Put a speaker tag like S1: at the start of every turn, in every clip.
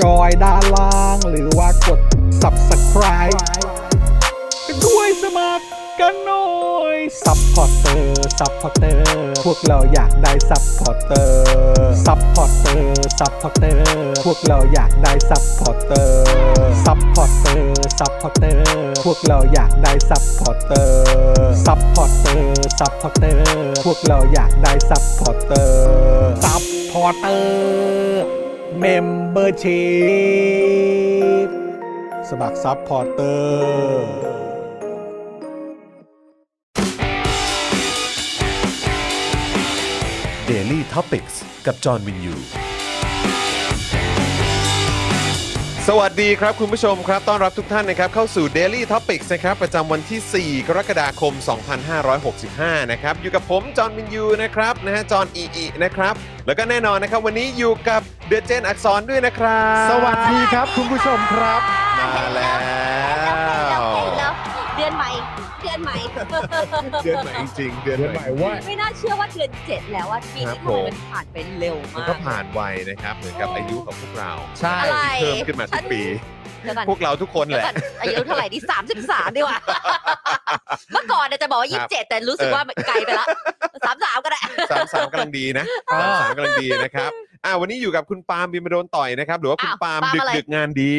S1: จอยด้านล่าง หรือว่ากด subscribe ไปด้วยสมัครกันหน่อย ซัพพอร์เตอร์ ซัพพอร์เตอร์ พวกเราอยากได้ซัพพอร์เตอร์ ซัพพอร์เตอร์ ซัพพอร์เตอร์ พวกเราอยากได้ซัพพอร์เตอร์ ซัพพอร์เตอร์ ซัพพอร์เตอร์ พวกเราอยากได้ซัพพอร์เตอร์ ซัพพอร์เตอร์ ซัพพอร์เตอร์ พวกเราอยากได้ซัพพอร์เตอร์ ซัพพอร์เตอร์ เมมเบอร์ชีพสมัครซัพพอร์เตอร์
S2: Daily t o p i c กกับจอห์นวินยู
S3: สวัสดีครับคุณผู้ชมครับ ต้อนรับทุกท่านนะครับเข้าสู่ Daily Topics นะครับประจำวันที่ 4 กรกฎาคม 2565 นะครับ อยู่กับผมจอห์นวินยูนะครับนะฮะจอห์นอีอีนะครับ แล้วก็แน่นอนนะครับ วันนี้อยู่กับเดอะเจนอักษรด้วยนะครับ
S4: สวัสดีครับคุณผู้ชมครับ
S3: มาแล้ว
S5: แล้วเดือนใหม่เดือนใหม่
S3: เดือนใหม่จริงๆเดือนใหม่
S5: ไม่น่าเชื่อว่าเดือนเจ็ดแล้วว่าปีนี้
S3: ครับผม
S5: ทำไมมันผ่านไปเร็ว
S3: มัน
S5: มา
S3: ก็
S5: ก
S3: ผ่านไวนะครับเหมือนกับอายุของพวกเรา
S4: ใช่
S5: อะไร
S3: ที่เพิ่มขึ้นมาทุกปี
S5: เดี๋ยวก่อน
S3: พวกเราทุกคน
S5: เดี๋ย
S3: แห
S5: ว
S3: ละ
S5: ก่อนอายุเท่าไหร่ดีสามสิบสามดีก ว่า เมื่อก่อนเนี่ยจะบอกว่ายี่สิบเจ็ดแต่รู้สึก
S3: เออ
S5: ว่าไกลไปละสามสามก็ได้
S3: สามสามกำลังดีนะสามสามกำลังดีนะครับอ่าวันนี้อยู่กับคุณปาล์มบิมโดนต่อยนะครับ หรือว่าคุณ
S5: อ้าว
S3: ปาล์ม
S5: ปา
S3: ดึก
S5: ล์มอะไร
S3: ดึกงานดี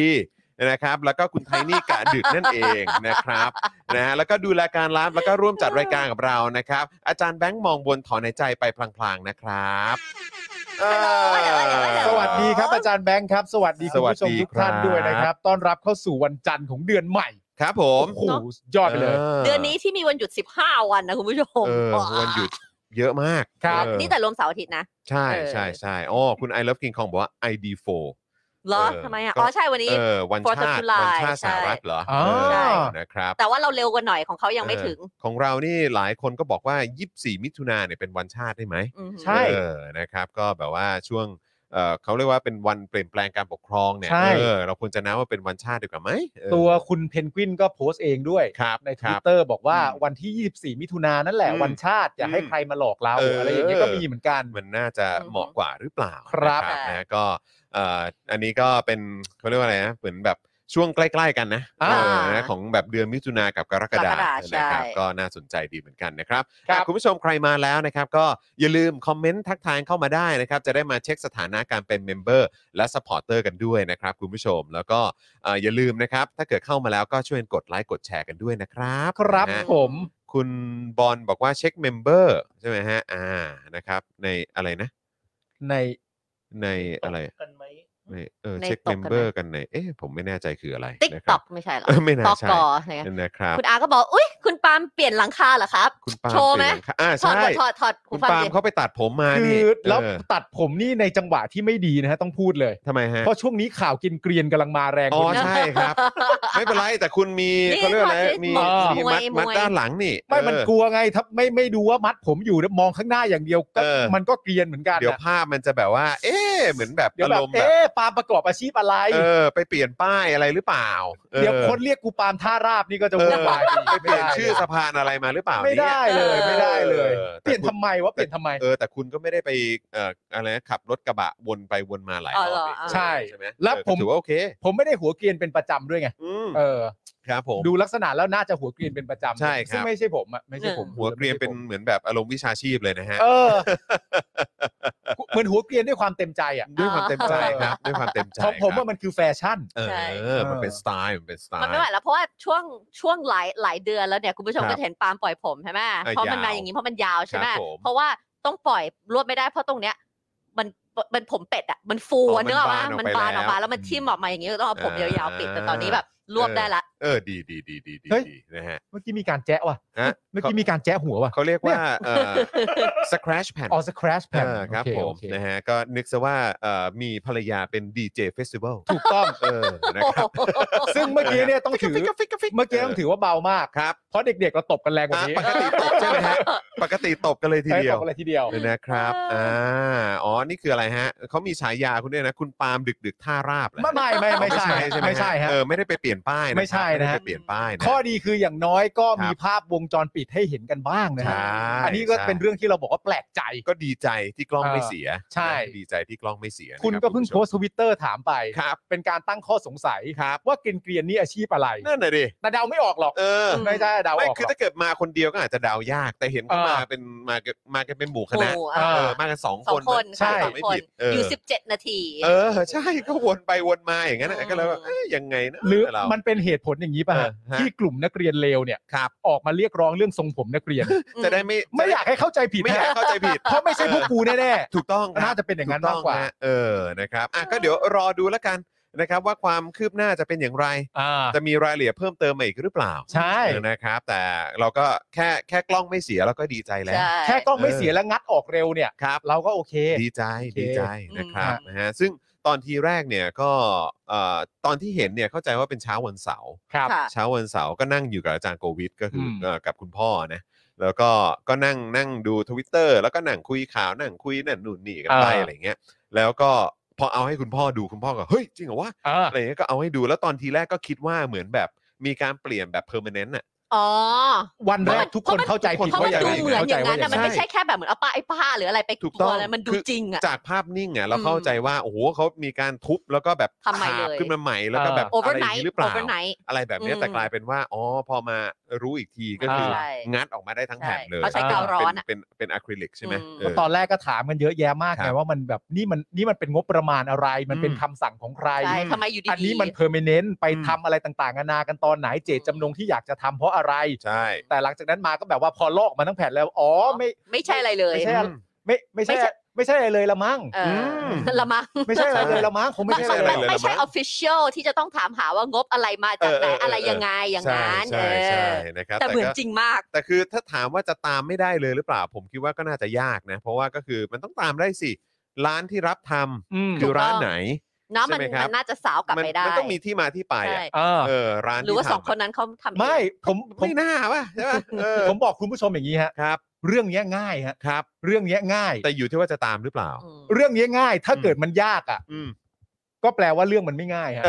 S3: นะครับ แล้วก็คุณไทนี่กะดึกนั่นเองนะครับนะฮะแล้วก็ดูแลการร้านแล้วก็ร่วมจัดรายการกับเรานะครับ อาจารย์แบงค์มองบนถอนในใจไปพลางๆนะครับเออ
S4: สวัสดีครับอาจารย์แบงค์ครับ สวัสดีคุณผู้ชมทุกท่าน
S3: สวัสดีครับ
S4: ด้วยนะครับ ต้อนรับเข้าสู่วันจันทร์ของเดือนใหม่
S3: ครับผม
S4: โอ้โหสุดยอดไปเลย
S5: เดือนนี้ที่มีวันหยุดสิบห้าวันนะคุณผู้ชม
S3: เออวันหยุดเยอะมาก
S4: ครับ
S3: เออ
S5: นี่แต่รวมเสาร์อาทิตย์นะ
S3: ใช่
S5: เออ
S3: ใช่ใช่อ๋อคุณไอ o v ฟกิงคองบอกว่า ID4
S5: เหรอ
S3: เออ
S5: ทำไมอ่ะ
S3: ก็
S5: อ๋อใช่วันนี้
S3: เออวัน
S5: Fourth of
S3: ชาติ
S5: July
S3: วันชาติสหรัฐเหรอ
S4: อ๋อ
S3: เออนะครับ
S5: แต่ว่าเราเร็วกว่าหน่อยของเขายังไม่
S3: เออ
S5: ถึง
S3: ของเรานี่หลายคนก็บอกว่า 24 มิถุนาเนี่ยเป็นวันชาติได้ไหม
S5: อืม
S4: ใช่
S3: เออนะครับ ก็แบบว่าช่วงเอ่อเขาเรียกว่าเป็นวันเปลี่ยนแปลงการปกครองเนี่ย
S4: ใช่
S3: เออเราควรจะนับว่าเป็นวันชาติดีกว่าไหมเออ
S4: ตัวคุณเพนกวินก็โพสต์เองด้วย
S3: ครับ
S4: ในท
S3: ค
S4: วิ
S3: รับ
S4: ตเตอร์บอกว่า
S3: อืม
S4: วันที่ 24 มิถุนายนนั่นแหละ
S3: อืม
S4: วันชาติ อย่าให้
S3: อืม
S4: ใครมาหลอกเรา
S3: เอออ
S4: อะไรอย่างเงี้ยก็มีเหมือนกัน
S3: มันน่าจะเหมาะกว่าหรือเปล่า
S4: ครับ
S3: นะนะก็เอ่ออันนี้ก็เป็นเขาเรียกว่าอะไรนะเหมือนแบบช่วงใกล้ๆกันนะ
S4: อ่า
S3: เออนะของแบบเดือนมิถุนากับกรกฎาก
S5: รกฎาคมใช่
S3: นะครับก็น่าสนใจดีเหมือนกันนะครับ
S4: ครับ
S3: อ่ะคุณผู้ชมใครมาแล้วนะครับ ก็อย่าลืมคอมเมนต์ทักทายเข้ามาได้นะครับ จะได้มาเช็คสถานะการเป็นเมมเบอร์และสปอร์เตอร์กันด้วยนะครับ คุณผู้ชมแล้วก็เอ่ออย่าลืมนะครับ ถ้าเกิดเข้ามาแล้วก็ช่วยกดไลค์กดแชร์กันด้วยนะครับ
S4: ครับ
S3: นะฮะ
S4: ผม
S3: คุณบอลบอกว่าเช็คเมมเบอร์ใช่ไหมฮะ อ่านะครับในอะไรนะ
S4: ใน
S3: ในอะไรในเออ
S5: ใน
S3: เช็ค
S5: ต
S3: เม
S5: ก
S3: ม
S5: กันไหม
S3: เบอร์กันในเอ๊ะผมไม่แน่ใจคืออะไร
S5: ติ๊ก
S3: นะค
S5: ต็
S3: รั
S5: อกไม่ใช่เหรอ
S3: เออไม่น่า
S5: ตอก
S3: ใช่
S5: กออะไรเงี้ย
S3: นะครับ
S5: คุณอาก็บอก อุ้ยคุณปาล์มเปลี่ยนหลังคาเหรอครับ
S3: คุณปาล์ม
S5: โชว์ไหม
S3: เปลี่ยนลังคาอ่า
S5: ถอด
S3: ใช่
S5: ก่อนถอดถอดหู
S3: คุณ
S5: ฟัง
S3: ปาล์ม
S5: สิ
S3: เขาไปตัดผมมา
S4: คื
S3: นี่
S4: อแล้ว
S3: เออ
S4: ตัดผมนี่ในจังหวะที่ไม่ดีนะฮะต้องพูดเลย
S3: ทำไมฮะ
S4: เพราะช่วงนี้ข่าวกินเกรียนกำลังมาแรง
S3: อ๋อ
S4: คนนี้
S3: ใช่ครับ ไม่เป็นไรแต่คุณมี
S5: นี่
S3: เขาเรียกว่าอะไร
S5: ถอดสิ
S3: มี
S4: เออ
S3: มีมัด
S5: มวย
S3: มัด
S5: มวย
S3: ด้านหลังนี่
S4: ไม่มัน
S3: เออ
S4: กลัวไงถ้าไม่ไม่ดูว่ามัดผมอยู่แล้วมองข้างหน้าอย่างเดียวก็
S3: เออ
S4: มันก็เกรียนเหมือนกัน
S3: เดี๋ยว
S4: นะ
S3: ภาพมันจะแบบว่า เอ๊ะเหมือนแบบ
S4: เดี๋ย
S3: อาร
S4: วแบบ
S3: มณ์แบบ
S4: เอ๊ะปาล์มประกอบอาชีพอะไร
S3: เออ ไปเปลี่ยนป้ายอะไรหรือเปล่าออ
S4: เดี๋ยวคนเรียกกูปาล์มท่าราบนี่ก็จะ
S3: เออ
S4: วุ่นวายอีก
S3: ไปเปลี่ยนชื่อสะพานอะไรมาหรือเปล่า
S4: ไม่ได้
S3: นี่
S4: เลยไม่ได้เลย
S3: เออแต่
S4: เปลี่ยนทำไมวะเปลี่ยนทำไม
S3: เออแต่คุณก็ไม่ได้ไปเอ่ออะไรนะขับรถกระบะวนไปวนมาหลาย
S5: อ๋
S3: ร
S5: อเหร
S3: อ
S5: อบ อ่า
S4: ใช่
S3: ใช่ไหม
S4: แล้ว
S3: เออ
S4: ผม
S3: ถือว่าโอเค
S4: ผมไม่ได้หัวเกรียนเป็นประจำด้วยไง
S3: อืม
S4: เออ
S3: ครับผม
S4: ดูลักษณะแล้วน่าจะหัวเกรียนเป็นประจำ
S3: ใช่ครับ
S4: ซึ่งไม่ใช่ผมอะไม่ใช่ผม
S3: หัวเกรียนเป็นเหมือนแบบอารมณ์วิชาชีพเลยนะฮะ
S4: เออเหมือนหัวเกรียนด้วยความเต็มใจอ่ะ
S3: ด้วยความเต็มใจครับด้วยความเต็มใจ
S4: ของผม
S3: ครับ
S4: ว่ามันคือแฟชั่น
S3: เอ
S5: ใช่
S3: อมันเป็นสไตล์มันเป็นสไตล์
S5: มันไม่ไหวแล้วเพราะว่าช่วงช่วงหลายหลายเดือนแล้วเนี่ยคุณผู้ชม
S3: ครับ
S5: ก็จะเห็นปาล์มปล่อยผมใช่ไหม
S3: อ่ะ
S5: เพราะมัน
S3: ยาว
S5: มาอย่างนี้เพราะมันยาวใช่ไหม
S3: ครับผม
S5: เพราะว่าต้องปล่อยรวบไม่ได้เพราะตรงเนี้ย มันมันผมเป็ดอ่ะมันฟูอะเนื้ออกมามันบานออกมาแล้วมันทิ่มออกมาอย่างนี้ก็ต้องเอาผมยาวๆปิดแต่ตอนนี้แบบ รวบได้ละ
S3: เออดีดีดีดีดี
S4: เฮ้ย
S3: ดีนะฮะ
S4: เมื่อกี้มีการแจ๊ะว่ะ
S3: ฮะ
S4: เมื่อกี้มีการแจ๊ะหัวว่ะ
S3: เขาเรียกว่าเอ่ อ scratch แผ่น
S4: ออสคราชแผ่น
S3: เออครับ
S4: โอ
S3: ผม
S4: เโอเค
S3: นะฮะก็นึกซะว่าเอ่อมีภรรยาเป็นดีเจเฟสติวัล
S4: ถูกต้อง
S3: เออนะครับ
S4: ซึ่งเมื่อกี้เนี่ยต้องถือ
S3: ฟิกกะฟิกกะฟิกกะฟิก
S4: เมื่อกี้ต้องถือว่าเบามาก
S3: ครับ
S4: เพราะเด็กๆเราตบกันแรงกว่า
S3: อ่ะ
S4: นี้
S3: ปกติตบใช่ไหม ฮะปกติตบกันเลยทีเดีย
S4: ต
S3: ว
S4: บอะไรทีเดียว
S3: เออนะครับ
S5: เอ
S3: อ่า
S5: อ
S3: อ๋อ นี่คืออะไรฮะ เขามีฉายาคุณด้วยนะ คุณปาล์มดึกดึกๆท่าราบเหรอ
S4: ไม่ไม่ไม่ไม่ใช่
S3: ใช่ไหม
S4: ไม่ใช่ฮะ
S3: เออ ไม่ได้ไปเปลี่ยนป้ายนะครับ
S4: ไม่ใช่นะฮะ
S3: ไม่ได้ไปเปลี่ยนป้ายนะ
S4: ข้อดีคืออย่างน้อยก็มี
S3: ครับ
S4: ภาพวงจรปิดให้เห็นกันบ้างนะ
S3: ใช
S4: ฮะ
S3: ่
S4: อันนี้ก็
S3: ใช่
S4: เป็นเรื่องที่เราบอกว่าแปลกใจ
S3: ก็ดีใจที่กล้องไม่เสียน
S4: ใช่
S3: ะดีใจที่กล้องไม่เสียนะ
S4: คุณ
S3: รับ
S4: ก็เพิ่งโพสต์ทวิตเตอร์ถามไป
S3: ครับ
S4: เป็นการตั้งข้อสงสัย
S3: ครับ
S4: ว่าเกรียนเกรียนๆนี่อาชีพอะไร
S3: นั่นน่ะดิ
S4: แต่เดาไม่ออกหรอก
S3: เออ
S4: ไม่ใช่เดาอ
S3: ไม่
S4: อก
S3: คือ
S4: หรอก
S3: ถ้าเกิดมาคนเดียวก็อาจจะเดายาก แต่เห็นเขา
S4: เออ
S3: มาเป็นมากันมากันเป็นหมู่ค
S5: ห
S3: ณะ
S5: มู่อ่ะ
S4: เอ
S3: เออ มากันสอง
S5: สอ
S3: ค
S5: ง
S3: น
S5: คน
S4: ใช่
S5: ส
S3: ถ้า
S5: อง
S3: ไม่
S5: คน
S3: ผิดเออ
S5: อ
S3: อยู่
S5: สิบเจ็ดนาที
S3: เออ ใช่ ก็วนไปวนมาอย่างนั้นน่ะก็เลยว่าเอ๊ะยังไงนะ
S4: หรือ
S3: เรา
S4: มันเป็นเหตุผลอย่างนี้ป่ะ
S3: เออฮะ
S4: ที่กลุ่มนักเรียนเลวเนี่ย
S3: ครับ
S4: ออกมาเรียกร้องเรื่องทรงผมนักเรียน
S3: จะได้ไม่
S4: ไม่อยากให้เข้าใจผิด
S3: ไม่อยาก
S4: นะ
S3: เข้าใจผิด
S4: เพราะไม่ใช่พวกกูแน่
S3: ถูกต้อง
S4: ๆ
S3: ครั
S4: น่า
S3: บ
S4: จะเป็นอย่างนั้น
S3: ถูต้
S4: มากกว่า
S3: ฮะเออนะครับอ่ะก็เดี๋ยวรอดูแล้วกันนะครับว่าความคืบหน้าจะเป็นอย่างไร
S4: อ่า
S3: จะมีรายละเอียดเพิ่มเติมมาอีกหรือเปล่า
S4: ใช่
S3: เออนะครับ แต่เราก็แค่แค่กล้องไม่เสียเราก็ดีใจแล้ว
S5: ใช่
S4: แค่กล้องไม่เสียแล้วงัดออกเร็วเนี่ย
S3: ครับ
S4: เราก็โอเค
S3: ดีใจ
S4: โอเค
S3: ดีใจนะครับ
S5: อืม
S3: นะฮะซึ่งตอนทีแรกเนี่ยก็เอ่อตอนที่เห็นเนี่ยเข้าใจว่าเป็นเช้าวันเสาร์
S4: ครับ
S5: ค่ะ
S3: เช้าวันเสาร์ก็นั่งอยู่กับอาจารย์โควิดก็คืออ
S4: ม
S3: เอ่อกับคุณพ่อนะแล้วก็ก็นั่งนั่งดูทวิตเตอร์แล้วก็นั่งคุยข่าวนั่งคุยนั่นนู่นนี่กันไปอะไรอย่างเงี้ยแล้วก็พอเอาให้คุณพ่อดูคุณพ่อก็เฮ้ยจริงเหรอวะ
S4: อ่า
S3: อะไรเงี้ยก็เอาให้ดูแล้วตอนทีแรกก็คิดว่าเหมือนแบบมีการเปลี่ยนแบบเพอร์ม n เนนต์อ่ะ
S5: อ๋อ
S4: วันแร
S5: เพ
S4: ก
S5: ราะมัน
S4: ทุกคนเข้าใจผิด
S5: เพราะ
S4: ว่า
S5: มัน
S4: อย่าง
S5: ดูเห
S4: ไร
S5: มือนอ
S4: เข้าใจ
S5: ย่าง
S4: ว่า
S5: นั้นนะ
S4: อย่าง
S5: มัน
S4: นั้น
S5: ไม่ใช่แค่แบบเหมือนเอาป้าไอ้ผ้าหรืออะไรไป
S3: ถูก
S5: ตั
S3: ต้
S5: ว
S3: อง
S5: อะไรมันดู
S3: คือ
S5: จริงอ่ะ
S3: จากภาพนิ่งอ่ะเราเข้าใจว่า โอ้โหเขามีการทุบแล้วก็แบบ
S5: ทำใหม่เล
S3: ขา
S5: ย
S3: บขึ้นมาใหม่แล้วก็
S4: อ่า
S3: แบบ
S5: โอเว
S3: อะ
S5: อ
S3: ไรอย่าง
S5: ร์ไนท์
S3: นี้หรือเป
S5: โอ
S3: ล่า
S5: เวอร์ไนท์
S3: อะไรแบบเนี้ย
S5: อืม
S3: แต่กลายเป็นว่า อ๋อ พอมารู้อีกทีก็คือ
S5: ใช่
S3: งัดออกมาได้ทั้งแผ่นเลย
S5: เขาใช้กาวร้อนอะ
S3: เป็นเป็นอะคริลิกใช่ไหม
S5: อืม
S3: เออ
S4: ตอนแรกก็ถามกันเยอะแยะมาก
S3: ค
S4: ไง
S3: รับ
S4: ว่ามันแบบนี่มันนี่มันเป็นงบประมาณอะไร มันเป็น
S3: อืม
S4: คำสั่งของใคร
S5: ใช่ทำไมอยู่ดีๆ
S4: อันนี้มันเพอร์มเนนต์ไปทำอะไรต่างๆนานากันตอนไหนเจตจำนงที่อยากจะทำเพราะอะไร
S3: ใช่
S4: แต่หลังจากนั้นมาก็แบบว่าพอลอกมาทั้งแผ่นแล้ว อ๋อไม่
S5: ไม่ใช่อะไรเลย
S4: ไม่ใช่
S3: อืม
S4: ไม่ไม่ใช่
S5: ไม่ใช่
S4: ไม่ใช่อะไรเลยละมั้ง
S5: เออ
S3: ม
S5: อละมั้ง
S4: ไม่ใช่อะไรเลยละมั้งคงไม่ใช่
S5: ไม่
S4: อะ
S5: ใช่
S4: ไรเลย
S3: เลย
S5: ไม่ใช่
S3: ละมั้ง
S5: official ที่จะต้องถามหาว่างบอะไรมาจากไหน
S3: เออเออเอออ
S5: อะไรยังไงอย่าง
S3: ใช่
S5: นั้นเอ
S3: ใช่
S5: อ
S3: ใช่นะครับ
S5: แต่เหมือน
S3: ก็
S5: จริงมาก
S3: แต่คือถ้าถามว่าจะตามไม่ได้เลยหรือเปล่า ผมคิดว่าก็น่าจะยากนะ เพราะว่าก็คือมันต้องตามได้สิ ร้านที่รับท
S4: อืม
S3: ำคือร้านไหน
S5: นะมัน
S3: ใช่ไหมครับ
S5: มันน่าจะสาวกลับ
S3: มั
S5: ไปได้
S3: มันต้องมีที่มาที่ไป
S5: ใช่
S3: อะ
S4: เออ
S3: เออร้าน
S5: หรือว่า
S3: ที่
S5: สอง
S3: ทำ
S5: คนนั้นเขาทำเอง
S4: ไม่ผมผม
S3: ไม่น่าป่ะใช่ป่ะเออ
S4: ผมบอกคุณผู้ชมอย่างนี้ฮะ
S3: ครับ
S4: เรื่องเนี้ยง่ายฮะ
S3: ครับ
S4: เรื่องเนี้ยง่าย
S3: แต่อยู่ที่ว่าจะตามหรือเปล่า
S5: อืม
S4: เรื่องเนี้ยง่าย ถ้า
S3: อืม
S4: เกิดมันยากอ่ะ
S3: อืม
S4: ก็แปลว่าเรื่องมันไม่ง่ายฮะ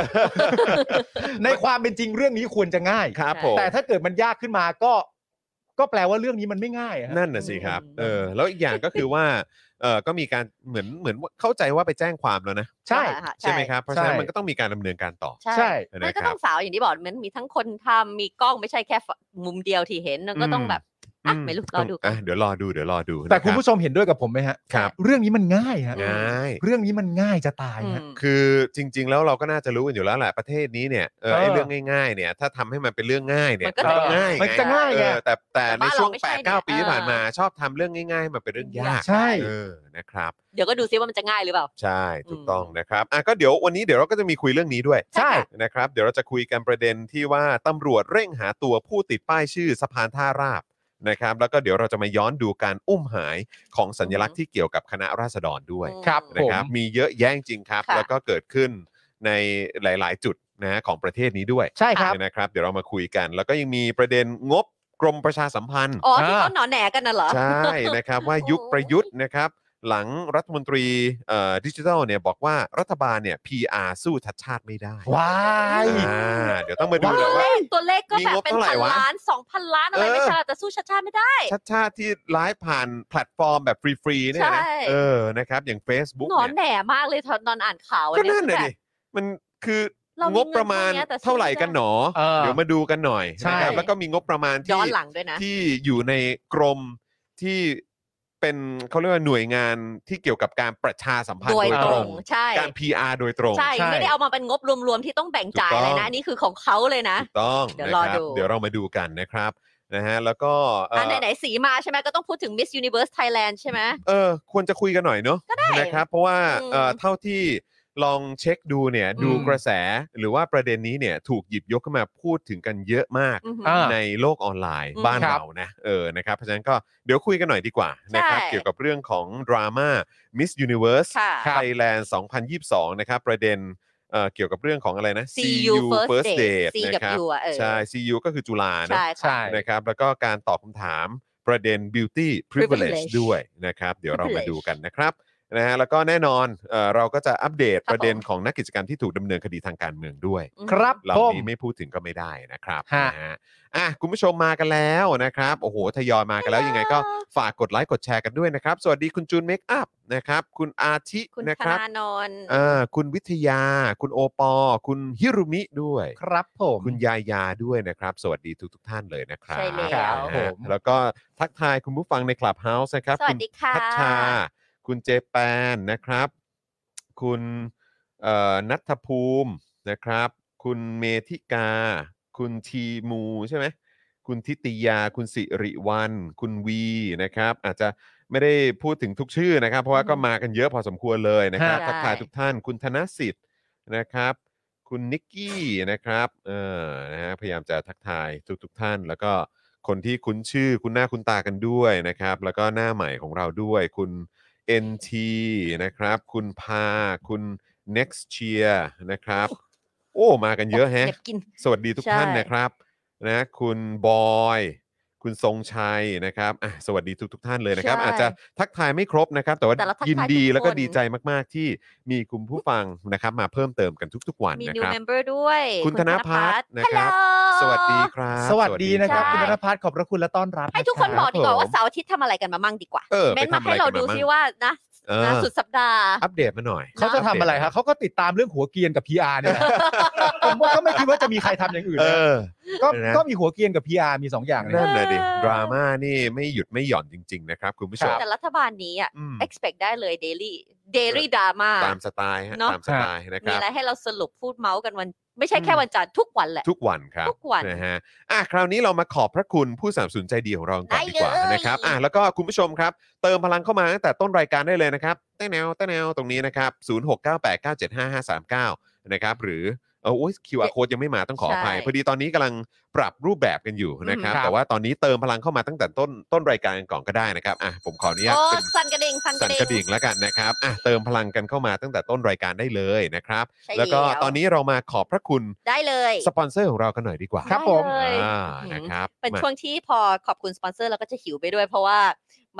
S4: ในความเป็นจริงเรื่องนี้ควรจะง่าย
S3: ครับผม
S4: แต่ถ้าเกิดมันยากขึ้นมาก็ ก็แปลว่าเรื่องนี้มันไม่ง่ายอะฮะ
S3: นั่นน่ะสิครับเออแล้วอีกอย่างก็คือว่าเออก็มีการเหมือนเหมือนเข้าใจว่าไปแจ้งความแล้วนะ
S4: ใช่
S5: ค่ะ
S3: ใช่ไหมครับเพราะฉะนั้น
S4: ใช่
S3: มันก็ต้องมีการดำเนินการต่อ
S5: ใช่
S4: ใช่
S5: มัน
S3: นะ
S5: ก็
S3: ครั
S5: ต้
S3: บ
S5: องสาวอย่างที่บอกมันมีทั้งคนทำมีกล้องไม่ใช่แค่มุมเดียวที่เห็นมันก็ต้องแบบอ่ะไม่รู้รอดูกั
S3: อ่ะ
S5: น
S3: เดี๋ยวรอดูเดี๋ยวรอดู
S4: แต่คุณ
S3: ชม
S4: ผู้ชมเห็นด้วยกับผมไหมฮะ
S3: ครับ
S4: เรื่องนี้มันง่ายฮะ
S5: อืม
S3: ง่าย
S4: เรื่องนี้มันง่ายจะตาย
S5: อื
S4: ฮะ
S5: ม
S3: คือจริง ๆ แล้วเราก็น่าจะรู้กันอยู่แล้วแหละประเทศนี้เนี่ยเออไอ้
S4: เออ
S3: เรื่องง่ายๆเนี่ยถ้าทำให้มันเป็นเรื่องง่ายเนี่ย
S5: มันก็จะ
S3: ง่าย
S4: มันก็ง่าย
S3: เอ
S4: ไง
S3: อแต่แต่
S5: แต่
S3: ใน
S5: บ้าน
S3: ช่วง
S5: เราไม่
S3: 8ป
S5: ใช่
S3: ดเก้า
S5: เนี่ย
S3: ปีที่ผ่าน
S5: เออ
S3: มาชอบทำเรื่องง่ายๆให้มันเป็นเรื่องยาก
S4: ใช่
S3: เออนะครับ
S5: เดี๋ยวก็ดูซิว่ามันจะง่ายหรือเปล่า
S3: ใช่ถูกต้องนะครับอ่ะก็เดี๋ยววันนี้เดี๋ยวเราก็จะมีคุยเรื่องนี้ด้วย
S4: ใช่
S3: นะครับเดี๋ยวเราจะคุยกันประเด็นที่ว่าตำรวจเร่งหาตัวผู้ติดป้ายชื่อสะพานท่าราบนะครับแล้วก็เดี๋ยวเราจะมาย้อนดูการอุ้มหายของสัญลักษณ์ที่เกี่ยวกับคณะราษฎรด้วย
S4: ครับ
S3: นะ
S4: ผม
S3: ครับมีเยอะแยะจริงๆครับ
S5: ค่ะ
S3: แล้วก็เกิดขึ้นในหลาย ๆ จุดนะฮะของประเทศนี้ด้วย
S4: ใช่ครับ
S3: นะครับ เดี๋ยวเรามาคุยกัน แล้วก็ยังมีประเด็นงบกรมประชาสัมพันธ์
S5: อ๋อ ที่เขาหนอแหนกันน่ะเหรอ
S3: ใช่นะครับ ว่ายุคประยุทธ์นะครับ หลังรัฐมนตรีเอ่อดิจิทัลเนี่ยบอกว่ารัฐบาลเนี่ย PR สู้ชัดชาติไม่ได้
S4: ว้าย
S3: อ่าเดี๋ยวต้องมาดู
S5: ตัว
S3: หน่อย
S5: เล
S3: ว่า
S5: ขตัวเลขก็แบบเป็
S3: มีงบ
S5: น
S3: เท่าไหร่
S5: พัน
S3: วะ
S5: ล้านสองพันล้านอะไรไม่
S3: เออ
S5: ใช่หรอกแต่สู้ชาชาติไม่ได้
S3: ชัดชาติที่ไลฟ์ผ่านแพลตฟอร์มแบบฟรีๆเนี่ยนะ
S5: ใช่
S3: เออนะครับอย่าง Facebook
S5: หนอน
S3: เนี่ย
S5: แหน่มากเลยตอนอ่านข่าว
S3: ก็
S5: เย
S3: นั่น
S5: คื
S3: น่ะ
S5: อแบบ
S3: ดิมันคือ
S5: เรามี
S3: งบประมาณ
S5: เงินเท่าเนี้ยแต่ซื้อ
S3: เท่าไหร่กันหนอ
S4: เออ
S3: เดี๋ยวมาดูกันหน่อย
S4: ใช่
S3: นะครับแล้วก็มีงบประมาณ
S5: ย้
S3: ที่
S5: อนหลังด้วยนะ
S3: ที่อยู่ในกรมที่เป็นเขาเรียกว่าหน่วยงานที่เกี่ยวกับการประชาสัมพัน
S5: โด
S3: ธ์
S5: ย
S3: โดย
S5: ต
S3: ต
S5: ร
S3: รง ง
S5: ใช่
S3: การ PR โดยตรง
S5: ใช่
S4: ใช่
S5: ไม่ได้เอามาเป็นงบรวมๆที่ต้องแบ่งจ่าย
S3: ถูกต้อง
S5: เลยนะ นี่คือของเขาเลยนะ
S3: ถูกต้อง
S5: เดี๋ยว
S3: นะ
S5: รอ
S3: ครับ
S5: ดู
S3: เดี๋ยวเรามาดูกันนะครับนะฮะแล้วก็เอ่อ
S5: อ่ะ
S3: อ
S5: ไหนๆสีมาใช่ไหมก็ต้องพูดถึง Miss Universe Thailand ใช่ไหม
S3: เออควรจะคุยกันหน่อยเนาะนะครับ เพราะว่า
S5: อืม
S3: เอ่อเท่าที่ ลองเช็คดูเนี่ยดู
S4: อืม
S3: กระแสหรือว่าประเด็นนี้เนี่ยถูกหยิบยกขึ้นมาพูดถึงกันเยอะมาก
S5: อือหือ
S4: อ่า
S3: ในโลกออนไลน์
S5: อืม
S3: บ้าน
S4: ครับ
S3: เรานะเออนะครับเพราะฉะนั้นก็เดี๋ยวคุยกันหน่อยดีกว่านะครับ
S5: ใช่
S3: เกี่ยวกับเรื่องของดราม่า Miss Universe
S5: ค่ะครับ
S3: Thailand 2022 นะครับประเด็นเอ่อเกี่ยวกับเรื่องของอะไรนะ
S5: See you first date C
S3: นะ
S5: กับ
S3: ครับ
S5: U อ่ะเออ
S3: ใช่ CU ก็คือจุฬานะ
S5: ใช่ค่ะ
S4: ใช่
S3: นะครับแล้วก็การตอบคำถามประเด็น beauty privilege
S5: Privilege
S3: ด้วยนะครับ เดี๋ยวเรามา
S5: Privilege
S3: ดูกันนะครับนะฮะแล้วก็แน่นอนเอ่อเราก็จะอัปเดต
S5: ครับ
S3: ประเด็นของนักกิจกรรมที่ถูกดำเนินคดีทางการเมืองด้วย
S5: อืม
S4: ครับ
S3: เรา
S4: ผม
S3: นี้ไม่พูดถึงก็ไม่ได้นะครับ
S4: ฮะ
S3: นะฮะอ่ะคุณผู้ชมมากันแล้วนะครับโอ้โหทยอยมากันแล้วยังไงก็ฝากกดไลค์กดแชร์กันด้วยนะครับ สวัสดีคุณจูนเมคอัพนะครับคุณอาทิ
S5: คุณ
S3: นะ
S5: ค
S3: ครับ
S5: ณานนท์
S3: อ่าคุณวิทยา คุณโอปอล์คุณฮิรุมิด้วย
S4: ครับผม
S3: คุณยายาด้วยนะครับ สวัสดีทุกทท่านเลยนะครับ
S5: ใช่แล้ว
S3: ครับผมแล้วก็ทักทายคุณผู้ฟังในคลับเฮาส์นะครับ
S5: สวัสดีค่ะ
S3: ณพัชชา คุณเจแปนนะครับ คุณเอ่อนัทภูมินะครับ คุณเมธิกา คุณทีมูใช่ไหมคุณทิติยา คุณสิริวัน คุณวีนะครับ อาจจะไม่ได้พูดถึงทุกชื่อนะครับ เพราะว่าก็มากันเยอะพอสมควรเลยนะครับ
S5: ใช่
S3: ทักทายทุกท่าน คุณธนสิทธิ์นะครับ คุณนิกกี้นะครับ เออ นะฮะ พยายามจะทักทายทุกๆทท่าน แล้วก็คนที่คุ้นชื่อ คุ้นหน้าคุ้นตากันด้วยนะครับ แล้วก็หน้าใหม่ของเราด้วย คุณ NT นะครับ คุณพา คุณ Next Cheer นะครับ โอ้ มากันเยอะแฮะ
S5: เด็บกิน
S3: สวัสดีทุกท่าน
S5: ใช่
S3: นะครับนะคุณบอย คุณทรงชัยนะครับอ่ะสวัสดีทุกทท่านเลยนะครับ
S5: ใช่
S3: อาจจะทักทายไม่ครบนะครับ แต่ว่า
S5: แต่เราทักทาย
S3: ยินดี
S5: ทุกคน
S3: แล้วก็ดีใจมากๆที่มีคุณผู้ฟังนะครับ มาเพิ่มเติมกันทุก ๆ วัน
S5: มี
S3: นะ
S5: new
S3: ครับ
S5: member ด้วย
S3: คุณธนพัฒน์
S5: ธ
S3: นะครับ
S5: ฮัลโหล
S3: สวัสดีครับ
S4: สวัสดีนะครับ
S5: ใช่
S4: คุณธนพัฒน์ขอบพระคุณและต้อนรับ
S5: ให้ทุกคนบอกดีกว่า
S4: ผม
S5: ว่าเสาร์อาทิตย์ทำอะไรกันมามั่งดีกว่า
S3: เออ
S5: เม้นต์
S3: ไป
S5: มา
S3: ทำอะ
S5: ให้
S3: ไกั
S5: เรา
S3: ม
S5: ดู
S3: มั่ง
S5: ซิว่านะ
S3: เอ
S5: นะ
S3: อ
S5: สุดสัปดาห์
S3: อัปเดตมาหน่อย
S4: เขาจะทำอะไร
S3: ปดต
S4: ฮะเขาก็ติดตามเรื่องหัวเกรียนกับ PR เนี่ยแหละ ผมว่าก็ไม่คิดว่าจะมีใครทำอย่างอื่น
S3: เอ
S4: นะ
S3: อ
S4: ก็
S3: นะ
S4: ก็มีหัวเกรียนกับ PR มี 2 อย่างนะ
S3: นั่นเลยดิ
S5: เออ
S3: ดราม่านี่ไม่หยุดไม่หย่อนจริง ๆ นะครับ คุณผู้ชม
S5: แต่รัฐบาลนี้อ่ะ
S3: อืม
S5: expect ได้เลย daily daily drama
S3: ตามสไตล์ฮะ
S5: เนอะ
S3: ตามสไตล์นะค
S5: มี
S3: รับ
S5: อะไรให้เราสรุปพูดเมาส์กันวัน ไม่ใช่แค่
S3: อืม
S5: วันจันทร์ทุกวันแหละ
S3: ทุกวันครับ
S5: ทุกวัน
S3: นะฮะอ่ะคราวนี้เรามาขอบพระคุณผู้สนับสนุนใจดีของเราก่อนดีกว่า
S5: ได้เลย
S3: นะครับอ่ะแล้วก็คุณผู้ชมครับ เติมพลังเข้ามาตั้งแต่ต้นรายการได้เลยนะครับแต้แนวแต้แนวตรงนี้นะครับ0698975539นะครับหรือเออโอ้ย QR code ยังไม่มาต้องขออภัย
S5: ใช่
S3: พอดีตอนนี้กำลังปรับรูปแบบกันอยู่นะครับ
S5: อืมครับ
S3: แต่ว่าตอนนี้เติมพลังเข้ามาตั้งแต่ต้นต้นรายการก่อนก็ได้นะครับอ่ะผมขออนุญาต
S5: โอ้
S3: เป็น
S5: สั่นกระดิ่งสั่นก
S3: สั่น
S5: ระ
S3: กระ
S5: ดิ่
S3: ดิ่
S5: ง
S3: งแล้วกันนะครับอ่ะเติมพลังกันเข้ามาตั้งแต่ต้นรายการได้เลยนะครับ
S5: ใช่
S3: แล้วก็
S5: แล้ว
S3: ตอนนี้เรามาขอบพระคุณ
S5: ได้เลย
S3: สปอนเซอร์ของเรากันหน่อยดีกว่า
S4: ครับ
S5: ได้
S4: ผม
S5: เลย
S3: อ่า
S5: อื
S3: นะ
S5: ม
S3: ครับ
S5: เป็น
S3: มา
S5: ช่วงที่พอขอบคุณสปอนเซอร์เราก็จะหิวไปด้วย เพราะว่า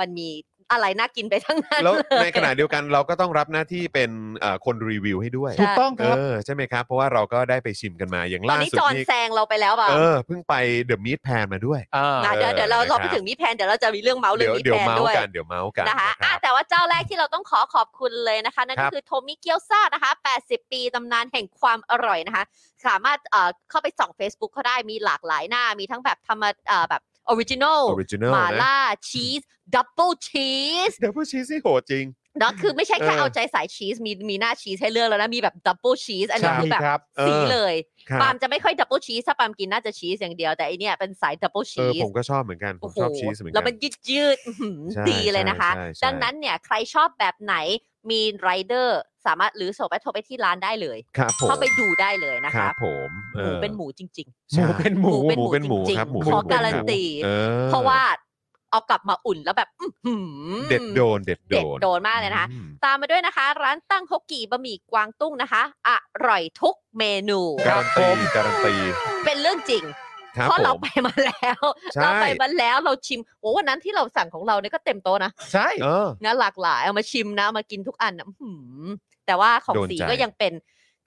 S5: มันมีอะไรน่ากินไปทั้งนั้น
S3: แล้ว
S5: เย
S3: ในขณะเดียวกันเราก็ต้องรับหน้าที่เป็นเอ่อคนรีวิวให้ด้วย
S5: ใช่
S4: ถูกต้องค
S3: เอ
S4: รับ
S3: อใช่ไหมครับ เพราะว่าเราก็ได้ไปชิมกันมาอย่าง
S5: ตอ
S3: ล่าน
S5: นี้
S3: สุด
S5: จอน
S3: นี่
S5: แซงเราไปแล้วเปล่า
S3: เออเพิ่งไปเดอะมีทแพนมาด้วย
S5: นะเดี๋ยวเดี๋ยวเรา
S3: เออ
S5: เรา
S3: นะครับ
S5: ไปถึงมีแพนเดี๋ยวเราจะมีเรื่องเมาส์เรื่อ
S3: เดี๋
S5: ง
S3: ยว
S5: มี
S3: เดี๋ยวเมา
S5: แพนด้
S3: ส์
S5: วย
S3: กันเดี๋ยวเมาส์กัน
S5: นะคะ
S3: นะค
S5: อ่ะ
S3: รับ
S5: แต่ว่าเจ้าแรกที่เราต้องขอขอบคุณเลยนะคะ นั่น
S3: ครั
S5: ก็
S3: บ
S5: คือโทมิเกียวซานะคะ 80 ปีตำนานแห่งความอร่อยนะคะ สามารถเอ่อเข้าไปส่อง Facebook เขาได้มีหลากหลายหน้า มีทั้งแบบธรรมเอ่อแบบออริจินอล
S3: ออริจินอล
S5: หมา
S3: นะ
S5: ล่าชีสดับเบิลชีส
S3: เดี๋ยวผู้ชี้ซี่โหดจริง
S5: เนาะคือไม่ใช่แค่
S3: เออ
S5: เอาใจสายชีสมีมีหน้าชีสให้เลือกแล้วนะ มีแบบดับเบิลชีสอันนี้
S4: ใช่
S5: คือแบบ
S4: ครับ
S3: เออ
S5: สีเลย
S3: ครับ
S5: ปาล์มจะไม่ค่อยดับเบิลชีสถ้าปาล์มกินน่าจะชีสอย่างเดียวแต่อันเนี้ยเป็นสายดับเบิล
S3: เอ
S5: ชี
S3: อ
S5: ส
S3: ผมก็ชอบเหมือนกัน ผมชอบชีสเหมือน
S5: แล้ว
S3: กั
S5: มัน นยืดยืดๆอื้อหือ
S3: ใช่
S5: ดีเลยนะคะ
S3: ใช่ใช่
S5: ดังนั้นเนี่ยใครชอบแบบไหนมีไรเดอร์สามารถหรือโทรไปโทรไปที่ร้านได้เลย
S3: ครับผม
S5: เข้าไปดูได้เลยนะ
S3: ครั
S5: คะ
S3: บผม
S5: ห
S3: อ
S5: มู
S3: อ
S5: เป็นหมูจริง
S3: ใช่
S4: เป็นหมู
S5: หมู
S3: หมูเป็นหมูครับหมูเป็นหมู
S5: ขอการันตี
S3: เออ
S5: ๆ เพราะว่าเอากลับมาอุ่นแล้วแบบอื้อหือ
S3: เด็ดโดน เด็ดโด
S5: เด็ด
S3: น
S5: โดนมากเลยนะคะ
S3: อืม
S5: ตามมาด้วยนะคะ ร้านตั้งฮกกี่บะหมี่กวางตุ้งนะคะ อร่อยทุกเมนู
S3: การันตีการันตี
S5: เป็นเรื่องจริง
S3: ครับ
S5: เพราะเรา
S3: ผม
S5: ไปมาแล้ว
S3: ใช่
S5: เราไปมาแล้วเราชิมโอ้วันนั้นที่เราสั่งของเราเนี่ยก็เต็มโต๊ะนะ
S4: ใช่
S3: เออ
S5: นะหลากหลายเอามาชิมนะมากินทุกอันนะหืมแต่ว่าของ
S3: โดนใจ
S5: สีก็ยังเป็น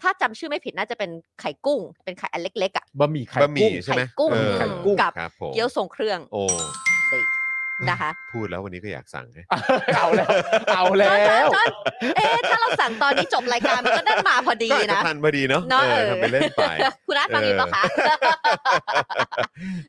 S5: ถ้าจำชื่อไม่ผิดน่าจะเป็นไข่กุ้ง เป็นไข่อันเล็กๆอ่ะ
S4: บะหมี่ไข่
S3: บะห
S4: กุ้
S3: มี่
S4: ง
S3: ใช่ไหม
S5: ไข่กุ้ง
S3: เออ
S4: ไข่กุ้ง
S5: กับ
S3: ครับผม
S5: เกี๊ยวทรงเครื่อง
S3: โอ้
S5: สิ นะคะ
S3: พูดแล้ววันนี้ก็อยากสั่งไง
S4: เอาแล้ว เอาแล้
S5: จอ
S4: ว
S5: นจอนเอ๊ะถ้าเราสั่งตอนนี้จบรายการมันก็นั่นมาพอดี
S3: ก็อาจจะ
S5: นะ
S3: ทันพอดีเนาะ
S5: เนอะ
S3: เออ
S5: เออ
S3: ทำไปเล่นไป
S5: คุณนัทมามีปะคะ อ่า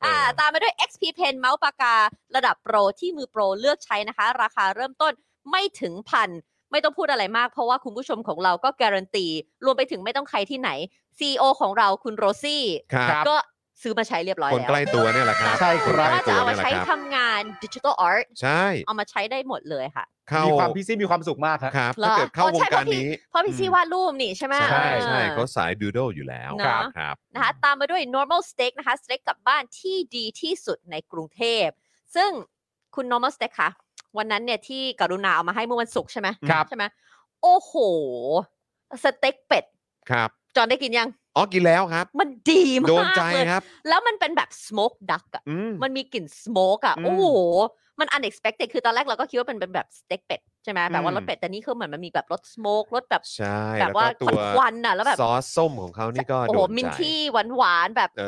S3: เออ
S5: ตามมาด้วย XP Pen เมาส์ปากการะดับโปรที่มือโปรเลือกใช้นะคะ ราคาเริ่มต้นไม่ถึงพัน ไม่ต้องพูดอะไรมากเพราะว่าคุณผู้ชมของเราก็การันตี รวมไปถึงไม่ต้องใครที่ไหน CEO ของเราคุณโรซี่
S3: ครับ
S5: ก็ ซื้อมาใช้เรียบร้อย
S3: คน
S5: แล้ว
S3: ใกล้ตัวเนี่ยแหละครับ
S4: ใช่ค
S3: คน
S4: รั
S5: ไม่
S4: บ
S5: ว่าจะเอามา
S3: ใกล้
S5: ใช้
S3: ตัวเนี่ยแหละค
S5: ทำ
S3: รับ
S5: งานดิจิทัลอาร์ต
S3: ใช่
S5: เอามาใช้ได้หมดเลยค่ะ
S3: เข้า
S4: มีความพี่ซี่มีความสุขมากครับ
S3: ครับ
S5: เหรอ
S3: ถ้าเกิดเข้า
S5: อ๋อ
S3: วง
S5: ใช่
S3: การ
S5: เพราะพี่
S3: นี้
S5: เพราะพี่ซี่
S4: อืม
S5: วาดรูปนี่ใช่ไหม
S3: ใช่ใช่
S5: อ่า
S3: เขาสายดูโดอยู่แล้ว
S5: เนอะ
S3: ครับ
S5: นะคะตามมาด้วย normal steak นะคะ สเต็กกลับบ้านที่ดีที่สุดในกรุงเทพ ซึ่งคุณ normal steak ค่ะ วันนั้นเนี่ยที่กรุณาเอามาให้เมื่อวันศุกร์ใช่ไหม
S4: ครับ
S5: ใช่ไหมโอ้โห สเต็กเป็ด
S3: ครับ
S5: จอนได้กินยัง
S3: อ๋อกินแล้วครับ
S5: มันดีมาก
S3: โดนใจ
S5: เลย
S3: ครับ
S5: แล้วมันเป็นแบบ smoke duck อะ
S3: อืม
S5: มันมีกลิ่น smoke อะ
S3: อืม
S5: โอ้โห มัน unexpected คือตอนแรกเราก็คิดว่าเป็นแบบสเต็กเป็ดใช่ไหมแบบว่า
S3: อืม
S5: รสเป็ดแต่นี่คือเหมือนมันมีแบบรส smoke รสแบบ
S3: ใช่
S5: แบ
S3: แล้ว
S5: บ
S3: ก็
S5: ว่า
S3: ตั
S5: ควันๆน่ะแล้วแบบ
S3: ซอสส้มของเขานี่ก็
S5: โอ้โห
S3: โดน
S5: มิน
S3: ใจ
S5: ที่หวานหวานๆแบบ
S3: เอ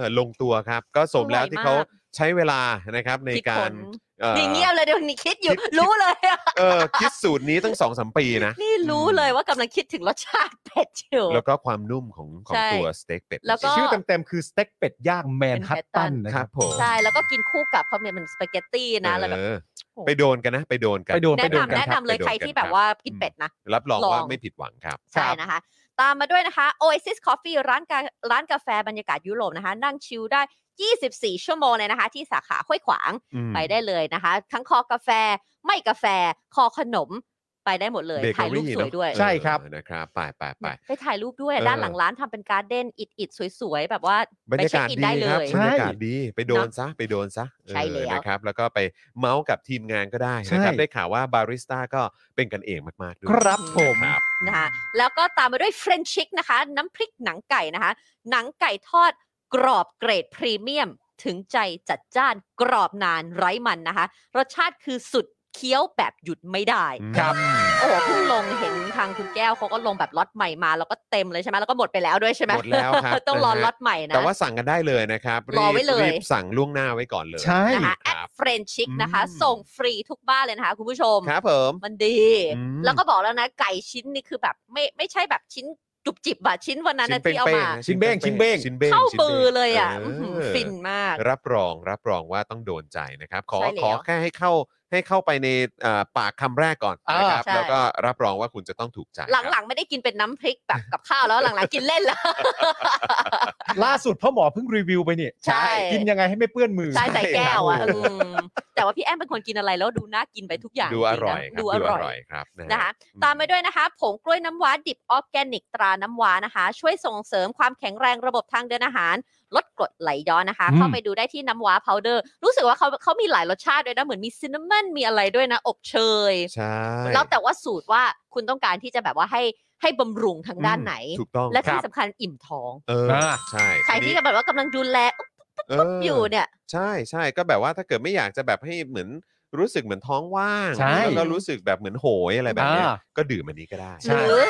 S3: อ ลงตัวครับ ก็สมแล้วที่เขา
S5: อร่อยมาก
S3: ใช้เวลานะครับใน
S5: คิด
S3: กา
S5: ค้
S3: ร
S5: น
S3: เอ่อ
S5: นี่เงียบเลยเดี๋ยวนี้คิดอยู่
S3: คิด
S5: รู้เลยอะ
S3: เออคิดสูตรนี้ตั้งสองสามปีนะ
S5: นี่รู้เลยว่ากำลังคิดถึงรสชาติเป็ดอยู่
S3: แล้วก็ความนุ่มของของ
S5: ใช่
S3: ตัวสเต็กเป็ด
S5: แล้วก็
S4: ชื่อเต็มๆคือสเต็กเป็ดย่างแมนฮัตตัน
S3: ค
S4: นะค
S3: รั
S4: รั
S3: บบ ผม
S5: ใช่แล้วก็กินคู่กับเขาวเหนียวเป็นสปาเกตตี้นะแล้วแบบ
S3: เออไปโดนกันนะ ไปโดนกัน
S4: ไปโด
S5: แนะนำ
S4: กัครับ
S5: แนะนำเลย
S3: ไปโดน
S5: ใคร
S3: กัน
S5: ที่
S3: ค
S5: แบ
S3: รับ
S5: บว่ากินเป็ดนะ
S3: รับรอง
S5: ลอง
S3: ว่าไม่ผิดหวังครับ
S5: ใช่นะคะ ตามมาด้วยนะคะ Oasis Coffee ร้านการ้านกาแฟบรรยากาศยุโรปนะคะ นั่งชิลได้ 24 ชั่วโมงเลยนะคะ ที่สาขาห้วยขวาง
S3: อืม
S5: ไปได้เลยนะคะ ทั้งคอกาแฟไม่กาแฟคอขนมไปได้หมดเลย
S3: เบเกอ
S5: ถ่ายรูป
S3: รี่
S5: สวย
S3: เนอะ
S5: ด้วย
S4: ใช่ครับ
S3: เออนะครับ ไปไปไป
S5: ไปถ่ายรูปด้วย
S3: เออ
S5: ด้านหลังร้านทำเป็นการ์เด้นอิดอิดสวยๆ แบบว่า
S3: บรร
S5: ไป
S3: ยา
S5: เช็ค
S3: กาศ
S5: อิน
S3: ดี
S5: ได้เล
S3: ครับ
S5: ย
S4: ใช่
S3: บรรยากาศดีไปโดนซะไปโดนซะ
S5: ใช่
S3: เออ
S5: แล้ว
S3: นะครับ แล้วก็ไปเมาส์กับทีมงานก็ได้
S4: ใช่
S3: นะครับ ได้ข่าวว่าบาริสต้าก็เป็นกันเองมากๆด้วย
S4: ครับผม
S3: ครับ
S5: นะคะแล้วก็ตามมาด้วยเฟรนชิกนะคะ น้ำพริกหนังไก่นะคะ หนังไก่ทอดกรอบเกรดพรีเมียม ถึงใจจัดจ้านกรอบนานไร้มันนะคะ รสชาติคือสุดเคี้ยวแบบหยุดไม่ได้
S4: ครับ
S5: โอ้โหเพิ่งลงเห็นทางคุณแก้วเขาก็ลงแบบล็อตใหม่มาแล้วก็เต็มเลยใช่ไหมแล้วก็หมดไปแล้วด้วยใช่ไหม
S3: หมดแล้วครับ
S5: ต้องรอ
S3: นะฮะ
S5: ล็อตใหม่นะ
S3: แต่ว่าสั่งกันได้เลยนะครับ
S5: รอไว้เลย
S3: รีบสั่งล่วงหน้าไว้ก่อนเลย
S4: ใช่
S5: นะคะ
S3: ค
S5: แอ
S3: รั
S5: ด
S3: บ
S5: เฟรนชิกนะคะ
S3: อืม
S5: ส่งฟรีทุกบ้านเลยนะคะ คุณผู้ชม
S3: ครับผม
S5: มันดี
S3: อืม
S5: แล้วก็บอกแล้วนะ ไก่ชิ้นนี่คือแบบไม่ไม่ใช่แบบชิ้นจุบจิบอะชิ้นวันนั้นนะ
S3: ชิ้
S5: ที่เอามา
S3: ะ
S4: ชิ้นเบ้งชิ้นเบ้ง
S3: ชิ้นเบ้ง
S5: เข้า
S3: ชิ้นบ้ง
S5: มือเลยอะ
S3: เ
S5: อื้อหือฟินมาก
S3: รับรองรับรองว่าต้องโดนใจนะครับ ขอ
S5: ใช่แล้ว
S3: ขอแค่ให้เข้าให้เข้าไปในเอ่อปากคำแรกก่อน
S4: อ่าน
S3: นะครับ
S5: ใช่
S3: แล้วก็รับรองว่าคุณจะต้องถูกใจ
S5: หลังๆไม่ได้กินเป็นน้ำพริกแบบกับข้าวแล้วหลังๆกินเล่น แล้ว
S4: ล่าสุดพ่อหมอเพิ่งรีวิวไปนี่
S5: ใช่
S4: กินยังไงให้ไม่เปื้อนมือ
S5: ใส่ใส่แก้วอะอืมแต่ว่าพี่แอมเป็นคนกินอะไรแล้วดูน่ากินไปทุกอ
S3: ครั
S5: ย่า
S3: บ
S5: ง
S3: ดูอร่อยครับ
S5: จงๆนะดูอร่อย
S3: ครับนะฮะ
S5: นะคะ
S3: อืม
S5: ตามไปด้วยนะคะ ผงกล้วยน้ำว้าดิบออร์แกนิกตราน้ำว้านะคะ ช่วยส่งเสริมความแข็งแรงระบบทางเดินอาหาร ลดกรดไหลย้อนนะคะ
S4: อืม
S5: เข้าไปดูได้ที่น้ำว้าพาวเดอร์ รู้สึกว่าเขาเขามีหลายรสชาติด้วยนะ เหมือนมีซินนามอนมีอะไรด้วยนะ อบเชย
S3: ใช่
S5: แล้วแต่ว่าสูตรว่าคุณต้องการที่จะแบบว่าให้ให้บำรุงทางด้านไหน
S3: ถูกต้อง
S5: และ
S3: ค
S5: ที่
S3: รับ
S5: สำคัญอิ่มท้อง
S3: เออใช่
S5: ใครที่แบบว่ากำลังดูแลอุ๊
S3: เอ
S5: บ
S3: อ
S5: อยู่เนี่ย
S3: ใช่ใช่ก็แบบว่าถ้าเกิดไม่อยากจะแบบให้เหมือนรู้สึกเหมือนท้องว่าง
S4: ใช่
S3: แล้วก็รู้สึกแบบเหมือนโหยอะไรแบบเนี้ย
S4: อ่า
S3: ก็ดื่มอันนี้ก็ได้
S5: ห
S4: ใช่
S5: รือ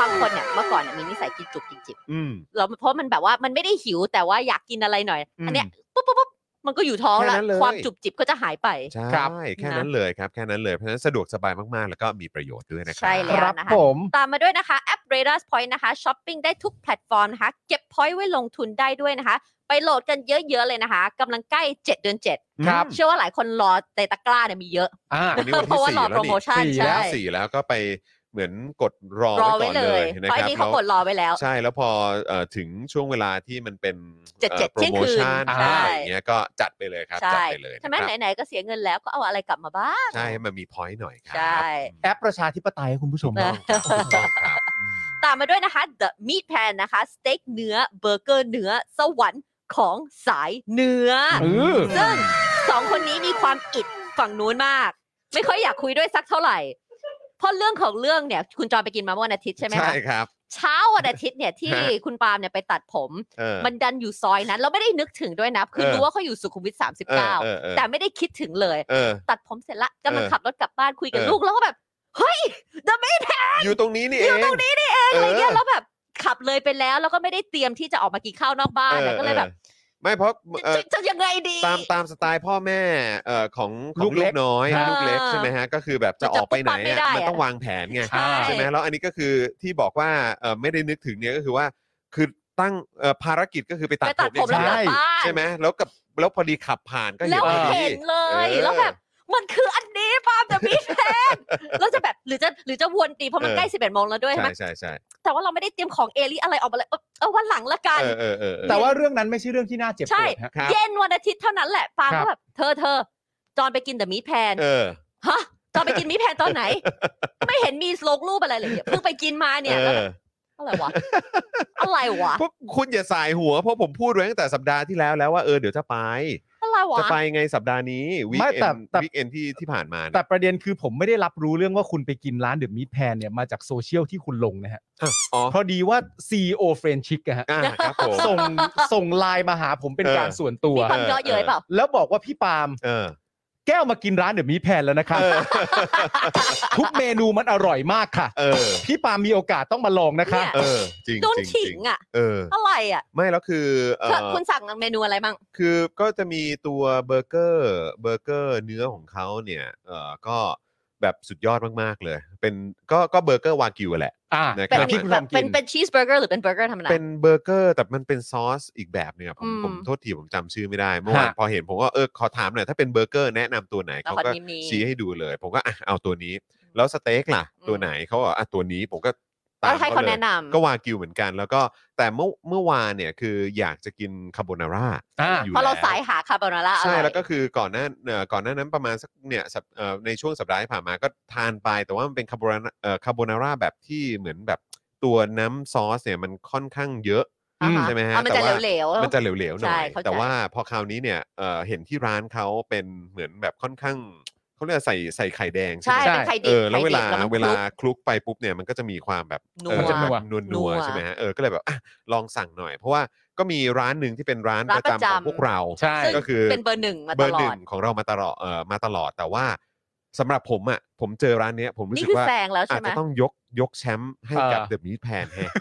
S5: บางคนเนี่ยเมื่อก่อนเนี่ยมีนิสัยกินจุกกินจิบ
S3: อืม
S5: แล้วเพราะมันแบบว่ามันไม่ได้หิวแต่ว่าอยากกินอะไรหน่อย อันเนี้ยปุ๊บปุ๊บปุ๊บมันก็อยู่ท้อง
S3: แค่
S5: แล้ว
S3: นั้นเลย
S5: ความจุบจิบก็จะหายไป
S3: ใช่
S4: ครับ
S3: แค่นั้นเลยครับแค่นั้นเลยเพราะฉะนั้นสะดวกสบายมากๆ แล้วก็มีประโยชน์ด้วยนะครั
S5: ใช่
S3: ค
S5: แล้
S3: วรั
S4: ครับ
S5: นะคะ
S4: ผม
S5: ตามมาด้วยนะคะแอป r a d a r Point นะคะช้อปปิ้งได้ทุกแพลตฟอร์มนะคะ เก็บ point ไว้ลงทุนได้ด้วยนะคะ ไปโหลดกันเยอะๆเลยนะคะกำลังใกล้ 7 เดือน 7
S4: ครับ
S5: เชื่อว่าหลายคนรอในตะกร้าเนี่ยมีเยอะ
S4: อ่า
S3: วันนี้วัน
S5: เพ
S3: ที่
S5: ราะว่า
S3: สี่
S5: รอ
S3: แล้วนี่
S5: โปรโมชั่น
S3: สี่
S5: ใช่
S3: แล้วสี่แล้วก็ไปเหมือนกดรอ
S5: รอ
S3: ไว้ก่
S5: ไว้
S3: อน
S5: เล
S3: เลย
S5: ย
S3: นะ
S5: เพราะ
S3: ครับ
S5: อันนี้เขากดรอไว้แล้ว
S3: ใช่แล้วพอเอ่อถึงช่วงเวลาที่มันเป็น
S5: เจ็ดเจ็ด
S3: โปร
S5: เที่ยง
S3: โม
S5: คืน
S3: ชั่น
S5: ใช่
S3: อะไรอย่างเงี้ยก็จัดไปเลยครับ
S5: ใช่
S3: จัดไปเลย
S5: ใช่ไหม
S3: นะครับ
S5: ไหนๆก็เสียเงินแล้วก็เอาอะไรกลับมาบ้าง
S3: ใช่ให้มันมี point หน่อยครั
S5: ใช่
S4: แอปประชาธิปไตยคุณผู้ชม
S5: นะ
S3: ถูกต้องครับอืม
S5: ตามมาด้วยนะคะ The Meat Pan นะคะ สเต็กเนื้อเบอร์เกอร์เนื้อ สวรรค์ของสายเนื้อ
S4: เออ
S5: ซึ่งสองคนนี้มีความอิดฝั่งนู้นมาก ไม่ค่อยอยากคุยด้วยสักเท่าไหร่ เพราะเรื่องของเรื่องเนี่ย คุณจอนไปกินมาเมื่อวันอาทิตย์ใช่ไหม
S3: ใช่
S5: คะ
S3: ครับ
S5: เช้าวันอาทิตย์เนี่ยที่
S3: ฮะ
S5: คุณปาล์มเนี่ยไปตัดผม
S3: เออ
S5: มันดันอยู่ซอยนั้น เราไม่ได้นึกถึงด้วยนะ คือ
S3: เออ
S5: รู้ว่าเขาอยู่สุขุมวิท
S3: เออเออเออ
S5: 39 แต่ไม่ได้คิดถึงเลย
S3: เออ
S5: ตัดผมเสร็จละกำลัง
S3: เออ
S5: ขับรถกลับบ้านคุยกับ
S3: เออ
S5: ลูกแล้วก็แบบ เฮ้ย The Meat
S3: อยู่ตรงนี้นี่เอง อยู่ตรงนี้นี่เอง
S5: อะไรเงี้ยแล้วแบบขับเลยไปแล้วแล้วก็ไม่ได้เตรียมที่จะออกมากินข้าวนอกบ้านนะก็เลยแบบ
S3: ออไม่เพราะเอ่อ
S5: จะจะยังไงดี
S3: ตามตามสไตล์พ่อแม่เอ่อของของ
S4: ลูก
S3: ลู
S4: เล็
S3: ก
S4: ก
S3: น้อย
S5: อ่า
S3: ลูกเล็กใช่ไหมฮะก็คือแบบจะออกไปไหน
S5: มันจะปุ๊บปั๊
S3: อะมั
S5: บไม่ได้อะ
S3: นต้องวางแผนไง
S5: ใช่
S3: ไหมแล้วอันนี้ก็คือที่บอกว่าเอ่อไม่ได้นึกถึงเนี่ยก็คือว่า คือตั้งเอ่อภารกิจก็คือไปตัด
S5: ไป
S3: ผ
S5: ตัด
S3: ม
S5: ผมแล้วกลับ
S3: ใช่
S5: บ้าน
S3: ใช่ไหมแล้วกับแล้วพอดีขับผ่านก็เห็น
S5: แล้ว
S3: พอดี
S5: เห็นเลย
S3: เออ
S5: แล้วแบบ มันคืออันนี้ปาล์มแต่พี่แพนแล้วจะแบบหรือจะหรือจะวนตีเพราะมัน
S3: เออ
S5: ใกล้11โมงแล้วด้วยใช่ไหม
S3: ใช่ใช่ใช่
S5: แต่ว่าเราไม่ได้เตรียมของเอลิอะไรออกมาเลยเออเออวันหลังละกัน
S3: เออเออเออเออ
S4: แต่ว่าเรื่องนั้นไม่ใช่เรื่องที่น่าเจ็บปวดฮะ
S3: ครับ
S5: เย็นวันอาทิตย์เท่านั้นแหละปาล์ม
S4: ครั
S5: ก็
S4: บ
S5: แบบเธอเธอจอนไปกินแต่มีแพน
S3: เออ
S5: ฮะจอนไปกินมีแพนตอนไหน ไม่เห็นมีลงรูปอะไรเลยเนี่ยเพิ่งไปกินมาเนี่ยแล้ว
S3: เอ
S5: แบบ
S3: อ
S5: อะไรวะอะไรวะ
S3: พวกคุณอย่าสายหัวเพราะผมพูดไว้ตั้งแต่สัปดาห์ที่แล้วแล้วว่าเออเดี๋ยวจะไป
S5: อะไรวะ
S3: จะไปไงสัปดาห์นี้วีค
S4: ไม่
S3: เอ
S4: แต่
S3: น
S4: แต่
S3: วีคเอนที่ที่ผ่านมาเนี่ย
S4: แต่ประเด็นคือผมไม่ได้รับรู้เรื่องว่าคุณไปกินร้านเดอะมิตแพนเนี่ยมาจากโซเชียลที่คุณลงนะฮะ
S3: อ่ะอ๋อ
S4: พอดีว่า CEO f r e n c h i c อะฮะ
S3: อ่าครับผม
S4: ส่งส่งไลน์มาหาผมเป็น
S3: เออ
S4: การส่วนตัว
S5: มีความเยอะเย้ยเปล่า
S4: แล้วบอกว่าพี่ปาล์ม
S3: เออ
S4: แก้วมากินร้านเดอะมิตแพนแล้วนะครับ
S3: เออ
S4: ทุกเมนูมันอร่อยมากค่ะ
S3: เออ
S4: พี่ปาล์มมีโอกาสต้องมาลองนะคะ
S5: เนี่ย
S3: เออ จริง
S5: โดน
S3: จริงจ
S5: ถิ
S3: ริ
S5: ง
S3: ง
S5: อ่ะ
S3: เออ
S5: อะไรอ่ะ
S3: ไม่แล้วคือเอ
S5: เธอ
S3: อ
S5: คุณสั่งเมนูอะไรบ้าง
S3: คือก็จะมีตัวเบอร์เกอร์เบอร์เกอร์เนื้อของเขาเนี่ยเออก็แบบสุดยอดมากๆเลย เป็นก็ก็เบอร์เกอร์วากิวแหละ
S4: อ่า
S3: นะครับ
S5: เป็น
S4: แต่
S5: อะไร
S4: ที่คุณ
S5: แบ
S4: ล
S5: บ
S4: อง
S5: เป็
S4: กิ
S5: น
S4: น
S5: เป็นชีสเบอร์เกอร์หรือเป็นเบอร์เกอร์ธรรมดา
S3: เป็นเบอร์เกอร์แต่มันเป็นซอสอีกแบบเนี่ยผม
S5: อืม
S3: ผมโทษทีผมจำชื่อไม่ได้เมื่อวาน
S4: ฮะ
S3: พอเห็นผมก็เออขอถามหน่อยถ้าเป็นเบอร์เกอร์แนะนำตัวไหน
S5: แล้ว
S3: เขา
S5: คน
S3: ก็
S5: นี้มี
S3: ชี้ให้ดูเลย ผมก็อ่ะเอาตัวนี้ แล้วสเต็กล่ะ
S5: อืม
S3: ตัวไหนเขาบอกอ่ะตัวนี้ผมก็ตา
S5: แล้
S3: ม
S5: วให้
S3: เขา
S5: เขา
S3: เลย
S5: แนะนำ
S3: ก็วากิวเหมือนกันแล้วก็แต่เมื่อเมื่อวานเนี่ยคืออยากจะกินคาโบนาร่า
S4: อ่า
S3: อยู่
S5: เพราะเรา
S3: แล้
S5: สายวหาคาโบนาร่าอ
S3: ใช่
S5: ร่อย
S3: แล้วก็คือก่อนหน้าเอ่อก่อนหน้านั้นประมาณสักเนี่ยสัปเอ่อในช่วงสัปดาห์ที่ผ่านมาก็ทานไป แต่ว่ามันเป็นคาโบนาเอ่อคาโบนาร่าแบบที่เหมือนแบบตัวน้ำซอสเนี่ยมันค่อนข้างเยอะ
S5: อ่าฮ
S3: ใช่ไหมฮะ
S5: อ่มัน
S3: แต่
S5: จะ
S3: ว่า
S5: เหลวๆ
S3: มันจะเหลวๆหน่
S5: ใช่
S3: อย
S5: เข้าใจ
S3: แต่ว่าพอคราวนี้เนี่ยเอ่อเห็นที่ร้านเขาเป็นเหมือนแบบค่อนข้างเขาเรียกว่าใส่ใส่ไข่แดงใช่
S5: ใช่
S3: ไหม
S4: ใช่
S5: เป็นไข่ดิ
S3: เอบ อแล้วเวลา
S5: ไข่ดิบ
S3: เวลา
S5: มันค
S3: ค
S5: ลุก
S3: ลุกไปปุ๊บเนี่ยมันก็จะมีความแบบ
S5: นั
S3: เอ
S5: ว
S3: อจะแบบนวล
S5: นั
S3: นัว
S5: ว
S3: ใช่ไหมฮะเออก็เลยแบบอ่ะลองสั่งหน่อย เพราะว่าก็มีร้านหนึ่งที่เป็นร้าน
S5: ร้า
S3: ป
S5: น
S3: ระ
S5: ประ
S3: จำของพ
S5: จำ
S3: วกเรา
S4: ใช่
S5: ซึ่ง
S3: ก็คือ
S5: เป็นเบอร์หนึ่งมาตลอด
S3: เบอร์หนึ่งของเรามาตลอดเออมาตลอดแต่ว่าสำหรับผมอ่ะผมเจอร้านเนี้ย ผมรู้
S5: นี่
S3: สึก
S5: คือ
S3: ว่า
S5: แซงแล้ว
S3: อา
S5: ใช่
S3: จ
S5: ไหม
S3: จะต้องยกยกแชมป์ให้กับเดอะมิทแพนแฮะ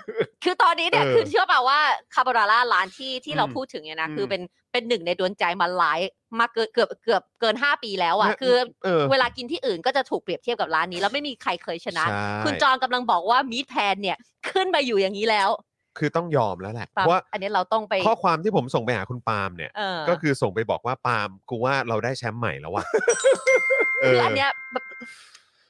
S5: คือตอนนี้เนี่ย
S3: เออ
S5: คือเชื่อเปล่าว่าคาโบนาร่าร้านที่ที่เรา
S3: อืม
S5: พูดถึงเนี่ยนะ
S3: อืม
S5: คือเป็นเป็นหนึ่งในดวงใจมาหลายมาเกินเกือบเกือบเกิน 5 ปีแล้วอ่ะคือ
S3: เออ
S5: เวลากินที่อื่นก็จะถูกเปรียบเทียบกับร้านนี้ แล้วไม่มีใครเคยชนะ
S3: ใช่
S5: คุณจอนกำลังบอกว่ามีดแพนเนี่ยขึ้นมาอยู่อย่างนี้แล้ว
S3: คือต้องยอมแล้วแหละ
S5: ปั๊
S3: เพ
S5: บ
S3: ราะว่า
S5: อันนี้เราต้องไป
S3: ข้อความที่ผมส่งไปหาคุณปาล์มเนี่ย
S5: เออ
S3: ก็คือส่งไปบอกว่าปาล์มกูว่าเราได้แชมป์ใหม่แล้วว่ะเ
S5: คืออั นเนี้ยแบบ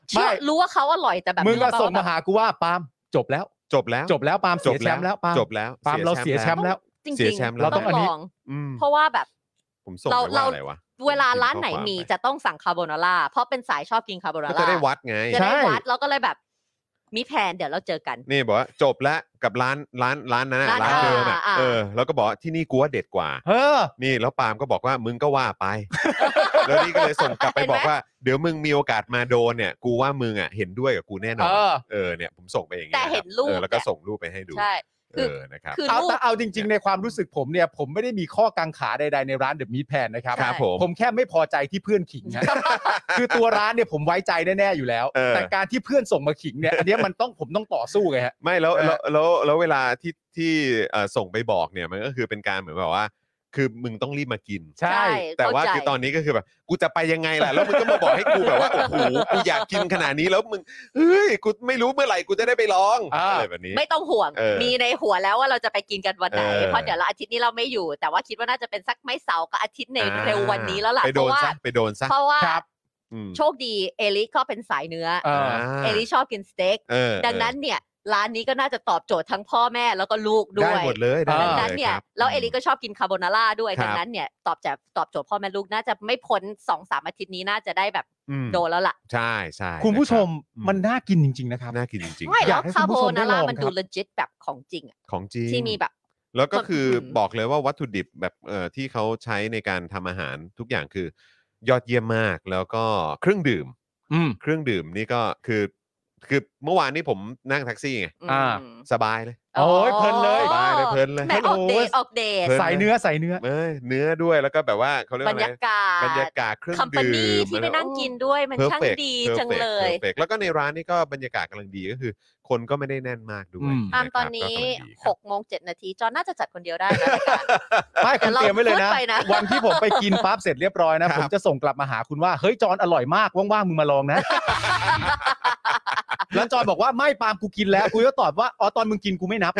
S5: เชื่อ
S4: ไม่
S5: รู้ว่าเขาอร่อยแต่แบบ
S4: มึงก็
S5: รู้ป่ว
S4: ส่งมา
S5: แบบ
S4: หากูว่าปาล์มจบแล้ว
S3: จบแล้ว
S4: จบแล้วปาล์ม
S3: จ
S4: เสีย
S3: บ
S4: แชมป์แล้วปาล์ม
S3: จบแล้ว
S4: ปาล์มเราเสียแชมป์แล้ว
S5: จริ
S3: เสีย
S5: ง
S3: แชมป์
S5: ๆ
S3: แล้ว
S5: เรา
S4: ต้
S5: ต้อง อง
S4: น
S5: ล
S4: นี้
S5: อง
S3: อืม
S5: เพราะว่าแบบ
S3: ผมส่งไปว่า
S5: เราเรา
S3: อะไรวะ
S5: เวลาร้านไหนมี
S3: พิพ์ข้อควา
S5: จะต้องสั่งคาโบนาร่าเพราะเป็นสายชอบกินคาโบ
S3: ป
S5: นา
S3: ก็
S5: ร่า
S3: จะได้วัดไง
S5: จะได้
S4: ใช่
S5: วัดแล้วก็เลยแบบ มีแผนเดี๋ยวเราเจอกัน
S3: นี่บอกว่าจบแล้วกับร้านร้านร้านนั้นอะ
S5: ร้าน
S3: ร้านเดิมอะ
S5: อ่า
S3: เออแล้วก็บอกว่าที่นี่กูว่าเด็ดกว่า
S4: เออ
S3: นี่แล้วปาล์มก็บอกว่ามึงก็ว่า ไป แล้วนี่ก็เลยส่งกลับไป
S5: เห็นไหม
S3: บอกว่า เดี๋ยวมึงมีโอกาสมาโดนเนี่ย กูว่ามึงอ่ะเห็นด้วยกับกูแน่นอน
S4: เออ
S3: เออเนี่ยผมส่งไปอย่างเงี้ย
S5: แต่เห็น
S3: คบ
S5: รูป
S3: ออแล้วก็
S5: เนี่ย
S3: ส่งรูปไปให้ดู
S5: ใช่
S3: เออนะครับ
S5: คือ
S4: เอา
S5: รูป
S4: แต่เอาจริง ๆ ในความรู้สึกผมเนี่ย ผมไม่ได้มีข้อกังขาใดๆในร้านเดอะมิตแพนนะครับ
S3: ครับผม
S4: ผมแค่ไม่พอใจที่เพื่อนขิง นะ คือตัวร้านเนี่ยผมไว้ใจแน่ๆอยู่แล้ว
S3: เออ
S4: แต่การที่เพื่อนส่งมาขิงเนี่ยอันเนี้ยมันต้องผมต้องต่อสู้ไงฮะ
S3: ไม่แล้ว
S4: เออ
S3: แล้วแล้วแล้วเวลาที่ที่เอ่อส่งไปบอกเนี่ยมันก็คือเป็นการเหมือนแบบว่า คือมึงต้องรีบมากิน
S5: ใช่
S3: แต่ว่า
S5: เข้าใจ
S3: คือตอนนี้ก็คือแบบ กูจะไปยังไงล่ะ แล้วมึงก็มาบอกให้กู แบบว่า โอ้โหกูอยากกินขนาดนี้แล้วมึงเฮ้ยกูไม่รู้เมื่อไหร่กูจะได้ไปลอง
S4: อ่า
S3: อะไรแบบนี้
S5: ไม่ต้องห่วง
S3: เออ
S5: มีในหัวแล้วว่าเราจะไปกินกันวันไหน
S3: เออ
S5: เพราะเดี๋ยวเราอาทิตย์นี้เราไม่อยู่ แต่ว่าคิดว่าน่าจะเป็นสักไม่เสาร์กับอาทิตย์ในเร็ววันนี้แล้วล่ะ
S3: ไป
S5: เพ
S3: โด
S5: ราะ
S3: น
S5: ว่า
S3: ซะไปโดนซะ
S5: เพราะว่า
S4: ครับ
S3: อืม
S5: โชคดีเอลิก็เป็นสายเนื้ออา เอลิชอบกินสเต็ก
S3: เออ
S5: ดังนั้นเนี่ย ร้านนี้ก็น่าจะตอบโจทย์ทั้งพ่อแม่แล้วก็ลูกด้ว
S3: ได้
S5: ย
S3: หมดเลยได้หม
S5: ดั
S3: ดเลย
S5: งนั้นเนี่ย
S3: ครับ
S5: แล้วเอลิก็ชอบกินคาโบนาร่าด้วย
S3: ครับ
S5: ดังนั้นเนี่ยตอบจะตอบโจทย์พ่อแม่ลูกน่าจะไม่พ้นสองสามอาทิตย์นี้น่าจะได้แบบ
S3: อืม
S5: โดนแล้วล่ะ
S3: ใช่ใช่
S4: คุณผู้ชม
S3: อื
S4: มันน่ากินจริง ๆ นะครับ
S3: น่ากินจริงๆ
S5: ไม่ห
S4: อ
S5: ร
S4: ยา
S5: อก ก
S4: ให้
S5: คา
S4: คุ
S5: โบ
S4: ณผู้ชมได้
S5: นาร่า
S4: ลอง
S5: มัน
S4: ครับ
S5: ดู legit แบบของจริงอะ
S3: ของจริง
S5: ที่มีแบบ
S3: แล้วก็คือ
S5: ม
S3: บอกเลยว่าวัตถุดิบแบบเอ่อที่เขาใช้ในการทำอาหารทุกอย่างคือยอดเยี่ยมมากแล้วก็เครื่องดื่ม
S4: อืม
S3: เครื่องดื่มนี่ก็คือคือเมื่อวานนี้ผมนั่งแท็กซี่ไง
S5: ม
S4: อ่า
S3: สบายเลย
S4: โอ้ยเพลินเลย
S3: สบายเลยเพลินเลย
S5: แหมออกเดทออกเดท
S3: เพลิ
S4: ใส่เนื้อใส่เนื้อ
S3: เอ้ยเนื้อด้วยแล้วก็แบบว่าเขาเรียก
S5: บร
S3: ว่ารอะไร
S5: ยากาศ
S3: บรรยากาศเครื่อง
S5: คัมปา
S3: ดื่
S5: นี
S3: ม
S5: ที่ไปนั่งกินด้วยมันช่างดีจังเลย
S3: แล้วก็ในร้านนี่ก็บรรยากาศกำลังดีก็คือ คนก็ไม่ได้แน่นมากด้วย
S4: อืม
S5: ตาม
S3: ะครับ
S5: ตอนนี้
S3: ก็กำลังดีค
S5: ห
S3: รับ
S5: กโมงเจ็ดนาที จอนน่าจะจัดคนเดียวได้นะราย การ
S4: ไม่คุณเตรียมไว้เลย
S5: เดี๋ยว
S4: นะ
S5: เราพูดไปนะ
S4: วันที่ผมไปกินปั๊บเสร็จเรียบร้อยนะ
S3: ครับ
S4: ผมจะส่งกลับมาหาคุณว่าเฮ้ยจอนอร่อยมากว่างๆมึงมาล องนะ แล้วจอนบอกว่าไม่ปาล์มกูกินแล้วกูก็ตอบว่าอ๋อตอนมึงกินกูไม่นับ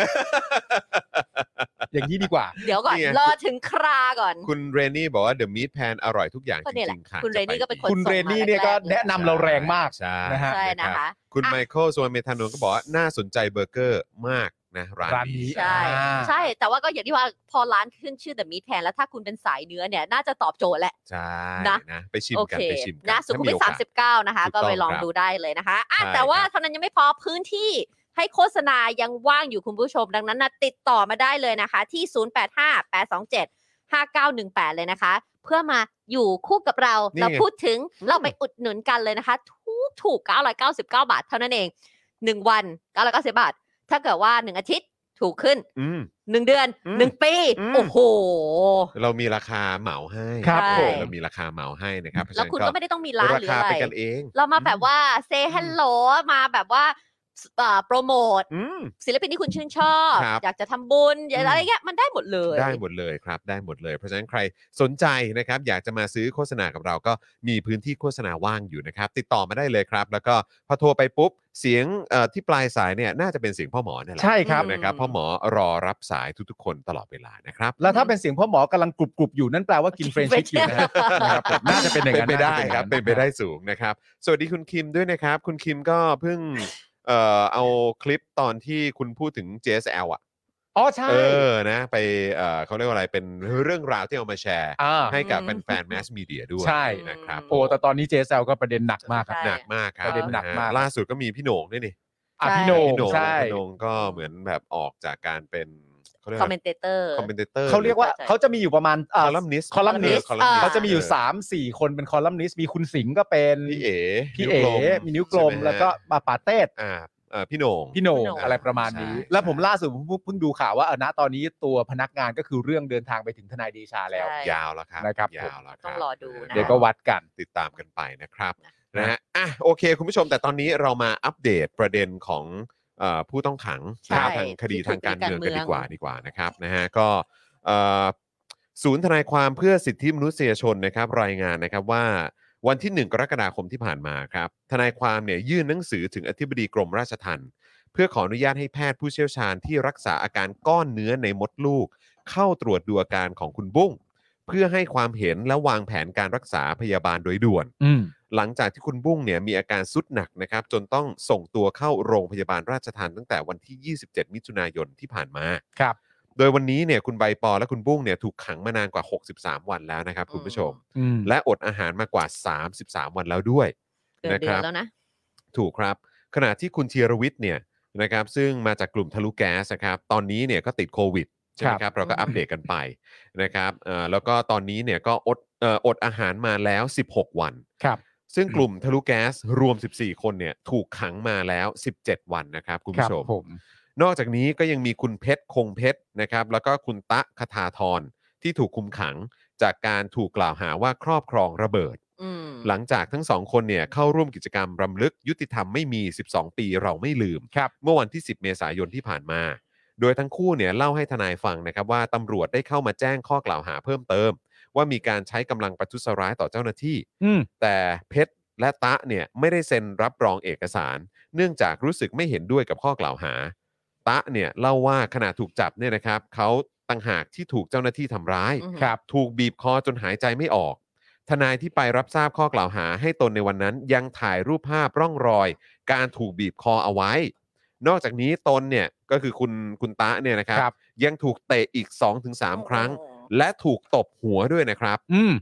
S4: อย่างนี้ดีกว่า
S5: เดี๋ยวก่อน
S3: เนี่ย
S5: รอถึงคราก่อน
S3: คุณเรนนี่บอกว่าเดอะมีทแพนอร่อยทุกอย่าง
S5: ก็
S3: จ
S5: เนี่ยแหละ
S3: ริงๆค่ะ
S5: คุณเรนนี่ก็เป็นคน
S4: คุณเรนนี่เนี่ยก็แนะนำเราแรงมาก
S3: ใช่
S4: นะฮะ
S5: ใช่นะคะ
S3: คุณ
S5: อ่ะ
S3: ไมเคิลสวนเมธานนท์ก็บอกว่า น่าสนใจเบอร์เกอร์มากนะร้าน
S4: ร้าน
S3: นี้
S4: นี้
S5: ใช่
S4: อ่า
S5: ใช่ แต่ว่าก็อย่างที่ว่าพอร้านขึ้นชื่อ The Meat แทนแล้วถ้าคุณเป็นสายเนื้อเนี่ยน่าจะตอบโจทย์แหละ
S3: ใช่
S5: นะ
S3: นะ ไปชิม
S5: โอ
S3: กัน
S5: เค
S3: ไปชิมกั
S5: นะสุขุมวิท
S3: ถ้
S5: สาม
S3: โอกส
S5: สิบเก้านะคะ
S3: ถูกต้
S5: ก็
S3: อง
S5: ไปลอง
S3: ครับ
S5: ดูได้เลยนะคะอ่ะ
S3: ใช่
S5: แต่ว่า
S3: ครับ
S5: เท่านั้นยังไม่พอพื้นที่ให้โฆษณายังว่างอยู่คุณผู้ชม ดังนั้นนะติดต่อมาได้เลยนะคะ ที่ 085 827 5918 เลยนะคะ เพื่อมาอยู่คู่กับเราน
S3: ไง
S5: เราพูดถึงเราไปอุดหนุนกันเลยนะคะ ถูกถูก999 บาท เท่านั้นเอง 1 วัน 990 บาท ถ้าเกิดว่า 1 อาทิตย์ถูกขึ้น
S3: อืม
S5: 1 เดือน
S3: อืม
S5: 1 ปี
S3: อืม
S5: โอ้โห
S3: เรามีราคาเหมาให้
S4: ครับ
S5: ผม
S3: เรามีราคาเหมาให้นะครับเพราะฉะ
S5: แล้ว
S3: นั้น
S5: คุณก็ไม่ได้ต้องมีร้าน
S3: รา
S5: หรือ
S3: คา
S5: อะไร
S3: เป็นกันเอง
S5: เรามาแบบ
S3: อืม
S5: ว่าเซ y h ัลโหลมาแบบว่าสเอ่อโปรโมท
S3: อืม
S5: ศิลปินที่คุณชื่นชอบ
S3: ครับ
S5: อยากจะทำบุญอยาก
S3: อืม
S5: อะไรเงี้ยมันได้หมดเลย
S3: ได้หมดเลยครับ ได้หมดเลย เพราะฉะนั้นใครสนใจนะครับ อยากจะมาซื้อโฆษณากับเราก็มีพื้นที่โฆษณาว่างอยู่นะครับ ติดต่อมาได้เลยครับ แล้วก็พอโทรไปปุ๊บ เสียงเอ่อที่ปลายสายเนี่ยน่าจะเป็นเสียงพ่อหมอเนี่ยแหละ
S4: ใช่ครับ
S3: นะครับพ่อหมอรอรับสายทุกๆ คนตลอดเวลานะครับ
S4: แล้วถ้าเป็นเสียงพ่อหมอกำลังกรุบกรุบๆอยู่นั่นแปลว่ากินเฟรนช์ ชิกอยู่นะฮะ ครับผมน่าจะเป็นอย่างนั้น
S3: ไปได้
S4: น่าจะเป็นอย่างนั้น
S3: ครับ เป็นไปได้สูงนะครับ สวัสดีคุณคิมด้วยนะครับ คุณคิมก็เพิ่งเอ่อเอาคลิปตอนที่คุณพูดถึง JSL อ่ะ
S4: อ๋อใช่
S3: เออ นะ ไปเอ่อเขาเรียกว่าอะไร เป็นเรื่องราวที่เอามาแชร์
S4: อ่า
S3: ให้กับแฟนๆแมสมีเดียด้วย
S4: ใช่
S3: นะครับ
S4: โอ้แต่ตอนนี้เจแซลก็ประเด็นหนักมากครับ
S5: ใช่
S3: หนักมากครับ
S4: ประเด็นหนักมาก
S3: ะฮะล่าสุดก็มีพี่โหน่งด้วยนี่
S4: อ่ะ
S5: ใช่
S4: พี่โหนง
S3: พี่โหน่ง
S4: ใช่
S3: พี่โหน่งก็เหมือนแบบออกจากการเป็นเขาเรียก
S5: คอมเมนเตอร์
S3: คอมเมนเตอร์
S4: เขาเรียกว่า
S5: ใช่
S4: เขาจะมีอยู่ประมาณ
S3: ค
S4: อ่า
S3: อลัมนิส
S4: columnist
S5: อ่า
S4: เขาจะมีอยู่ 3 4 คนเป็นคอลัมนิสต์มีคุณสิงห์ก็เป็น
S3: พี่เอ๋
S4: พี่เอ๋มีนิ้วกลม
S3: ใช่ไหฮะ
S4: แล้วก็ปาปาเต้ด
S3: อ่าเอ่อพี่โหน่ง
S4: พี่โหนง
S5: พี่โหน่ง
S4: อะไรประมาณนี้
S3: ใช่
S4: แล้วผมล่าสุดผมเพิ่งดูข่าวว่าเออณตอนนี้ตัวพนักงานก็คือเรื่องเดินทางไปถึงทนายเดชาแล้ว
S5: ใช่
S3: ยาวแล้วครับ
S4: นะครับ
S3: ยาวแล้วค
S5: ต้
S3: รั
S5: อบ งรอดูนะ
S4: เดี๋ยวก็วัดกัน
S3: ติดตามกันไปนะครับนะฮะอ่ะโอเค คุณผู้ชมแต่ตอนนี้เรามาอัปเดตประเด็นของเอ่อผู้ต้องขัง
S5: ใช่
S3: ทางคดี
S5: ที่ถู
S3: ทาง
S5: ก
S3: การ
S5: ตีการ
S3: เมืองกัน
S5: เมื
S3: ดี
S5: อง
S3: กว่าดีกว่านะครับนะฮะก็เอ่อศูนย์ทนายความเพื่อสิทธิมนุษยชนนะครับ รายงานนะครับว่าวันที่ 1 กรกฎาคมที่ผ่านมาครับ ทนายความเนี่ยยื่นหนังสือถึงอธิบดีกรมราชทัณฑ์เพื่อขออนุญาตให้แพทย์ผู้เชี่ยวชาญที่รักษาอาการก้อนเนื้อในมดลูก เข้าตรวจดูอาการของคุณบุ้ง เพื่อให้ความเห็นและวางแผนการรักษาพยาบาลโดยด่วน
S4: อืม
S3: หลังจากที่คุณบุ้งเนี่ยมีอาการสุดหนักนะครับ จนต้องส่งตัวเข้าโรงพยาบาลราชทานตั้งแต่วันที่ 27 มิถุนายนที่ผ่านมา
S4: ครับ
S3: โดยวันนี้เนี่ยคุณใบปอและคุณบุ้งเนี่ยถูกขังมานานกว่า 63 วันแล้วนะครับคุณผู้ชม
S4: อืม
S3: และอดอาหารมากว่า 33 วันแล้วด้วย
S5: เกินเดือนแล้วนะ
S3: ถูกครับ ขณะที่คุณธีรวิทย์เนี่ยนะครับซึ่งมาจากกลุ่มทะลุแก๊สนะครับตอนนี้เนี่ยก็ติดโควิดใช่ไหมครับเราก็
S5: อืม
S3: อัปเดตกันไปนะครับเอ่อแล้วก็ตอนนี้เนี่ยก็อดเอ่ออดอาหารมาแล้ว 16 วัน
S4: ครับ
S3: ซึ่งกลุ่มทะลุแก๊สรวม 14 คนเนี่ยถูกขังมาแล้ว 17 วันนะครับคุณ
S4: ครั
S3: ผู้ชม
S4: ผม
S3: นอกจากนี้ก็ยังมีคุณเพชรคงเพชรนะครับแล้วก็คุณตะคทาธรที่ถูกคุมขังจากการถูกกล่าวหาว่าครอบครองระเบิด
S5: อืม
S3: หลังจากทั้งสองคนเนี่ยเข้าร่วมกิจกรรมรำลึกยุติธรรมไม่มี 12 ปีเราไม่ลืม
S4: ครับ
S3: เมื่อวันที่ 10 เมษายนที่ผ่านมา โดยทั้งคู่เนี่ยเล่าให้ทนายฟังนะครับว่าตำรวจได้เข้ามาแจ้งข้อกล่าวหาเพิ่มเติม ว่ามีการใช้กำลังประทุษร้ายต่อเจ้าหน้าที่
S4: อืม
S3: แต่เพชรและตะเนี่ยไม่ได้เซ็นรับรองเอกสาร เนื่องจากรู้สึกไม่เห็นด้วยกับข้อกล่าวหา ตะเนี่ยเล่าว่าขณะถูกจับเนี่ยนะครับเขาต่างหากที่ถูกเจ้าหน้าที่ทำร้าย
S5: อือหือ
S4: ครับ
S3: ถูกบีบคอจนหายใจไม่ออก ทนายที่ไปรับทราบข้อกล่าวหาให้ตนในวันนั้น ยังถ่ายรูปภาพร่องรอย การถูกบีบคอเอาไว้ นอกจากนี้ตนเนี่ยก็คือคุณคุณตะเนี่ยนะครับ
S4: ครับ
S3: ยังถูกเตะอีก 2-3 ครั้ง
S5: โอ้โห
S3: และถูกตบหัวด้วยนะครับ
S4: อืม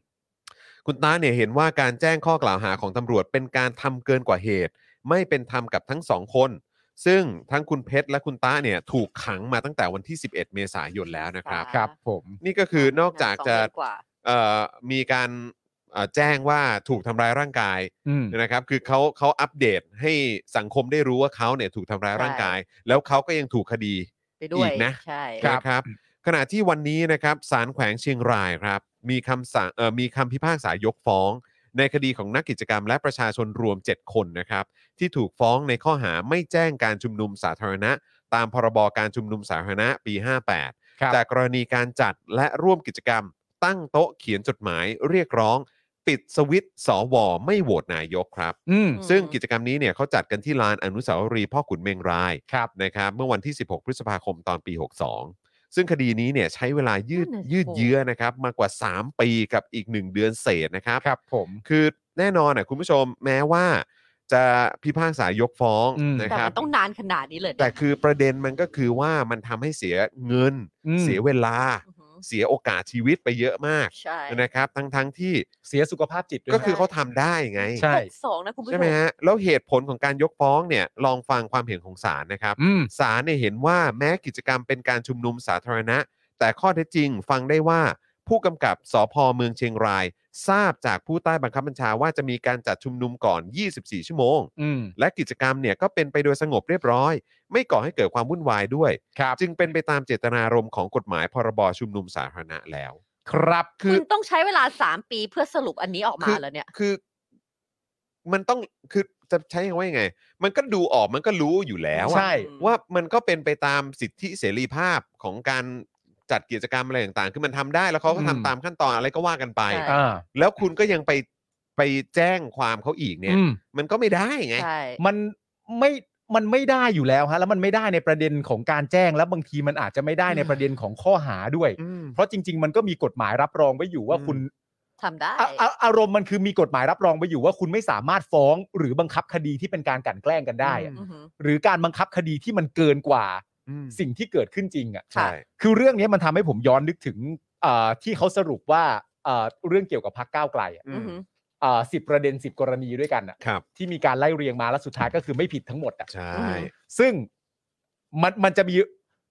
S3: คุณตาเนี่ยเห็นว่าการแจ้งข้อกล่าวหาของตำรวจเป็นการทำเกินกว่าเหตุ ไม่เป็นธรรมกับทั้งสองคน ซึ่งทั้งคุณเพชรและคุณตาเนี่ยถูกขังมาตั้งแต่วันที่ 11 เมษายนแล้วนะครับ
S5: ค่ะ
S4: ครับผม
S3: นี่ก็คือนอกจากจะ
S5: สองเดือนกว่า
S3: เอ่อมีการเอ่อแจ้งว่าถูกทำร้ายร่างกาย
S4: อืม
S3: นะครับ คือเขาเขาอัปเดตให้สังคมได้รู้ว่าเขาเนี่ยถูกทำร้ายร่างกาย แล้วเขาก็ยังถูกคดี
S5: ไปด้วย
S3: อีกนะ
S5: ใช่
S4: ครับ
S3: นะครับขณะที่วันนี้นะครับศาลแขวงเชียงรายครับมีคำสั่งเอ่อมีคำพิพากษายกฟ้อง ในคดีของนักกิจกรรมและประชาชนรวม 7 คนนะครับ ที่ถูกฟ้องในข้อหาไม่แจ้งการชุมนุมสาธารณะ ตามพรบการชุมนุมสาธารณะปี 58
S4: ครับ
S3: จากกรณีการจัดและร่วมกิจกรรม ตั้งโต๊ะเขียนจดหมายเรียกร้อง ปิดสวิตช์สวไม่โหวตนายกครับ
S4: อืม
S5: ม
S3: ซึ่งกิจกรรมนี้เนี่ยเขาจัดกันที่ลานอนุสาวรีย์พ่อขุนเมงราย
S4: ครับ
S3: นะครับเมื่อวันที่ 16 พฤษภาคมตอนปี 62 ซึ่งคดีนี้เนี่ยใช้เวลายืด
S5: นั่นน่ะสิ
S3: ยืดเยื้อนะครับมากกว่า 3 ปีกับอีก 1 เดือนเศษนะครับ
S4: ครับผม
S3: คือแน่นอนนะคุณผู้ชมแม้ว่าจะพิพากษายกฟ้อง
S4: อืม
S3: นะ
S5: แต่
S3: ครั
S5: มั
S3: บ
S5: นต้องนานขนาดนี้เลยนะ
S3: แต่คือประเด็นมันก็คือว่ามันทำให้เสียเงิน
S4: อืม
S3: เสียเวลา
S5: อือหือ
S3: เสียโอกาสชีวิตไปเยอะมาก
S5: ใช่
S3: นะครับ ทั้งทั้งๆที่
S4: เสียสุขภาพจิตด้วย
S3: ก็คือเขาทำได้ไง
S4: ใช่
S5: หกสองนะคุณผู้ช
S3: ใช่
S5: ม
S3: ไหมฮะแล้วเหตุผลของการยกฟ้องเนี่ยลองฟังความเห็นของศาลนะครับ
S4: อืม
S3: ศาลเนี่ยเห็นว่าแม้กิจกรรมเป็นการชุมนุมสาธารณะ แต่ข้อเท็จจริงฟังได้ว่า ผู้กำกับสพเมืองเชียงราย ทราบจากผู้ใต้บังคับบัญชาว่าจะมีการจัดชุมนุมก่อน 24 ชั่วโมง
S4: อืม
S3: และกิจกรรมเนี่ยก็เป็นไปโดยสงบเรียบร้อย ไม่ก่อให้เกิดความวุ่นวายด้วย
S4: ครับ
S3: จึงเป็นไปตามเจตนารมณ์ของกฎหมายพรบชุมนุมสาธารณะแล้ว
S4: ครับ
S5: คุณต้องใช้เวลา 3 ปีเพื่อสรุปอันนี้ออกมาแล้วเนี่ย
S3: คือมันต้องคือจะใช้คำว่ายังไง มันก็ดูออกมันก็รู้อยู่แล้วอะ
S4: ใช่
S3: ว่ามันก็เป็นไปตามสิทธิเสรีภาพของการจัดกิจกรรมอะไรต่างๆ คือมันทำได้แล้วเขาก็ทำ
S4: อืม
S3: ตามขั้นตอนอะไรก็ว่ากันไป
S5: ใช่
S4: อ่า
S3: แล้วคุณก็ยังไปไปแจ้งความเขาอีกเนี่ย
S4: อืม
S3: มันก็ไม่ได้ไง
S5: ใช่
S4: มันไม่มันไม่ได้อยู่แล้วฮะแล้วมันไม่ได้ในประเด็นของการแจ้งแล้วบางทีมันอาจจะไม่ได้ในประเด็นของข้อหาด้วย
S3: อืม
S4: เพราะจริง ๆ มันก็มีกฎหมายรับรองไว้อยู่ว่า
S3: อืม
S4: คุณ
S5: ทำได้
S4: อ่ะอ่ะอารมณ์มันคือมีกฎหมายรับรองไว้อยู่ว่าคุณไม่สามารถฟ้องหรือบังคับคดีที่เป็นการกลั่นแกล้งกันได้อะ
S5: อือหือ
S4: หรือการบังคับคดีที่มันเกินกว่า
S3: อืม
S4: สิ่งที่เกิดขึ้นจริงอ่ะ
S3: ใช่
S4: คือเรื่องเนี้ยมันทำให้ผมย้อนนึกถึงเอ่อที่เขาสรุปว่าเอ่อเรื่องเกี่ยวกับพักก้าวไกล
S3: อื
S5: อือ
S3: ม
S5: หือ
S4: สิบประเด็นสิบกรณีด้วยกันอ่ะ
S3: ครับ
S4: ที่มีการไล่เรียงมาแล้วสุดท้ายก็คือไม่ผิดทั้งหมดอ่ะ
S3: ใช่
S5: อืม
S4: ซึ่งมันมันจะมี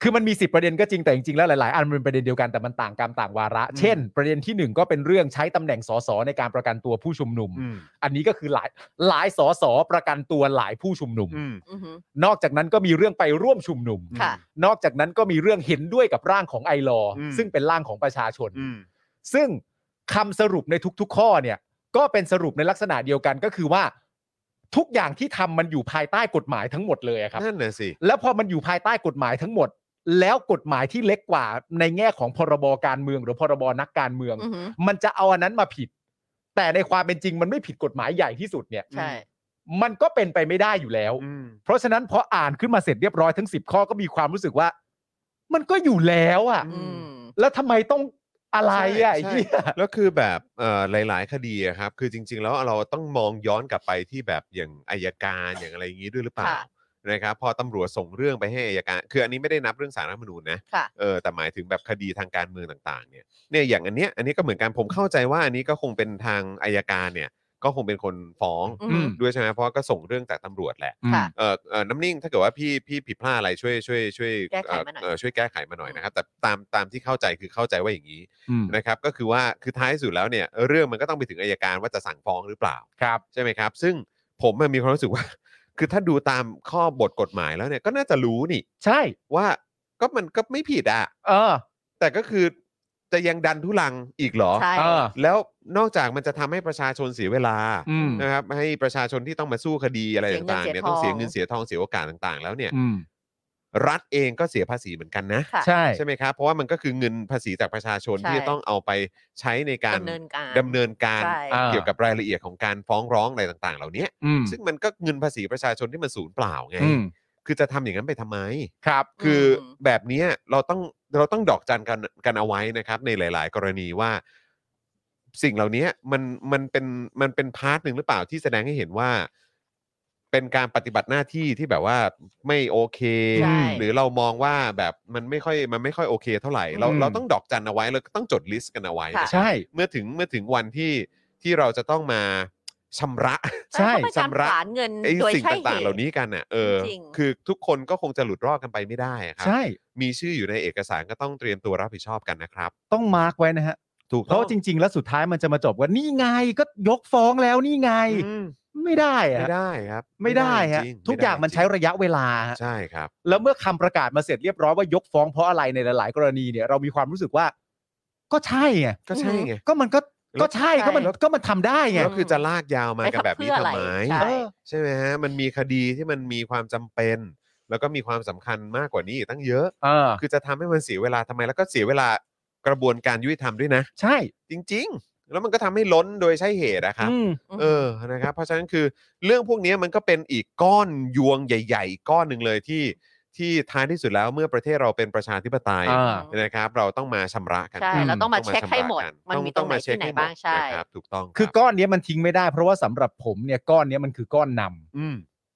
S4: คือมันมีสิบประเด็นก็จริงแต่จริงๆแล้วหลายๆ อันมันเป็นประเด็นเดียวกันแต่มันต่างกรรมต่างวาระ เช่น ประเด็นที่หนึ่งก็เป็นเรื่องใช้ตำแหน่งสสในการประกันตัวผู้ชุมนุม
S3: อืม
S4: อันนี้ก็คือหลายหลายสสประกันตัวหลายผู้ชุมนุม
S3: อืม
S5: อือหือน
S4: อกจากนั้นก็มีเรื่องไปร่วมชุมนุม
S5: ค่ะ
S4: นอกจากนั้นก็มีเรื่องเห็นด้วยกับร่างของไอรอว์
S2: อืม
S4: ซึ่งเป็นร่างของประชาชน
S2: อืม
S4: ซึ่งคำสรุปในทุก ๆ ข้อเนี่ย ก็เป็นสรุปในลักษณะเดียวกันก็คือว่า ทุกอย่างที่ทำมันอยู่ภายใต้กฎหมายทั้งหมดเลยอะครับ
S3: นั่นน่ะสิ
S4: แล้วพอมันอยู่ภายใต้กฎหมายทั้งหมด แล้วกฎหมายที่เล็กกว่าในแง่ของพรบการเมืองหรือพรบนักการเมือง
S5: อือหือ
S4: มันจะเอาอันนั้นมาผิด แต่ในความเป็นจริงมันไม่ผิดกฎหมายใหญ่ที่สุดเนี่ย
S5: ใช่
S4: มันก็เป็นไปไม่ได้อยู่แล้ว
S3: อืม
S4: เพราะฉะนั้นพออ่านขึ้นมาเสร็จเรียบร้อยทั้ง 10 ข้อก็มีความรู้สึกว่า มันก็อยู่แล้วอะ่ะ
S5: อืม
S4: แล้วทำไมต้องอะไรอ่ะ
S3: ใช่
S4: ไอ้
S3: ใช่
S4: เหี้ย
S3: แล้วคือแบบเอ่อหลาย ๆ คดีอะครับ คือจริง ๆ แล้วเราต้องมองย้อนกลับไปที่แบบอย่างอายการอย่างอะไรอย่างนี้ด้วยหรือเปล่า
S5: ค่ะ
S3: นะครับพอตำรวจส่งเรื่องไปให้อายการ คืออันนี้ไม่ได้นับเรื่องสารรัฐธรรมนูญนะ
S5: ค่ะ
S3: เออแต่หมายถึงแบบคดีทางการเมืองต่าง ๆ เนี่ยเนี่ยอย่างอันเนี้ยอันนี้ก็เหมือนกันผมเข้าใจว่าอันนี้ก็คงเป็นทางอายการเนี่ยก็คงเป็นคนฟ้อง
S5: อือหือ
S3: ด้วยใช่ไหมเพราะก็ส่งเรื่องจากตำรวจแหละ
S5: ค่ะ
S3: เออเออน้ำนิ่งถ้าเกิดว่าพี่พี่ผิดพลาดอะไรช่วยช่วยช่วย
S5: แก้ไข
S3: เอ่อ
S5: มาหน่อย
S3: เอ่อช่วยแก้ไขมาหน่อยนะครับแต่ตามตามที่เข้าใจคือเข้าใจว่าอย่างนี้
S4: อืม
S3: นะครับก็คือว่าคือท้ายสุดแล้วเนี่ยเรื่องมันก็ต้องไปถึงอายการว่าจะสั่งฟ้องหรือเปล่า
S4: ครับ
S3: ใช่ไหมครับ ซึ่งผมมันมีความรู้สึกว่า คือถ้าดูตามข้อบทกฎหมายแล้วเนี่ยก็น่าจะรู้นี่
S4: ใช่
S3: ว่าก็มันก็ไม่ผิดอะ
S4: เออ
S3: แต่ก็คือจะยังดันทุลังอีกเหรอ
S5: ใช่
S4: เออ
S3: แล้วนอกจากมันจะทำให้ประชาชนเสียเวลา
S4: อืม
S3: นะครับให้ประชาชนที่ต้องมาสู้คดีอะไร
S5: เสียเงิน
S3: ต่างๆ
S5: เสีย
S3: เนี่ยต้อง
S5: ทอง
S3: เสียเงินเสียทองเสียโอกาสต่างๆ แล้วเนี่ย
S4: อืม
S3: รัฐเองก็เสียภาษีเหมือนกันนะ
S5: ค่ะ
S4: ใช่
S3: ใช่ไหมครับ เพราะว่ามันก็คือเงินภาษีจากประชาชน
S5: ใช่
S3: ที่จะต้องเอาไปใช้ในการ
S5: ดำเนินการ
S3: ดำเนินการ
S5: ใช่
S4: อ่า
S3: เกี่ยวกับรายละเอียดของการฟ้องร้องอะไรต่างๆ เหล่านี้
S4: อืม
S3: ซึ่งมันก็เงินภาษีประชาชนที่มันสูญเปล่าไง
S4: อืม
S3: คือจะทำอย่างนั้นไปทำไม
S4: ครับ
S3: คืออแบบเนี้ยเราต้องเราต้องดอกจันกันกันเอาไว้นะครับ ในหลาย ๆ กรณีว่า สิ่งเหล่านี้มันมันเป็นมันเป็นพาร์ทหนึ่งหรือเปล่าที่แสดงให้เห็นว่า เป็นการปฏิบัติหน้าที่ที่แบบว่าไม่โอเค
S5: ใช่
S3: หรือเรามองว่าแบบมันไม่ค่อยมันไม่ค่อยโอเคเท่าไหร่ เรา
S4: อืม
S3: เราต้องดอกจันเอาไว้แล้วก็ต้องจดลิสต์กันเอาไว้นะครั
S5: ค่ะ
S3: บ
S4: ใช่
S3: เมื่อถึงเมื่อถึงวันที่ที่เราจะต้องมาชำระ
S4: ใช่
S5: แล้วก็เป็นการ
S3: ชำระ
S5: ผลาญเงิน
S3: ไอ้
S5: โดย
S3: สิ่ง
S5: ใช่
S3: ต่างๆ
S5: ตุ
S3: เหล่านี้กันอ่ะเออ
S5: จริงๆ
S3: คือทุกคนก็คงจะหลุดรอดกันไปไม่ได้อะครั
S4: ใช่
S3: มีชื่ออยู่ในเอกสารก็ต้องเตรียมตัวรับผิดชอบกันนะครับ
S4: ต้องมาร์กไว้นะฮะ
S3: ถูก
S4: เพราะจริง ๆ แล้วสุดท้ายมันจะมาจบว่านี่ไงก็ยกฟ้องแล้วนี่ไง
S3: อืม
S4: ไม่ได้อะ
S3: ไม่ได้ครับ
S4: ไม่ได้ฮะ
S3: จริๆ
S4: ทุกอย่างมันใช้
S3: ไได้
S4: ระยะเวลา
S3: จริ
S4: ฮะ
S3: งใช่ครับ
S4: แล้วเมื่อคำประกาศมาเสร็จเรียบร้อยว่ายกฟ้องเพราะอะไรในหลายๆ กรณีเนี่ยเรามีความรู้สึกว่า ก็ใช่ไง
S3: ก็ใช่ไง
S4: ก็มันก็
S3: แล้ว
S4: ก็ใช่ก็มันก็มันทำได้ไง
S3: แล้วคือจะลากยาวมา
S5: ไป
S3: กันแบบนี้
S5: ขับ
S3: ทำไม
S5: เพื่ออะไร
S3: ใช่
S5: ใช่
S4: เออ
S3: ใช่ไหมฮะมันมีคดีที่มันมีความจำเป็น แล้วก็มีความสำคัญมากกว่านี้อีกตั้งเยอะ
S4: เออ
S3: คือจะทำให้มันเสียเวลาทำไม แล้วก็เสียเวลากระบวนการยุติธรรมด้วยนะ
S4: ใช่
S3: จริง ๆ แล้วมันก็ทำให้ล้นโดยใช่เหตุนะครับ
S4: อืม
S3: เออ นะครับ เพราะฉะนั้นคือเรื่องพวกนี้มันก็เป็นอีกก้อนยวงใหญ่ ๆ ก้อนหนึ่งเลยที่ ที่ท้ายที่สุดแล้วเมื่อประเทศเราเป็นประชาธิปไตย
S4: อ่า
S3: นะครับเราต้องมาชำระกัน
S5: ใช่
S4: อืม
S5: เราต้องมาเช็ค
S3: าำระ
S5: ให้หมด
S3: กั
S5: มันมีตรงไหนที่ไห
S3: ช็ค
S5: น
S3: มด
S5: บ้างใช่
S3: นะครับถูกต้อง
S4: คือ
S3: รับ
S4: ก้อนเนี้ยมันทิ้งไม่ได้ เพราะว่าสำหรับผมเนี่ยก้อนเนี้ยมันคือก้อนนำ
S3: อืม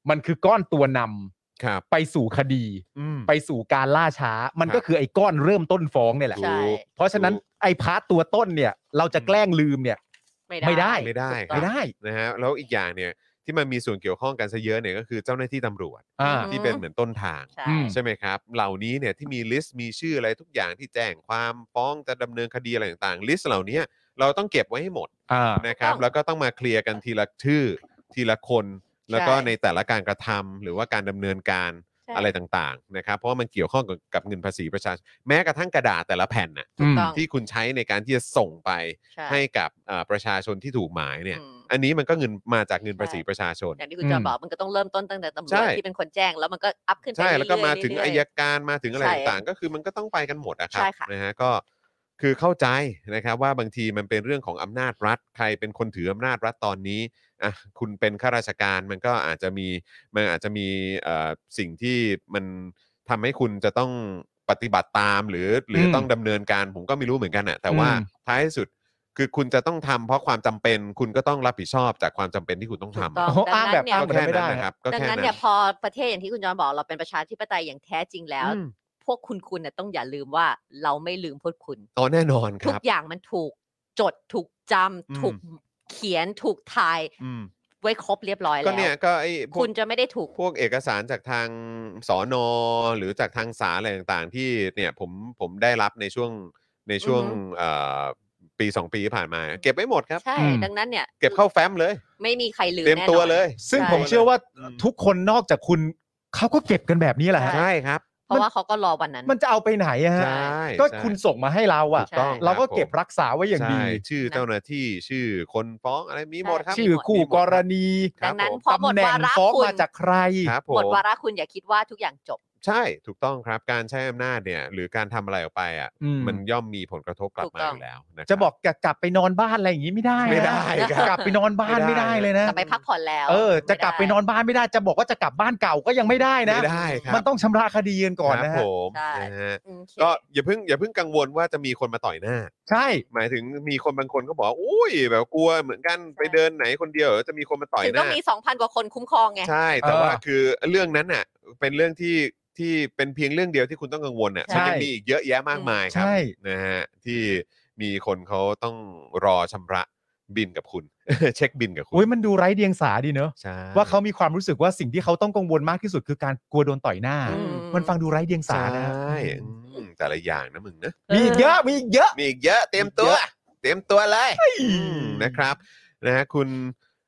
S4: มันคือก้อนตัวนำ
S3: ครับ
S4: ไปสู่คดี
S3: อืม
S4: ไปสู่การล่าช้า มัน
S3: ครับ
S4: ก็คือไอ้ก้อนเริ่มต้นฟ้องเนี่ยแหละ
S5: ใช่
S4: เพราะฉะนั้น
S3: ถูก
S4: ไอ้พาร์ตตัวต้นเนี่ย เราจะแกล้งลืมเนี่ย ไม่ได้
S3: ไม่ได้
S5: ถูกต้อง
S4: ไม่ได้
S3: นะฮะแล้วอีกอย่างเนี่ยที่มันมีส่วนเกี่ยวข้องกันซะเยอะเนี่ยก็คือเจ้าหน้าที่ตำรวจ
S4: อ่า
S5: ม
S3: ที่เป็นเหมือนต้นทาง
S5: ใช่
S4: อืม
S3: ใช่ไหมครับ เหล่านี้เนี่ยที่มีลิสต์มีชื่ออะไรทุกอย่างที่แจ้งความฟ้องจะดำเนินคดีอะไรต่างๆ ลิสต์เหล่านี้เราต้องเก็บไว้ให้หมด
S4: อ่า
S3: นะครับ
S5: ต้อง
S3: แล้วก็ต้องมาเคลียร์กันทีละชื่อ ทีละคน แล้วก็
S5: ใช่
S3: ในแต่ละการกระทำหรือว่าการดำเนินการ
S5: ใช่
S3: อะไรต่างๆนะครับ เพราะว่ามันเกี่ยวข้องกับกับเงินภาษีประชาชนแม้กระทั่งกระดาษแต่ละแผ่นน่ะ
S5: ถูกต้อง
S3: ที่คุณใช้ในการที่จะส่งไป
S5: ใช่
S3: ให้กับเอ่อประชาชนที่ถูกหมายเนี่ย
S5: อืม
S3: อันนี้มันก็เงินมาจากเงินภาษี
S5: ใช่
S3: ประชาชน
S5: อย่างที่คุณจอ
S4: อืม
S5: บอกมันก็ต้องเริ่มต้นตั้งแต่ตำรว
S3: ใช่
S5: จที่เป็นคนแจ้งแล้วมันก็อัพขึ้นไป
S3: ใช่แล้วก็มาถึง
S5: เรื่ๆ
S3: อายการมาถึงอะไร
S5: ใช่
S3: ต่างๆ ก็คือมันก็ต้องไปกันหมดนะครั
S5: ใช่
S3: บ
S5: ค่ะ
S3: นะฮะก็คือเข้าใจนะครับว่าบางทีมันเป็นเรื่องของอำนาจรัฐ ใครเป็นคนถืออำนาจรัฐตอนนี้อ่ะคุณเป็นข้าราชการมันก็อาจจะมีมันอาจจะมีเอ่อสิ่งที่มันทำให้คุณจะต้องปฏิบัติตามหรือหรืออ
S4: ม
S3: ต้องดำเนินการผมก็ไม่รู้เหมือนกันน่ะแต่ว่า
S4: อืม
S3: ท้ายสุดคือคุณจะต้องทำเพราะความจำเป็น คุณก็ต้องรับผิดชอบจากความจำเป็นที่คุณต้อง
S5: ถู
S3: ทำ
S5: กต้อง
S4: โอ้
S5: ดั
S4: อ้าง
S5: ง
S4: แบ
S5: นั้
S4: บ
S5: น
S3: ก็แค่
S5: เนี่ย
S4: อ้าง
S3: นั้นนะครับก็
S5: ดัง
S3: แค่
S5: นั้
S3: นั้น
S5: นเนี่ย
S3: อื
S5: พอประเทศอย่างที่คุณจอบอกเราเป็นประชาธิปไตยอย่างแท้จริงแล้ว
S3: ม
S5: พวกคุณคุณเนี่ยต้องอย่าลืมว่าเราไม่ลืมพวกคุณ
S3: อ๋อแน่นอนค
S5: ทุ
S3: รั
S5: ก
S3: บ
S5: อย่างมันถูกจดถูกจำ
S3: อืม
S5: ถูกเขียนถูกถ่าย
S3: อืม
S5: ไว้ครบเรียบร้อย
S3: ก็
S5: แล้
S3: เนี่ยว ก็ไอ้พวก
S5: คุณจะไม่ได้ถูก
S3: พวกเอกสารจากทางสอนอหรือจากทางศาลอะไรต่างๆ ที่เนี่ยผมผมได้รับในช่วงในช่วง
S5: อือฮึ
S3: เอ่อปีสองปีที่ผ่านมา เก็บไว้หมดครับ
S5: ใช่
S4: อืม
S5: ดังนั้นเนี่ย
S3: เก็บเข้าแฟ้มเลย
S5: ไม่มีใครลืม
S3: เตรียม
S5: แน่
S3: ตัวน
S5: อน
S3: เลย
S4: ซึ่ง
S5: ใช่
S4: ผมเชื่อว่า
S3: อืม
S4: ทุกคนนอกจากคุณเขาก็เก็บกันแบบนี้แหละฮะ
S3: ใช่ครับ
S5: เพราะว่าเขาก็รอวันนั้น
S4: มันจะเอาไปไหนอะฮะ
S3: ใช่
S4: ก็
S3: ใช่
S4: คุณส่งมาให้เราอะ
S3: ถูกต้อง
S4: เราก็
S3: คผม
S4: เก็บรักษาไว้อย่างดี
S3: ใช่ชื่อเจ้าหน้าที่ชื่อคนฟ้องอะไรมีหมดครับ
S5: ใ
S4: ชื่อคู่กรณี
S3: ครั
S5: ดั
S3: บ
S5: งนั้นพอหมด
S4: ตำแหน่
S5: วางระ
S4: ฟ้อง
S5: คุณ
S4: มาจากใคร
S3: ครับผ
S5: หมด
S3: ม
S5: วาระคุณอย่าคิดว่าทุกอย่างจบ
S3: ใช่ ถูกต้องครับการใช้อำนาจเนี่ย หรือการทำอะไรออกไปอ่ะ
S4: อืม
S3: มันย่อมมีผลกระทบกลับ
S5: ถูก
S3: มา
S5: ต้
S3: อ
S5: อง
S3: ยู่แล้วนครั
S4: จะบอกกลับไปนอนบ้านอะไรอย่างงี้ไม่ได้นะ
S3: ไม่ได้ครับ
S4: กลับไปนอนบ้านไม่ได้เลยนะ
S5: กลับไปพักผ่อนแล้ว
S4: เออ จะ
S5: ม่
S4: กลับไปนอนบ้านไม่ได้ จะบอกว่าจะกลับบ้านเก่าก็ยังไม่ได้นะ
S3: ไม่ได้ครับ
S4: มันต้องชำระคดีกันก่อน
S3: ครับผ
S4: นะฮะ
S3: มนะฮะ
S5: โอเค
S3: ก็อย่าเพิ่งอย่าเพิ่งกังวลว่าจะมีคนมาต่อยหน้า
S4: ใช่
S3: หมายถึงมีคนบางคนก็บอกว่าอุ้ยแบบกลัวเหมือนกันไปเดินไหนคนเดียวเหรอจะมีคนมาต่อย
S5: ถึง
S3: ห
S5: ต้อ
S3: น้าง
S5: มี 2,000 กว่าคนคุ้มครองไง
S3: ใช่แต่
S4: เออ
S3: ว่าคือเรื่องนั้นน่ะเป็นเรื่องที่ที่เป็นเพียงเรื่องเดียวที่คุณต้องกังวลน่ะ
S4: ใช่
S3: มันยังมีอีกเยอะแยะมากมายครั
S4: ใช่
S3: นะฮะที่มีคนเขาต้องรอชำระบินกับคุณ เช็คบินกับคุณ
S4: อุ้ยมันดูไร้เดียงสาดีเนอะ
S3: ใช่
S4: ว่าเขามีความรู้สึกว่าสิ่งที่เขาต้องกังวลมากที่สุดคือการกลัวโดนต่อยหน้า
S5: อืม
S4: มันฟังดูไร้เดียง
S3: ใช
S4: สานะ
S3: ่อืมแต่ละอย่างนะมึงนะ
S4: มีอีกเยอะมีอีกเยอะ
S3: มีอีกเยอะเตรียมตัว เตรียมตัวเลยอืมนะครับนะฮะคุณ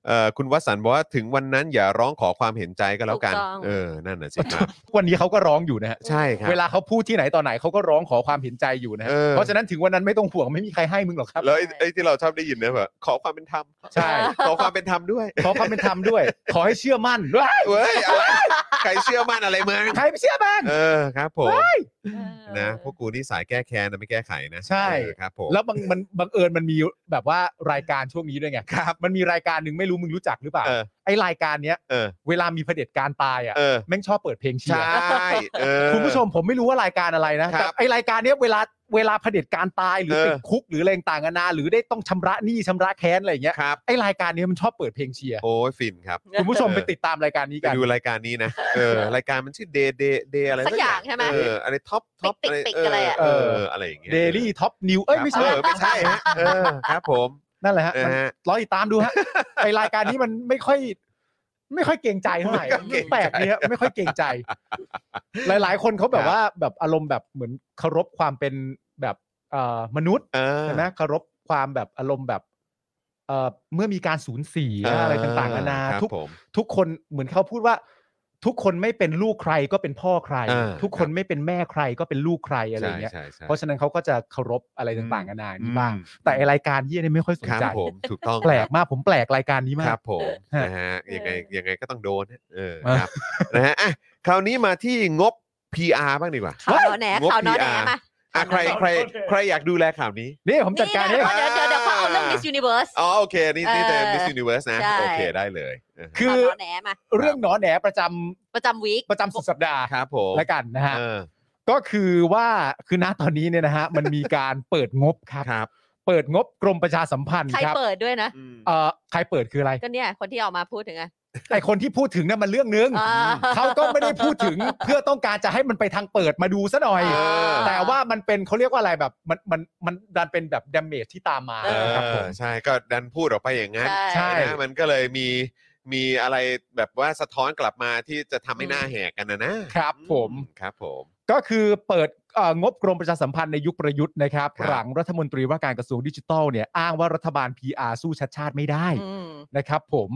S3: เอ่อคุณวสันต์บอกว่าถึงวันนั้นอย่าร้องขอความเห็นใจก็แล้วกัน
S5: ถูกต้อง
S3: เออ นั่นน่ะสิ ครับ
S4: วันนี้เขาก็ร้องอยู่นะฮะ
S3: ใช่ครับ
S4: เวลาเขาพูดที่ไหนตอนไหนเขาก็ร้องขอความเห็นใจอยู่นะฮะ
S3: เออ
S4: เพราะฉะนั้นถึงวันนั้นไม่ต้องห่วงไม่มีใครให้มึงหรอกครับ
S3: แล้วไอ้ไอ้ที่เราชอบได้ยินเนี่ยแบบขอความเป็นธรรม
S4: ใช่
S3: ขอความเป็นธรรมด้วย
S4: ขอความเป็นธรรมด้วย ขอให้เชื่อมั่นด้วย
S3: เว้ยอะไรใครเชื่อมั่นอะไรมึง
S4: ใครไม่เชื่อมั่น
S3: เออครับผม
S5: เออ
S3: นะพวกกูนี่สายแก้แค้นนะไม่แก้ไขนะ
S4: ใช่
S3: เออครับผม
S4: แล้วบังมันบังเอิญมันมีแบบว่ารายการช่วงนี้ด้วยไงครับ มันมีรายการหนึ่งไม่รู้มึงรู้จักหรือเปล่า
S3: เออ
S4: ไอรายการเนี้ย
S3: เออ
S4: เวลามีเผด็จการตายอ่ะ
S3: เออ
S4: แม่งชอบเปิดเพลงเชี
S3: ใช
S4: ยร์
S3: ่เออ
S4: คุณผู้ชมผมไม่รู้ว่ารายการอะไรนะครับแต่ไอรายการเนี้ยเวลาเวลาเผด็จการตายหรือ
S3: เออ
S4: ติดคุกหรืออะไรต่างๆนานาหรือได้ต้องชำระหนี้ชำระแค้นอะไรอย่างเงี้ย
S3: ครับ
S4: ไอรายการเนี้ยมันชอบเปิดเพลงเชียร์
S3: โอ้ยฟินครับ
S4: คุณผู้ชม
S3: เออ
S4: ไปติดตามรายการนี้
S3: ไป
S4: กัน
S3: ดูรายการนี้นะ เออ รายการมันชื่อเดย์เดย์เดย์อะไร
S5: สักอย่างใช่ไหม
S3: เออ อะไรท็อปท็อป
S5: ติ๊กติ๊ก
S3: เอ
S5: ติ๊กอะไร
S3: อ
S5: อะ
S3: เออ อะไรอย่างเงี้ย
S4: เดลี่ท็อปนิวเอ้ยไม่ใช่
S3: เออไม่ใช่ฮะเออครับผม
S4: นั่นแหละฮะ
S3: นะ
S4: มัน
S3: ฮะ
S4: รอติดตาม ดูฮะไอรายการนี้มันไม่ค่อย ไม่ค่อยเกรงใจเท่าไหร่
S3: ไม่ค่อยเกรงใจ
S4: แปลกเนี่ยไม่ค่อยเกรงใจ หลาย ๆ คนเขาแบบว่าแบบอารมณ์แบบเหมือนเคารพความเป็นแบบเอ่อมนุษย์
S3: เออ
S4: ใช่ไหมเคารพความแบบอารมณ์แบบเอ่อเมื่อมีการสูญเสีย
S3: เออ
S4: อะไรต่างๆนานา
S3: ครับ
S4: ทุก
S3: ผม
S4: ทุกคนเหมือนเขาพูดว่า ทุกคนไม่เป็นลูกใครก็เป็นพ่อใคร
S3: เออ
S4: ทุกคน
S3: ครับ
S4: ไม่เป็นแม่ใครก็เป็นลูกใครอะไร
S3: ใช่
S4: อย่างเงี้ย
S3: ใช่ใช่
S4: เพราะฉะนั้นเขาก็จะเคารพอะไรต่างๆนานานี้บ้าง
S3: อืม
S4: แต่ไอ้รายการเยี่ยนี่ไม่ค่อยสน
S3: ครับ
S4: ใจ
S3: ผมถูกต้อง
S4: แปลกมากผมแปลกรายการนี้มา
S3: ครั
S4: ก
S3: บผม
S4: ฮะ
S3: นะฮะยังไงยังไงก็ต้องโดนฮะเออ
S4: เออ
S3: ครับนะฮะอ่ะคราวนี้มาที่งบ PR บ้างดีกว่า
S5: ข่าวนอนแหน
S3: งบ
S5: ข่าวนอนแหน
S3: PR
S5: มา
S3: อ่ะใครใครใครอยากดูแลข่าวนี้
S4: นี่ผมจัดการให้
S5: นี่ไงเดี๋ยวเดี๋ยวเดี๋ยวเขาเอาเรื่อง Miss Universe
S3: อ๋อโอเคนี่นี่แต่
S5: เออ
S3: Miss Universe นะ
S5: ใช่
S3: โอเคได้เลยนะฮะ
S4: คือ
S5: ตอนแหนมา
S4: เรื่องหนอแหนประจำ
S5: ประจำวีค
S4: ประจำสุดสัปดาห์
S3: ครับผม
S4: แล้วกันนะฮะ
S3: เออ
S4: ก็คือว่าคือณตอนนี้เนี่ยนะฮะมันมีการเปิดงบครับ
S3: ครับ
S4: เปิดงบกรมประชาสัมพันธ์
S5: ใคร
S4: ครับ
S5: เปิดด้วยนะ
S4: เอ่อใครเปิดคืออะไร
S5: ก็เนี่ย คนที่ออกมาพูดถึงอ่ะ
S4: ไอคนที่พูดถึงนั่นมันเรื่องนึง
S5: อ่
S4: เขาก็ไม่ได้พูดถึง เพื่อต้องการจะให้มันไปทางเปิดมาดูซะหน่อย
S5: อ่า
S4: แต่ว่ามันเป็นเขาเรียกว่าอะไรแบบมันมันมันดันเป็นแบบดาเมจที่ตามมา
S5: เออ
S4: ครับ
S3: เอ
S4: ผ
S3: อ
S4: ม
S3: ใช่ก็ดันพูดออกไปอย่างนั้น
S4: ใช่
S3: นะมันก็เลยมีมีอะไรแบบว่าสะท้อนกลับมาที่จะทำให้หน้าแหกกันนะนะครับ
S4: ผม
S3: ครับผม
S4: ก็คือเปิดเอ่องบกรมประชาสัมพันธ์ในยุคประยุทธ์นะครับ
S3: ครับ
S4: หลังรัฐมนตรีว่าการกระทรวงดิจิทัลเนี่ยอ้างว่ารัฐบาล PR สู้ชัดชาติไม่ได้
S5: อืม
S4: นะครับผม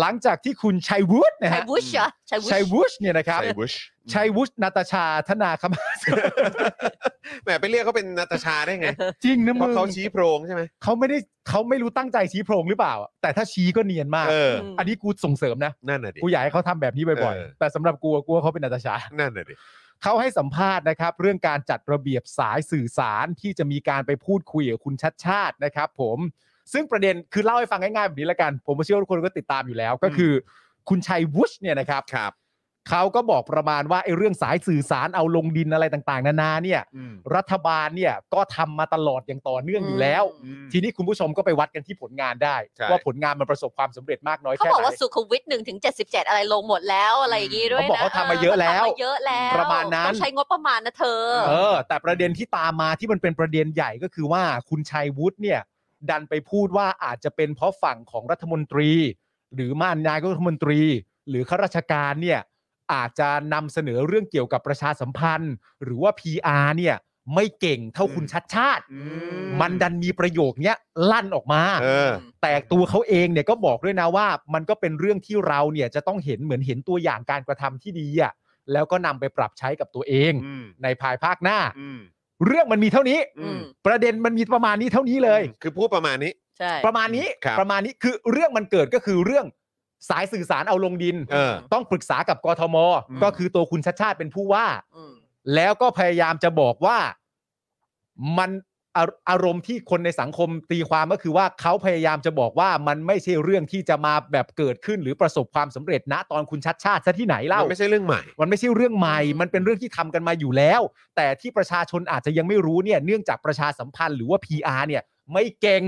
S4: หลังจากที่คุณชัยวุฒินะ
S5: ชัย
S4: ฮะ
S5: วุชเหรอชัยวุช
S4: ชัยวุฒิเนี่ยนะครับ
S3: ใส่บุช
S4: ชัยวุฒินาตาชาธนาคมา
S3: แหมไปเรียกเขาเป็นนาตาชาได้ไง
S4: จริงนะ
S3: เพ
S4: มึ
S3: ราะ
S4: ง
S3: เขาชี้โพรงใช่ไหม
S4: เขาไม่ได้เขาไม่รู้ตั้งใจชี้โพรงหรือเปล่า แต่ถ้าชี้ก็เนียนมาก
S3: เออ
S5: ม
S4: อันนี้กูส่งเสริมนะ
S3: นั่นน่ะดิ
S4: กูอยากให้เขาทำแบบนี้บ่อย
S3: เออ
S4: ๆ แต่สำหรับกูอะกูว่าเขาเป็นนาตาชา
S3: นั่นน่ะดิ
S4: เขาให้สัมภาษณ์นะครับ เรื่องการจัดระเบียบสายสื่อสารที่จะมีการไปพูดคุยกับคุณชัดชาตินะครับผม ซึ่งประเด็นคือเล่าให้ฟังง่ายๆแบบนี้ละกัน ผมเชื่อว่าทุกคนก็ติดตามอยู่แล้ว ก็คือ คุณชัยวุฒิเนี่ยนะครับ
S3: ครับ
S4: เขาก็บอกประมาณว่าไอ้เรื่องสายสื่อสารเอาลงดินอะไรต่างๆ นานาเนี่ย
S3: อืม
S4: รัฐบาลเนี่ยก็ทำมาตลอดอย่างต่อเนื่องอยู่แล้ว
S3: อืม
S4: ทีนี้คุณผู้ชมก็ไปวัดกันที่ผลงานได้
S3: ใช่
S4: ว่าผลงานมันประสบความสำเร็จมากน้อย
S5: เขา
S4: แค่ไหน
S5: บอกว่าสุขุมวิทหนึ่งถึงเจ็ดสิบเจ็ดอะไรลงหมดแล้วอะไรอย่างงี้ด้วยนะ
S4: เขาบอกเขาทำมาเยอะแล้ว
S5: ขาทำมาเยอะแล้ว
S4: ประมาณนั้น
S5: ต้องใช้งบประมาณนะเธอ
S4: เออแต่ประเด็นที่ตามมาที่มันเป็นประเด็นใหญ่ก็คือว่าคุณชัยวุฒิเนี่ย ดันไปพูดว่าอาจจะเป็นเพราะฝั่งของรัฐมนตรี หรือมานนายกรัฐมนตรี หรือข้าราชการเนี่ยอาจจะนำเสนอเรื่องเกี่ยวกับประชาสัมพันธ์ หรือว่า PR เนี่ยไม่เก่งเท่าคุณชัดชาติ
S3: อื
S4: มันดันมีประโยคเนี้ยลั่นออกมา
S3: เออ
S4: แต่ตัวเขาเองเนี่ยก็บอกด้วยนะว่า มันก็เป็นเรื่องที่เราเนี่ยจะต้องเห็นเหมือนเห็นตัวอย่างการกระทำที่ดีอะแล้วก็นำไปปรับใช้กับตัวเอง
S3: อืม
S4: ในภายภาคหน้า
S3: อืม
S4: เรื่องมันมีเท่านี้
S5: อืม
S4: ประเด็นมันมีประมาณนี้เท่านี้เลย
S3: คือพูดประมาณนี้
S5: ใช่
S4: ประมาณนี้
S3: ครับ
S4: ประมาณนี้คือเรื่องมันเกิดก็คือเรื่องสายสื่อสารเอาลงดิน
S3: เออ
S4: ต้องปรึกษากับกทม
S3: อืม
S4: ก็คือตัวคุณชัดชาติเป็นผู้ว่า
S5: อืม
S4: แล้วก็พยายามจะบอกว่ามันอาอารมณ์ที่คนในสังคมตีความก็คือว่าเขาพยายามจะบอกว่ามันไม่ใช่เรื่องที่จะมาแบบเกิดขึ้น หรือประสบความสำเร็จณตอนคุณชัดชาติซะที่ไหนเล่า
S3: มันไม่ใช่เรื่องใหม่
S4: มันไม่ใช่เรื่องใหม่
S5: อืม
S4: มันเป็นเรื่องที่ทำกันมาอยู่แล้ว แต่ที่ประชาชนอาจจะยังไม่รู้เนี่ย เนื่องจากประชาสัมพันธ์หรือว่า PR เนี่ย ไม่เก่ง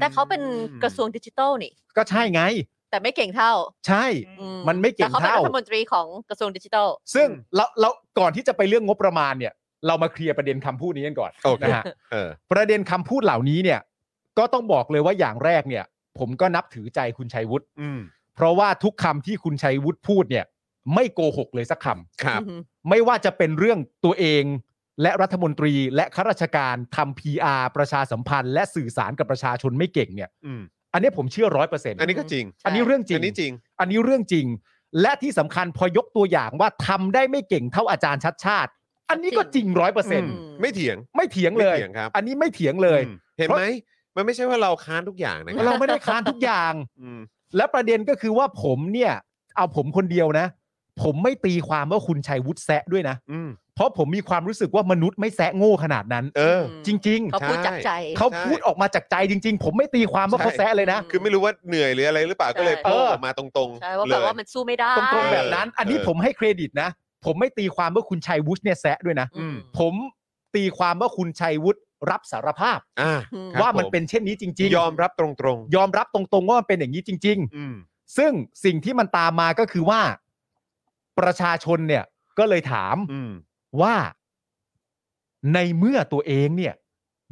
S5: แต่เขาเป็นกระทรวงดิจิทัลนี่
S4: ก็ใช่ไง
S5: แต่ไม่เก่งเท่า
S4: ใช่
S5: อื
S4: มันไม่เก่ง
S5: แต่เขาเป็น
S4: เท่า
S5: รัฐมนตรีของกระทรวงดิจิทัล
S4: ซึ่งเราเราก่อนที่จะไปเรื่องงบประมาณเนี่ย เรามาเคลียร์ประเด็นคำพูดนี้กันก่อน
S3: โอเค
S4: นะฮะ
S3: เออ
S4: ประเด็นคำพูดเหล่านี้เนี่ย ก็ต้องบอกเลยว่าอย่างแรกเนี่ย ผมก็นับถือใจคุณชัยวุฒิ
S3: อืม
S4: เพราะว่าทุกคำที่คุณชัยวุฒิพูดเนี่ย ไม่โกหกเลยสักคำ
S3: ครับ
S4: ไม่ว่าจะเป็นเรื่องตัวเองและรัฐมนตรีและข้าราชการทำ PR ประชาสัมพันธ์ และสื่อสารกับประชาชนไม่เก่งเนี่ย
S3: อืม
S4: อันนี้ผมเชื่อร้อยเปอร์เซ็นต์
S3: อันนี้ก็จริง
S4: อันนี้เรื่องจริง
S3: อันนี้จริง
S4: อันนี้เรื่องจริง และที่สำคัญพอยกตัวอย่างว่าทำได้ไม่เก่งเท่าอาจารย์ชัดชาติ อันนี้ก็จริงร้อยเปอร์เซ็นต์
S5: ม
S3: ไม่เถียง
S4: ไม่เถียงเลย
S3: ไม่เถียงครับ
S4: อันนี้ไม่เถียงเลย
S3: อืมเห็นไหมมันไม่ใช่ว่าเราค้านทุกอย่างนะค
S4: เรา
S3: รับ
S4: ไม่ได้ค้านทุกอย่าง
S3: อืม
S4: และประเด็นก็คือว่าผมเนี่ย เอาผมคนเดียวนะ ผมไม่ตีความว่าคุณชัยวุฒิแซะด้วยนะ
S3: อืม
S4: เพราะผมมีความรู้สึกว่ามนุษย์ไม่แซะโง่ขนาดนั้น
S3: เออ
S4: จริง
S5: เขาพูดจากใจ
S4: ๆ เขาพูดออกมาจากใจจริง ๆ ผมไม่ตีความว่า
S3: ใช่
S4: เขาแซะเลยนะ
S5: อื
S3: คือไม่รู้ว่าเหนื่อยหรืออะไรหรือเปล่าก็เลย
S5: ใช่
S3: โพูดออกมาตรง
S5: ใช่ว่า
S3: ๆเล
S5: แบบ
S3: ย
S5: ว่ามันสู้ไม่ได้
S4: ตรงๆแบบนั้น อันนี้
S3: เออ
S4: ผมให้เครดิตนะ ผมไม่ตีความว่าคุณชัยวุฒิเนี่ยแซะด้วยนะ
S5: อืม
S4: ผมตีความว่าคุณชัยวุฒิรับสารภาพ
S3: อ่า
S5: อืม
S3: ครับ
S4: ว่ามัน
S3: ผ
S4: เป็นเช่นนี้จริง
S3: ยอมรับตรง
S4: ยอมรับตรงๆว่ามันเป็นอย่างนี้จริง
S3: ๆ อืม
S4: ๆ ซึ่งสิ่งที่มันตามมาก็คือว่า ประชาชนเนี่ยก็เลยถาม
S3: อืม
S4: ว่าในเมื่อตัวเองเนี่ย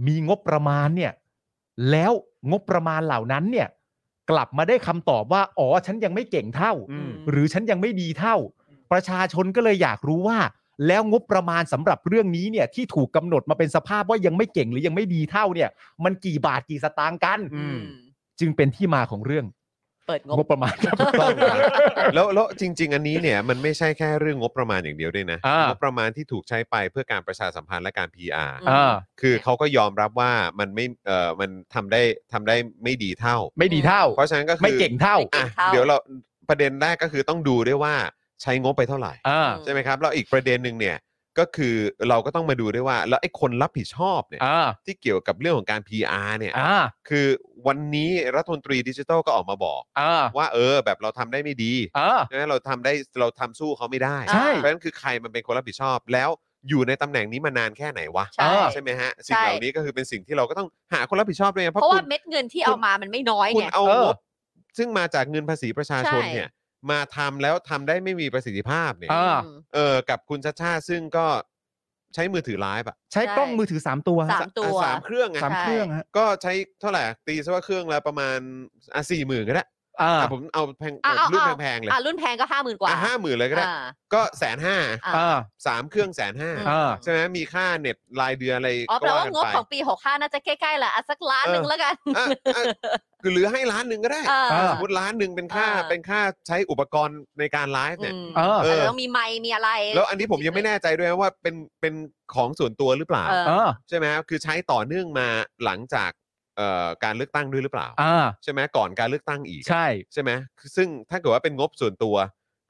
S4: มีงบประมาณเนี่ยแล้วงบประมาณเหล่านั้นเนี่ย กลับมาได้คำตอบว่า อ๋อฉันยังไม่เก่งเท่า
S3: อืม
S4: หรือฉันยังไม่ดีเท่า ประชาชนก็เลยอยากรู้ว่า แล้วงบประมาณสำหรับเรื่องนี้เนี่ยที่ถูกกำหนดมาเป็นสภาพว่ายังไม่เก่งหรือยังไม่ดีเท่าเนี่ย มันกี่บาทกี่สตางค์กัน
S5: อืม
S4: จึงเป็นที่มาของเรื่อง
S5: เปิดง
S4: ง
S5: บ
S4: บประมาณครับ
S3: ต้องครับแล้วแล้วจริง ๆ อันนี้เนี่ยมันไม่ใช่แค่เรื่องงบประมาณอย่างเดียวด้วยนะ
S4: อ่าง
S3: งบประมาณที่ถูกใช้ไปเพื่อการประชาสัมพันธ์และการ PR
S5: อ่า
S4: อ่า
S3: คือเขาก็ยอมรับว่ามันไม่เออมันทำได้ทำได้ไม่ดีเท่า
S4: ไม่ดีเท่า
S3: เพราะฉะนั้นก็คือ
S4: ไม่เก่งเท่า
S3: อ่ะ
S5: เท่า
S3: เดี๋ยวเราประเด็นแรกก็คือต้องดูด้วยว่าใช้งบไปเท่าไหร่
S4: อ่า
S3: ใช่ไหมครับแล้วอีกประเด็นหนึ่งเนี่ย ก็คือเราก็ต้องมาดูด้วยว่า แล้วไอ้คนรับผิดชอบเนี่ย
S4: อ่า
S3: ที่เกี่ยวกับเรื่องของการ PR เนี่ย
S4: อ่า
S3: คือวันนี้รัฐมนตรีดิจิทัลก็ออกมาบอก
S4: อ่า
S3: ว่าเออแบบเราทำได้ไม่ดี
S4: อ่า
S3: ใช่ไหมเราทำได้เราทำสู้เขาไม่ได้
S5: ใช่
S3: เพราะฉะนั้นคือใครมันเป็นคนรับผิดชอบ แล้วอยู่ในตำแหน่งนี้มานานแค่ไหนวะ
S5: ใช่
S4: อ่า
S3: ใช่ไหมฮะสิ่งเหล่านี้ก็คือเป็นสิ่งที่เราก็ต้องหาคนรับผิดชอบด้วยไง
S5: เพราะว่า
S3: คุณ
S5: เม็ดเงินที่เอามามันไม่น้อย
S3: คุณ
S5: ไง
S3: เอา
S4: เออง ง
S3: บซึ่งมาจากเงินภาษีประชาชน
S5: ใช่
S3: เนี่ยมาทำแล้วทำได้ไม่มีประสิทธิภาพเนี่ย
S4: อ่า
S5: อืม
S3: เออกับคุณชาชาติซึ่งก็ใช้มือถือไลฟ์อะ
S4: ใช้กล้องมือถือ 3 ตัว
S5: สาม ตัว
S3: สามเครื่องไง
S4: สามเครื่องฮะ
S3: ก็ใช้เท่าไหร่ตีซะว่าเครื่องละประมาณอ่ะสี่หมื่นก็ได้
S4: อ่า
S3: อ่ะผมเอาแพง
S5: อ่ะเอา
S3: รุ่น
S5: เอา
S3: แพงๆเลย
S5: อ่ะรุ่นแพงก็ห้าหมื่นกว่า
S3: ห้าหมื่นเลยก็ได้
S5: อ่า
S3: ก็แสนห้า
S5: อ่ะ
S4: อ่า
S3: สามเครื่องแสนห้า
S4: อ่า
S3: ใช่ไหมมีค่าเน็ตรายเดือนอะไร
S5: อ๋อแปล
S3: ก็
S5: ว่า
S3: ว่ากัน
S5: งบ
S3: ไป
S5: ของปีหกห้าน่าจะใกล้ๆแหละอ่ะสักล้านหนึ่ง
S3: เออ
S5: แล้วกัน
S3: อ่ะอ่ะคือหรือให้ล้านหนึ่งก็ได้
S5: เออ
S4: เอ
S3: ส
S4: อ
S3: มมติล้านหนึ่งเป็นค่า
S5: อ่า
S3: เป็นค่าใช้อุปกรณ์ในการไลฟ์เนี่ย
S5: อืม
S4: เออ
S5: อาจจะต้องมีไมค์มีอะไร
S3: แล้วอันนี้ผมยังไม่แน่ใจด้วยนะว่าเป็นเป็นของส่วนตัวหรือเปล่า
S5: เออ
S4: อ่า
S3: ใช่ไหมครับคือใช้ต่อเนื่องมาหลังจากเอ่อการเลือกตั้งด้วยหรือเปล่า
S4: อ่า
S3: ใช่ไหมก่อนการเลือกตั้งอีก
S4: ใช่
S3: ใช่ไหมคือซึ่งถ้าเกิดว่าเป็นงบส่วนตัว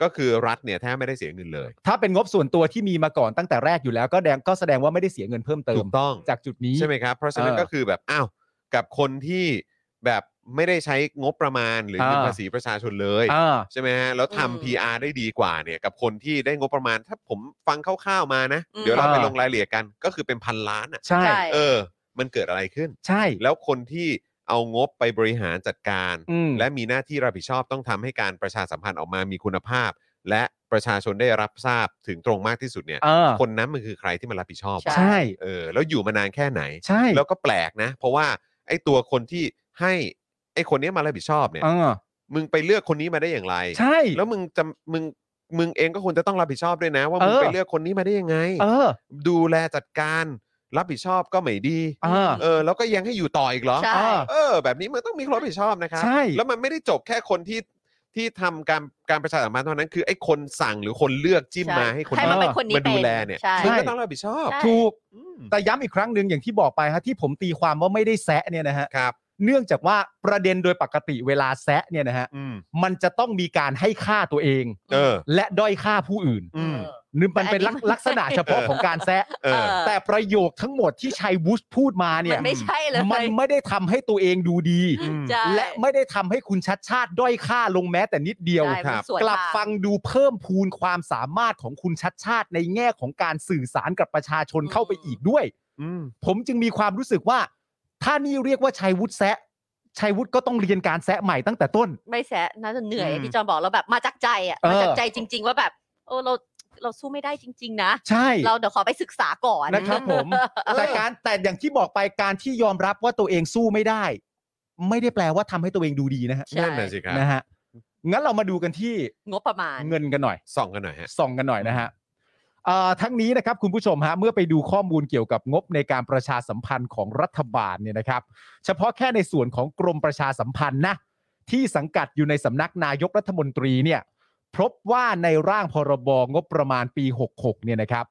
S3: ก็คือรัฐเนี่ยแทบไม่ได้เสียเงินเลย
S4: ถ้าเป็นงบส่วนตัวที่มีมาก่อนตั้งแต่แรกอยู่แล้ว ก็แดงก็แสดงว่าไม่ได้เสียเงินเพิ่มเติ
S3: ถู
S4: ม
S3: กต้อง
S4: จากจุดนี้
S3: ใช่ไหมครับ เพราะฉะนั้น
S4: เออ
S3: ก็คือแบบอ้าวกับคนที่แบบไม่ได้ใช้งบประมาณหรือ
S4: เออ
S3: เงินภาษีประชาชนเลย
S4: อ่า
S3: ใช่ไหมฮะแล้ว
S5: อืม
S3: ทำ PR ได้ดีกว่าเนี่ยกับคนที่ได้งบประมาณ ถ้าผมฟังคร่าวๆมานะ
S5: อืม
S3: เดี๋ยวเราไปลงรายละเอียดกันก็คือเป็นพันล้านอะ
S4: ใช่
S5: ใช่
S3: เออ มันเกิดอะไรขึ้น
S4: ใช่
S3: แล้วคนที่เอางบไปบริหารจัดการ
S4: อืม
S3: และมีหน้าที่รับผิดชอบต้องทำให้การประชาสัมพันธ์ออกมามีคุณภาพ และประชาชนได้รับทราบถึงตรงมากที่สุดเนี่ย
S4: เออ
S3: คนนั้นมันคือใครที่มันรับผิดชอบวะ
S4: ใช่
S3: เออ แล้วอยู่มานานแค่ไหน
S4: ใช่
S3: แล้วก็แปลกนะ เพราะว่าไอ้ตัวคนที่ให้ไอ้คนเนี้ยมารับผิดชอบเนี่ย
S4: เออ
S3: มึงไปเลือกคนนี้มาได้อย่างไร
S4: ใช่
S3: แล้วมึงจะมึงมึงเองก็ควรจะต้องรับผิดชอบด้วยนะ ว่ามึง
S4: เออ
S3: ไปเลือกคนนี้มาได้ยังไง
S4: เออ
S3: ดูแลจัดการรับผิดชอบก็ไม่ดี
S4: เออ
S3: เออแล้วก็ยังให้อยู่ต่ออีกเหรอ
S5: ใช่
S3: เอ
S4: เออ
S3: อ แบบนี้มันต้องมีความรับผิดชอบนะครับ
S4: ใช่
S3: แล้วมันไม่ได้จบแค่คนที่ที่ทำการการประชาสัมพันธ์เท่านั้นคือไอ้คนสั่งหรือคนเลือกจิ้ม
S5: ใช่
S3: มาให้คน
S5: ให้มันเป็นคนนี้
S3: มาดูแล
S5: เป็น
S3: เนี่ย
S5: ใช่
S3: มันก็ต้องรับผิดชอบ
S5: ใช่
S4: ถูก
S3: อืม
S4: แต่ย้ำอีกครั้งหนึ่งอย่างที่บอกไปฮะที่ผมตีความว่าไม่ได้แซะเนี่ยนะฮะ
S3: ครับ
S4: เนื่องจากว่าประเด็นโดยปกติเวลาแซะเนี่ยนะฮะ
S3: อืม
S4: มันจะต้องมีการให้ค่าตัวเอง
S3: เออ
S4: และด้อยค่าผู้อื่น
S3: อืม
S4: นึกมันเป็นลัก
S5: แต่อันนี้มัน
S4: ลักษณะเฉพาะของการแซะ
S3: เออ
S4: แต่ประโยคทั้งหมดที่ชัยวุฒิพูดมาเนี่
S5: มั
S4: ย
S5: นไม่ใช่เลย
S4: มันไม่ได้ทำให้ตัวเองดูดี
S3: อืม
S5: ใช่
S4: และไม่ได้ทำให้คุณชัดชาติด้อยค่าลงแม้แต่นิดเดียว
S5: ใช่มัน
S3: ครับ
S5: สวน
S4: กลับ
S5: ทาง
S4: ฟังดูเพิ่มพูนความสามารถของคุณชัดชาติในแง่ของการสื่อสารกับประชาชน
S5: อืม
S4: เข้าไปอีกด้วย
S3: อืม
S4: ผมจึงมีความรู้สึกว่า ถ้านี่เรียกว่าชัยวุฒิแซะชัยวุฒิก็ต้องเรียนการแซะใหม่ตั้งแต่ต้น
S5: ไม่แซะน่าจะเหนื่อย
S3: อืม
S5: พี่จอนบอกเราแบบมาจากใจอ่ะ
S4: เออ
S5: มาจากใจจริง ๆ ว่าแบบโอ้เราเราสู้ไม่ได้จริง ๆ นะ
S4: ใช่
S5: เราเดี๋ยวขอไปศึกษาก่อน
S4: นะครับผม แต่การแต่อย่างที่บอกไปการที่ยอมรับว่าตัวเองสู้ไม่ได้ ไม่ได้แปลว่าทำให้ตัวเองดูดีนะฮะ
S5: ใช่
S3: นั่นน่ะสิครับ
S4: นะฮะงั้นเรามาดูกันที่
S5: งบประมาณ
S4: เงินกันหน่อย
S3: ส่องกันหน่อยฮะ
S4: ส่องกันหน่อยนะฮะเอ่อทั้งนี้นะครับคุณผู้ชมฮะเมื่อไปดูข้อมูลเกี่ยวกับงบในการประชาสัมพันธ์ของรัฐบาลเนี่ยนะครับ เฉพาะแค่ในส่วนของกรมประชาสัมพันธ์นะที่สังกัดอยู่ในสำนักนายกรัฐมนตรีเนี่ยพบว่าในร่างพรบงบประมาณปี 66เนี่ยนะครับ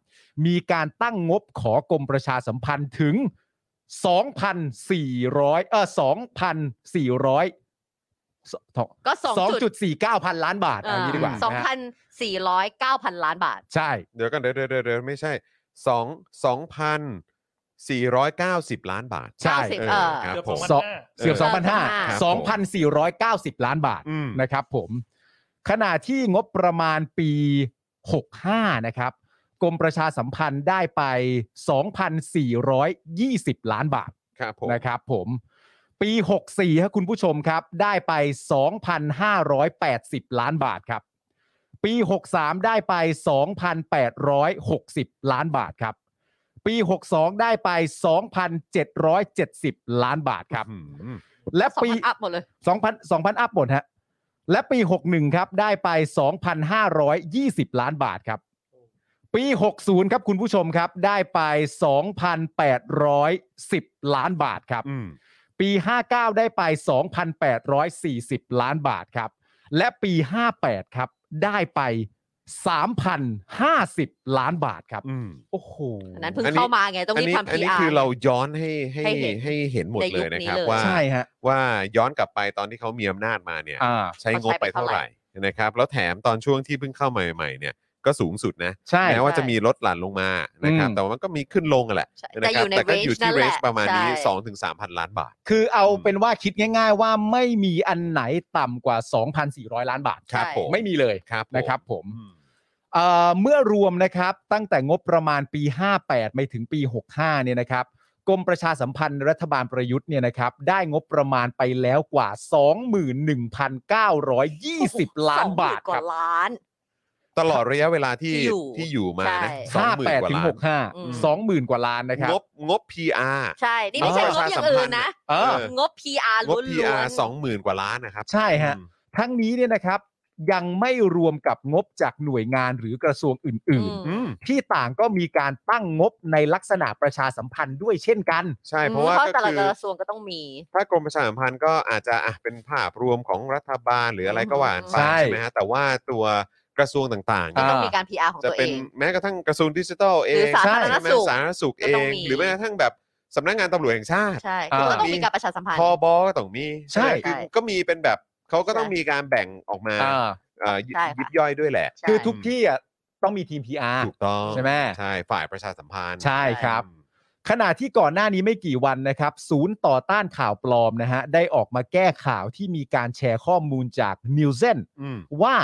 S4: มีการตั้งงบขอกรมประชาสัมพันธ์ถึง 2,400เออ2,400
S5: ก็สองจุด
S4: 2.49 พันล้านบาทเอาอย่างนี้ดีกว่า
S5: สอง
S4: นะ
S5: พั
S4: ฮะ
S5: นสี่ร้อยเก้าพันล้านบาท
S4: ใช่
S3: เดี๋ยวกันเดี๋ยวเดี๋ยวเดี๋ยวเดี๋ยวไม่ใช่สองสองพันสี่ร้อยเก้าสิบล้านบาท
S4: ใช่
S5: เออ
S3: เออครับผม
S4: สองเกือบ
S3: เออ
S4: สองพันห้า
S3: ครับ
S4: สองพันสี่ร้อยเก้าสิบล้านบาท
S3: อืม
S4: นะครับผมขณะที่งบประมาณปี 65 นะครับ กรมประชาสัมพันธ์ได้ไป 2,420 ล้านบาท
S3: ครับผม
S4: นะครับผมปี 64ครับคุณผู้ชมครับ ได้ไป 2,580 ล้านบาทครับ ปี 63 ได้ไป 2,860 ล้านบาทครับ ปี 62 ได้ไป 2,770 ล้านบาทครับ
S3: อืม
S4: และ
S5: สอง
S4: ปี
S5: พันอัพหมดเลย
S4: 2,000 2,000 อัพหมดฮะ และปี 61 ครับ ได้ไป 2,520 ล้านบาทครับ ปี 60 ครับคุณผู้ชมครับ ได้ไป 2,810 ล้านบาทครับ
S3: อืม
S4: ปี 59 ได้ไป 2,840 ล้านบาทครับ และปี 58 ครับ ได้ไป 3,050 ล้านบาทครับ
S3: อืม
S4: โอ้โห
S5: อันนั้นเพิ่งเข้ามาไงต้องรีบทำ
S3: อันนี้
S5: PR
S3: คือเราย้อนให้ให้
S5: ให้เห็น
S3: ให้เห็นหมด
S5: ใน
S3: เล
S5: ยุ
S3: ย
S5: ค
S3: นะ
S5: นี้
S3: ครับ
S5: เลย
S3: ว่า
S4: ใช่ฮะ
S3: ว่าย้อนกลับไปตอนที่เขามีอำนาจมาเนี่ย
S4: อ่า
S3: ใช้งบไปเท่าไหร่นะครับ แล้วแถมตอนช่วงที่เพิ่งเข้ามาใหม่ๆเนี่ย ก็สูงสุดนะ
S4: ใช่
S3: แม้ว่าจะมีลดหลั่นลงมานะครับ
S4: อืม
S3: แต่ว่ามันก็มีขึ้นลงอะแหละ
S5: ใช่
S3: นะ
S5: แต่
S3: ค
S5: อ
S3: รับแต่ก็
S5: ยู่ในเรน
S3: อยู่
S5: จ์
S3: ที่
S5: นั่น
S3: เร
S5: แห
S3: ส
S5: ละ
S3: ประมาณนี้
S5: ใช่
S3: 2-3,000 ล้านบาท
S4: คือเอา
S3: อืม
S4: เป็นว่าคิดง่าย ๆ ว่าไม่มีอันไหนต่ำกว่า 2,400 ล้านบาท
S5: ใช่
S3: ครับผม
S4: ไม่มีเลย
S3: ครับผม
S4: นะครับผม
S3: อืม
S4: เอ่อเมื่อรวมนะครับตั้งแต่งบประมาณปี 58 ไปถึงปี 65 เนี่ยนะครับกรมประชาสัมพันธ์รัฐบาลประยุทธ์เนี่ยนะครับได้งบประมาณไปแล้วกว่า 21,920 ล้านบา
S5: ส
S4: ท
S5: องหมื่นก
S4: ครั
S5: ว่า
S4: บ
S5: ล้าน
S3: ตลอดระยะเวลาที่
S5: ที่อยู่
S3: ที่อยู่มานะส
S5: ใช่
S3: องหมื่นก
S4: 58
S3: ว่า
S4: ถึง
S3: ล้าน
S5: อืม
S4: 65 20,000 กว่าล้านนะครับ
S3: งบงบ PR
S5: ใช่ นี่ไม่ใช่งบอย่างอื่นนะ
S4: เออ
S3: เออ
S5: งบ PR
S3: ง
S5: ล้
S3: บ
S5: วนๆ
S3: PR สองหมื่นกว่าล้านนะครับ
S4: ใช่ฮะ
S3: อืม
S4: ทั้งนี้เนี่ยนะครับยังไม่รวมกับงบจากหน่วยงานหรือกระทรวงอื่น
S5: อืม
S4: ๆ ที่ต่างก็มีการตั้งงบในลักษณะประชาสัมพันธ์ด้วยเช่นกัน
S3: ใช่เพราะว่า
S5: อืมเพราะ
S3: ก็
S5: แต่ละ
S3: คือก
S5: ระทรวงก็ต้องมี
S3: ถ้ากรมประชาสัมพันธ์ก็อาจจะอ่ะเป็นภาพรวมของรัฐบาลหรืออะไรก็ว่ากันไป
S4: ใช่
S3: ใช่ไหมฮะแต่ว่าตัวกระทรวงต่างๆ
S5: ก็
S3: เนี่ย
S5: ต้องมีการ PR ของ
S3: จะ
S5: ตัว
S3: เป็
S5: เอน ง
S3: แม้กระทั่งกระทรวงดิจิทัลเอ
S5: หรื
S3: ง
S5: อสาธารณ
S3: ใช่ไหม
S5: สุข
S3: สาธารณสุขเอ
S5: ก็ต้อง
S3: ง
S5: มี
S3: หรือแม้กระทั่งแบบสำนักงานตำรวจแห่งชาติ
S5: ใช่
S4: อ่า
S5: ก็ต้องมีการประชาสัมพันธ์
S3: พบก็ต้องมี
S4: ใช่
S3: ไหมคือก็มีเป็นแบบเขาก็ต้องมีการแบ่งออกมา
S4: อ่า
S3: เอ่อยิบ
S5: ใช่ค่ะ
S3: ยิบย่อยด้วยแหละ
S5: ใช่
S4: คือทุกที่อ่ะต้องมีทีม PR
S3: ถูกต้อง
S4: ใช่ไหม
S3: ใช่ฝ่ายประชาสัมพันธ์
S4: ใช่ครับ
S3: อืม
S4: ขณะที่ก่อนหน้านี้ไม่กี่วันนะครับ ศูนย์ต่อต้านข่าวปลอมนะฮะได้ออกมาแก้ข่าวที่มีการแชร์ข้อมูลจากนิวเซน
S3: อืม
S4: ว่า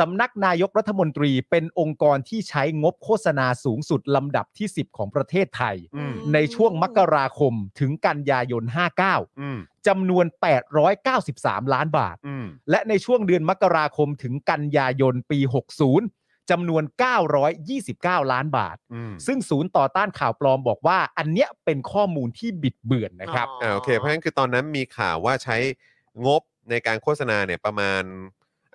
S4: สำนักนายกรัฐมนตรีเป็นองค์กรที่ใช้งบโฆษณาสูงสุดลำดับที่ 10 ของประเทศไทย
S3: อืม
S5: ม
S4: ในช่วงมกราคมถึงกันยายน
S3: อืม
S4: 59จำนวน 893 ล้านบาท
S3: อืม
S4: และในช่วงเดือนมกราคมถึงกันยายนปี 60จำนวน 929 ล้านบาท
S3: อืม
S4: ซึ่งศูนย์ต่อต้านข่าวปลอมบอกว่า อันเนี้ยเป็นข้อมูลที่บิดเบือนนะครับ
S3: อ่าโอเคเพราะฉะนั้นคือตอนนั้นมีข่าวว่าใช้งบในการโฆษณาเนี่ยประมาณ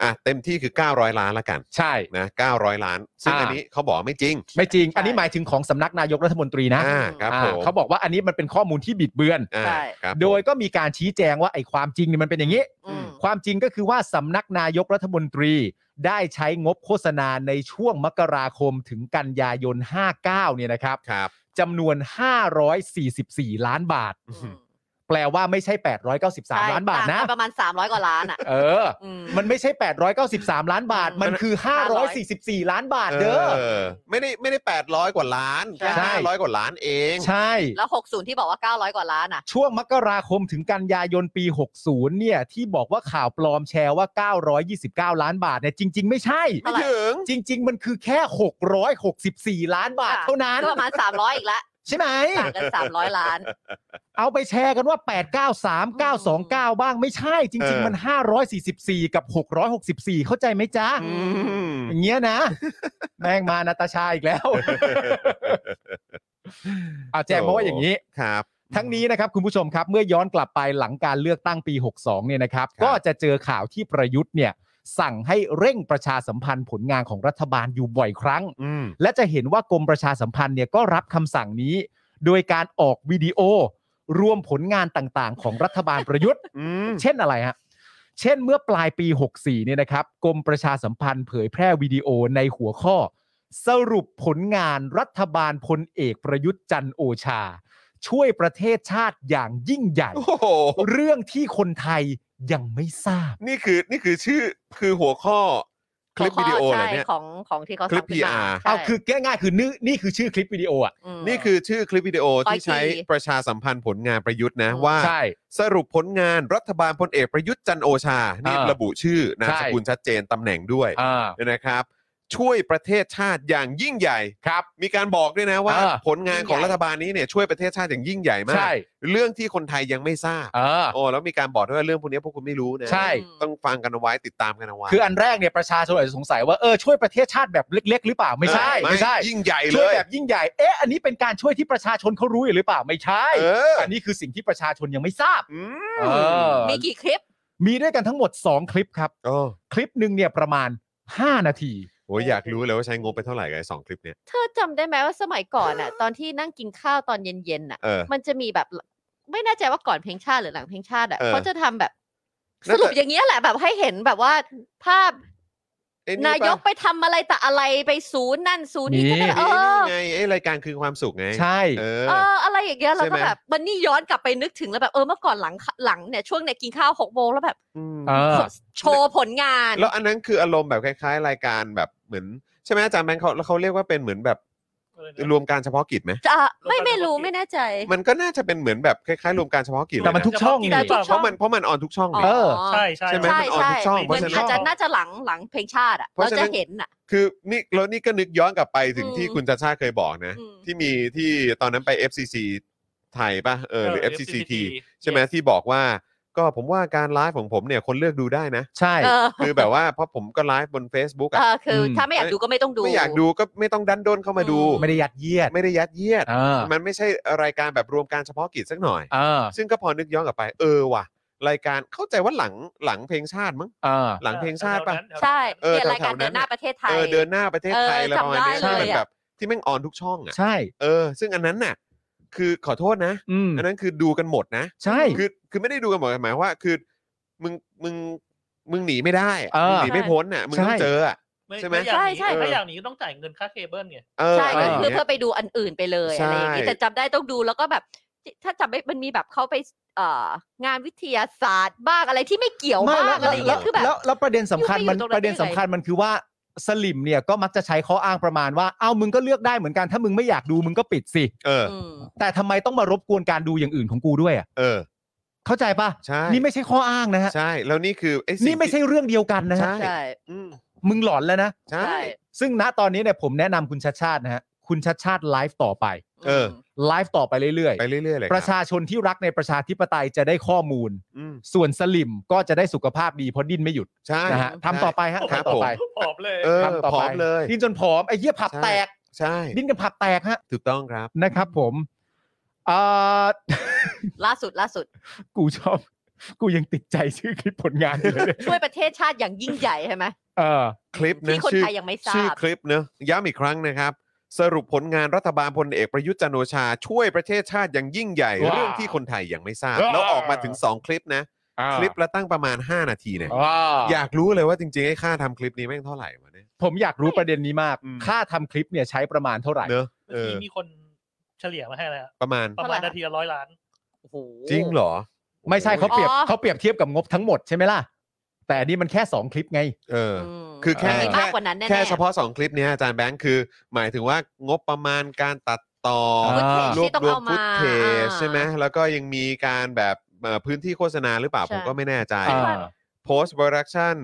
S3: อ่ะเต็มที่คือ 900 ล้านละกัน
S4: ใช่
S3: นะ900 ล้าน ซึ่ง
S4: อ่า
S3: อันนี้เขาบอกว่าไม่จริง
S4: ไม่จริง
S5: ใช่
S4: อันนี้หมายถึงของสำนักนายกรัฐมนตรีนะ
S3: อ่าครับ
S4: อ่า
S3: ผม
S4: เขาบอกว่าอันนี้มันเป็นข้อมูลที่บิดเบือน
S3: อ่า
S5: ใช่
S3: ครับ
S4: โดย
S3: ผม
S4: ก็มีการชี้แจงว่าไอ้ความจริงเนี่ยมันเป็นอย่างนี้
S5: อืม
S4: ความจริงก็คือว่าสำนักนายกรัฐมนตรี ได้ใช้งบโฆษณาในช่วงมกราคมถึงกันยายน 59 เนี่ยนะครับ
S3: ครับ
S4: จำนวน 544 ล้านบาท
S5: อืม
S4: แปลว่าไม่ใช่ 893 ล้านบาท
S5: ใช่
S4: นะ
S5: ต่งกัประมาณ 300 กว่าล้านอ่ะ
S4: เออ
S5: อืม
S4: มันไม่ใช่ 893 ล้านบาท
S5: อืม
S4: มันคือ 544 ล้านบาทเด้อ
S3: เออไม่ได้ไม่ได้ 800 กว่าล้านแค่
S4: ใช่
S3: 500 กว่าล้านเอง
S4: ใช่
S5: แล้ว 60 ที่บอกว่า 900 กว่าล้านอ่ะ
S4: ช่วงมกราคมถึงกันยายนปี 60 เนี่ย ที่บอกว่าข่าวปลอมแชร์ว่า 929 ล้านบาทเนี่ยจริง ๆ ไม่ใช่
S3: ไม่ถึง
S4: จริง ๆ มันคือแค่ 664 ล้านบาท
S5: อ่ะ
S4: เท่านั้น
S5: ก็ประมาณ 300 อีกละ
S4: ใช่ไหม
S5: ต่างกัน 300 ล้าน
S4: เอาไปแชร์กันว่า 893 929 บ้างไม่ใช่จ
S3: เอ
S4: ริง
S3: อ
S4: ๆ มัน 544 กับ 664 เข้าใจไหมจ๊ะ
S3: อืม
S4: อย่างเงี้ยนะ แม่งมานาตาชาอีกแล้ว อาแจงมาว่าอย่างนี้
S3: ครับ
S4: ทั้งนี้นะครับ คุณผู้ชมครับ เมื่อย้อนกลับไปหลังการเลือกตั้งปี 62 เนี่ยนะครับ ก็จะเจอข่าวที่ประยุทธ์เนี่ย สั่งให้เร่งประชาสัมพันธ์ผลงานของรัฐบาลอยู่บ่อยครั้ง
S3: อืม
S4: และจะเห็นว่ากรมประชาสัมพันธ์เนี่ยก็รับคำสั่งนี้ โดยการออกวิดีโอ รวมผลงานต่างๆ ของรัฐบาลประยุทธ์
S3: อืม
S4: เช่นอะไรฮะ เช่นเมื่อปลายปี 64 เนี่ยนะครับกรมประชาสัมพันธ์เผยแพร่วิดีโอในหัวข้อ สรุปผลงานรัฐบาลพลเอกประยุทธ์จันทร์โอชา ช่วยประเทศชาติอย่างยิ่งใหญ่
S3: โอ้โห
S4: เรื่องที่คนไทยยังไม่ทราบ
S3: นี่คือนี่คือชื่อคือหัวข้อคลิปวิดีโอเหรอเนี่ย
S5: ใช่ของของที่เขา
S3: คลิป
S5: ทำขึ้นมา
S3: PR
S5: ใช่
S4: เอาคือง่ายๆคือนี่นี่คือชื่อคลิปวิดีโออ่ะ
S5: ม
S3: นี่คือชื่อคลิปวิดีโอที่
S5: ร้อยปี
S3: ใช้ประชาสัมพันธ์ผลงานประยุทธ์นะ
S5: อืม
S3: ว่า
S4: ใช่
S3: สรุปผลงานรัฐบาลพลเอกประยุทธ์จันทร์โอชา นี่
S4: เออ
S3: ระบุชื่อนาม
S4: ใช่
S3: สกุลชัดเจนตำแหน่งด้วย
S4: อ่า
S3: นะครับ ช่วยประเทศชาติอย่างยิ่งใหญ่
S4: ครับ
S3: มีการบอกด้วยนะว่า
S4: เออ
S3: ผลงานของรัฐบาลนี้เนี่ยช่วยประเทศชาติอย่างยิ่งใหญ่มาก
S4: ใช่
S3: เรื่องที่คนไทยยังไม่ทราบ
S4: เออ
S3: โอ้แล้วมีการบอกด้วยว่าเรื่องพวกนี้พวกคุณไม่รู้นะ
S4: ใช่
S3: ต้องฟังกันเอาไว้ติดตามกันเอาไว้
S4: คืออันแรกเนี่ยประชาชนอาจจะสงสัยว่าเออช่วยประเทศชาติแบบเล็ก ๆ หรือเปล่าไม่ใช่
S3: เออ
S4: ไม่ใช่
S3: ยิ่งใหญ่เล
S4: ช่วย
S3: ย
S4: แบบยิ่งใหญ่ เอ๊ะ อันนี้เป็นการช่วยที่ประชาชนเขารู้อยู่หรือเปล่า ไม่ใช่
S3: เอออั
S4: อันนี้คือสิ่งที่ประชาชนยังไม่ทราบ
S3: อืม
S4: เออ
S5: มีกี่คลิป
S4: มีด้วยกันทั้งหมด 2 คลิปครับ
S3: โอ้
S4: คลิปหนึ่งเนี่ยประมาณ 5 นาที
S3: โหอยากรู้เลยว่าใช้งบไปเท่าไหร่กับไอ้สองคลิปเนี่ย
S5: เธอจำได้ไหมว่าสมัยก่อนอ่ะ ตอนที่นั่งกินข้าวตอนเย็นๆอ่ะ
S3: เออ
S5: มันจะมีแบบไม่แน่ใจว่าก่อนเพลงชาติหรือหลังเพลงชาติอ่ะ
S3: เออ
S5: เขาจะทำแบบส
S3: น่าจะ
S5: รุปอย่างเงี้ยแหละแบบให้เห็นแบบว่าภาพ
S3: ไอ้
S5: นา
S3: ปะ
S5: ยกไปทำอะไรแต่อะไรไปศูนย์นั่นศูนย์นี่ก็ได้
S4: นี่
S5: เอ
S3: ไอ้นี่
S5: อ
S3: ไงไอ้รายการคือความสุขไง
S4: ใช่
S3: เออ
S5: เอออะไรอย่างเงี้ย
S3: ใช่
S5: แล้ว
S3: ไหม
S5: ก็แบบวันนี้ย้อนกลับไปนึกถึงแล้วแบบเออเมื่อก่อนหลังหลังเนี่ยช่วงเนี่ยกินข้าวหกโมงแล้วแบบ
S3: ม
S4: เออ
S5: โชว์ผลงาน
S3: แล้วอันนั้นคืออารมณ์แบบคล้าย ๆ รายการแบบเหมือน ใช่ไหมอาจารย์แบงค์เขาแล้วเขาเรียกว่าเป็นเหมือนแบบรวมการเฉพาะกิจไหม
S5: จะไม่ไม่รู้ไม่แน่ใจ
S3: มันก็น่าจะเป็นเหมือนแบบคล้ายๆรวมการเฉพาะกิจเลย
S4: แต่มันทุกช่อง
S5: แต่
S4: นี่
S5: ทุก
S3: เพ
S5: ช่อง
S3: ราะมันเพราะมันออนทุกช่อง
S5: อ๋
S3: ไง
S5: อ
S4: เออ
S6: ใช่ใช่
S3: ใช่ไหม นออนทุกช่องเพราะ
S5: มั
S3: ฉะ
S5: น
S3: นั้น
S5: อาจจะน่าจะหลังหลังเพลงชาติอะ
S3: เพราะ
S5: เรา
S3: ฉะนั้
S5: จะ
S3: น
S5: เห็นอะ
S3: คือนี่แล้วนี่ก็นึกย้อนกลับไปถึง
S5: อืม
S3: ที่คุณชาชาติเคยบอกนะ
S5: อืม
S3: ที่มีที่ตอนนั้นไป FCC ไทยป่ะเออหรือ FCCT ใช่ไหม
S6: Yes
S3: ที่บอกว่า ก็ผมว่าการไลฟ์ของผมเนี่ยคนเลือกดูได้นะ
S4: ใช่
S5: เออ
S3: คือแบบว่าเพราะผมก็ไลฟ์บน Facebook
S5: เอ
S3: อะ
S5: อคืออ
S4: ม
S5: ถ้าไม่อยากดูก็ไม่ต้องดู
S3: ไม่อยากดูก็ไม่ต้องดันด้นเข้ามาดู
S5: อื
S4: ไม่ได้ยัดเยียด
S3: ไม่ได้ยัดเยียด
S4: เออ
S3: มันไม่ใช่รายการแบบรวมการเฉพาะกิจสักหน่อย
S4: เออ
S3: ซึ่งก็พอนึกย้อนกลับไป เออว่ะ รายการเข้าใจว่าหลังหลังเพลงชาติมั้ง
S4: เออ
S3: หลังเพลงชาติป่ะ
S5: ใช่
S3: เออ
S5: เนี่ยรายการ
S3: แถวๆนั้
S5: เดิ
S3: นอะ
S5: นหน้าประเทศไทย
S3: เออเดินหน้าประเทศไทยอะ
S5: เออ
S3: ไรประมาณนี้
S5: จำได้
S3: ที่มัน
S5: เลยอะ
S3: แบบที่แม่งออนทุกช่องอ่ะ
S4: ใช่
S3: เออ ซึ่งอันนั้นน่ะ คือขอโทษนะ
S4: อืม
S3: อันนั้นคือดูกันหมดนะ
S4: ใช่
S3: คือคือไม่ได้ดูกันหมดหมายว่า คือมึงมึงมึงหนีไม่ได้อะ
S4: เออ
S3: มึงหนีไม่พ้นอ่ะมึงต้อ
S4: ใช่
S3: งเจออ่ะ ใช่ไหม
S5: ใช่
S6: ใช่
S5: ใช่
S6: ใช่ถ้าอย่างนี้ก็ต้องจ่ายเงินค่าเคเบิลไง
S3: เออ
S5: ใช่
S3: อะไรอย่าง
S5: เพื่อ
S3: เงี้ย
S5: เพื่อไปดูอันอื่นไปเลย
S3: ใช่
S5: อะไรอย่างนี้แต่จำได้ต้องดูแล้วก็แบบถ้าจำไม่มันมีแบบเขาไปเอ่องานวิทยาศาสตร์บ้างอะไรที่ไม่เกี่ยวบ้าง
S4: แล้
S5: อะไร
S4: ว
S5: อย่าง
S4: แล้
S5: เงี้
S4: วย
S5: คือแบบ
S4: แล้วแล้วประเด็นสำคัญ
S5: อยู่
S4: มัน
S5: ตรงนั้น
S4: ประเด็น
S5: ได้
S4: สำ
S5: ไง
S4: คัญมันคือว่าสลิมเนี่ยก็มักจะใช้ข้ออ้างประมาณว่าเอ้ามึงก็เลือกได้เหมือนกันถ้ามึงไม่อยากดูมึงก็ปิดสิ
S3: เออ
S5: อืม
S4: แต่ทำไมต้องมารบกวนการดูอย่างอื่นของกูด้วยอ่ะ
S3: เออ
S4: เข้าใจปะ
S3: ใช่
S4: นี่ไม่ใช่ข้ออ้างนะฮะ
S3: ใช่ แล้วนี่คืออ้สิ่ง
S4: นี่ไม่ใช่
S3: ที่
S4: เรื่องเดียวกันนะฮะ
S3: ใช่
S5: ใช่
S3: อืม
S4: มึงหลอนแล้วนะ
S3: ใช่
S5: ใช่
S4: ซึ่งณตอนนี้เนี่ยผมแนะนำคุณชาชาตินะฮะคุณชาชาติไลฟ์ต่อไป
S3: เออ
S5: ม
S4: ไลฟ์ต่อไปเรื่อย
S3: ไปเรื่อยๆเลย
S4: ๆ ประ
S3: ครับ
S4: ชาชนที่รักในประชาธิปไตยจะได้ข้อมูล
S3: อืม
S4: ส่วนสลิมก็จะได้สุขภาพดีเพราะดิ้นไม่หยุด
S3: ใช่
S4: นะฮะทำต่อไปฮะ
S3: ใช่ครับ
S4: ทำต่อ
S3: ผม
S4: ไป
S6: ผอมเลย
S3: เออ
S4: ทำต่อ
S3: ผอ
S4: ไป
S3: มเลย
S4: ดิ้นจนผอมไอ้เหี้ยผับ
S3: ใช่
S4: แตก
S3: ใช่
S4: ดิ้นกันผับแตกฮะ
S3: ถูกต้องครับ
S4: นะครับผมอ่า
S5: ล่าสุดล่าสุด
S4: กูชอบ กูยังติดใจชื่อคลิปผลงานอยู่เลย เนี่ย
S5: ช่วยประเทศชาติอย่างยิ่งใหญ่ใช่ไหม
S4: เออ
S3: คลิป
S5: ที่
S3: นะ
S5: คน
S3: ชื่อ
S5: ไทยยังไม่ทราบ
S3: ชื่อคลิปเนอะย้ำอีกครั้งนะครับ สรุปผลงานรัฐบาลพลเอกประยุทธ์จันทร์โอชา ช่วยประเทศชาติอย่างยิ่งใหญ่
S4: ว้าว
S3: เรื่องที่คนไทยยังไม่ทราบ
S4: ว้าว
S3: แล้วออกมาถึง 2 คลิปนะ คลิปละตั้งประมาณ 5 นาทีเนี่ย
S4: ว้า
S3: อยากรู้เลยว่าจริงๆ ไอ้ค่าทำคลิปนี้แม่งเท่าไหร่วะเนี่ย
S4: ผมอยากรู้ประเด็นนี้มาก
S3: อืม
S4: ค่าทำคลิปเนี่ยใช้ประมาณเท่าไหร่
S3: เนอะ
S6: เมื่
S3: เออ
S6: อกี้มีคนเฉลี่ยมาให้แล้ว
S3: ประมาณ
S6: ประมาณนาทีละร้อยล้าน
S5: โอ้โห
S3: จริงเหรอ
S4: ไม่ใช่เขาเปรียบ
S5: อ๋อ
S4: เขาเปรียบเทียบกับงบทั้งหมดใช่ไหมล่ะ แต่อันนี่มันแค่ 2 คลิปไง
S3: เออ
S5: ม
S3: คือแค่
S5: มีมากกว่านั้นแน่ๆ
S3: แค่เฉพาะ 2 คลิปเนี้ยอาจารย์แบงค์คือ หมายถึงว่างบประมาณการตัดต่อ
S4: อ่า
S5: ฟุตเทจ
S3: รวบ
S5: ที่ต้อง
S3: รวมฟุ
S5: เอามา
S3: ตเทจใช่ไหม
S5: อ่า
S3: แล้วก็ยังมีการแบบเอ่อพื้นที่โฆษณาหรือเปล่า
S5: ใช่
S3: ผมก็ไม่แน่ใจ
S4: อ่า
S3: โพสต์ r ป d u c t i o n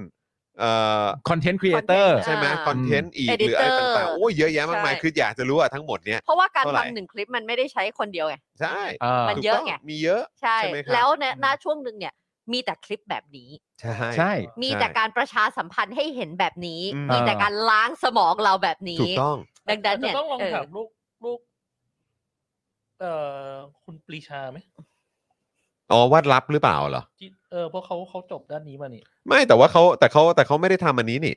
S3: เอ่อ
S4: คอนเทนต์ครีเอเตอร์
S5: content
S3: ใช่ไหม
S5: อ่า
S3: คอนเทนต์อีกห
S5: Editor
S3: รืออะไรต่างๆ โอ้ยเยอะแยะมากมาย
S5: ใช่
S3: คืออยากจะรู้ว่าทั้งหมดเนี้ย
S5: เพราะว่าการ
S3: เท่าไหร่
S5: ทำหนึ่งคลิปมันไม่ได้ใช้คนเดียวไง
S3: ใช่
S5: มัน
S3: ถูก
S5: เยอะ
S3: ต้
S5: ไง
S3: มีเยอะ
S5: ใช่
S3: ใช่ไหมครับ
S5: แล้วเนี่ยณช่วงหนึ่งเนี่ย มีแต่คลิปแบบนี้
S3: ใช่
S4: ใช่
S5: มีแต่การประชาสัมพันธ์ให้เห็นแบบนี้
S3: อืม
S5: มีแต่การล้างสมองเราแบบนี้
S3: ถูกต้อง
S5: ดังนั้นเนี่ย
S6: อาจจะต้องลอง
S5: เออ
S6: ถามลูกลูก เอ่อคุณปรีชาไหม
S3: อ๋อวัดลับหรือเปล่าเหรอ
S6: ที่เออเพราะเขาเขาจบด้านนี้มานี่
S3: ไม่แต่ว่าเขาแต่เขาแต่เขาไม่ได้ทำอันนี้นี่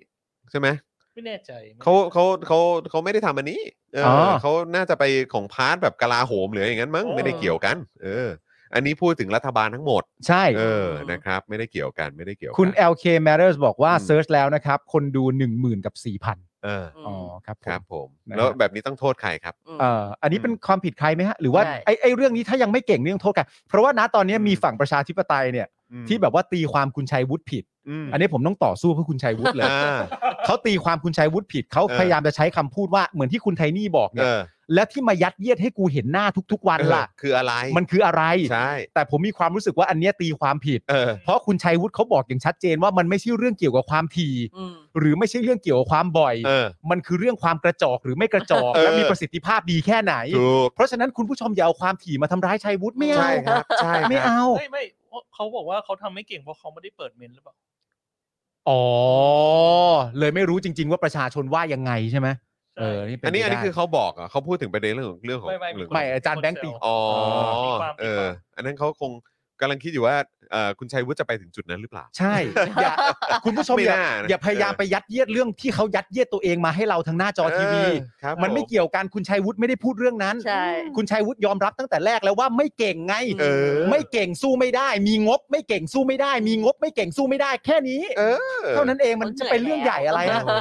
S3: ใช่ไหม
S6: ไม่แน่ใจไม่
S3: เขาเขาเขาเขาไม่ได้ทำอันนี้เออ
S4: อ
S3: อเขาน่าจะไปของพาร์ทแบบกลาโหมหรืออย่างนั้นมั้งไม่ได้เกี่ยวกัน เออ อันนี้พูดถึงรัฐบาลทั้งหมด
S4: ใช่
S3: เออ
S5: อืม
S3: นะครับ ไม่ได้เกี่ยวกัน ไม่ได้เกี่ยวกัน
S4: คุณ LK Matters บอกว่า
S3: อืม
S4: เซิร์ชแล้วนะครับ คนดู 1 0,000 กับ 4,000
S3: เออ
S5: อืม
S4: อ๋อครับผ
S3: ครั
S4: ม
S3: บผม
S4: นะครับ
S3: แล้วแบบนี้ต้องโทษใครครับ
S4: เอ่ออันนี้เป็นความผิดใครไหมฮะ หรือว่า
S5: ใช่
S4: ไอ้ไอ้เรื่องนี้ถ้ายังไม่เก่งนี่ต้องโทษกัน เพราะว่าณตอนนี้มีฝั่งประชาธิปไตยเนี่ย ที่แบบว่าตีความคุณชัยวุฒิผิด
S3: อืม
S4: อันนี้ผมต้องต่อสู้เพื่อคุณชัยวุฒิ เลย
S3: อ่า
S4: เขาตีความคุณชัยวุฒิผิด เขา
S3: เออ
S4: พยายามจะใช้คำพูดว่าเหมือนที่คุณไทนี่บอก
S3: เอ
S4: เนี่ย
S3: อ
S4: และที่มายัดเยียดให้กูเห็นหน้าทุก ๆ วันล่ะ
S3: เออคืออะไร
S4: มันคืออะไร
S3: ใช่
S4: แต่ผมมีความรู้สึกว่าอันเนี้ยตีความผิด
S3: เออ
S4: เพราะคุณชัยวุฒิเขาบอกอย่างชัดเจนว่ามันไม่ใช่เรื่องเกี่ยวกับความถี่
S5: อืม
S4: หรือไม่ใช่เรื่องเกี่ยวกับความบ่อย
S3: เออ
S4: มันคือเรื่องความกระจอกหรือไม่กระจอก
S3: เออ
S4: และมีประสิทธิภาพดีแค่ไหน
S3: ถูก
S4: เพราะฉะนั้นคุณผู้ชมอย่าเอาความถี่มาทำร้ายชัยวุฒิไม่เอา
S3: ใช่ครับ ใช่
S4: ไม่
S3: ครับ
S4: เอา
S6: ไม่ไม่เขาบอกว่าเขาทำไม่เก่งเพราะเขาไม่ได้เปิดเมนหรือเปล่า
S4: อ๋อ เลยไม่รู้จริง ๆ ว่าประชาชนว่ายังไงใช่ไหมเออนี่เป็น
S3: อันนี้ อันนี้
S4: ไปได้
S3: คือเขาบอกเหรอ่ะเขาพูดถึงประเด็นเรื่องของเรื่องของ
S6: ไม่ไม่
S3: เรื่อง
S4: ไม่อาจารย์แบงค์ตี
S3: อ๋อ
S6: ตีความตีความ
S3: เออ อันนั้นเขาคงกำลังคิดอยู่ว่าเอ่อคุณชัยวุฒิจะไปถึงจุดนั้นหรือเปล่า
S4: ใช่ อย่าคุณผู้ชมอย่า
S3: ไม่น่านะ
S4: อย่าพยายาม
S3: เออ
S4: ไปยัดเยียดเรื่องที่เขายัดเยียดตัวเองมาให้เราทางหน้าจอทีวี
S3: เออครับ
S4: มันไม่
S3: ผ
S4: เกี่ยวกันคุณชัยวุฒิไม่ได้พูดเรื่องนั้น
S5: ใช่
S4: คุณชัยวุฒิยอมรับตั้งแต่แรกแล้วว่าไม่เก่งไง
S3: เออ
S4: ไม่เก่งสู้ไม่ได้ มีงบไม่เก่งสู้ไม่ได้ มีงบไม่เก่งสู้ไม่ได้ แค่นี้
S3: เออ
S4: เท่านั้นเองมันจะเป็นเรื่องใหญ่อะไร
S5: ป
S4: นะ
S3: โอ้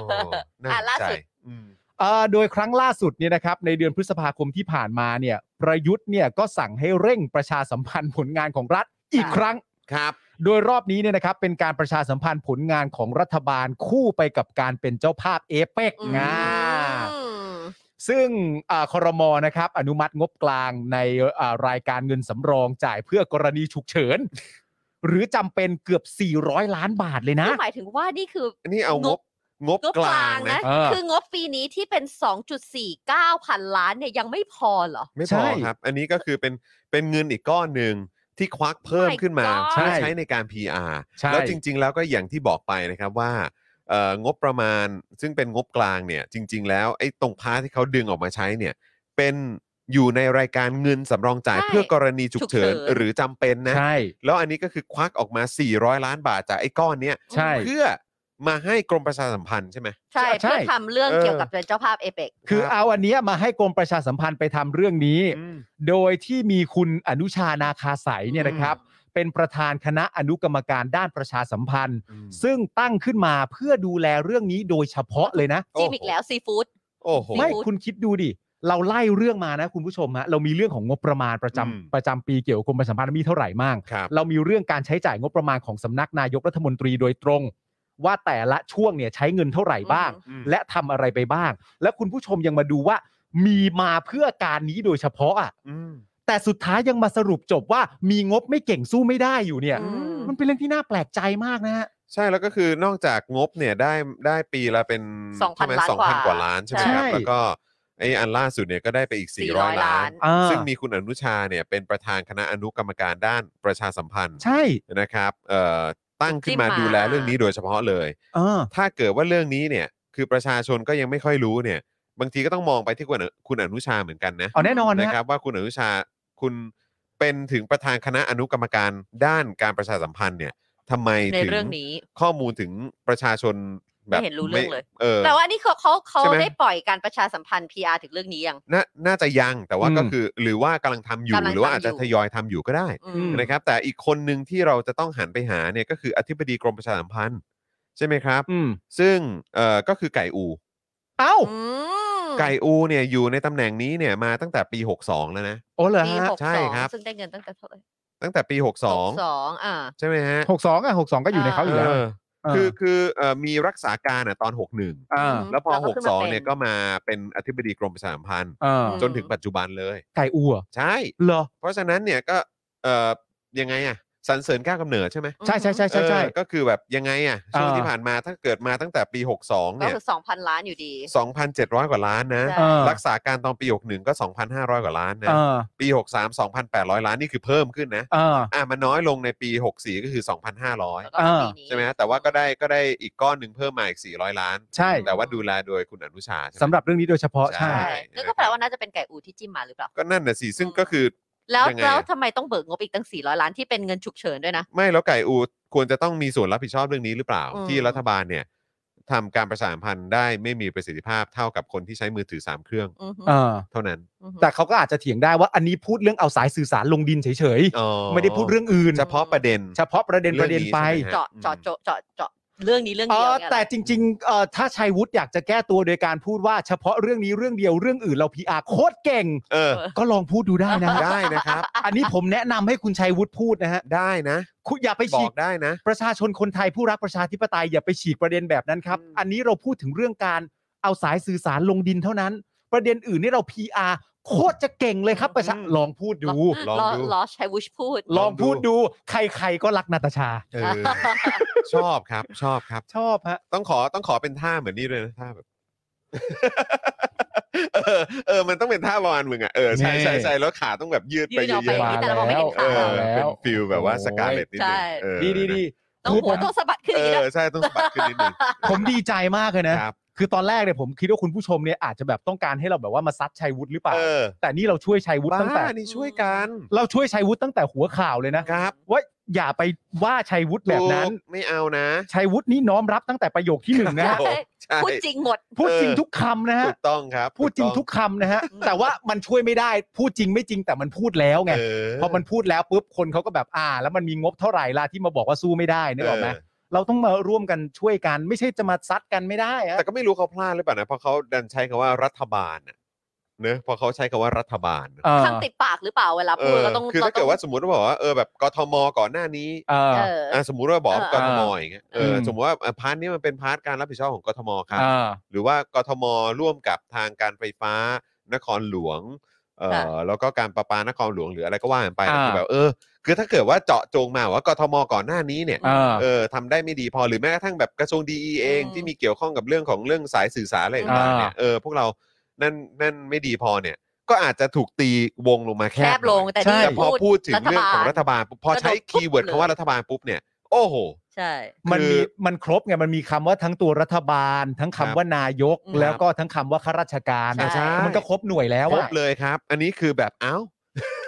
S3: น่า
S5: อ่ะ
S3: สน
S5: ล่า
S3: ใจ
S5: สุด
S3: อืม
S4: เอ่อโดยครั้งล่าสุดเนี่ยนะครับในเดือนพฤษภาคมที่ผ่านมาเนี่ยประยุทธ์เนี่ยก็สั่งให้เร่งประชาสัมพันธ์ผลงานของรัฐอีก
S5: ค่ะ
S4: ครั้ง
S3: ครับ
S4: โดยรอบนี้เนี่ยนะครับเป็นการประชาสัมพันธ์ผลงานของรัฐบาลคู่ไปกับการเป็นเจ้าภาพเอเปก
S5: อืม
S4: งาซึ่งอ่าคอรมอนะครับอนุมัติงบกลางในอ่ารายการเงินสำรองจ่ายเพื่อกรณีฉุกเฉิน หรือจำเป็นเกือบ 400 ล้านบาทเลยนะ
S5: ก็หมายถึงว่านี่คือ
S3: อันนี้เอางบงบ
S5: งบ
S3: ก
S5: ก
S3: ลา
S5: ลาง ง
S3: นะ
S5: นะ
S4: เออ
S5: คืองบปีนี้ที่เป็น 2.49 พันล้านเนี่ยยังไม่พอเหรอ
S3: ไม่พ
S4: ใช่
S3: อครับ อันนี้ก็คือเป็นเป็นเงินอีกก้อนหนึ่งที่ควักเพิ่ม
S5: My
S3: ขึ้นมา
S5: God
S3: เพื่อ
S4: ใช่
S3: ใช้ในการ PR
S4: ใช่
S3: แล้วจริง ๆ แล้วก็อย่างที่บอกไปนะครับว่าเอ่องบประมาณซึ่งเป็นงบกลางเนี่ย จริง ๆ แล้วไอ้ตรงพาร์ทที่เขาดึงออกมาใช้เนี่ย เป็นอยู่ในรายการเงินสำรองจ่าย
S5: ใช่
S3: เพื่อกรณีฉุกเฉิน
S5: ฉุกเฉิน
S3: หรือจำเป็นนะ
S4: ใช่
S3: แล้วอันนี้ก็คือควักออกมา 400 ล้านบาทจากไอ้ก้อนเนี้ย
S4: ใช่
S3: เพื่อมาให้กรมประชาสัมพันธ์ใช่ไหม
S5: ใช่
S4: ใช่
S5: เพื่อทำเรื่อง
S3: เออ
S5: เกี่ยวกับเป็นเจ้าภาพเอเปก
S4: คือเอาอันเนี้ยมาให้กรมประชาสัมพันธ์ไปทำเรื่องนี้
S3: อืม
S4: โดยที่มีคุณอนุชานาคาสายเนี่ยนะครับ เป็นประธานคณะอนุกรรมการด้านประชาสัมพันธ์
S3: อืม
S4: ซึ่งตั้งขึ้นมาเพื่อดูแลเรื่องนี้โดยเฉพาะเลยนะ
S5: จิ้มอีกแล้วซีฟู้ด
S3: โอ้โห
S4: ไม่
S5: พูด
S4: คุณคิดดูดิ เราไล่เรื่องมานะคุณผู้ชมฮะเรามีเรื่องของงบประมาณประจำ
S3: อืม
S4: ประจำปีเกี่ยวกับกรมประชาสัมพันธ์มีเท่าไหร่มั่ง
S3: ครับ
S4: เรามีเรื่องการใช้จ่ายงบประมาณของสำนักนายกรัฐมนตรีโดยตรง ว่าแต่ละช่วงเนี่ยใช้เงินเท่าไหร่บ้าง
S3: อืม
S4: และทำอะไรไปบ้าง และคุณผู้ชมยังมาดูว่า มีมาเพื่อการนี้โดยเฉพาะอ่ะ
S3: อืม
S4: แต่สุดท้ายยังมาสรุปจบว่ามีงบไม่เก่งสู้ไม่ได้อยู่เนี่ย
S5: อืม
S4: มันเป็นเรื่องที่น่าแปลกใจมากนะฮะ
S3: ใช่แล้วก็คือนอกจากงบเนี่ยได้ได้ปีละเป็น
S5: 2,000
S3: ใช่ไหม
S5: ล้าน
S3: สองพันก
S5: ก
S3: ว่า
S5: ว่า
S3: ล้านใช่ไหมครับ
S4: ใช่
S3: แล้วก็ไออันล่าสุดเนี่ยก็ได้ไปอีก 400
S5: 400
S3: ล้า
S5: ล้าน น
S4: อ่า
S3: ซึ่งมีคุณอนุชาเนี่ยเป็นประธานคณะอนุกรรมการด้านประชาสัมพันธ์
S4: ใช่
S3: นะครับเอ่อตั้งขึ้นมา
S5: จิ้มมา
S3: ดูแลเรื่องนี้โดยเฉพาะเลย
S4: เออ
S3: ถ้าเกิดว่าเรื่องนี้เนี่ยคือประชาชนก็ยังไม่ค่อยรู้เนี่ย บางทีก็ต้องมองไปที่คุณอนุคุณอนุชาเหมือนกันนะ
S4: เอาแน่นอน
S3: นะ
S4: นะ
S3: ค
S4: ค
S3: รั
S4: รับบ
S3: ว่าคุณอนุชาคุณเป็นถึงประธานคณะอนุกรรมการด้านการประชาสัมพันธ์เนี่ยทำไม
S5: ใน
S3: ถึง
S5: เรื่องนี้
S3: ข้อมูลถึงประชาชนแบบ
S5: ไม่เห็นรู้เรื่องเลย
S3: เออ
S5: แต่ว่านี่เขาเขาเขา
S3: ใช่ไหม
S5: ได้ปล่อยการประชาสัมพันธ์ PR ถึงเรื่องนี้ยัง
S3: นาน่าจะยังแต่ว่าก็คือหรือว่ากำลังทำอยู่
S5: กำลัง
S3: หรือว่าอาจจะ
S5: ทำอยู่
S3: ทยอยทำอยู่ก็ได้
S5: อื
S4: อื
S5: ม
S4: ม
S3: นะครับ แต่อีกคนหนึ่งที่เราจะต้องหันไปหาเนี่ยก็คืออธิบดีกรมประชาสัมพันธ์ ใช่ไหมครับ
S4: อืม
S3: ซึ่งเอ่อก็คือไก่อู
S4: เอ้า
S5: อืม
S3: ไก่อูเนี่ยอยู่ในตำแหน่งนี้เนี่ยมาตั้งแต่ปี 62 แล้วนะ
S4: โอ้เหรอ
S5: ปี
S4: ฮะ
S5: หก
S3: ใช่
S5: สอง
S3: ครับ
S5: ซึ่งได้เงินตั้งแต่เท่าไหร่
S3: ตั้งแต่ปี
S5: หกสองอ่า
S3: 62 ใช่ไหมฮะ
S4: หกสองอ่ะหกสองก็อยู่ในเขาอยู่แล้ว
S3: เออ
S4: เ
S3: คือคือเอ่อมีรักษาการอ่ะตอน
S4: อ่า
S3: 61 แล้วพอ
S5: แล้วก็ขึ้นมาเป็น
S3: 62เนี่ยก็มาเป็นอธิบดีกรมประชาสัมพันธ์
S4: อ่า
S5: อืม
S3: จนถึงปัจจุบันเลย
S4: ไก่อัว
S3: ใช่
S4: เหรอ
S3: เพราะฉะนั้นเนี่ยก็เอ่อยังไงอ่ะสรรเสริญก้าวกำเนิดใช่ไหม
S4: ใช่ใช่ใช่ใช่ใช่
S3: เออก็คือแบบยังไงอ่ะช่วง
S4: อ่า
S3: ที่ผ่านมาถ้าเกิดมาตั้งแต่ปี 62
S5: ก็
S3: เนี่ย
S5: คือสองพันล้านอยู่ดี
S3: 2,700 กว่าล้านนะ
S5: ใช่
S4: เออ
S3: รักษาการตอนปี 61 ก็ 2,500 กว่าล้านนะ
S4: เออ
S3: ปี 63 2,800 ล้านนี่คือเพิ่มขึ้นนะ
S4: เออ
S3: อ่ะมันน้อยลงในปี 64 ก็คือ
S5: แล้ว
S3: 2,500
S5: ก็ปีนี้
S3: ใช่ไหมแต่ว่าก็ได้ก็ได้อีกก้อนหนึ่งเพิ่มมาอีก 400 ล้าน
S4: ใช่
S3: แต่ว่าดูแลโดยคุณอนุชาใช่ไม
S4: สำหรับเรื่องนี้โดยเฉพาะ
S3: ใช่
S4: ใช่
S5: นั่นก็แปลว่าน่าจะเป็นไก่อูที่จิ้มมาหรือเปล่า
S3: ก็นั่นน่ะสิซึ่งก็คือ
S5: แล้ว
S3: ยังไงอะ
S5: แล้วทำไมต้องเบิกงบอีกตั้ง 400 ล้านที่เป็นเงินฉุกเฉินด้วยนะ
S3: ไม่แล้วไก่อูควรจะต้องมีส่วนรับผิดชอบเรื่องนี้หรือเปล่า
S5: อืม
S3: ที่รัฐบาลเนี่ยทำการประสานพันธ์ได้ไม่มีประสิทธิภาพเท่ากับคนที่ใช้มือถือ 3 เครื่อง
S5: อือหือ
S4: เออ
S3: เท่านั้น
S5: อือหือ
S4: แต่เขาก็อาจจะเถียงได้ว่าอันนี้พูดเรื่องเอาสายสื่อสารลงดินเฉย
S3: อ๋อ
S4: ๆ ไม่ได้พูดเรื่องอื่น
S3: เฉพาะประเด็น
S4: เฉพาะประเด็นประเด็นไป
S3: เรื่องนี้ใช่ไหมฮ
S5: เจาะเจาะเจาะเจาะเจาะเรื่องนี้เรื่อง
S4: เอ
S5: เดียว
S4: อ
S5: เนี่ย
S4: แต่จริงๆเอ่อถ้าชัยวุฒิอยากจะแก้ตัวโดยการพูดว่าเฉพาะเรื่องนี้เรื่องเดียวเรื่องอื่นเราพีอาโคตรเก่ง
S3: เออ
S4: ก็ลองพูดดูได้นะฮะ
S3: ได้นะครับ
S4: อันนี้ผมแนะนำให้คุณชัยวุฒิพูดนะฮะ
S3: ได้นะ
S4: คุณอย่าไป
S3: บ
S4: ฉี
S3: อก กได้นะ
S4: ประชาชนคนไทยผู้รักประชาธิปไตยอย่าไปฉีกประเด็นแบบนั้นครับ
S3: อืม
S4: อันนี้เราพูดถึงเรื่องการเอาสายสื่อสารลงดินเท่านั้น ประเด็นอื่นนี่เรา PR โคตรจะเก่งเลยครับประชาลองพูดดู
S3: ลอง
S5: ล้อ
S3: ดู
S5: ล้อชัยวุชพูด
S4: ลองพูดดู ใครๆก็รักนาตาชา
S3: เอ อชอบครับชอบครับ
S4: ชอบฮะ
S3: ต้องขอต้องขอเป็นท่าเหมือนนี่ด้วยนะท่าแบบ เออเออ มันต้องเป็นท่าประมาณมึงอ่ะเออใช่ใช่ใช่แล้วขาต้องแบบยืดไป
S5: ยืด
S3: เย
S5: อ
S3: อะ
S5: อกไป
S3: ๆ
S5: นิดแต่เรามองไม่เห็น
S3: เอ
S5: ขา
S3: อเป็นฟิลแบบว่า
S4: โอ้ย
S3: สกาเลตนิดนึง
S5: ใช่
S3: เออ
S4: ดีดีดี
S5: ต้องหัวต้องสะบัดขึ้น
S3: เอ
S5: อย่างนี้
S3: อ
S5: นะ
S3: ใช่ต้องสะบัดขึ้นนิดนึง
S4: ผมดีใจมากเลยนะ
S3: ครับ
S4: คือตอนแรกเนี่ยผมคิดว่าคุณผู้ชมเนี่ยอาจจะแบบต้องการให้เราแบบว่ามาซัดชัยวุฒิหรือเปล่า
S3: เออ
S4: แต่นี่เราช่วยชัยวุฒิ
S3: บ้า
S4: ตั้งแต่
S3: นี่ช่วยกัน
S4: เราช่วยชัยวุฒิตั้งแต่หัวข่าวเลยนะครับ ว่าอย่าไปว่าชัยวุฒิแบบนั้น
S3: ถูกไม่เอานะ
S4: ชัยวุฒินี่น้อมรับตั้งแต่ประโยคที่หนึ่งนะฮะ
S3: โอ้ใช่
S5: พูดจริงหมด
S4: พูดจริง
S3: เออ
S4: ทุกคำนะฮะ
S3: ถูกต้องครับ
S4: พูดจริงทุกคำนะฮะ
S5: อืม
S4: แต่ว่ามันช่วยไม่ได้ พูดจริงไม่จริงแต่มันพูดแล้วไง
S3: เออ
S4: พอมันพูดแล้วปุ๊บคนเขาก็แบบอ่า แล้วมันมีงบเท่าไหร่ล่ะที่มาบอกว่าสู้ไม่ได้นึกออกไหม
S3: เ
S4: เราต้องมาร่วมกันช่วยกัน ไม่ใช่จะมาซัดกันไม่ได้
S3: ออ
S4: อะ
S3: แต่ก็ไม่รู้เขาพลาดหรือเปล่านะเพราะเขาดันใช้คำว่ารัฐบาลน่ะ เนอะเพอเขาใช้คำว่ารัฐบาล
S4: เออ
S5: คำติดปากหรือเปล่าเวลา
S3: เอ
S5: พูด
S3: อ
S5: เราต้อง
S3: คือถ้าเกิดว่าสมมติว่าบอกว่าเออแบบกทมก่อนหน้านี้
S4: เออ
S5: เออ
S3: อ่ะสมมุติว่าบอก
S5: เออ
S3: กทมอย่างเงี้ยเออ
S4: เออ
S3: สมมติว่าอ่ะพาร์ทนี้มันเป็นพาร์ทการรับผิดชอบของกทมครับ
S4: เออ
S3: หรือว่ากทมร่วมกับทางการไฟฟ้านครหลวงเอ่อ
S5: ค่ะ
S3: แล้วก็การประปานครหลวงหรืออะไรก็ว่ากันไป
S4: อ่า
S3: คือแบบเออคือถ้าเกิดว่าเจาะจงมาว่ากทมก่อนหน้านี้เนี่ย
S4: เออ
S3: เออทำได้ไม่ดีพอหรือแม้กระทั่งแบบกระทรวงดีเอง
S5: อืม
S3: ที่มีเกี่ยวข้องกับเรื่องของเรื่องสายสื่อสารอะไรต่างๆเนี่ยเออพวกเรานั่นนั่นไม่ดีพอเนี่ย ก็อาจจะถูกตีวงลงมาแค
S5: แค
S3: บบ ห
S5: ล
S3: น่อง ย
S5: แต่นี่
S3: แต่พอพูดถึง
S5: รัฐบาล
S3: เรื่องของรัฐบาลปุ๊บพอใช้
S5: ก
S3: คี
S5: ระโดดปุ๊บ
S3: ย์เวิร์ด
S5: เลย
S3: คำว่ารัฐบาลปุ๊บเนี่ยโอ้โห
S5: ใช่
S4: มันมี
S3: คือ
S4: มันครบไงมันมีคำว่าทั้งตัวรัฐบาล ทั้ง
S3: ครั
S4: คำ
S3: บ
S4: ว่านายก
S5: อืม
S4: แล้วก็ทั้งคำว่าข้าราชการ
S5: ใช่
S4: มันก็ครบหน่วยแล้ว
S3: ครบ
S4: อะ
S3: เลยครับ อันนี้คือแบบเอ้า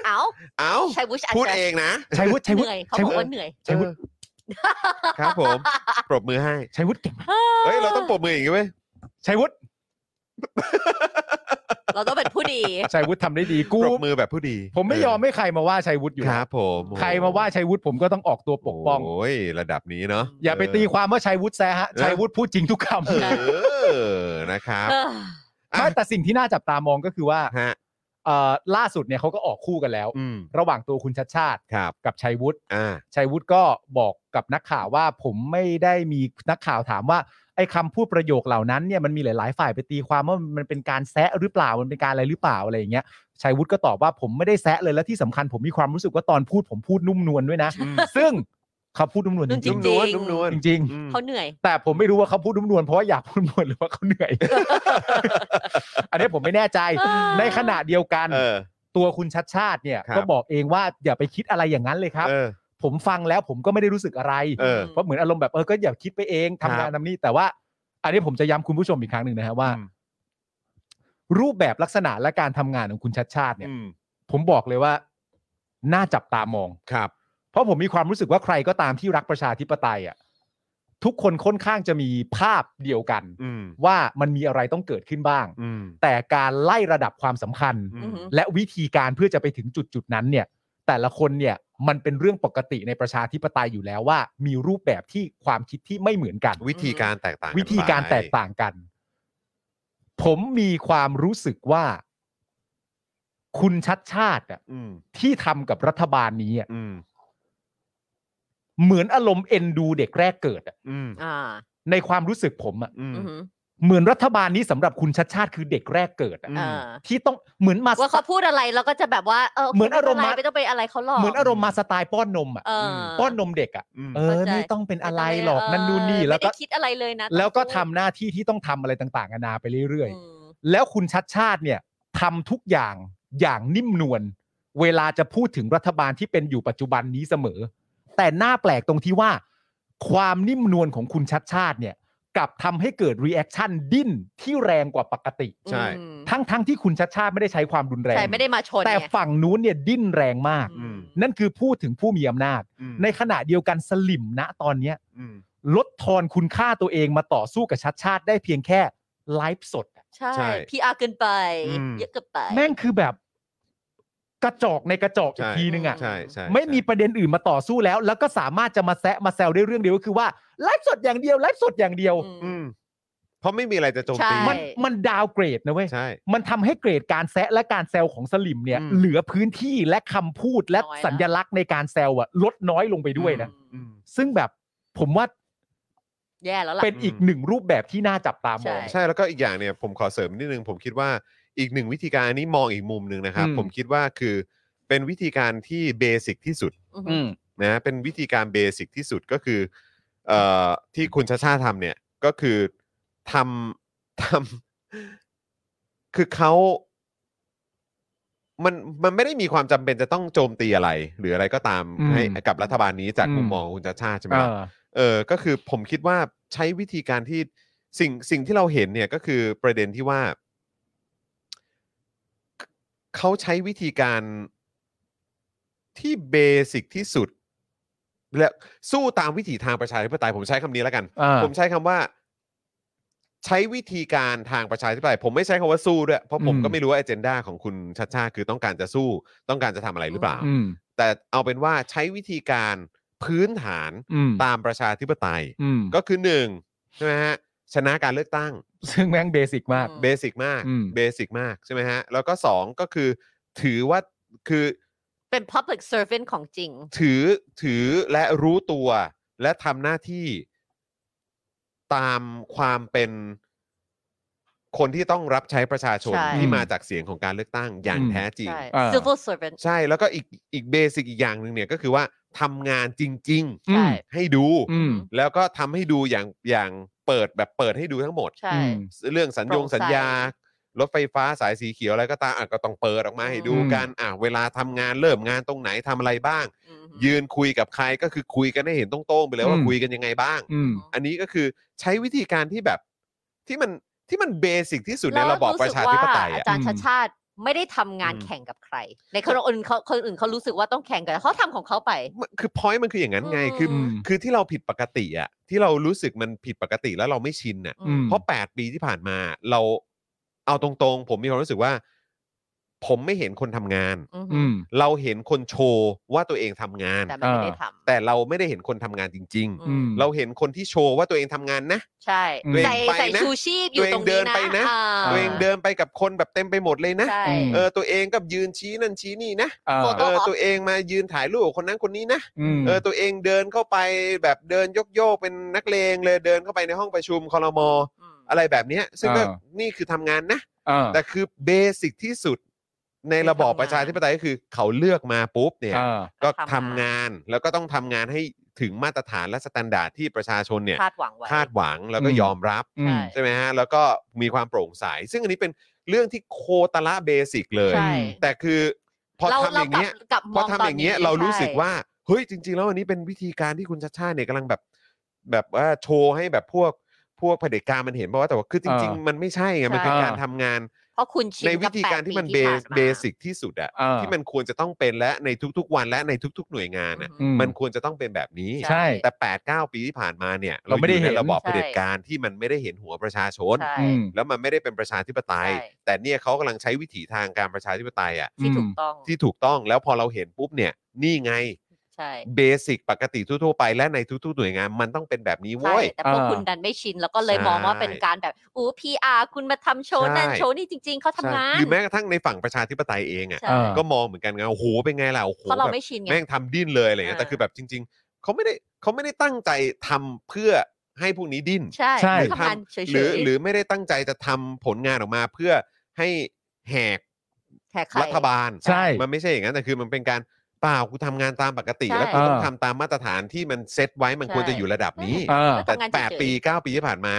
S5: เอ้า
S3: เอ้า
S5: ชัยวุฒิอาจ
S3: พูด
S5: จะ
S3: เองนะ
S4: ชัยวุฒิชัย
S5: เห
S4: วุฒิ
S5: นื่อยเขา
S4: ชัย
S5: บอ
S4: วุ
S5: ก
S4: ฒิ
S5: ว่าเหนื่อย
S3: ใช่วุฒิครับผม ปรบมือให้
S4: ชัยวุฒิเก่งมาก
S3: เฮ้ย เราต้องปรบมืออย่างงี้ไหม
S4: ชัยวุฒิ
S5: เราต้องเป็นผู้ดี
S4: ชัยวุฒิทำได้ดีกู
S3: ปรบมือแบบผู้ดี
S4: ผมไม่ยอม
S3: เ
S4: ให้ใครมาว่าชัยวุฒิอยู่
S3: ครับผม
S4: ใครมาว่าชัยวุฒิผมก็ต้องออกตัวปกป้อง
S3: โอ้ยระดับนี้เนาะ
S4: อย่าไปตีความว่าชัยวุฒิแซะฮะชัยวุฒิพูดจริงทุกคำ
S3: เออนะครับ
S5: เออ
S4: ไม่แต่สิ่งที่น่าจับตามองก็คือว่า
S3: ฮะ
S4: เอ่อล่าสุดเนี่ยเขาก็ออกคู่กันแล้ว
S3: อืม
S4: ระหว่างตัวคุณชัดชาติ
S3: ครับ
S4: กับชัยวุฒิ
S3: อ่า
S4: ชัยวุฒิก็บอกกับนักข่าวว่าผมไม่ได้มีนักข่าวถามว่าไอ้คำพูดประโยคเหล่านั้นเนี่ยมันมีหลาย ๆ ฝ่ายไปตีความว่ามันเป็นการแซะหรือเปล่ามันเป็นการอะไรหรือเปล่าอะไรอย่างเงี้ยชัยวุฒิก็ตอบว่าผมไม่ได้แซะเลยและที่สำคัญผมมีความรู้สึกว่าตอนพูดผมพูดนุ่มนวลด้วยนะ ซึ่งเขาพูดนุ่มนวลจริ
S3: นุ่
S4: ง
S3: มน
S5: จริง
S3: วลนุ่มนวล
S4: ๆจริง
S3: อืม
S5: เขาเหนื่อย
S4: ๆ แต่ผมไม่รู้ว่าเขาพูดนุ่มนวลเพราะว่าอยากพูดนุ่มนวลหรือว่าเขาเหนื่อย อันนี้ผมไม่แน่ใจ
S5: อ่า
S4: ในขณะเดียวกัน
S3: เออ
S4: ตัวคุณชัดชาติเนี่ย
S3: ครับ
S4: ก็บอกเองว่าอย่าไปคิดอะไรอย่างนั้นเลยครับ
S3: เออ
S4: ผมฟังแล้วผมก็ไม่ได้รู้สึกอะไร
S3: เออ
S4: เพราะเหมือนอารมณ์แบบเออก็อย่าคิดไปเองทำงานทำนี่แต่ว่า อันนี้ผมจะย้ำคุณผู้ชมอีกครั้งหนึ่งนะฮะว่า
S3: อืม
S4: รูปแบบลักษณะและการทำงานของคุณชัดชาติเนี่ย
S3: อืม
S4: ผมบอกเลยว่า น่าจับตามอง
S3: ครับ
S4: เพราะผมมีความรู้สึกว่าใครก็ตามที่รักประชาธิปไตยอ่ะทุกคนค่อนข้างจะมีภาพเดียวกัน
S3: อืม
S4: ว่ามันมีอะไรต้องเกิดขึ้นบ้าง
S3: อืม
S4: แต่การไล่ระดับความสำคัญ
S3: อื
S5: อื
S3: ม
S5: อหือ
S4: และวิธีการเพื่อจะไปถึงจุดจุดๆนั้นเนี่ย แต่ละคนเนี่ยมันเป็นเรื่องปกติในประชาธิปไตยอยู่แล้วว่า มีรูปแบบที่ความคิดที่ไม่เหมือนกัน
S3: วิธีการแตกต่างนไป
S4: วิธีการแตกต่างกัน ผมมีความรู้สึกว่า คุณชัดชาติอะ
S3: อืม
S4: ที่ทำกับรัฐบาลนี้อะ
S3: อืม
S4: เหมือนอารมณ์เอ็นดูเด็กแรกเกิดอะ
S3: อืม
S5: อ่า
S4: ในความรู้สึกผมอะ
S3: อืม
S5: อือหือ
S4: เหมือนรัฐบาลนี้สำหรับคุณชัดชาติคือเด็กแรกเกิดอะ
S5: ออ่า
S4: ที่ต้องเหมือนมา
S5: ว่าเขาพูดอะไรเราก็จะแบบว่าเออโค
S4: เหมือนอารมณ์
S5: ไเป็นไไม่ต้องไปอะไรเขาหรอก
S4: เหมือนอารมณ์มาสไตล์ป้อนนมอะ
S5: เออ
S4: ป้อนนมเด็กอะ
S3: อืม
S4: เออ
S5: ข้าใจ
S4: ไม่ต้องเป็นอะไร
S5: ม่ต้ง
S4: หรอก
S5: เ
S4: นั่นนู่นนี่แล้วก็
S5: ไม่ได้คิดอะไรเลยนะ
S4: แล้วก็
S5: ตอน
S4: ทำ
S5: พูด
S4: หน้าที่ที่ต้องทำอะไรต่างๆนานาไปเรื่อย
S5: อืม
S4: ๆ แล้วคุณชัดชาติเนี่ยทำทุกอย่างอย่างนิ่มนวลเวลาจะพูดถึงรัฐบาลที่เป็นอยู่ปัจจุบันนี้เสมอ แต่หน้าแปลกตรงที่ว่า ความนิ่มนวลของคุณชัดชาติเนี่ยกลับทำให้เกิดรีแอคชั่นดิ้นที่แรงกว่าปกติ
S3: ใช่
S5: อืม
S4: ทั้งๆที่คุณชัดชาติไม่ได้ใช้ความรุนแรง
S5: ใช่ไม่ได้มาชน
S4: แต่
S5: ไง
S4: ฝั่งนู้นเนี่ยดิ้นแรงมาก
S5: อืม
S4: นั่นคือพูดถึงผู้มีอำนาจ
S3: อืม
S4: ในขณะเดียวกันสลิมณตอนเนี้ย
S3: อืม
S4: ลดทอนคุณค่าตัวเองมาต่อสู้กับชัดชาติได้เพียงแค่ไลฟ์สดอะ
S5: ใช่
S3: ใช่
S5: พีอาร์เกินไป
S3: อืม
S5: เยอะเกินไป
S4: แม่งคือแบบกระจอกในกระจอกอี
S3: ใช่
S4: กทีนึงอ่ะ
S3: ใช่ใช่
S4: ไม่มี
S3: ใช่
S4: ประเด็นอื่นมาต่อสู้แล้ว แล้วก็สามารถจะมาแซะมาแซวได้เรื่องเดียวก็คือว่าไลฟ์สดอย่างเดียวไลฟ์สดอย่างเดียว
S3: อืมเพราะไม่มีอะไรจะโจมตี
S5: ใช่
S4: มันมันดาวเกรดนะเว้ย
S3: ใช่
S4: มันทำให้เกรดการแซะและการแซวของสลิมเนี่ย
S3: อืม
S4: เหลือพื้นที่และคำพูดและ
S5: น้อยละ
S4: สัญลักษณ์ในการแซวอะลดน้อยลงไปด้วยนะ
S3: อืม
S4: ซึ่งแบบผมว่า
S5: แย่แล้วล่ะ
S4: เป็นอีกหนึ่งรูปแบบที่น่าจับตามอง
S5: ใช่
S3: ใช่แล้วก็อีกอย่างเนี่ยผมขอเสริมนิดนึงผมคิดว่าอีกหนึ่งวิธีการอันนี้มองอีกมุมหนึ่งนะครับ
S4: อืม
S3: ผมคิดว่าคือเป็นวิธีการที่เบสิกที่สุด
S5: อืม
S4: อืม
S3: นะเป็นวิธีการเบสิกที่สุดก็คือเอ่อที่คุณชาชาทำเนี่ยก็คือทำท ำคือเขามันมันไม่ได้มีความจำเป็นจะต้องโจมตีอะไร หรืออะไรก็ตาม
S4: อืม
S3: ให้กับรัฐบาลนี้จาก
S4: อืม
S3: มุมมองของคุณชาชาใช่ไหม
S4: เอ
S3: ครับ
S4: อ
S3: เออก็คือผมคิดว่าใช้วิธีการที่สิ่งสิ่งที่เราเห็นเนี่ยก็คือประเด็นที่ว่า เขาใช้วิธีการที่เบสิกที่สุด และสู้ตามวิถีทางประชาธิปไตยผมใช้คำนี้แล้วกัน
S4: อ่า
S3: ผมใช้คำว่า ใช้วิธีการทางประชาธิปไตยผมไม่ใช้คำว่าสู้ด้วยเพราะผม
S4: อืม
S3: ก็ไม่รู้ว่า a อเจนดาของคุณชัดชาติคือต้องการจะสู้ ต้องการจะทำอะไรหรือเปล่า
S4: อืม
S3: แต่เอาเป็นว่าใช้วิธีการพื้นฐาน
S4: อืม
S3: ตามประชาธิปไตย
S4: อืม
S3: ก็คือหนึ่งใช่ไหมฮะ ชนะการเลือกตั้ง
S4: ซึ่งแม่งเบสิกมาก
S5: อื
S3: เบสิกมาก
S4: อืม
S3: เบสิกมากใช่ไหมฮะ แล้วก็สองก็คือถือว่าคือ
S5: เป็น public servant ของจริง
S3: ถือถือและรู้ตัวและทำหน้าที่ตามความเป็นคนที่ต้องรับใช้ประชาชน
S5: ใช่
S3: ที่มาจากเสียงของการเลือกตั้งอย่าง
S4: อืม
S3: แท้จริง
S5: ใช่
S4: อ่า
S5: civil servant
S3: ใช่แล้วก็อีกอีกเบสิกอีกอย่างหนึ่งเนี่ยก็คือว่าทำงานจริง
S4: อื
S5: ใช่
S4: ม
S3: ๆ ให้ดู
S4: อืม
S3: แล้วก็ทำให้ดูอย่างอย่างเปิดแบบเปิดให้ดูทั้งหมด
S5: ใช่
S4: อืม
S3: เรื่องสัญญง
S5: โปร่งใส
S3: สัญญา รถไฟฟ้าสายสีเขียวอะไรก็ตามอ่ะก็ต้องเปิดออกมาให้ดู
S4: อืม
S3: กันอ่ะเวลาทำงานเริ่มงานตรงไหนทำอะไรบ้าง
S5: อืม
S3: ยืนคุยกับใครก็คือคุยกันให้เห็นตรงๆไปเลยว่า
S4: อืม
S3: คุยกันยังไงบ้าง
S4: อืม
S3: อันนี้ก็คือใช้วิธีการที่แบบที่มันที่มันเบสิกที่สุดใน
S5: แล้ว
S3: ระบอบประชาธิปไตย
S5: รู้สึกว่าอา
S3: อ่ะ
S5: จารย์ชาติชาติไม่ได้ทำงาน
S3: อืม
S5: แข่งกับใคร ในคนอื่นเขาคนอื่นเขารู้สึกว่าต้องแข่งกันเขาทำของเขาไป
S3: มันคือพอยต์มันคืออย่างนั้นไง คืออ
S4: ม
S3: คือที่เราผิดปกติอ่ะที่เรารู้สึกมันผิดปกติแล้วเราไม่ชินอ่ะ
S4: อืม
S3: เพราะ 8 ปีที่ผ่านมาเราเอาตรงๆ ผมมีความรู้สึกว่า ผมไม่เห็นคนทำงาน
S5: อืม
S4: อืม
S3: เราเห็นคนโชว์ว่าตัวเองทำงาน
S5: แต่มันไม่ได้ทำ
S3: แต่เราไม่ได้เห็นคนทำงานจริง
S5: อืม
S3: ๆ เราเห็นคนที่โชว์ว่าตัวเองทำงานนะ
S5: ใช่
S4: ตัวเอง
S5: ใส่
S3: ไป
S5: ใส่
S3: นะ
S5: ชูชีพอยู่ตรง
S3: ตัวเองเดิ
S5: นี้
S3: นไปนะ
S5: นะา
S3: ตัวเองเดินไปกับคนแบบเต็มไปหมดเลยนะ
S5: ใช่
S4: อืม
S3: เออตัวเองก็ยืนชี้นั่นชี้นี่นะ
S4: อ่า
S5: โฟโต้
S3: เออตัวเองมายืนถ่ายรูปกับคนนั้นคนนี้นะ
S4: อืม
S3: เออตัวเองเดินเข้าไปแบบเดินยกโยกๆเป็นนักเลงเลยเดินเข้าไปในห้องประชุมคอรมอ
S5: ม
S3: อะไรแบบเนี้ยซึ่งก็
S4: อ่า
S3: นี่คือทำงานนะ
S4: อ่า
S3: แต่คือเบสิกที่สุดในระบอบประชาธิปไตยก็คือเขาเลือกมาปุ๊บเนี่ย
S4: อ่า
S3: ก็ทำงานแล้วก็ต้องทำงานให้ถึงมาตรฐานและสแตนดาร์ดที่ประชาชนเนี่ย
S5: คาดหวังไว้
S3: คาดหวังแล้วก็
S4: อืม
S3: ยอมรับ
S4: อืม
S3: ใช่ไหมฮะ แล้วก็มีความโปร่งใส ซึ่งอันนี้เป็นเรื่องที่โคตรละเบสิกเลย
S5: ใช่
S3: แต่คือพอทำอย่างเงี้ย
S5: รกลับ
S3: พ
S5: ม
S3: อ
S5: อง
S3: ทำอย่างเงี้ย
S5: ตนนี้
S3: เรารู้สึก
S5: ใช่
S3: ว่าเฮ้ยจริง ๆ แล้วอันนี้เป็นวิธีการที่คุณชาติชาติเนี่ยกำลังแบบแบบว่าโชว์ให้แบบพวกพวกเผด็จการมันเห็นเพราะว่าแต่ว่าคือจริง
S4: เออ
S3: ๆ มันไม่ใช่ไงมันคือ
S5: ใช่
S3: การทำงาน
S5: เพราะคุณชิน
S3: ในวิธีการที่มันเบส
S5: กับแปดปี
S3: เบ
S5: ผ่านมา
S3: สิกที่สุดอะ
S4: เออ
S3: ที่มันควรจะต้องเป็นและในทุกๆ วันและในทุก ๆ หน่วยงานอะ
S5: อืม
S4: อื
S3: มันควรจะต้องเป็นแบบนี้
S4: ใช่
S3: แต่8ปดเก้าปีที่ผ่านมาเนี่ย
S4: เราไม่ได้
S3: อยู่
S4: เห็น
S3: ในระบอบ
S5: ใช่
S3: เผด็จการที่มันไม่ได้เห็นหัวประชาชน
S5: ใช่
S4: อืม
S3: แล้วมันไม่ได้เป็นประชาธิปไตย
S5: ใช่
S3: แต่เนี่ยเขากำลังใช้วิถีทางการประชาธิปไตยอ่ะ
S5: ที่ถูกต้อง
S3: ที่ถูกต้องแล้วพอเราเห็นปุ๊บเนี่ยนี่ไง
S5: ใช่
S3: เบสิกปกติทั่วๆไปและในทุกๆหน่วยงานมันต้องเป็นแบบนี้
S5: ใช่
S3: เว้ย
S5: แต่พวก
S4: อ่า
S5: คุณดันไม่ชินแล้วก็เลย
S3: ใช่
S5: มองว่าเป็นการแบบอู้พีอาคุณมาทำโชว์นั่น
S3: ใช่
S5: โชว์นี่จริง ๆเขาทำงาน
S3: หรือแม้กระทั่งในฝั่งประชาธิปไตยเองอ่ะ
S5: ใช่
S4: อ่า
S3: ก็มองเหมือนกันไงโอ้โหเป็นไงล่ะโอ้โห
S5: เพราะ
S3: แบ
S5: เรา
S3: บ
S5: ไม่ชินไง
S3: แม่งทำดิ้นเลยอะไรเงี้ยแต่
S5: อ่า
S3: คือแบบจริง ๆเขาไม่ได้เขาไม่ได้ตั้งใจทำเพื่อให้พวกนี้ดิ้น
S5: ใช่
S4: ใช่
S5: ทำงานเฉย
S3: หรือหรือไม่ได้ตั้งใจจะทำผลงานออกมาเพื่อให้แหก
S5: แขกไข่
S3: รัฐบาล
S4: ใช่
S3: มันไม่ใช่อย่างนั้นแต่คือมันเป็นการเปล่ากูทำงานตามปกติ
S5: ใช่
S3: แล้วกูต้อง
S4: เออ
S3: ทำตามมาตรฐานที่มันเซตไว้มันควร
S5: ใช่
S3: จะอยู่ระดับนี้
S4: อ่า
S5: ก็
S3: แต่
S5: ทำงานเฉยๆ
S3: แปดปีเก้าปีที่ผ่านมา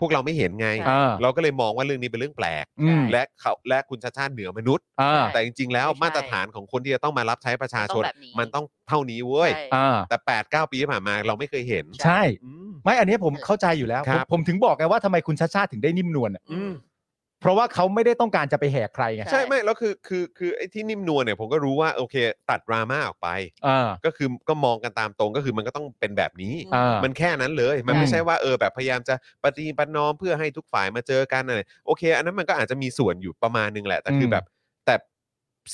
S3: พวกเราไม่เห็นไง
S4: อ่า
S3: เราก็เลยมองว่าเรื่องนี้เป็นเรื่องแปลก
S4: อืม
S3: และเขาและคุณชาติชาติเหนือมนุษย์
S4: อ่า
S3: แต่จริง ๆ แล้ว
S5: ไม่
S3: มา
S5: ใช่
S3: ตรฐานของคนที่จะต้องมารับใช้ประชาชน
S5: มันต้องแบบ
S3: มัน
S5: นี้
S3: ต้องเท่านี้เว้ย
S5: ใช่
S4: อ่า
S3: แต่8ปดเก้าปีที่ผ่านมาเราไม่เคยเห็น
S4: ใช่
S3: อืม
S4: ไม่อันนี้ผมเข้าใจอยู่แล้ว
S3: ค
S4: ผ
S3: รั
S4: ม
S3: บ
S4: ผมถึงบอกไงว่าทำไมคุณชาติชาติถึงได้นิ่มนวลอะ
S3: อืม
S4: เพราะว่าเขาไม่ได้ต้องการจะไปแหกใครไง
S5: ใช่
S3: ใช่ไม่แล้วคือคือคือไอ้ที่นิ่มนวลเนี่ยผมก็รู้ว่าโอเค ตัดดราม่าออกไป
S4: อ่า
S3: ก็คือก็มองกันตามตรงก็คือมันก็ต้องเป็นแบบนี้
S5: อ่า
S3: มันแค่นั้นเลย มัน
S4: ใช่
S3: ไม่ใช่ว่าเออแบบพยายามจะปฏิบัติน้อมเพื่อให้ทุกฝ่ายมาเจอกันอะไรโอเค อันนั้นมันก็อาจจะมีส่วนอยู่ประมาณนึงแหละ แต่คืออ
S4: ม
S3: แบบ แต่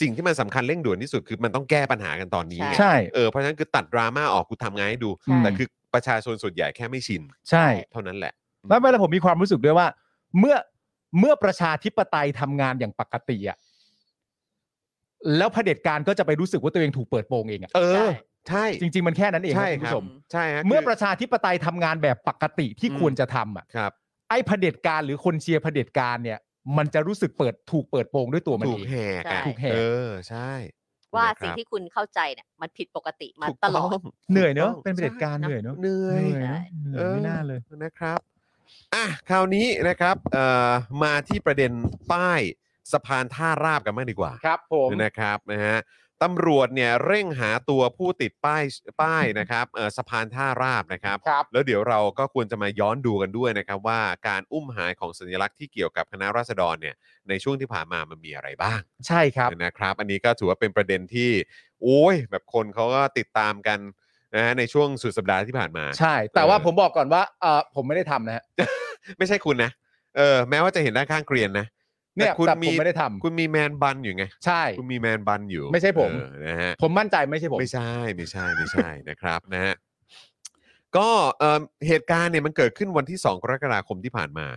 S3: สิ่งที่มันสำคัญเร่งด่วนที่สุดคือมันต้องแก้ปัญหากันตอนนี้ไง
S4: ใช่
S3: เออเพราะฉะนั้นคือตัดดราม่าออกกูทำงานให้ดู
S4: อืม
S3: แต่คือประชาชนส่วนใหญ่แค่ไม่ชิน
S4: ใช่
S3: เท่านั้นแหละ
S4: แล้วไม่แล้วผมมีความรู้สึกด้วยว่า เมื่อเมื่อประชาธิปไตยทำงานอย่างปกติอะแล้วเผด็จการก็จะไปรู้สึกว่าตัวเองถูกเปิดโปงเองอะ
S3: เออ ใช่
S4: จริง ๆ มันแค่นั้นเอง
S3: ใช่ค
S4: คุณ
S3: รั
S4: ผู้ช
S3: บ
S4: ม
S3: ใช่ฮะ
S4: เมื่อ
S3: คื
S4: ประชาธิปไตยทำงานแบบปกติที่
S3: อืม
S4: ควรจะทำอ่ะ
S3: ครับ
S4: ไอ้เผด็จการหรือคนเชียร์เผด็จการเนี่ย มันจะรู้สึกเปิดถูกเปิดโปงด้วยตัวมัน
S3: ถู
S4: เอก ง
S3: แหกอะ
S5: ใช่
S4: ถูกแหก
S3: เออใช่
S5: ว่า
S3: นะครับ
S5: สิ่งที่คุณเข้าใจเนี่ยมันผิดปกติมาตลอด
S3: ถูกง
S4: เหนื่อยเนอะ
S3: ถูต้ง
S4: เป็นเผด็จการ
S3: ใช่
S4: เหนื่อยเนอะ
S3: เหนื่อย
S4: เหนื่อยนะเหนื่อยไม่น่าเลย
S3: ออนะครับอ่ะคราวนี้นะครับเอ่อมาที่ประเด็นป้ายสะพานท่าราบกันบ้างดีกว่า
S4: ครับผม
S3: นะครับนะฮะตำรวจเนี่ยเร่งหาตัวผู้ติดป้ายป้ายนะครับเอ่อสะพานท่าราบนะครับ
S4: ครับ
S3: แล้วเดี๋ยวเราก็ควรจะมาย้อนดูกันด้วยนะครับว่าการอุ้มหายของสัญลักษณ์ที่เกี่ยวกับคณะราษฎรเนี่ยในช่วงที่ผ่านมามันมีอะไรบ้าง
S4: ใช่ครับ
S3: นะครับอันนี้ก็ถือว่าเป็นประเด็นที่ โอ้ย แบบคนเขาก็ติดตามกันนะฮะในช่วงสุดสัปดาห์ที่ผ่านมา
S4: ใช่ แต่ว่า
S3: เออ
S4: ผมบอกก่อนว่าเออผมไม่ได้ทำนะฮะ
S3: ไม่ใช่คุณนะเออแม้ว่าจะเห็นด้านข้างเกรียนนะ
S4: เนี่ย
S3: แต่คุณ
S4: แต่ผ
S3: มี
S4: มไม่ได้ทำ
S3: คุณมีแมนบันอยู่ไง
S4: ใช่
S3: คุณมีแมนบันอยู่
S4: ไม่ใช่ผม
S3: เออนะฮะ
S4: ผมมั่นใจไม่ใช่ผม
S3: ไม่ใช่ไม่ใช่ไม่ใช่ นะครับนะฮะ ก็เอิ่มเหตุการณ์เนี่ยมันเกิดขึ้นวันที่ 2 กรกฎาคมที่ผ่านมา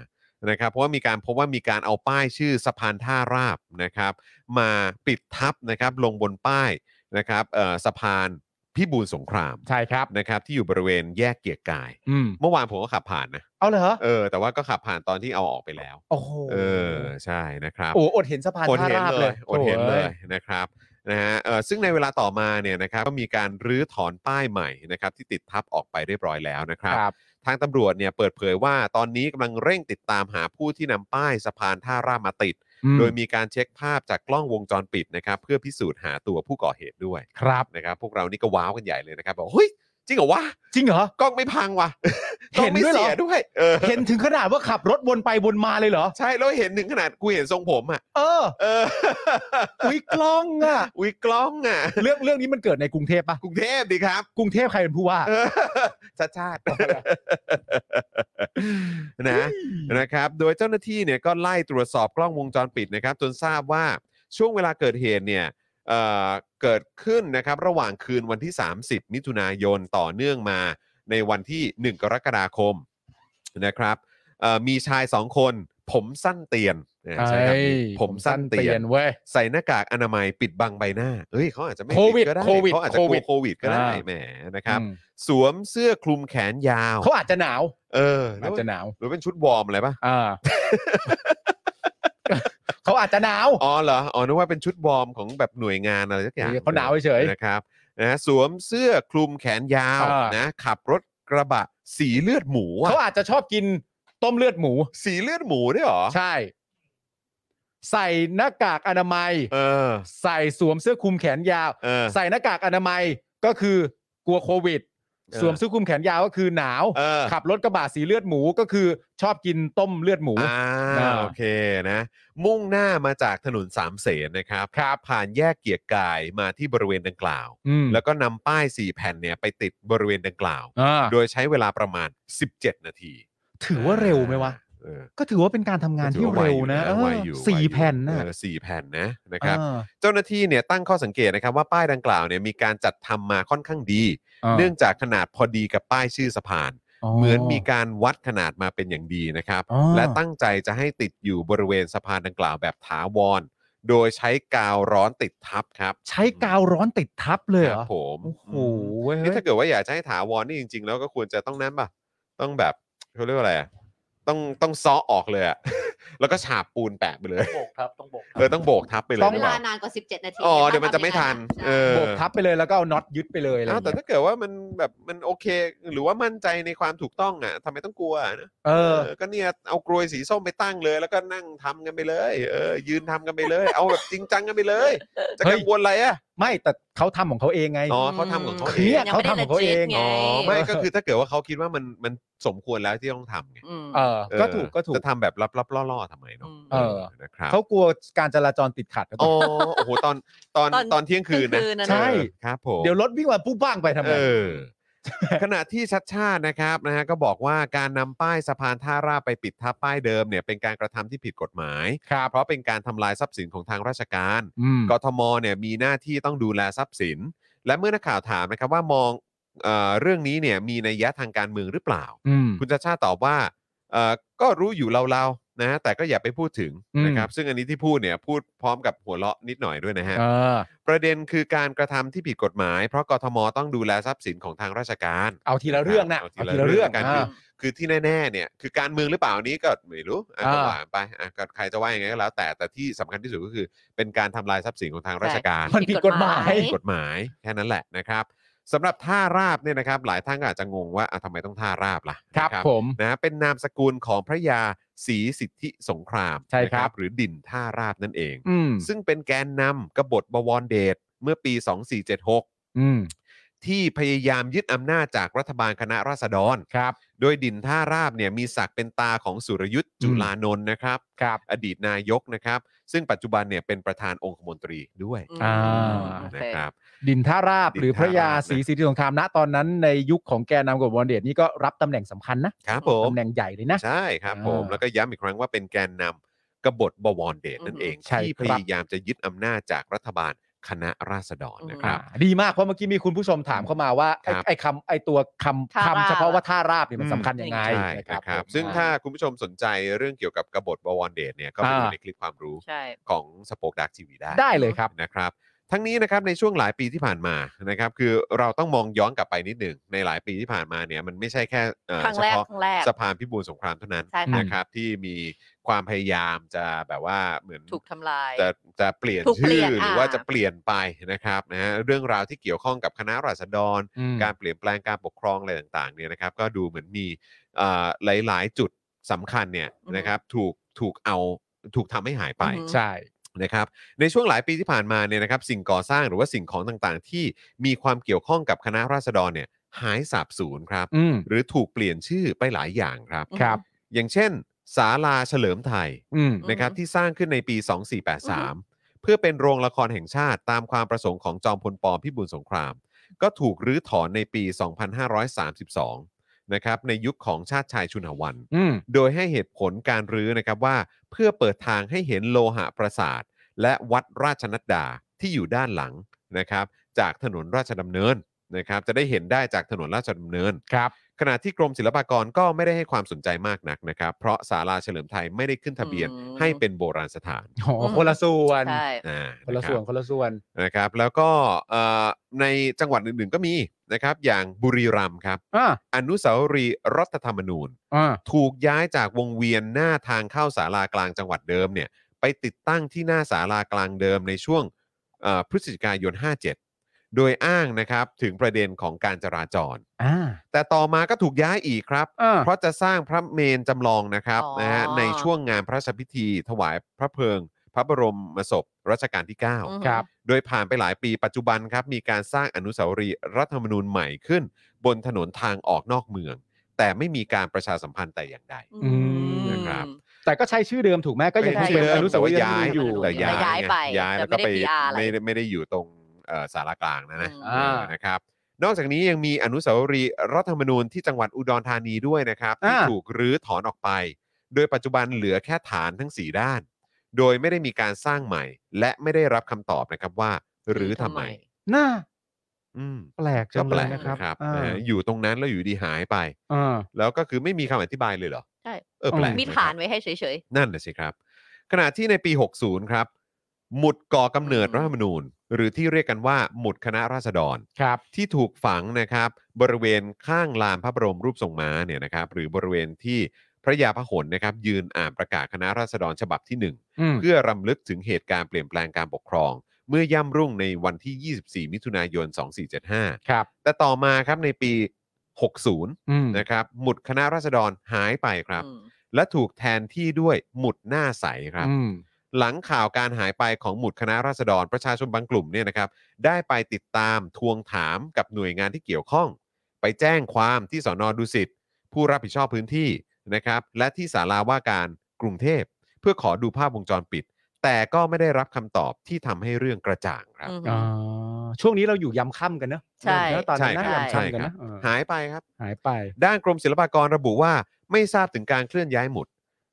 S3: นะครับเพราะว่ามีการพบว่ามีการเอาป้ายชื่อสะพานท่าราบนะครับมาปิดทับนะครับลงบนป้ายนะครับเอ่อสะพานพิบูลสงคราม
S4: ใช่ครับ
S3: นะครับที่อยู่บริเวณแยกเกียรติกาย
S4: อืม
S3: เมื่อวานผมก็ขับผ่านนะ
S4: เอาเลยเหรอ
S3: เออแต่ว่าก็ขับผ่านตอนที่เอาออกไปแล้ว
S4: โอ้โห
S3: เออใช่นะครับ
S4: โอ้อดเห็นสะพาน
S3: อด
S4: ท่า
S3: เห็น
S4: ราบ
S3: เล
S4: เลย ย
S3: อดเห็นเลย
S4: โอ้
S3: นะครับนะฮะเอ่อซึ่งในเวลาต่อมาเนี่ยนะครับก็มีการรื้อถอนป้ายใหม่นะครับที่ติดทับออกไปเรียบร้อยแล้วนะครับ
S4: ครับ
S3: ทางตำรวจเนี่ยเปิดเผยว่าตอนนี้กำลังเร่งติดตามหาผู้ที่นำป้ายสะพานท่าราบมาติด
S4: อืม
S3: โดยมีการเช็คภาพจากกล้องวงจรปิดนะครับเพื่อพิสูจน์หาตัวผู้ก่อเหตุด้วย
S4: ครับ
S3: นะครับพวกเรานี่ก็ว้าวกันใหญ่เลยนะครับบอกเฮ้ยจริงเหรอวะ
S4: จริงเหรอ
S3: กล้องไม่พังวะกล้องไม่
S4: เห็นด้วยเหรอ
S3: เสียด้วยเออ
S4: เห็นถึงขนาดว่าขับรถวนไปวนมาเลยเหรอ
S3: ใช่แล้วเห็นถึงขนาดกูเห็นทรงผมอ่ะ
S4: เออ
S3: เออ
S4: อุ้ยกล้องอ่ะ
S3: อุ้ยกล้องอ่ะ
S4: เรื่องเรื่องนี้มันเกิดในกรุงเทพปะ
S3: กรุงเทพดีครับ
S4: กรุงเทพใครเป็นผู้ว่า
S3: เออชาติชาตินะนะครับ โดยเจ้าหน้าที่เนี่ยก็ไล่ตรวจสอบกล้องวงจรปิดนะครับ จนทราบว่าช่วงเวลาเกิดเหตุเนี่ยเอ่อเกิดขึ้นนะครับ ระหว่างคืนวันที่ 30 มิถุนายนต่อเนื่องมาในวันที่ 1 กรกฎาคมนะครับเอ่อมีชายสองคน ผมสั้นเตียนนะใช่ครับผมสั้นเตียน
S4: เว้ย
S3: ใส่หน้ากากอนามัยปิดบังใบหน้า เอ้ยเขาอาจจะไม่ติ
S4: โควิด
S3: ก็ได้
S4: โควิด
S3: เขาอาจจะกลัว
S4: โค
S3: โค
S4: วิ
S3: วิด
S4: ด
S3: ก็ได้
S4: อ่า
S3: แหมนะครับ
S4: อืม
S3: สวมเสื้อคลุมแขนยาว
S4: เขาอาจจะหนาว
S3: เออหรื
S4: อา
S3: อ
S4: จจะหนาว
S3: หรือเป็นชุดวอร์มอะไรปะ
S4: อ่าเขาอาจจะหนาว
S3: อ๋อเหรอ อ๋อนึกว่าเป็นชุดวอร์มของแบบหน่วยงานอะไรสักอย่าง
S4: เขาหนาวเฉยๆ
S3: นะครับนะสวมเสื้อคลุมแขนยาว
S4: อ่าน
S3: นะ ขับรถกระบะสีเลือดหมูอะ
S4: เขาอาจจะชอบกินต้มเลือดหมู
S3: สีเลือดหมูด้วยเหรอ
S4: ใช่ ใส่หน้ากากอนามัย
S3: เออ
S4: ใส่สวมเสื้อคลุมแขนยาว
S3: เออ
S4: ใส่หน้ากากอนามัยก็คือกลัวโควิด
S3: เออ
S4: สวมเสื้อคลุมแขนยาวก็คือหนาว
S3: เออ
S4: ขับรถกระบะสีเลือดหมูก็คือชอบกินต้มเลือดหมู
S3: อ่า
S4: อ่า
S3: โอเคนะ มุ่งหน้ามาจากถนนสามเสนนะครับครับผ่านแยกเกียรติกายมาที่บริเวณดังกล่าว
S4: อืม
S3: แล้วก็นำป้าย 4 แผ่นเนี่ยไปติดบริเวณดังกล่าว
S4: อ่า
S3: โดยใช้เวลาประมาณ 17 นาที
S4: ถือว่าเร็วไหมวะ
S3: เออ
S4: ก็ถือว่าเป็นการทำงานที่เร็วนะ
S3: ก็ถือ
S4: เอ
S3: ว่าไว
S4: อ
S3: อยู่ะไวอยู่
S4: สี่แผ่นนะ
S3: เออสี่แผ่นนะนะครับ
S4: อ่า
S3: เจ้าหน้าที่เนี่ยตั้งข้อสังเกตนะครับว่าป้ายดังกล่าวเนี่ยมีการจัดทำมาค่อนข้างดี เนื่องจากขนาดพอดีกับป้ายชื่อสะพาน เหมือนมีการวัดขนาดมาเป็นอย่างดีนะครับ
S4: อ๋อ
S3: และตั้งใจจะให้ติดอยู่บริเวณสะพานดังกล่าวแบบถาวร โดยใช้กาวร้อนติดทับครับ
S4: ใช้กาวร้อนติดทับเลยเหร
S3: ค
S4: อ
S3: รับผม
S4: โอ้โห
S3: อืม
S4: เว้ย
S3: นี่ถ้าเกิดว่าอยากจะให้ถาวรนี่จริง ๆ แล้วก็ควรจะต้องนั้นป่ะ ต้องแบบเขาเรียกว่าอะไรอะต้องต้องซ้อออกเลยอะ แล้วก็ฉาบปูนแปะไปเลย
S6: โบกครับต้องโบกครับ
S3: เออต้องโบกทับไปเลย
S5: เว
S3: หรือเปล่าน
S5: ลาานกว่า 17 นาที
S3: อ๋อเดี๋ยวมันจะไม่ทัน เออ
S4: โบกทับไปเลยแล้วก็เอาน็อตยึดไปเลยอะไรอ
S3: อ้าว
S4: ย่าง
S3: แต่
S4: เงี้ย
S3: ถ้าเกิดว่ามันแบบมันโอเค หรือว่ามั่นใจในความถูกต้องอ่ะทำไมต้องกลัวอะนะ
S4: เออ
S3: เออก็เนี่ยเอากรวยสีส้มไปตั้งเลย แล้วก็นั่งทำกันไปเลยเออยืนทำกันไปเลย เอาแบบจริงจังกันไปเลย จะ
S4: เฮ้ย
S3: กังวลอะไรอ่ะ
S4: ไม่แต่เขาทำของเขาเองไง
S3: อ๋อเขาทำของเขา
S4: เค
S3: เอ
S4: รีย
S3: ง
S4: ด เขาทำของเขาเอง
S3: อ๋อไม่ก็คือถ้าเกิดว่าเขาคิดว่ามันมันสมควรแล้วที่ต้องทำไง
S4: เออ
S3: เออ
S4: ก็ถูกก็ถูก
S3: จะทำแบบลับลับๆล่อๆทำไมเนาะ
S5: อืม
S4: เออ
S3: นะครับ
S4: เขากลัวการจราจรติดขัดนะ
S3: โอ้โอ้โหตอนตอน
S5: ตอน
S3: ตอนเที่ยงคืนนะ
S5: เที่ยงคืนนะ
S4: ใช่
S3: ครับผม
S4: เดี๋ยวรถวิ่งมาปุ๊บบ้างไปทำไม
S3: เออ ขณะที่ชัดชาตินะครับนะฮะก็บอกว่าการนำป้ายสะพานท่าราบไปปิดทับป้ายเดิมเนี่ยเป็นการกระทำที่ผิดกฎหมาย
S4: ครับ
S3: เพราะเป็นการทำลายทรัพย์สินของทางราชการ
S4: อืม
S3: กทมเนี่ยมีหน้าที่ต้องดูแลทรัพย์สิน และเมื่อนักข่าวถามนะครับว่ามองเอ่อเรื่องนี้เนี่ยมีนัยยะทางการเมืองหรือเปล่า
S4: อืม
S3: คุณชาชาติตอบว่าเอ่อก็รู้อยู่เราๆนะฮะแต่ก็อย่าไปพูดถึง
S4: อืม
S3: นะครับ ซึ่งอันนี้ที่พูดเนี่ยพูดพร้อมกับหัวเราะนิดหน่อยด้วยนะฮะ
S4: เออ
S3: ประเด็นคือการกระทำที่ผิดกฎหมาย เพราะกทมต้องดูแลทรัพย์สินของทางราชการ
S4: เอาทีละเรื่องนะ
S3: เอาที
S4: เอา
S3: ละ
S4: ทีละเรื่อง
S3: เรื่องกัน
S4: อ่า
S3: คือที่แน่ๆเนี่ยคือการเมืองหรือเปล่าอันนี้ก็ไม่รู้อ่ะ
S4: อ่า
S3: ก็ว่ากันไปอ่ะก็ใครจะว่ายังไงก็แล้ว แต่แต่ที่สำคัญที่สุดก็คือ เป็นการทำลายทรัพย์สินของทางราชการ
S4: มันผิดกฎหมาย
S3: ผิดกฎหมายแค่นั้นแหละนะครับสำหรับท่าราบเนี่ยนะครับ หลายท่านก็อาจจะงงว่าอ่ะทำไมต้องท่าราบล่ะ
S4: ครับ
S3: นะ
S4: ผม
S3: นะเป็นนามสกุลของพระยาศรีสิทธิสงคราม
S4: ใช่ครับ
S3: นะหรือดินท่าราบนั่นเอง
S4: อืม
S3: ซึ่งเป็นแกนนำกบฏบวรเดชเมื่อปี 2476
S4: อืม
S3: ที่พยายามยึดอำนาจจากรัฐบาลคณะราษฎร
S4: ครับ
S3: โดยดินท่าราบเนี่ยมีศักดิ์เป็นตาของสุรยุทธ์จุลานนท์นะครับ
S4: ครับ
S3: อดีตนายกนะครับ ซึ่งปัจจุบันเนี่ยเป็นประธานองคมนตรีด้วย
S4: อ่า
S3: นะครับ
S4: ดินท่าราบ
S3: ดิน
S4: หรือพระยา
S3: ท่าราบนะ
S4: ศรีสิทธิสงครามณตอนนั้นในยุคของแกนนำกบฏเดชนี่ก็รับตำแหน่งสำคัญนะครับ
S3: ผม
S4: ตำแหน่งใหญ่เลยนะ
S3: ใช่ครับผม
S4: อ่า
S3: แล้วก็ย้ำอีกครั้งว่าเป็นแกนนำกบฏบวรเดชนั่นเอง
S4: อืมใช่
S3: ที่พ
S4: ครับ
S3: ยายามจะยึดอำนาจจากรัฐบาล คณะราษฎร
S5: อืม
S3: นะครับ
S4: อ่าดีมากเพราะเมื่อกี้มีคุณผู้ชมถามเข้ามาว่าไอ้
S3: ครับ
S4: ไอ้คำไอ้ตัวคำ
S5: ท่าราบ
S4: คำเฉพาะว่าท่าราบเนี่ยมัน
S3: อืม
S4: สำคัญยังไง
S3: ใช่นะ
S4: นะ
S3: ค
S4: ค
S3: รั
S4: รับ บ
S3: ซึ่งถ้าคุณผู้ชมสนใจเรื่องเกี่ยวกับกบฏบวรเดชเนี่ยก็ไปดู
S4: อ่า
S3: ในคลิปความรู้
S5: ใช่
S3: ของสป o อ e ดักทีวีได้
S4: ได้เลยครับ
S3: นะครับ ทั้งนี้นะครับในช่วงหลายปีที่ผ่านมานะครับคือเราต้องมองย้อนกลับไปนิดหนึ่งในหลายปีที่ผ่านมาเนี่ยมันไม่ใช่แค่เอ่อ
S5: ครั้ง
S3: เฉ
S5: แรก
S3: พาะ
S5: ครั้งแรก
S3: สะพานพิบูลสงครามเท่านั้น
S5: ใช่ค่ะ
S3: นะครับที่มีความพยายามจะแบบว่าเหมือน
S5: ถูกทำลาย
S3: จะจะเปลี่ยน
S5: ถูกเป
S3: ชื่
S5: ลี่
S3: อย
S5: น
S3: หรืออา ว่าจะเปลี่ยนไปนะครับนะฮะเรื่องราวที่เกี่ยวข้องกับคณะราษฎร
S4: อืม
S3: การเปลี่ยนแปลงการปกครองอะไรต่างๆเนี่ยนะครับก็ดูเหมือนมีเอ่อหลาย ๆ จุดสำคัญเนี่ย
S5: อือฮึ
S3: นะครับถูกถูกเอาถูกทำให้หายไป
S5: อือฮึ
S4: ใช่
S3: นะครับในช่วงหลายปีที่ผ่านมาเนี่ยนะครับสิ่งก่อสร้างหรือว่าสิ่งของต่างๆ ที่มีความเกี่ยวข้องกับคณะราษฎรเนี่ยหายสาบสูญครับ
S4: อืม
S3: หรือถูกเปลี่ยนชื่อไปหลายอย่างครับ
S5: อืม
S4: ครับ
S3: อย่างเช่นศาลาเฉลิมไทย
S4: อืม
S5: ม
S3: นะครับที่สร้างขึ้นในปี 2483 เพื่อเป็นโรงละครแห่งชาติตามความประสงค์ของจอมพลปพิบูลสงคราม ก็ถูกรื้อถอนในปี 2532นะครับในยุคของชาติชายชุนหวัน
S4: อืม
S3: โดยให้เหตุผลการรื้อนะครับว่าเพื่อเปิดทางให้เห็นโลหะปราสาท และวัดราชนัดดาที่อยู่ด้านหลังนะครับ จากถนนราชดำเนินนะครับ จะได้เห็นได้จากถนนราชดำเนิน
S4: ครับ
S3: ขณะที่กรมศิลปากรก็ไม่ได้ให้ความสนใจมากนักนะครับ เพราะศาลาเฉลิมไทยไม่ได้ขึ้นทะเบียน
S5: อืม
S3: ให้เป็นโบราณสถาน
S4: โหคนละส่วน
S5: ใช่
S3: อ่า
S4: คนละ
S3: รับ
S4: ส่วน คนละส่วน
S3: นะครับแล้วก็เอ่อในจังหวัดอื่นๆก็มีนะครับ อย่างบุรีรัมย์ครับ
S4: อ่า
S3: อนุสาวรีย์รัฐธรรมนูญ
S4: อ่า
S3: ถูกย้ายจากวงเวียนหน้าทางเข้าสารากลางจังหวัดเดิมเนี่ยไปติดตั้งที่หน้าสารากลางเดิมในช่วงเอ่อพฤศจิกายน 57 โดยอ้างนะครับถึงประเด็นของการจราจร
S4: อ่า
S3: แต่ต่อมาก็ถูกย้ายอีกครับ
S4: อ่า
S3: เพราะจะสร้างพระเมนจำลองนะครับ
S5: อ๋อ
S3: นะฮะในช่วงงานพระราชพิธี ถวายพระเพลิง พระบรมศพรัชกาลที่
S5: อือ
S3: 9
S5: ฮึ
S4: ครับ
S3: โดยผ่านไปหลายปีปัจจุบันครับมีการสร้างอนุสาวรีย์รัฐธรรมนูญใหม่ขึ้น บนถนนทางออกนอกเมือง แต่ไม่มีการประชาสัมพันธ์แต่อย่างใด
S4: อืม
S3: นะครับ
S4: แต่ก็ใช้ชื่อเดิมถูกไหมก็ยังคงเป็น
S3: ไม่
S4: อ
S3: ได้
S4: นุสาวรีย์
S3: แต่
S4: ที่
S3: ย้าย
S4: มีอยู่
S3: แต่ย้าย
S5: ย้าย
S3: ง
S5: ไป
S3: ย้าย
S5: แต่
S3: แล้วก็ไป
S5: ไม่ได้ PR อะไร
S3: ไม่ได้ไม่ได้อยู่ตรงเอ่อสารากลางนะนะ
S5: อืม
S3: เออนะครับ นอกจากนี้ยังมีอนุสาวรีย์รัฐธรรมนูญที่จังหวัดอุดรธานีด้วยนะครับที่
S4: อ่า
S3: ถูกรื้อถอนออกไป โดยปัจจุบันเหลือแค่ฐานทั้ง 4 ด้าน โดยไม่ได้มีการสร้างใหม่ และไม่ได้รับคำตอบนะครับว่าหรือทำไม
S4: น่า
S3: อืม
S4: แปลกจั
S3: ก็
S4: ง
S3: แป
S4: เล
S3: ล
S4: ย
S3: ก
S4: นะครั
S3: นะ
S4: บ
S3: ครับ
S4: อ่า
S3: เอออยู่ตรงนั้นแล้วอยู่ดีหายไป
S4: อ่า
S3: แล้วก็คือไม่มีคำอธิบายเลยเหรอ
S5: ใช่
S3: เออแปล
S5: มี
S3: กะครับ
S5: ฐานไว้ให้เฉย
S3: นั่นแหละสิครับ ขณะที่ในปี 60 ครับ หมุดก่อกำเนิด
S5: อืม
S3: รัฐธรรมนูญ หรือที่เรียกกันว่าหมุดคณะราษฎร
S4: ครับ
S3: ที่ถูกฝังนะครับ บริเวณข้างลานพระบรมรูปทรงม้าเนี่ยนะครับ หรือบริเวณที่พระยาพหลนะครับ ยืนอ่านประกาศคณะราษฎรฉบับทีหนึ่
S4: อืม
S3: 1 เพื่อรำลึกถึงเหตุการณ์เปลี่ยนแปลงการปกครอง เมื่อย่ำรุ่งในวันที่ 24 มิถุนายน 2475
S4: ครับ
S3: แต่ต่อมาครับในปี 60
S4: อืม
S3: นะครับหมุดคณะราษฎรหายไปค
S5: ๆ
S3: รับ
S5: อืม
S3: และถูกแทนที่ด้วยหมุดหน้าใสครับ
S4: อืม
S3: หลังข่าวการหายไปของหมุดคณะราษฎรประชาชนบางกลุ่มเนี่ยนะครับ ได้ไปติดตามทวงถามกับหน่วยงานที่เกี่ยวข้อง ไปแจ้งความที่สอนอดุสิตผู้รับผิดชอบพื้นที่นะครับ และที่ศาลาว่าการกรุงเทพ เพื่อขอดูภาพวงจรปิด แต่ก็ไม่ได้รับคำตอบที่ทำให้เรื่องกระจ่างครับ
S5: อืม
S4: อ่า ช่วงนี้เราอยู่ยำค่ำกันเนอะ
S5: ใช่
S4: เนอะตอนนั้นนะ
S3: ใช่ครับ
S4: ยำ
S3: ใช่
S4: ค่ำกัน
S3: ครับ
S4: นะเออ
S3: หายไปครับ
S4: หายไป
S3: ด้านกรมศิลปากรระบุว่าไม่ทราบถึงการเคลื่อนย้ายหมุด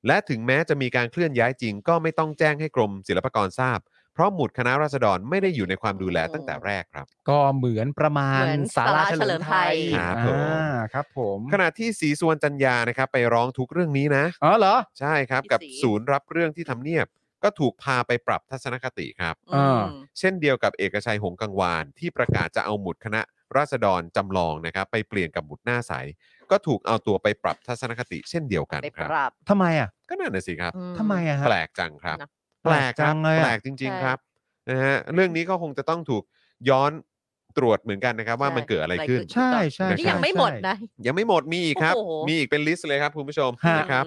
S3: และถึงแม้จะมีการเคลื่อนย้ายจริง ก็ไม่ต้องแจ้งให้กรมศิลปากรทราบ เพราะหมุดคณะราษฎรไม่ได้อยู่ในความดูแลตั้งแต่แรกครับ
S4: ก็เหมือนประมาณ
S5: เหมือน
S4: สาราเฉลิมไทย
S3: ครั
S4: อ่า
S3: บผม
S4: ครับผม
S3: ขณะที่สีสวนจันยานะครับไปร้องทุกข์เรื่องนี้นะ
S4: อ๋อเหรอ
S3: ใช่ครับ
S5: พี่
S3: กับ
S5: ศรี
S3: ศูนย์รับเรื่องที่ทำเนียบ ก็ถูกพาไปปรับทัศนคติครับ
S4: อ่า
S5: ม
S3: เช่นเดียวกับเอกชัยหงส์กังวาน ที่ประกาศจะเอาหมุดคณะราษฎรจำลองนะครับ ไปเปลี่ยนกับหมุดหน้าใส ก็ถูกเอาตัวไปปรับทัศนคติเช่นเดียวกัน
S5: ไป
S3: ครับ
S5: ปรับ
S4: ทำไมอ่ะ
S3: ก็นั่นน่ะสิครับ
S5: อื
S4: ทำไมอ่ะฮะ
S3: แปลกจังครับ
S5: นะ
S3: แปลกครับ
S4: แปลกจังเลยอะ
S3: แปลกจริง
S5: ใช่
S3: ๆครับนะฮะเรื่องนี้ก็คงจะต้องถูกย้อนตรวจเหมือนกันนะครับ ว่า
S5: ใช่
S3: มันเกิดอะไรขึ้น
S5: อะไรขึ้
S4: ใช่ใช่
S5: นี่
S4: ใช่
S5: ยังไม่หมด
S4: ใช่
S5: นะ
S3: ยังไม่หมดมีอีกครับ
S5: โอ้โห
S3: มีอีกเป็นลิสต์เลยครับคุณผู้ชม
S4: ฮะ
S3: นะครับ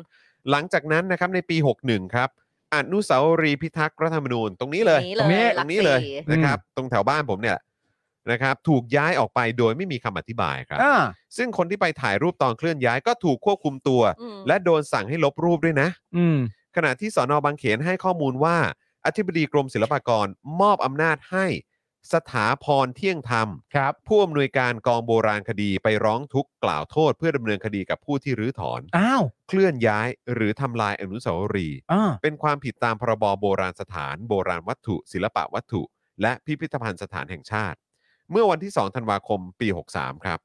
S3: หลังจากนั้นนะครับในปี 61 ครับอนุสาวรีย์พิทักษ์รัฐธรรมนูญตรงนี้เลย
S5: ตรงนี้เลย
S3: ตรงนี้เลย
S5: หลักสี่
S3: นะครับ ตรงแถวบ้านผมเนี่ยนะครับ ถูกย้ายออกไปโดยไม่มีคำอธิบายครับ
S4: อ่า
S3: ซึ่งคนที่ไปถ่ายรูปตอนเคลื่อนย้ายก็ถูกควบคุมตัว
S5: อืม
S3: และโดนสั่งให้ลบรูปด้วยนะ
S4: อืม
S3: ขณะที่สอนอบางเขนให้ข้อมูลว่า อธิบดีกรมศิลปากรมอบอำนาจให้ สถาพรเที่ยงธรรม
S4: ครับ
S3: ผู้อำนวยการกองโบราณคดีไปร้องทุกข์กล่าวโทษ เพื่อดำเนินคดีกับผู้ที่รื้อถอน
S4: อ้าว
S3: เคลื่อนย้ายหรือทำลายอนุสาวรีย์
S4: อ่า
S3: เป็นความผิดตามพรบโบราณสถาน โบราณวัตถุ ศิลปะวัตถุ และพิพิธภัณฑ์สถานแห่งชาติ เมื่อวันที่ 2 ธันวาคมปี 63 ครับ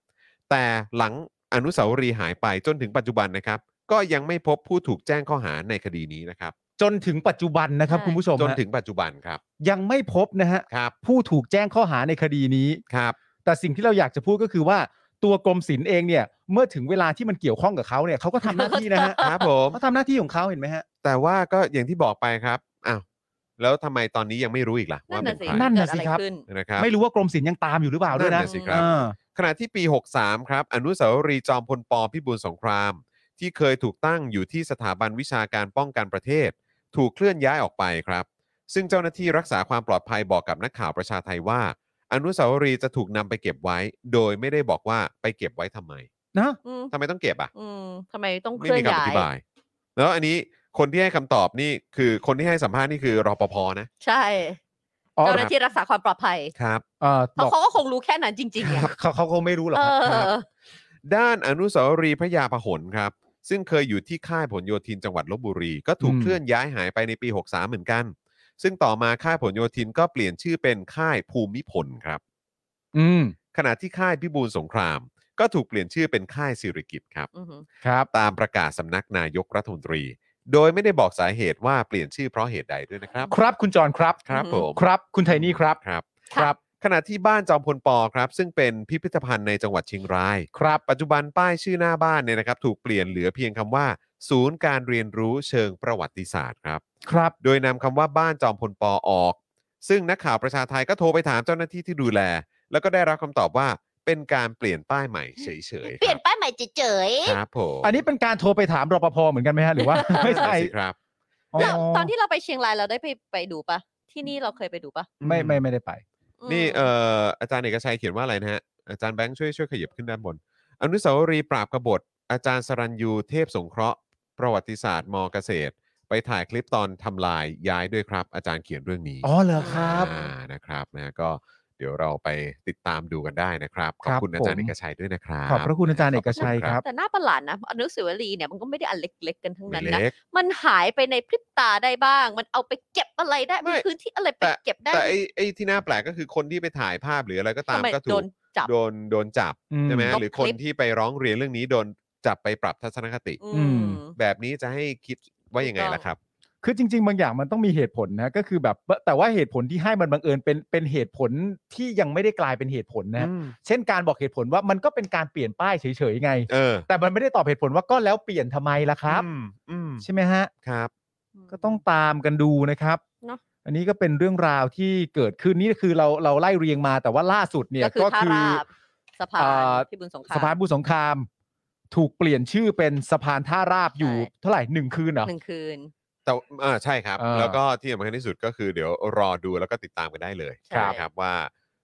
S3: แต่หลังอนุสาวรีย์หายไปจนถึงปัจจุบันนะครับ ก็ยังไม่พบผู้ถูกแจ้งข้อหาในคดีนี้นะครับ
S4: จนถึงปัจจุบันนะครับ
S5: ใช่
S4: คุณผู้ชม
S3: จน
S4: ฮะ
S3: ถึงปัจจุบันครับ
S4: ยังไม่พบนะฮะ
S3: ครับ
S4: ผู้ถูกแจ้งข้อหาในคดีนี้
S3: ครับ
S4: แต่สิ่งที่เราอยากจะพูดก็คือว่าตัวกรมศิลป์เองเนี่ยเมื่อถึงเวลาที่มันเกี่ยวข้องกับเขาเนี่ยเขาก็ทำหน้าที่นะฮะ
S3: ครับผม
S4: เขาทำหน้าที่ของเขาเห็นไหมฮะ
S3: แต่ว่าก็อย่างที่บอกไปครับอ้าวแล้วทำไมตอนนี้ยังไม่รู้อีกล่ะ
S5: นั่
S3: ว่าน เป็น
S5: น่ะสิ
S3: ใคร
S4: นั่นน่ะ
S5: เกิดอะไร
S4: สิครับ
S5: ขึ้น
S3: นะครับ
S4: ไม่รู้ว่ากรมศิลป์ยังตามอยู่หรือเปล่าด้วย
S3: นั่น
S4: นะ
S3: น่ะสิครับ
S4: เออ
S3: ขณะที่ปี 63 ครับ อนุสาวรีย์จอมพลปพิบูลสงคราม ที่เคยถูกตั้งอยู่ที่สถาบันวิชาการป้องกันประเทศ ถูกเคลื่อนย้ายออกไปครับ ซึ่งเจ้าหน้าที่รักษาความปลอดภัยบอกกับนักข่าวประชาไทยว่า อนุสาวรีย์จะถูกนำไปเก็บไว้ โดยไม่ได้บอกว่าไปเก็บไว้ทำไม
S4: นะ
S5: อืม
S3: ทำไมต้องเก็บอ่ะ
S5: อืมทำไมต้องเค
S3: ไม่
S5: ลื่อน
S3: มีคำอ
S5: ย้าย
S3: ธิบาย แล้วอันนี้คนที่ให้คำตอบนี่คือคนที่ให้สัมภาษณ์นี่คือรอปภนะ
S5: ใช่
S4: อ๋อ
S5: เจ้าหน้าที่รักษาความปลอดภัย
S3: ครับ
S4: เออ
S5: เพราะ
S4: บอก
S5: เขาก็คงรู้แค่นั้นจริงๆไง
S4: เขาเขาคงไม่รู้หรอก
S5: เอ
S4: ครับ
S5: อ
S3: ด้านอนุสาวรีย์พระยาพหลครับ ซึ่งเคยอยู่ที่ค่ายผลโยธินจังหวัดลบบุรี ก็ถูกเคลื่อนย้ายหายไปในปี 63 เหมือนกัน ซึ่งต่อมาค่ายผลโยธินก็เปลี่ยนชื่อเป็นค่ายภูมิพลครับ
S4: อืม
S3: ขณะที่ค่ายพิบูลสงคราม ก็ถูกเปลี่ยนชื่อเป็นค่ายสิริกิตครับ
S5: อือหือ
S4: ครับ
S3: ตามประกาศสำนักนายกรัฐมนตรี โดยไม่ได้บอกสาเหตุว่าเปลี่ยนชื่อเพราะเหตุใดด้วยนะครับ
S4: ครับคุณจรครับ
S3: ครับผม
S4: ครับคุณไทนี่ครับ
S3: ครับ
S5: ค่ะ
S3: ขณะที่บ้านจอมพลปอครับ ซึ่งเป็นพิพิธภัณฑ์ในจังหวัดเชียงราย
S4: ครับ
S3: ปัจจุบันป้ายชื่อหน้าบ้านเนี่ยนะครับถูกเปลี่ยนเหลือเพียงคำว่า ศูนย์การเรียนรู้เชิงประวัติศาสตร์ครับ
S4: ครับ
S3: โดยนำคำว่าบ้านจอมพลปอออก ซึ่งนักข่าวประชาไทยก็โทรไปถามเจ้าหน้าที่ที่ดูแล แล้วก็ได้รับคำตอบว่าเป็นการเปลี่ยนป้ายใหม่เฉยๆ
S5: เปลี่ยน
S3: ครับ
S5: ป้ายใหม่เฉยๆ
S3: ครับผม
S4: อันนี้เป็นการโทรไปถามรปภเหมือนกันไหมฮะหรือว่า ไม่
S3: นั่น
S4: ใช่
S3: สิครับ
S4: อ๋อ
S5: เราตอนที่เราไปเชียงรายเราได้ไปไปดูปะที่นี่เราเคยไปดูปะ
S4: ไม่ไม่ไม่ได้ไป
S5: อืม
S3: นี่เอ่ออาจารย์เอกชัยเขียนว่าอะไรนะฮะอาจารย์แบงค์ช่วยช่วยขยับขึ้นด้านบน อนุสาวรีย์ปราบกบฏ อาจารย์สรัญยูเทพสงเคราะห์ ประวัติศาสตร์มเกษตร ไปถ่ายคลิปตอนทำลายย้ายด้วยครับ อาจารย์เขียนเรื่องนี้
S4: อ๋อเหรอครับ
S3: อ่านะครับนะก็เดี๋ยวเราไปติดตามดูกันได้นะครับ ขอบ
S4: ครับ
S3: คุณอาจารย์
S4: ผม
S3: เอกชัยด้วยนะครับ
S4: ขอบพระคุณอาจารย์เอกชัยครับ
S5: แต่หน้าประหลาดนะอนุสาวรีย์เนี่ยมันก็ไม่ได้อันเล็กๆกันทั้ง
S3: ไม่
S5: นั้นนะ
S3: เล็ก
S5: มันหายไปในพริบตาได้บ้าง มันเอาไปเก็บอะไรได้
S3: ไม่
S5: มีพื้นที่อะไรไป
S3: แต่
S5: เก็บได้
S3: แต่ไอ้ไอ้ที่น่าแปลกก็คือคนที่ไปถ่ายภาพหรืออะไรก็ตา
S5: ทำ
S3: ม
S5: ไม
S3: ก็ถู
S5: โด
S3: ก
S5: นจับ
S3: โดนโดนจับ
S4: อืม
S3: ใช่ไหม
S5: ลบ
S3: หรือคน
S5: คลิป
S3: ที่ไปร้องเรียนเรื่องนี้โดนจับไปปรับทัศนคติ
S5: อืม
S3: แบบนี้จะให้คิดว่ายังไงล่ะครับ
S4: คือจริง ๆ บางอย่างมันต้องมีเหตุผลนะก็คือแบบแต่ว่าเหตุผลที่ให้มันบังเอิญเป็นเป็นเหตุผลที่ยังไม่ได้กลายเป็นเหตุผลนะฮะเช่นการบอกเหตุผลว่ามันก็เป็นการเปลี่ยนป้ายเฉยๆไง
S3: เออ
S4: แต่มันไม่ได้ตอบเหตุผลว่าก็แล้วเปลี่ยนทำไมล่ะครับ
S3: อืมอืม
S4: ใช่ไหมฮะ
S3: ครับ
S4: ก็ต้องตามกันดูนะครับ
S5: เนอะ
S4: อันนี้ก็เป็นเรื่องราวที่เกิดขึ้นนี่คือเราเราไล่เรียงมาแต่ว่าล่าสุดเนี่ย
S5: ก็คือ
S4: ก็
S5: ท่าราบสะ
S4: คือ
S5: พาน
S4: อ่
S5: พิบูลสงคราม
S4: สะพานพิบูลสงคราม ถูกเปลี่ยนชื่อเป็นสะพานท่าราบอยู่
S5: ใช่
S4: เท่าไหร่หนึ่งคืนเหรอ
S5: หนึ่งคืน
S3: แต่อ่าใช่ครับ
S4: อ่า
S3: แล้วก็ที่สำคัญที่สุดก็คือเดี๋ยวรอดูแล้วก็ติดตามกันได้เลย
S5: ครับ
S3: นะครับว่า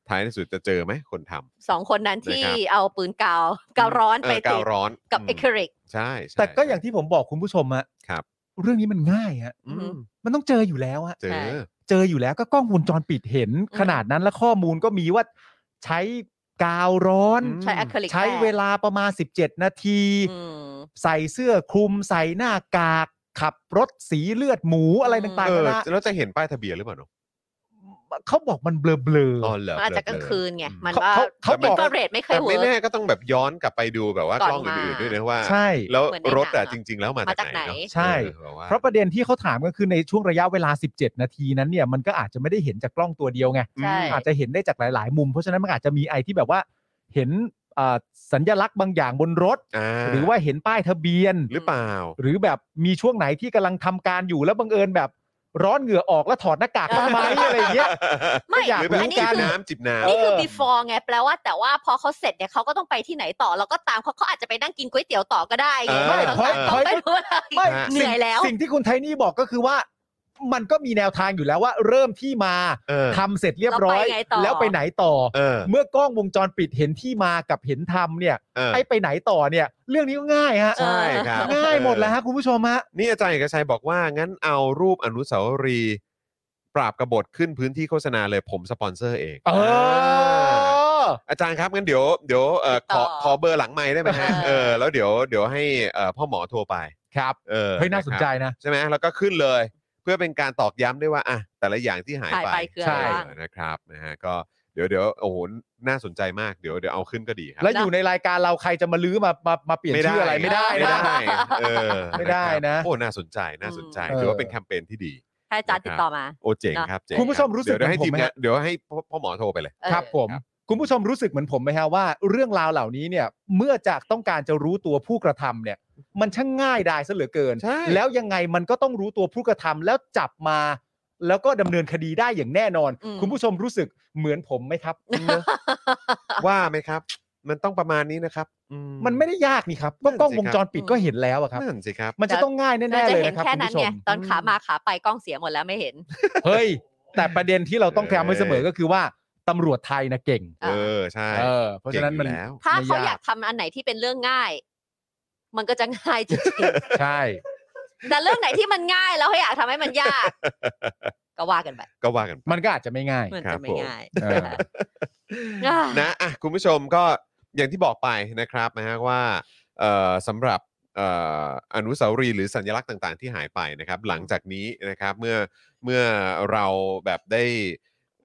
S3: ท้ายที่สุดจะเจอไหมคนทำ
S5: สองคนนั้น
S3: นะ
S5: ที่
S3: ครับ
S5: เอาปืนกาวกาวร้อนไป
S3: เกา
S5: ติ
S3: ว
S5: ด
S3: ร้อน
S5: กับ
S3: ม
S5: เอคริก
S3: ใช่ใช่
S4: แต่ก็อย่างที่ผมบอกคุณผู้ชมอะ
S3: ครับ
S4: เรื่องนี้มันง่ายฮะ
S3: อืม
S4: มันต้องเจออยู่แล้วอะ
S3: เจ
S5: ใช่
S3: อ
S4: เจออยู่แล้วก็กล้องวงจรปิดเห็น
S5: อืม
S4: ขนาดนั้นและข้อมูลก็มีว่าใช้กาวร้อน
S3: อืม
S5: ใช้เอคริก
S4: ใช้เวลาประมาณ 17 นาที
S5: อืม
S4: ใส่เสื้อคลุมใส่หน้ากาก ขับรถสีเลือดหมูอะไร
S5: อืม
S4: ต่าง
S3: เอ
S4: ๆ
S3: อ
S4: นานะ
S3: แล้วจะเห็นป้ายทะเบียนหรือเปล่าเนอะ
S4: เขาบอกมันเบลอๆ
S3: อ๋อเหรอ
S5: มันอาจจะก
S3: เบ
S5: ลา
S3: ๆ
S5: งคืนไง
S3: อื
S5: มัน
S4: เขา
S5: ว่า
S4: เขาเขา
S5: มัน
S4: บอก
S5: ก็เรทไม่เคย
S3: แต่
S5: เวิ
S3: ไม่
S5: ร์ก
S3: แน่ก็ต้องแบบย้อนกลับไปดูแบบว่าก
S5: ก่อน
S3: ล้องอื่น
S5: มา
S3: ๆด้วยนะว่า
S4: ใช่
S3: แล้ว
S5: เหมือนใน
S3: รถ
S5: หนั
S3: อะ
S5: งอะ
S3: จริง ๆ แล้วมา
S5: มา
S3: จา
S5: จาก ก
S3: ไหน
S5: ไหน
S3: เนอะ
S4: ใช่
S3: เออแบบว่า
S4: เพราะประเด็นที่เขาถามก็คือในช่วงระยะเวลา 17 นาทีนั้นเนี่ยมันก็อาจจะไม่ได้เห็นจากกล้องตัวเดียวไง
S5: ใช่
S4: อาจจะเห็นได้จากหลาย ๆ มุม เพราะฉะนั้นมันอาจจะมีไอที่แบบว่า เห็นอ่าสัญญลักษณ์บางอย่างบนรถ
S3: อ่า
S4: หรือว่าเห็นป้ายทะเบียน
S3: หรือเปล่า
S4: หรือแบบมีช่วงไหนที่กำลังทำการอยู่แล้วบังเอิญแบบร้อนเหงื่อออกแล้วถอดหน้ากากทำไมอะไรอย่างเงี้ย
S5: ไม่
S4: อยาก
S3: หรือแบ
S4: รู้
S3: บ
S5: อันนี้
S3: จิบ
S4: กั
S5: คือ
S3: น้ำจิบน้ำ
S5: นี่คือ
S4: เออ
S5: before ไงแปลว่าแต่ว่าพอเขาเสร็จเนี่ยเขาก็ต้องไปที่ไหนต่อเราก็ตามเขาเขาอาจจะไปนั่งกินก๋วยเตี๋ยวต่อก็ได้ไง
S4: ไม่
S5: ต้อง
S4: เพราะ
S5: ต้องไป
S4: เพราะ
S5: รู้อะไร
S4: ไม่
S3: ฮะ
S5: เหนื่อยแล้ว
S4: สิ่งสิ่งที่คุณไทนี่บอกก็คือว่า มันก็มีแนวทางอยู่แล้วว่า เริ่มที่มา
S3: เออ
S4: ทำเสร็จเรียบร้อ
S5: แล้
S4: ย
S5: วไปไงต่อ
S4: แล้วไปไหนต่อ
S3: เออ
S4: เมื่อกล้องวงจรปิดเห็นที่มากับเห็นทำเนี่ย
S3: เออ
S4: ไอ้ไปไหนต่อเนี่ย เรื่องนี้ก็ง่ายฮะ
S3: ใช่ครับ
S4: ง่ายหมดแล้วฮะคุณผู้ชมฮะ
S3: นี่อาจารย์เอกชัยบอกว่างั้นเอารูปอนุสาวรีย์ปราบกบฏขึ้นพื้นที่โฆษณาเลยผมสปอนเซอร์เอง
S4: เออ
S3: อาจารย์ครับงั้นเดี๋ยวเดี๋ยวเอ่อขอ
S5: ติดต่อ
S3: ขอเบอร์หลังไม้ได้ไหมฮะ
S5: เออ
S3: เออแล้วเดี๋ยวเดี๋ยวให้เอ่อพ่อหมอโทรไป
S4: ครับ
S3: เออ
S4: เฮ้ยน่าสนใจนะ
S3: ใช่ไหมแล้วก็ขึ้นเลย เพื่อเป็นการตอกย้ำด้วยว่าอ่ะแต่ละอย่างที่หาย
S5: หาย
S3: ไป
S5: ไปคืออะไร
S3: ใช่
S5: บ้าง
S3: นะครับนะฮะก็เดี๋ยวเดี๋ยวโอ้โหน่าสนใจมากเดี๋ยวเดี๋ยวเอาขึ้นก็ดีครับ
S4: และอยู่ในรายการเราใครจะมาลื้อมามามาเปลี่ยนชื่ออะไรไม่ได้
S3: ไม่
S4: นะ
S3: ได้เออ
S4: ไม่ได้
S3: ค
S4: นะ
S3: รับโอ้น่าสนใจน่าสนใจ
S4: เออ
S3: ถือว่าเป็นแคมเปญที่ดี
S5: ให้อาจารย์ติดต่อมา
S3: โอ้เจ๋งครับเจ๋ง
S4: คุณผู้ชม
S3: บ
S4: รู้สึก
S3: เดี๋ยวให้
S4: เหมื
S3: ที
S4: อนผมมไหม
S3: งานเดี๋ยวให้พ่อพ่อหมอโทรไปเลย
S5: เออ
S4: ครับผม คุณผู้ชมรู้สึกเหมือนผมไหมฮะว่าเรื่องราวเหล่านี้เนี่ยเมื่อจากต้องการจะรู้ตัวผู้กระทำเนี่ย มันช่างง่ายดายซะเหลือเกิน
S3: ใช่
S4: แล้วยังไงมันก็ต้องรู้ตัวผู้กระทำแล้วจับมา แล้วก็ดำเนินคดีได้อย่างแน่นอน
S5: อืม
S4: คุณผู้ชมรู้สึกเหมือนผมไหมครับ
S3: ว่าไหมครับ มันต้องประมาณนี้นะครับอื
S4: มันไม่ได้ยากนี่ครับก็กล้อง
S3: นั่นสิครั
S4: วง
S3: บ
S4: จรปิดก็เห็นแล้วอะครับ
S3: นั่นสิครับ
S4: มันจะต้องง่ายแน่
S5: เรา
S4: ๆ
S5: จะ
S4: เลย
S5: เห็น
S4: นะครับ
S5: แค่
S4: คุณ
S5: นั้น
S4: ผู้ช
S5: ไง
S4: ม
S5: ตอนขามาขาไปกล้องเสียหมดแล้วไม่เห็น
S4: เฮ้ย แต่ประเด็นที่เราต้องแคมไว้เสมอก็คือว่าตำรวจไทยนะเก่ง
S5: อ่ะ
S3: เออใช่
S4: เออเพราะฉะนั้นมัน
S3: เก่งอยู่แล้ว
S5: ถ้าเขาอย
S4: ไม่าก
S5: ยากทำอันไหนที่เป็นเรื่องง่าย มันก็จะง่ายจริง
S4: ใช่
S5: ๆ แต่เรื่องไหนที่มันง่ายแล้วเขาอยากทำให้มันยาก ก็ว่ากันไป
S3: ก็ว่ากันไป
S4: มันก็อาจจะไม่ง่าย
S5: มัน
S3: ครั
S5: จะ
S3: บ
S5: ไม่
S3: ผม
S5: ง่าย
S4: เออ
S3: นะอ่ะคุณผู้ชมก็อย่างที่บอกไปนะครับนะฮะว่าเอ่อสำหรับเอ่ออนุสาวรีย์หรือสัญลักษณ์ต่าง ๆ ที่หายไปนะครับ หลังจากนี้นะครับเมื่อเมื่อเราแบบได้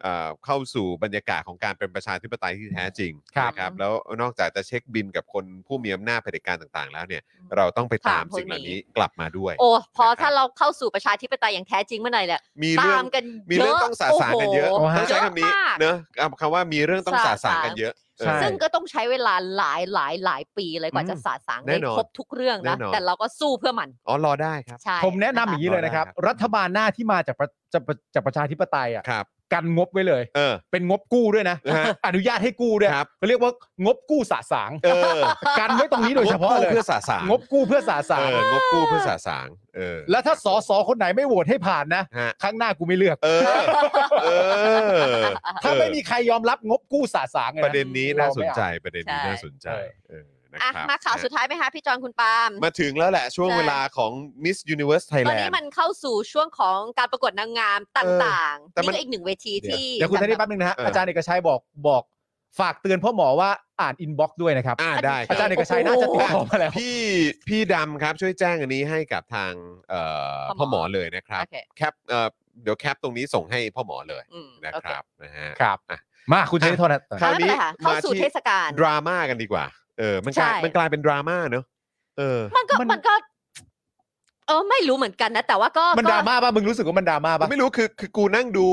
S3: เอ่อเข้าสู่บรรยากาศของการเป็นประชาธิปไตยที่แท้จริง
S4: ครับ
S3: นะครับแล้วนอกจากจะเช็คบินกับคนผู้มีอำนาจเผด็จการต่างๆ แล้วเนี่ยเราต้องไปตามสิ่งเหล่านี้กลับมาด้วย
S5: โอ้พอ
S3: นะครับ
S5: ถ้าเราเข้าสู่ประชาธิปไตยอย่างแท้จริงเมื่อไหร่แหละ
S3: มีเรื่
S5: ตา
S3: อง
S5: มกัน
S3: มี
S5: เย
S3: เรื่อง
S5: อะ
S3: ต้องสาสางกันเยอะ
S5: โโห
S3: ต้องใช้คำนี้
S5: เยอะมาก
S3: เนอะเอาคำว่ามีเรื่องต้องสาสางกันเยอะเออ
S4: ใช่
S5: ซึ่งก็ต้องใช้เวลาหลายหลายหลายปีเลยกว่าจะสะสาง
S3: แน่
S5: ได้
S3: นอน
S5: ครบทุกเรื่อง
S3: แน่
S5: นะ
S3: นอน
S5: แต่เราก็สู้เพื่อมัน
S3: อ๋อรอได้ครับ
S5: ใช่
S4: ผมแนะนำอย่างนี้เลยนะครับ
S3: ได้ครับ
S4: รัฐบาลหน้าที่มาจากประจากประจากประชาธิปไตยอ่ะ
S3: ครับ
S4: กันงบไว้เลย
S3: เออ
S4: เป็นงบกู้ด้วยนะ
S3: ฮะ
S4: อนุญาตให้กู้ด้วย
S3: ครับ
S4: เขาเรียกว่างบกู้สะสาง
S3: เออ
S4: กันไว้ตรงนี้โดยเฉพาะ
S3: งบกู้
S4: เลย
S3: เพื่อสาสาง
S4: งบกู้เพื่อสะสา
S3: เององบกู้เพื่อสาสาง เออ
S4: แล้วถ้าสสคนไหนไม่โหวตให้ผ่านนะ
S3: ฮะ
S4: ครั้งหน้ากูไม่เลือก
S3: เออ เออ
S4: ถ้าไม่มีใครยอมรับงบกู้สะสาง
S3: เอ
S4: เล
S3: อย ป
S4: นะ
S3: ระเด็นนี้น่าสนใจประเด็นนี้
S5: ใช่
S3: น่าสนใจเออนะ
S5: อ่ะ
S3: ครับ
S5: มาข่าวสุดท้ายไหมคะพี่จอนคุณปาล์ม
S3: มาถึงแล้วแหละช่วง
S5: ใช่
S3: เวลาของ Miss Universe
S5: ตอน
S3: Thailand
S5: นี้มันเข้าสู่ช่วงของการประกวดนางงามต่าง
S3: แต่
S5: ๆ
S3: มัน
S5: นี่ก็อีกหนึ่งเวทีที่
S4: เดี๋ยวคุณธนิตแป๊บนึงนะฮะ
S3: เอออ
S4: อาจารย์เอกชัยบอกบอกฝากเตือนพ่อหมอว่าอ่านอินบ็อกซ์ด้วยนะครับ
S3: อ่าได้ค
S4: อาจา
S3: รับ
S4: รย์เอกชัยน่าจะติดต่อมาแล้ว
S3: พี่พี่ดำครับช่วยแจ้งอันนี้ให้กับทางเอ่อพ่อหมอเลยนะครับ
S5: โอเค
S3: แคปเอ่อเดี๋ยวแคปตรงนี้ส่งให้พ่อหมอเลย
S5: อืม
S3: นะ
S5: โอ
S3: ค
S5: เ
S3: รับนะฮะ
S4: ครับ
S3: อ่ะ
S4: มาคุณธนิตโทษนะ
S3: คราวนี้
S5: ไม่เป็นไค่ะเข้าสู่
S3: มาที่
S5: เทศกาล
S3: ดราม่ากันดีกว่า เออ มันกลาย
S5: ใช่
S3: มันกลายเป็นดราม่าเนอะเออ
S5: มันก็
S4: มัน
S5: มันก็ เออไม่รู้เหมือนกันนะแต่ว่าก็
S4: มันดราม่าป่ะมึงรู้สึกว่ามันดราม่าป่ะ
S3: ไม่รู้คือคือกูนั่งดู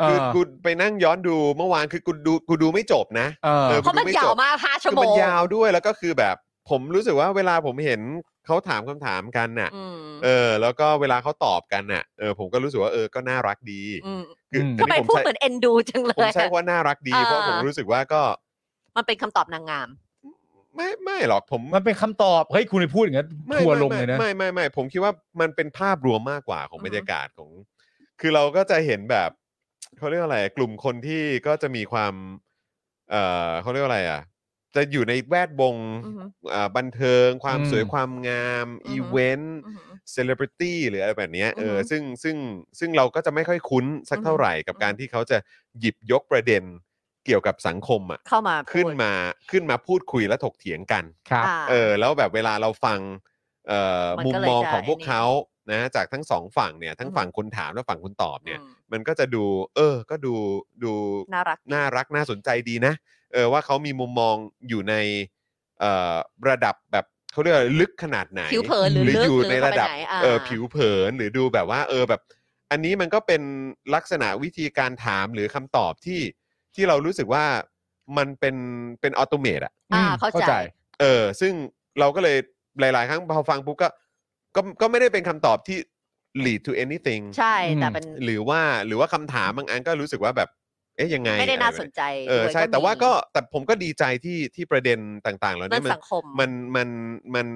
S4: เออ
S3: คือกูไปนั่งย้อนดูเมื่อวานคือกูดูกูดูไม่จบนะ
S4: เออ
S3: เออ
S5: เพราะมันยาวมากห้าชั่ว
S3: คื
S5: โม
S3: มั
S5: ง
S3: ยาวด้วยแล้วก็คือแบบผมรู้สึกว่าเวลาผมเห็นเขาถามคำถามกันน่ะ
S5: อืม
S3: เออ แล้วก็เวลาเขาตอบกันน่ะเออผมก็รู้สึกว่าเออก็น่ารักดี
S5: อืม
S3: คือ
S4: ม
S5: ทำไม
S3: อันนี้ผ
S5: พูด
S3: ใช้
S5: เหมือนเอ็นดูจังเล
S3: ผม
S5: ย
S3: ใช้คำว่าน่ารักดี
S5: อ่า
S3: เพราะผมรู้สึกว่าก็
S5: มันเป็นคำตอบนางงาม
S3: ไม่ไม่หรอกผม
S4: มั
S3: ไม่
S4: นเป็นคำตอบ เฮ้ย คุณไปพูดอย่างนั้น
S3: ไม่
S4: ทัวร์ลง
S3: ไม่
S4: เลยนะ
S3: ไม่ไม่ไม่ผมคิดว่ามันเป็นภาพรวมมากกว่าของ
S5: อือฮึ
S3: บรรยากาศของ คือเราก็จะเห็นแบบเขาเรียกว่าอะไรกลุ่มคนที่ก็จะมีความ เอ่อเขาเรียกว่าอะไรอ่ะ จะอยู่ในแวดวง
S5: อือหือ
S3: เอ่อบันเทิง ความ
S4: อืม
S3: สวยความงาม
S5: อือฮึ
S3: อีเวนต์
S5: อือหือ
S3: เซเลบริตี้หรืออะไรแบบเนี้ยเออ
S5: อฮึ
S3: ซึ่งซึ่งซึ่งเราก็จะไม่ค่อยคุ้นสัก
S5: อือฮึ
S3: เท่าไหร่กับ
S5: อือฮึ
S3: การที่เขาจะหยิบยกประเด็นเกี่ยวกับสังคมอ่ะ
S5: เข้ามา
S3: ขึ้น
S5: พูด
S3: มาขึ้นมาพูดคุยและถกเถียงกัน
S4: ครับ
S5: า
S3: เออแล้วแบบเวลาเราฟังเอ่อ
S5: มัน
S3: มุม
S5: ก็เลย
S3: มอง
S5: จะ
S3: ของพวก
S5: ไอ้นี่
S3: เขานะจากทั้งสองฝั่งเนี่ยทั้ง
S5: อือฮึ
S3: ฝั่งคนถามและฝั่งคนตอบเนี่ย
S5: อืม
S3: มันก็จะดู เออ ก็ดูดู
S5: น่ารัก
S3: น่ารักน่าสนใจดีนะ เออว่าเขามีมุมมองอยู่ในเอ่อระดับแบบเขาเรียกว่าลึกขนาดไหน
S5: ผิวเผินหรือ
S3: หรือ
S5: ลึก
S3: อยู่
S5: หรือ
S3: ในระดับ
S5: เข้าไปไหนอ่า
S3: เออผิวเผินหรือดูแบบว่า เออแบบ อันนี้มันก็เป็นลักษณะวิธีการถามหรือคำตอบที่ที่เรารู้สึกว่ามันเป็นเป็นออโตเมตอะ
S5: อ่า
S4: อืม
S5: เข้า
S4: เข้า
S5: ใจ
S4: ใจ
S3: เออ ซึ่งเราก็เลยหลาย ๆ ครั้งพอฟังปุ๊บก็ก็ก็ไม่ได้เป็นคำตอบที่ lead to anything
S5: ใช่
S4: อืม
S5: แต่เป็น
S3: หรือว่าหรือว่าคำถามบางอันก็รู้สึกว่าแบบ เอ๊ะยังไง
S5: ไม่ได้น่า
S3: อะร
S5: ส
S3: แบบ
S5: นใจ
S3: เออ
S5: ด้วย
S3: ใช่แต่ว่าก็
S5: มี
S3: แต่ผมก็ดีใจที่ที่ประเด็นต่างๆเหล่า
S5: มัน
S3: นี้มัน
S5: สังคม
S3: มันมันมัน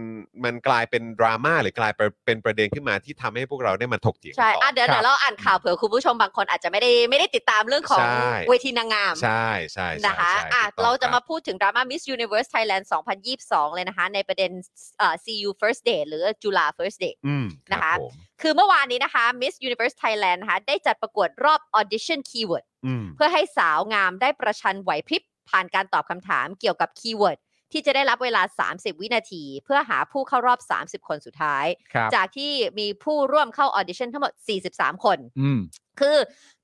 S3: มันกลายเป็นดราม่าหรือกลายเป็นเป็นประเด็นขึ้นมาที่ทำให้พวกเราได้มาถกเถียงกั
S5: ใช่
S3: นต่อ
S5: อ่ะเดี๋ยวเดี๋ยวเราอ่านข่าวเผื่อคุณผู้ชมบางคนอาจจะไม่ได้ไม่ได้ติดตามเรื่องของ
S3: ใช่
S5: เวทีนางงาม
S3: ใช่ใช่ใช่
S5: นะคะ
S3: ใช่
S5: อ่ะ
S3: ถูกต้อง
S5: เราจะ
S3: ค
S5: มา
S3: บ
S5: พูดถึงดราม่า Miss Universe Thailand 2022 เลยนะคะ ในประเด็นเอ่อ CU First Day หรือจุฬา First Day
S3: อืม
S5: นะคะ
S3: รับผม
S5: คือเมื่อวานนี้นะคะ Miss Universe Thailand นะคะได้จัดประกวดรอบ Audition Keyword
S3: อืม
S5: เพื่อให้สาวงามได้ประชันไหวพริบผ่านการตอบคำถามเกี่ยวกับคีย์เวิร์ด ที่จะได้รับเวลา 30 วินาที เพื่อหาผู้เข้ารอบ 30 คนสุดท้าย
S4: ครับ
S5: จากที่มีผู้ร่วมเข้าออดิชั่นทั้งหมด 43 คน
S4: อืม
S5: คือ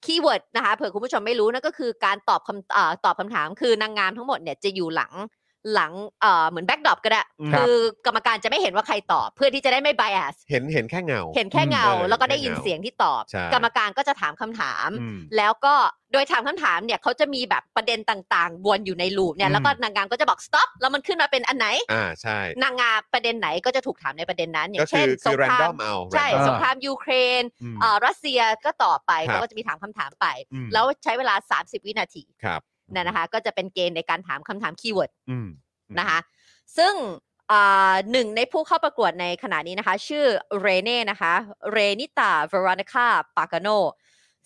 S5: คีย์เวิร์ดนะคะเผื่อคุณผู้ชมไม่รู้นะก็คือการตอบคำเออตอบคำถามคือนางงามทั้งหมดเนี่ยจะอยู่หลังหลังเอ่อเหมือนแบ็กดรอปก็ได้
S4: ครับ
S5: อกรรมการจะไม่เห็นว่าใครตอบ เพื่อที่จะได้ไม่ไบแอส
S3: เห็นเห็นแค่เงา
S5: เห็นแค่เงา
S3: เออ
S5: แล้วก็ได้ยิน
S3: แค่เงา
S5: เสียงที่ตอบ
S3: ใช่
S5: กรรมการก็จะถามคำถาม
S3: อืม
S5: แล้วก็โดยถามคำถามเนี่ยเขาจะมีแบบประเด็นต่างๆวนอยู่ในลูปเนี่ย
S3: อืม
S5: แล้วก็นางงามก็จะบอก stop แล้วมันขึ้นมาเป็นอันไหน
S3: อ่าใช่
S5: นางงามประเด็นไหนก็จะถูกถามในประเด็นนั้น อย่า
S3: ก็
S5: ง
S3: คื
S5: เช่น
S3: อ
S5: ส
S3: คื
S5: ง
S3: อแร
S5: คน รา
S3: ดอ
S5: ม
S3: มเอา
S5: ใช่
S4: อ่า
S5: สงครามยูเครน
S3: อืม
S5: เอ่อรัสเซียก็ตอบไป
S3: ครับ
S5: เขาก็จะมีถามคำถามไป
S3: อืม
S5: แล้วใช้เวลา 30 วินาที
S3: ครับ
S5: นะนะคะ ก็จะเป็นเกณฑ์ในการถามคำถามคีย์เวิร์ด
S3: อืม
S5: นะคะ ซึ่งอ่าหนึ่งในผู้เข้าประกวดในขณะนี้นะคะ ชื่อเรเน่นะคะ เรนิตาเวร o นิ c าปากาโน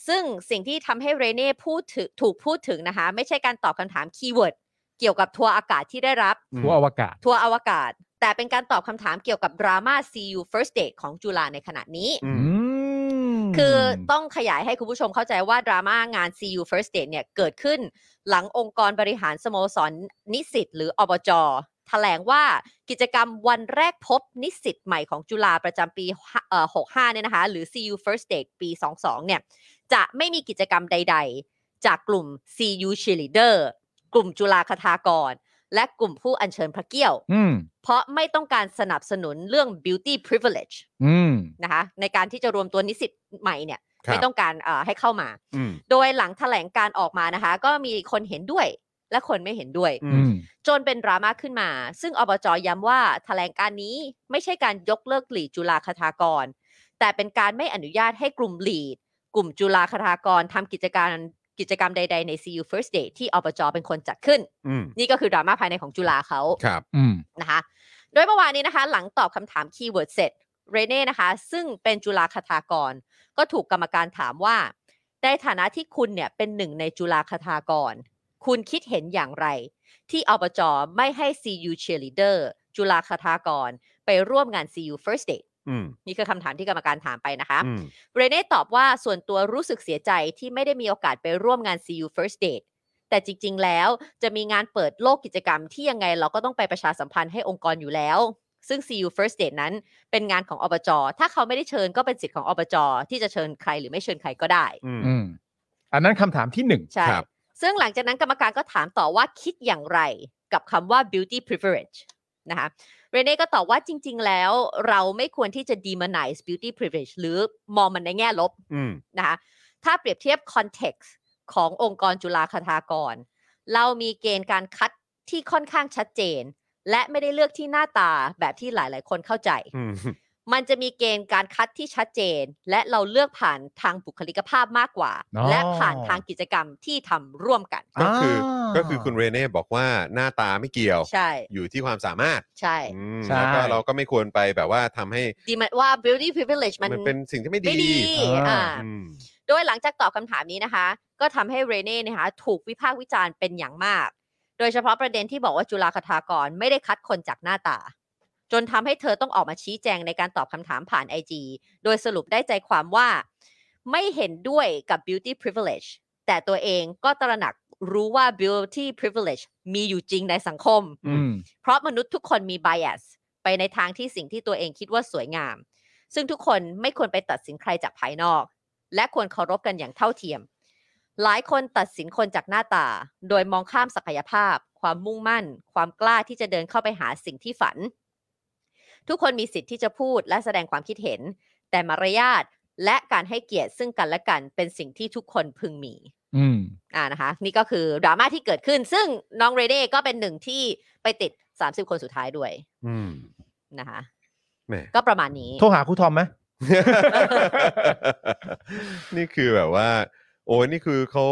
S5: ซึ่งสิ่งที่ทำให้เรเน่พูดถึงถูกพูดถึงนะคะ ไม่ใช่การตอบคำถามคีย์เวิร์ดเกี่ยวกับทัวร์อากาศที่ได้รับ
S3: อืม
S4: ทั่วอวกาศ
S5: ทัวร์อวกาศ แต่เป็นการตอบคำถามเกี่ยวกับดราม่า CU First Date ของจุฬาในขณะนี้
S3: อืม
S4: อืม
S5: คือต้องขยายให้คุณผู้ชมเข้าใจว่าดราม่างาน CU First Date เนี่ยเกิดขึ้นหลังองค์กรบริหารสโมสรนิสิตหรืออบจแถลงว่ากิจกรรมวันแรกพบนิสิตใหม่ของจุฬาประจำปีห้าเอ่อ65เนี่ยนะคะ หรือ CU First Date ปี 22 เนี่ย จะไม่มีกิจกรรมใด ๆ จากกลุ่ม CU Cheerleader กลุ่มจุฬาคทากร และกลุ่มผู้อัญเชิญพระเกี้ยว
S4: อืม
S5: เพราะไม่ต้องการสนับสนุนเรื่อง beauty privilege
S4: อืม
S5: นะคะในการที่จะรวมตัวนิสิตใหม่เนี่ย
S3: ครับ
S5: ไม่ต้องการเอ่อให้เข้ามา
S3: อืม
S5: โดยหลังแถลงการออกมานะคะ ก็มีคนเห็นด้วยและคนไม่เห็นด้วย
S3: อื
S4: อื
S3: ม
S4: ม
S5: จนเป็นดราม่าขึ้นมา ซึ่งอบจย้ำว่าแถลงการนี้ไม่ใช่การยกเลิกหลีดจุฬาคทากร แต่เป็นการไม่อนุญาตให้กลุ่มหลีด กลุ่มจุฬาคทากรทำกิจการกิจกรรมใด ๆใน CU First Date ที่อบจเป็นคนจัดขึ้น
S3: อืม
S5: นี่ก็คือดราม่าภายในของจุฬาเขา
S3: ครับ
S4: อืม
S5: นะคะโดยเมื่อวานนี้นะคะ หลังตอบคำถามคีย์เวิร์ดเสร็จเรเน่นะคะ ซึ่งเป็นจุฬาคทากร ก็ถูกกรรมการถามว่า ในฐานะที่คุณเนี่ยเป็นหนึ่งในจุฬาคทากร คุณคิดเห็นอย่างไร ที่อบจไม่ให้ CU cheerleader จุฬาคทากร ไปร่วมงาน CU first date
S3: อืม
S5: นี่คือคำถามที่กรรมการถามไปนะคะ
S3: อืม
S5: เรเน่ตอบว่าส่วนตัวรู้สึกเสียใจที่ไม่ได้มีโอกาสไปร่วมงาน CU First Date แต่จริง ๆ แล้วจะมีงานเปิดโลกกิจกรรมที่ยังไงเราก็ต้องไปประชาสัมพันธ์ให้องค์กรอยู่แล้ว ซึ่ง CU First Date นั้นเป็นงานของอบจ ถ้าเขาไม่ได้เชิญก็เป็นสิทธิ์ของอบจ ที่จะเชิญใครหรือไม่เชิญใครก็ได้
S3: อืม
S4: อืม อันนั้นคำถามที่หนึ่ง
S5: ใช่
S3: ครับ
S5: ซึ่งหลังจากนั้นกรรมการก็ถามต่อว่าคิดอย่างไรกับคำว่า beauty privilege นะคะเรเน่ก็ตอบว่าจริง ๆ แล้วเราไม่ควรที่จะ demonize beauty privilege หรือมองมันในแง่ลบ
S3: อืม
S5: นะคะถ้าเปรียบเทียบคอนเท็กซ์ขององค์กรจุฬาคทากร เรามีเกณฑ์การคัดที่ค่อนข้างชัดเจน และไม่ได้เลือกที่หน้าตาแบบที่หลาย ๆ คนเข้าใจ
S3: อืม
S5: มันจะมีเกณฑ์การคัดที่ชัดเจน และเราเลือกผ่านทางบุคลิกภาพมากกว่า
S4: อ๋อ
S5: และผ่านทางกิจกรรมที่ทำร่วมกัน
S3: ก็คืออา ก็คือคุณเรเน่บอกว่าหน้าตาไม่เกี่ยว
S5: ใช่
S3: อยู่ที่ความสามารถ
S5: ใช่
S3: อืม
S4: ใช่
S3: แล้วก็เราก็ไม่ควรไปแบบว่าทำให้
S5: ดีมันว่า beauty privilege มัน
S3: มันเป็นสิ่งที่ไม่
S5: ไม่ดี
S4: อ่า
S5: อ่า
S3: อืม
S5: โดยหลังจากตอบคำถามนี้นะคะ ก็ทำให้เรเน่เนยนะคะถูกวิพากษ์วิจารณ์เป็นอย่างมาก โดยเฉพาะประเด็นที่บอกว่าจุฬาคทากรไม่ได้คัดคนจากหน้าตา จนทำให้เธอต้องออกมาชี้แจงในการตอบคำถามผ่าน IG โดยสรุปได้ใจความว่า ไม่เห็นด้วยกับ beauty privilege แต่ตัวเองก็ตระหนักรู้ว่า beauty privilege มีอยู่จริงในสังคม
S4: อืม
S5: เพราะมนุษย์ทุกคนมี bias ไปในทางที่สิ่งที่ตัวเองคิดว่าสวยงาม ซึ่งทุกคนไม่ควรไปตัดสินใครจากภายนอก และควรเคารพกันอย่างเท่าเทียม หลายคนตัดสินคนจากหน้าตา โดยมองข้ามศักยภาพ ความมุ่งมั่น ความกล้าที่จะเดินเข้าไปหาสิ่งที่ฝัน ทุกคนมีสิทธิ์ที่จะพูดและแสดงความคิดเห็น แต่มารยาทและการให้เกียรติซึ่งกันและกันเป็นสิ่งที่ทุกคนพึงมี
S4: อืม
S5: อ่านะคะนี่ก็คือดราม่าที่เกิดขึ้น ซึ่งน้องเรเด้ก็เป็นหนึ่งที่ไปติด 30 คนสุดท้ายด้วย
S3: อืม
S5: นะคะ
S3: แหม
S5: ก็ประมาณนี้
S4: โทรหาครูทอมไหม
S3: นี่คือแบบว่า โอ้ยนี่คือเขา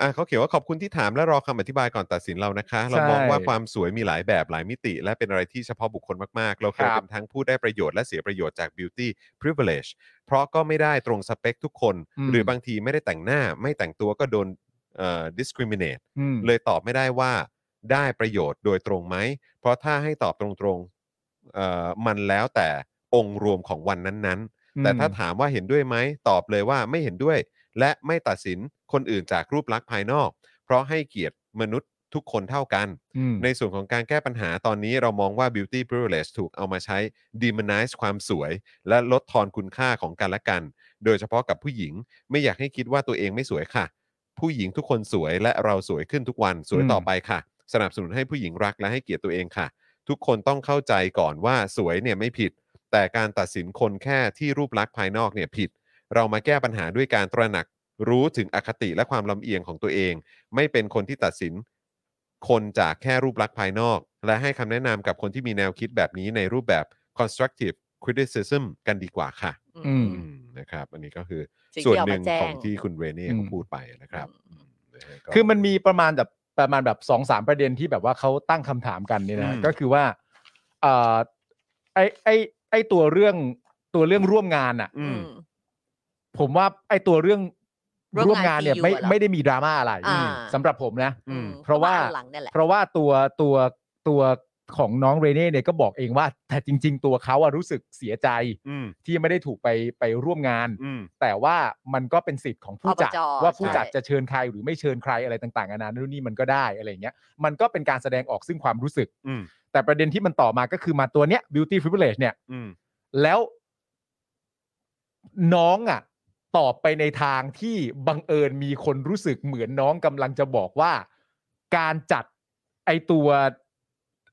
S3: อ่ะเขาเขียนว่าขอบคุณที่ถามและรอคำอธิบายก่อนตัดสินเรานะคะ เรามองว่าความสวยมีหลายแบบหลายมิติ และเป็นอะไรที่เฉพาะบุคคลมากๆ เราเคย
S4: ครับ
S3: เป็นทั้งผู้ได้ประโยชน์และเสียประโยชน์จาก beauty privilege เพราะก็ไม่ได้ตรงสเปคทุกคน
S4: อืม
S3: หรือบางทีไม่ได้แต่งหน้า ไม่แต่งตัวก็โดนเอ่อ discriminate
S4: อืม
S3: เลยตอบไม่ได้ว่าได้ประโยชน์โดยตรงไหม เพราะถ้าให้ตอบตรงๆเอ่อมันแล้วแต่องค์รวมของวันนั้นๆ แต่ถ้าถามว่าเห็นด้วยไหม ตอบเลยว่าไม่เห็นด้วย และไม่ตัดสินคนอื่นจากรูปลักษณ์ภายนอก เพราะให้เกียรติมนุษย์ ทุกคนเท่ากัน
S4: อืม
S3: ในส่วนของการแก้ปัญหาตอนนี้เรามองว่า beauty privilege ถูกเอามาใช้ demonize ความสวย และลดทอนคุณค่าของกันและกัน โดยเฉพาะกับผู้หญิงไม่อยากให้คิดว่าตัวเองไม่สวยค่ะ ผู้หญิงทุกคนสวยและเราสวยขึ้นทุกวันสวยต่อไปค่ะ สนับสนุนให้ผู้หญิงรักและให้เกียรติตัวเองค่ะ ทุกคนต้องเข้าใจก่อนว่าสวยเนี่ยไม่ผิด แต่การตัดสินคนแค่ที่รูปลักษณ์ภายนอกเนี่ยผิด เรามาแก้ปัญหาด้วยการตระหนักรู้ถึงอคติและความลำเอียงของตัวเอง ไม่เป็นคนที่ตัดสิน คนจากแค่รูปลักษณ์ภายนอก และให้คำแนะนำกับคนที่มีแนวคิดแบบนี้ในรูปแบบ constructive criticism กันดีกว่าค่ะ
S4: อืม
S3: อืมนะครับ อันนี้ก็คือ
S5: สิ่งที่
S3: ส่วน
S5: เอา
S3: ห
S5: มา
S3: นึ่ง
S5: แจ้ง
S3: ของที่คุณเรเน่
S4: อืม
S3: เขาพูดไปนะครับนะฮะก็
S4: คือมันมีประมาณแบบประมาณแบบสองสามประเด็นที่แบบว่าเขาตั้งคำถามกันเนี่ยนะ
S3: อืม
S4: ก็คือว่าเอ่อไอไอไอตัวเรื่องตัวเรื่องร่วมงานอ่ะ
S3: อืม
S5: อืม
S4: ผมว่าไอตัวเรื่อง
S5: ร่วมงาน
S4: ร่วมงานเนี่ย
S5: EU
S4: ไม่
S5: อะเหรอ
S4: ไม่ได้มีดราม่าอะไร
S5: อ่า
S4: สำหรับผมนะ
S3: อืม
S4: เพราะว่า
S5: อันหลังเนี่ยแหละ
S4: เพราะว่าตัวตัวตัวของน้องเรเน่เนี่ยก็บอกเองว่า แต่จริง ๆ ตัวเขาอะรู้สึกเสียใจ
S3: อืม
S4: ที่ไม่ได้ถูกไปไปร่วมงาน
S3: อืม
S4: แต่ว่ามันก็เป็นสิทธิ์ของผู้จั
S5: อ
S4: ด
S5: บจ
S4: ว่าผู้
S5: ใช่
S4: จัดจะเชิญใครหรือไม่เชิญใครอะไรต่างๆนานานู่นนี่มันก็ได้อะไรอย่างเงี้ยมันก็เป็นการแสดงออกซึ่งความรู้สึก
S3: อืม
S4: แต่ประเด็นที่มันต่อมาก็คือมาตัวเนี้ย beauty privilege เนี่ย
S3: อืม
S4: แล้วน้องอ่ะ ตอบไปในทางที่บังเอิญมีคนรู้สึกเหมือนน้องกำลังจะบอกว่า การจัดไอตัว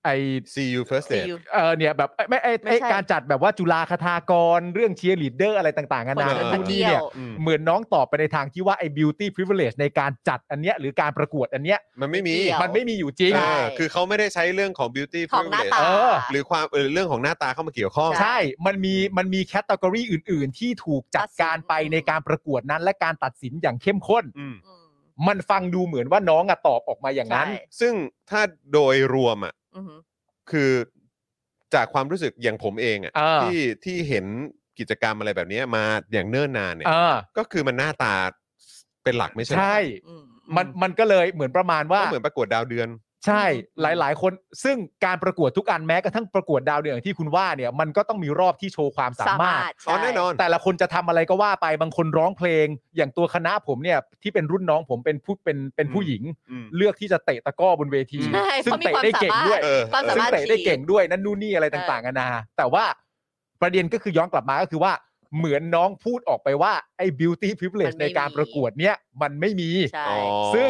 S4: ไอ
S3: see you first
S5: See
S3: date
S5: you
S4: เออเนี่ยแบบเอ้ยไม่ไอ
S5: ไม่
S4: ไอ
S5: ใช่
S4: การจัดแบบว่าจุฬาคทากร เรื่องเชียร์ลีดเดอร์อะไรต่างๆ
S5: ค
S4: กั
S5: น น
S4: นา
S5: เดิน
S3: ออ
S5: มา
S4: นู่นนี่
S5: เที่ย
S4: เนี่
S5: วย
S4: เหมือนน้องตอบไปในทางที่ว่าไอ้ beauty privilege ในการจัดอันเนี้ยหรือการประกวดอันเนี้ย
S3: มันไม่มี
S4: มันไม่มีอยู่จริง
S3: เออคือเขาไม่ได้ใช้เรื่องของ beauty
S5: ของหน้า
S3: privilege
S5: ตา
S4: เออ
S3: หรือความเออเรื่องของหน้าตาเข้ามาเกี่ยวข้อง
S4: ใช่ มันมี มันมีแคตตากรีอื่น ๆ ที่ถูกจัดการไป
S5: ตัดสิน
S4: ในการประกวดนั้น และการตัดสินอย่างเข้มข้น
S3: อืม
S5: อืม
S4: มันฟังดูเหมือนว่าน้องอะตอบออกมาอย่างนั้น
S5: ใช่
S3: ซึ่งถ้าโดยรวมอ่ะ
S5: อือหือ
S3: คือจากความรู้สึกอย่างผมเอง
S4: เอ
S3: อะ่ะ
S4: อ
S3: ที่ที่เห็นกิจกรรมอะไรแบบเนี้ยมาอย่างเนิ่นนานเนี่ย
S4: เออ
S3: ก็คือมันหน้าตาเป็นหลักไม่ใช่เหรอ
S4: ใช่
S5: อืม
S4: มัน มันก็เลยเหมือนประมาณว่า
S3: ก็เหมือนประกวดดาวเดือน
S4: ใช่ หลาย ๆ คน ซึ่งการประกวดทุกอันแม้กระทั่งประกวดดาวเดือนอย่างที่คุณว่าเนี่ย มันก็ต้องมีรอบที่โชว์ความสามารถ
S3: อ๋อแน่นอน
S4: แต่ละคนจะทำอะไรก็ว่าไป บางคนร้องเพลง อย่างตัวคณะผมเนี่ยที่เป็นรุ่นน้องผมเป็นผู้เป็น เป็นผู้หญิง
S3: อืม
S4: เลือกที่จะเตะตะกร้อบนเวที
S5: ใช่
S4: ซึ่ง
S5: เขามีความ
S4: เตะได้เก่งด้วย
S3: เออ
S5: ความสา
S4: ซึ่ง
S5: มารถ
S4: เตะได้
S5: ที
S4: เก่งด้วยนั่นนู่นนี่อะไรต่างๆกันานาแต่ว่าประเด็นก็คือย้อนกลับมาก็คือว่า เหมือนน้องพูดออกไปว่าไอ้ beauty
S5: มั
S4: privilege
S5: นไม่
S4: ในการ
S5: มี
S4: ประกวดเนี่ย มันไม่มี
S5: ใช่
S3: อ๋อ
S4: ซึ่ง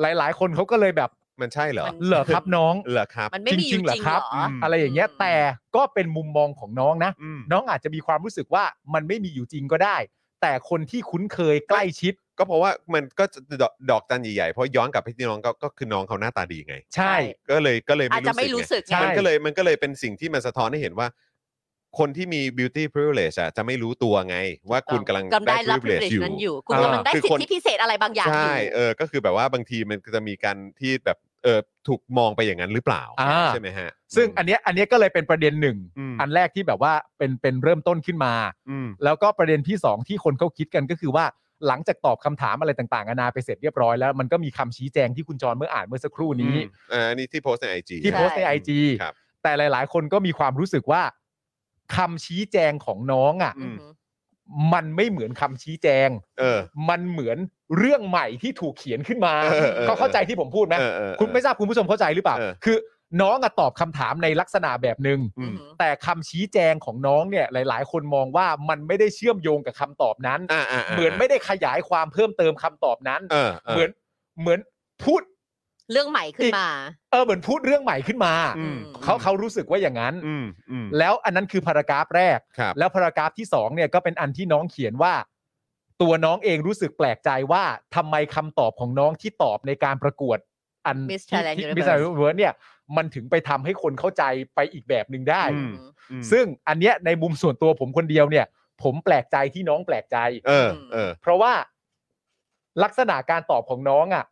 S4: หลายๆ คนเขาก็เลยแบบ
S3: มันใช่เหรอ
S5: มัน
S4: เหรอครับน้อง
S3: เหรอครับ
S5: มันไม่มีอยู่จ
S4: จริ
S5: ริง
S4: งๆ
S5: เหรอ
S4: เหรอครับ
S5: อ
S3: ม
S4: อะไรอย่างเงี้ยแต่ก็เป็นมุมมองของน้องนะ
S3: อืม
S4: น้องอาจจะมีความรู้สึกว่ามันไม่มีอยู่จริงก็ได้ แต่คนที่คุ้นเคยใกล้ชิด
S3: ก็เพราะว่ามันก็จะดอกดอกจันใหญ่ๆเพราะย้อนกลับไปที่น้องก็ก็คือน้องเขาหน้าตาดีไง
S4: ใช่
S3: ก็เลยก็เลย
S5: อาจจะไม่
S3: ไม่
S5: รู้
S3: รู้สึก
S5: สึก
S4: ใช่
S5: ไง
S3: ไงมันก็เลยมันก็เลยเป็นสิ่งที่มันสะท้อนให้เห็นว่า คนที่มี beauty privilege อะจะไม่รู้ตัวไง ว่าคุณกำลัง
S5: กำลังได้รับ
S3: ได้
S5: privilege นั้นอยู่ คุ
S3: เออก
S5: ณำลังได้
S3: คือ
S5: สิท
S3: คน
S5: ธิพิเศษอะไรบางอย่างอ
S3: ใช่
S5: ยู่
S3: เออ ก็คือแบบว่าบางทีมันก็จะมีการที่แบบ เออ ถูกมองไปอย่างนั้นหรือเปล่า
S4: อ่า
S3: ใช่ไหมฮะ
S4: ซึ่งอันเนี้ยอันเนี้ยก็เลยเป็นประเด็นหนึ่ง
S3: ม
S4: อันแรกที่แบบว่าเป็นเป็นเริ่มต้นขึ้นมา
S3: อืม
S4: แล้วก็ประเด็นที่ 2 ที่คนเขาคิดกันก็คือว่าหลังจากตอบคำถามอะไรต่างๆนานาไปเสร็จเรียบร้อยแล้ว มันก็มีคำชี้แจงที่คุณจรเมื่ออ่านเมื่อสักครู่นี้
S3: อืมอ่าอันนี้ที่โพสต์ในไอจี
S4: ที่โพสต์ใน
S5: ใช่
S4: ไอจี
S3: ครับ
S4: แต่หลาย ๆ คนก็มีความรู้สึกว่าคำชี้แจงของน้องอะ่ะ
S3: อื
S5: อืม
S4: มันไม่เหมือนคำชี้แจง
S3: เออ
S4: มันเหมือนเรื่องใหม่ที่ถูกเขียนขึ้นมา
S3: เออเออ
S4: เขาเข้าใจที่ผมพูดไหม
S3: เออเออ
S4: คุณไม่ทราบคุณผู้ชมเข้าใจหรือเปล่า
S3: เออ
S4: คือน้องอะตอบคำถามในลักษณะแบบหนึ่ง
S3: อืม
S4: แต่คำชี้แจงของน้องเนี่ย หลาย ๆ คนมองว่ามันไม่ได้เชื่อมโยงกับคำตอบนั้น
S3: อ่าอ่าา
S4: เหมือนไม่ได้ขยายความเพิ่มเติมคำตอบนั้น
S3: เออ
S4: เหมือนเหมือนพูด
S5: เรื่องใหม่ขึ้น
S4: อีก
S5: มา
S4: เออเหมือนพูดเรื่องใหม่ขึ้นมา
S5: อืม
S4: เขาเขารู้สึกว่าอย่างนั้น
S3: อืมอืม
S4: แล้วอันนั้นคือพารากราฟแรก
S3: ครับ
S4: แล้วพารากราฟที่สองเนี่ยก็เป็นอันที่น้องเขียนว่า ตัวน้องเองรู้สึกแปลกใจว่าทำไมคำตอบของน้องที่ตอบในการประกวดอัน
S5: Miss Thailand
S4: ที่
S5: Universe
S4: Miss Thailand Universe เนี่ยมันถึงไปทำให้คนเข้าใจไปอีกแบบหนึ่งได้
S3: อืม
S4: ซึ่งอันเนี้ยในมุมส่วนตัวผมคนเดียวเนี่ย ผมแปลกใจที่น้องแปลกใจ
S3: เออ เออ
S4: เพราะว่าลักษณะการตอบของน้องอะ่ะ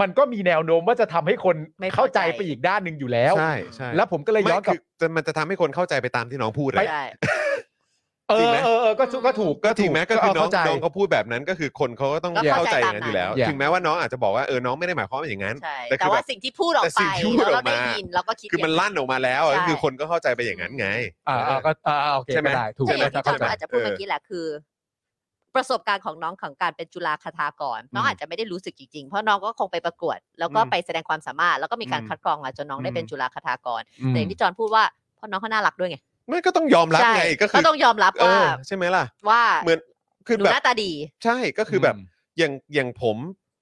S4: มันก็มีแนวโน้มว่าจะทำให้คน
S5: ไม่เข้า
S4: เข้าใจ
S5: ใจ
S4: ไปอีกด้านหนึ่งอยู่แล้ว
S3: ใช่ใช่
S4: แล้วผมก็เลยย้อนกลับ
S3: ไม่คืจะมันจะทำให้คนเข้าใจไปตามที่น้องพูดเลย
S5: ได้
S4: เอ
S3: จริง
S4: อ
S3: ไหม
S4: เออเออก็ถูกก็ถูก
S3: ก็ถูกไหมก็คือน้อง
S4: เข้าใจ
S3: น้องเขาพูดแบบนั้นก็คือคนเขาก็ต้อง
S5: ก็เข้า
S3: เข้า
S5: ใจ
S3: ใจอ
S5: ตาม
S3: ย่างนั้นอยู่แล้ว
S4: นั้น
S3: ถึงแม้ว่าน้องอาจจะบอกว่าเออน้องไม่ได้หมายความว่าอย่างนั้น
S5: ใช่
S3: แต่คือ
S5: แต่ว่า
S3: แบบ
S5: สิ่งที่พูดออก
S3: แต่
S5: ไป
S3: สิ่งที่พูด
S5: แล้ว
S3: อ
S5: เรา
S3: อกมา
S5: ได้ยินเราก็คิด
S3: คือมัน
S5: ย่าง
S3: ลั่นออกมาแล้วอะ
S5: ใช่
S3: ก็คือคนก็เข้าใจไปอย่างนั้นไง
S4: อ่าอ่าก็อ่าโอเคก็ได้ถูก
S5: แต่อย่าง
S4: ก็
S5: ที่จอห์น
S4: เข้าใจ
S5: อาจจะพูดเมื่อกี้แหละคือ ประสบการณ์ของน้องของการเป็นจุฬาคทากร น้อง
S4: อืม
S5: อาจจะไม่ได้รู้สึกจริงๆ เพราะน้องก็คงไปประกวด แล้วก็
S4: อืม
S5: ไปแสดงความสามารถ แล้วก็มีการ
S4: อืม
S5: คัดกรองมาจนน้องได้เป็น
S4: อืม
S5: จุฬาคทากร
S4: อืม
S5: แต่อย่างที่จอห์นพูดว่าเพราะน้องเขาน่ารักด้วยไง
S3: ไม่ก็ต้องยอมรับ
S5: ใช่
S3: ไงก็คื
S5: ก็
S3: อ
S5: ต้องยอมรับ
S3: เอ
S5: ว่า
S3: อใช่ไหมล่ะ
S5: ว่า
S3: เหมือนคือ
S5: หนู
S3: แบบ
S5: หน้าตาดี
S3: ใช่ก็คือแบบอย่างอย่างผม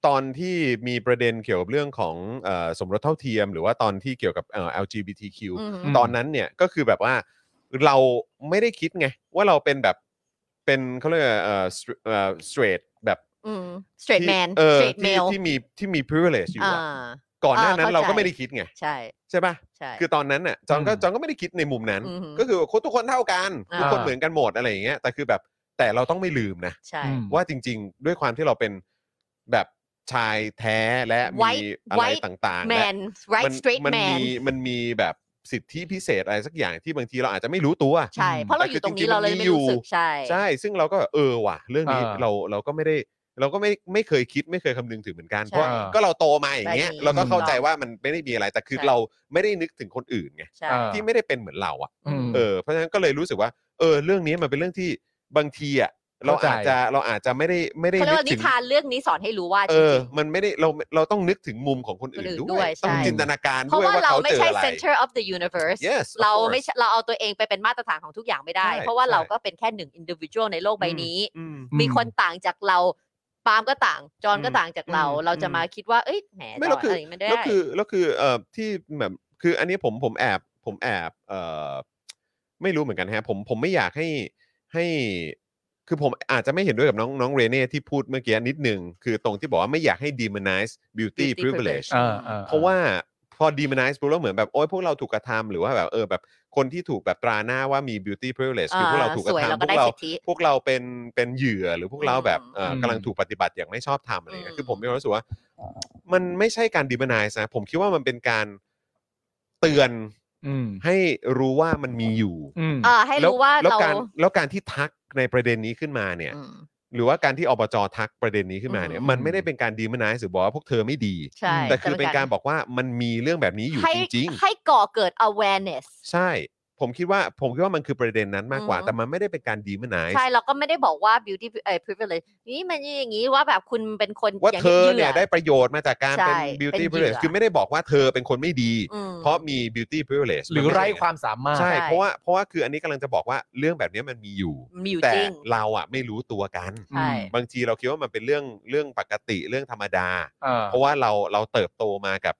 S3: ตอนที่มีประเด็นเกี่ยวกับเรื่องของเอ่อสมรสเท่าเทียม หรือว่าตอนที่เกี่ยวกับเอ่อ LGBTQ
S5: อืม
S3: ตอนนั้นเนี่ยก็คือแบบว่าเราไม่ได้คิดไง ว่าเราเป็นแบบเป็นเขาเรียกว่าเอ่อ stra- เอ่อ straight แบบ
S5: อืม straight
S3: ที่
S5: man
S3: เออ
S5: straight
S3: ที่
S5: male
S3: ที่มีที่มี privilege อยู่
S5: อ่า
S3: อะก่อนหน้านั้น
S5: เออเข้าใจ
S3: เราก็ไม่ได้คิดไง
S5: ใช่
S3: ใช่ปะ
S5: ใช่
S3: คือตอนนั้นน่ะจอนก็
S4: อืม
S3: จอนก็ไม่ได้คิดในมุมนั้น
S5: อือหือ
S3: ก็คือว่าคนทุกคนเท่ากัน
S5: อ่า
S3: ทุกคนเหมือนกันหมดอะไรอย่างเงี้ยแต่คือแบบแต่เราต้องไม่ลืมนะ
S5: ใช่
S4: อืม
S3: ว่าจริงๆ ด้วยความที่เราเป็นแบบชายแท้และมี
S5: White-
S3: อะไร
S5: White
S3: ต่างๆ
S5: แม
S3: และ
S5: น
S3: มั
S5: right
S3: น
S5: straight
S3: มัน
S5: man
S3: มีมันมีแบบสิทธิพิเศษอะไรสักอย่างที่บางทีเราอาจจะไม่รู้ตัว
S5: ใช่ เพราะเราอยู่ตรง
S3: แต่
S5: นี้
S3: คือ
S5: เราเลยไม่รู้สึ
S3: จริงๆมันมีอยู่
S5: กใช่
S3: ใช่ซึ่งเราก็เออว่ะ เรื่องนี้
S4: อ่า
S3: เราเราก็ไม่ได้ เราก็ไม่ไม่เคยคิดไม่เคยคำนึงถึงเหมือนกัน
S5: ใช่
S3: เพราะก็เราโตมาอย่างเงี้ย
S5: แบบนี้
S3: เราก็เข้า
S5: ถูกต้อง
S3: ใจว่ามันไม่ได้มีอะไรแต่คือ
S5: ใช่
S3: เราไม่ได้นึกถึงคนอื่นไง
S5: ใช่
S4: อ่า
S3: ที่ไม่ได้เป็นเหมือนเราอ่ะ
S4: อืม
S3: เออเพราะฉะนั้นก็เลยรู้สึกว่าเออเรื่องนี้มันเป็นเรื่องที่บางทีอ่ะเรา
S4: เข้า
S3: อาจ
S4: ใจ
S3: จะเราอาจจะไม่ได้ไม่ได้
S5: เขาเรียกว่านิ
S3: ถึง
S5: ทานเรื่องนี้สอนให้รู้ว่า
S3: เอ
S5: จริ
S3: อ
S5: ง
S3: มันไม่ได้เราเราต้องนึกถึงมุมของคนอื่น
S5: คนอื่น
S3: ด้วย
S5: ด้วยใช่
S3: ต้องจินตนาการ
S5: ๆเพ
S3: ด้
S5: ราะ
S3: วย
S5: ว่า
S3: ว่า
S5: เรา
S3: เขา
S5: ไม่
S3: เจอ
S5: ใช่
S3: อะไร
S5: center of the universe
S3: yes of
S5: เรา
S3: course
S5: ไม่ใช่เราเอาตัวเองไปเป็นมาตรฐานของทุกอย่างไม่ได้
S3: ใช่
S5: เพราะว่า
S3: ใช่
S5: เราก็เป็นแค่หนึ่ง individual ในโลกใบนี้
S3: อืม
S5: มีคนต่างจากเราปาล์มก็ต่าง จอห์นก็
S4: อืม
S5: ต่างจากเรา
S3: อืม
S5: เราจะมาคิดว่า เอ้ยแหม
S3: ไม่
S5: จอห์น
S3: แล้วคือ
S5: เอ้ยไม่ได้
S3: แล้วคือแล้วคือเอ่อที่แบบคืออันนี้ผมผมแอบผมแอบเอ่อไม่รู้เหมือนกันฮะผมผมไม่อยากให้ให้คือผมอาจจะไม่เห็นด้วยกับน้องน้องเรเน่ที่พูดเมื่อกี้นิดนึง คือตรงที่บอกว่าไม่อยากให้ demonize beauty
S5: Beauty
S3: privilege
S5: privilege
S4: อ่าอ่
S3: เพราะว่าพอ demonize ปุ๊บแล้วเหมือนแบบ โอ้ยพวกเราถูกกระทำหรือว่าแบบเออแบบคนที่ถูกแบบตราหน้าว่ามี beauty privilege คือพวกเราถูกก
S5: ส
S3: ระ
S5: วยเรา
S3: ทำพ
S5: ก็
S3: ว
S5: ได้
S3: กเรา
S5: สิทธิ
S3: พวกเราเป็นเป็นเหยื่อหรือพวกเราแบบเอ่ออ
S4: ม
S3: กำลังถูกปฏิบัติอย่างไม่ชอบธรรมอะไรเงี้ย
S5: อืม
S3: คือผมมีความรู้สึกว่า มันไม่ใช่การดีมานายนะผมคิดว่ามันเป็นการเตือน
S4: อืม
S3: ให้รู้ว่ามันมีอยู่
S4: อืม
S5: เออให้รู้ว่า
S3: แล้ว
S5: เรา
S3: การแล้วการที่ทักในประเด็นนี้ขึ้นมาเนี่ย
S5: อืม
S3: หรือว่าการที่อบจทักประเด็นนี้ขึ้นมาเนี่ย
S5: อืม
S3: มันไม่ได้เป็นการดีมานายหรือบอกว่าพวกเธอไม่ดี
S5: ใช่
S3: แต่คือเป็นการบอกว่ามันมีเรื่องแบบนี้อยู่
S5: ให้
S3: จริงๆ
S5: ให้ก่อเกิด awareness
S3: ใช่ ผมคิดว่าผมคิดว่ามันคือประเด็นนั้นมากกว่า
S5: อืม
S3: แต่มันไม่ได้เป็นการดีมานาย
S5: ใช่เราก็ไม่ได้บอกว่า beauty เอ่อ privilege นี่มันอย่างนี้ว่าแบบคุณเป็นคน
S3: ว่า
S5: าง
S3: เธอเนี่ย
S5: ห
S3: ได้ประโยชน์มาจากการเป็น
S5: ใช่
S3: beauty
S5: เป็นเหยื่อ
S3: privilege คือไม่ได้บอกว่าเธอเป็นคนไม่ดี
S5: อืม
S3: เพราะมี beauty privilege
S4: หรือ
S3: มันม่
S4: ไร้
S3: ใช่
S4: ความสามารถ
S3: ใช่
S5: ใช่
S3: เพราะว่าเพราะว่าคืออันนี้กำลังจะบอกว่าเรื่องแบบนี้มันมีอยู่
S5: มีอยู่
S3: แต่
S5: จริง
S3: เราอ่ะไม่รู้ตัวกัน
S5: ใช่
S3: บางทีเราคิดว่ามันเป็นเรื่องเรื่องปกติเรื่องธรรมดา
S4: อ่
S3: เพราะว่าเราเราเติบโตมากับ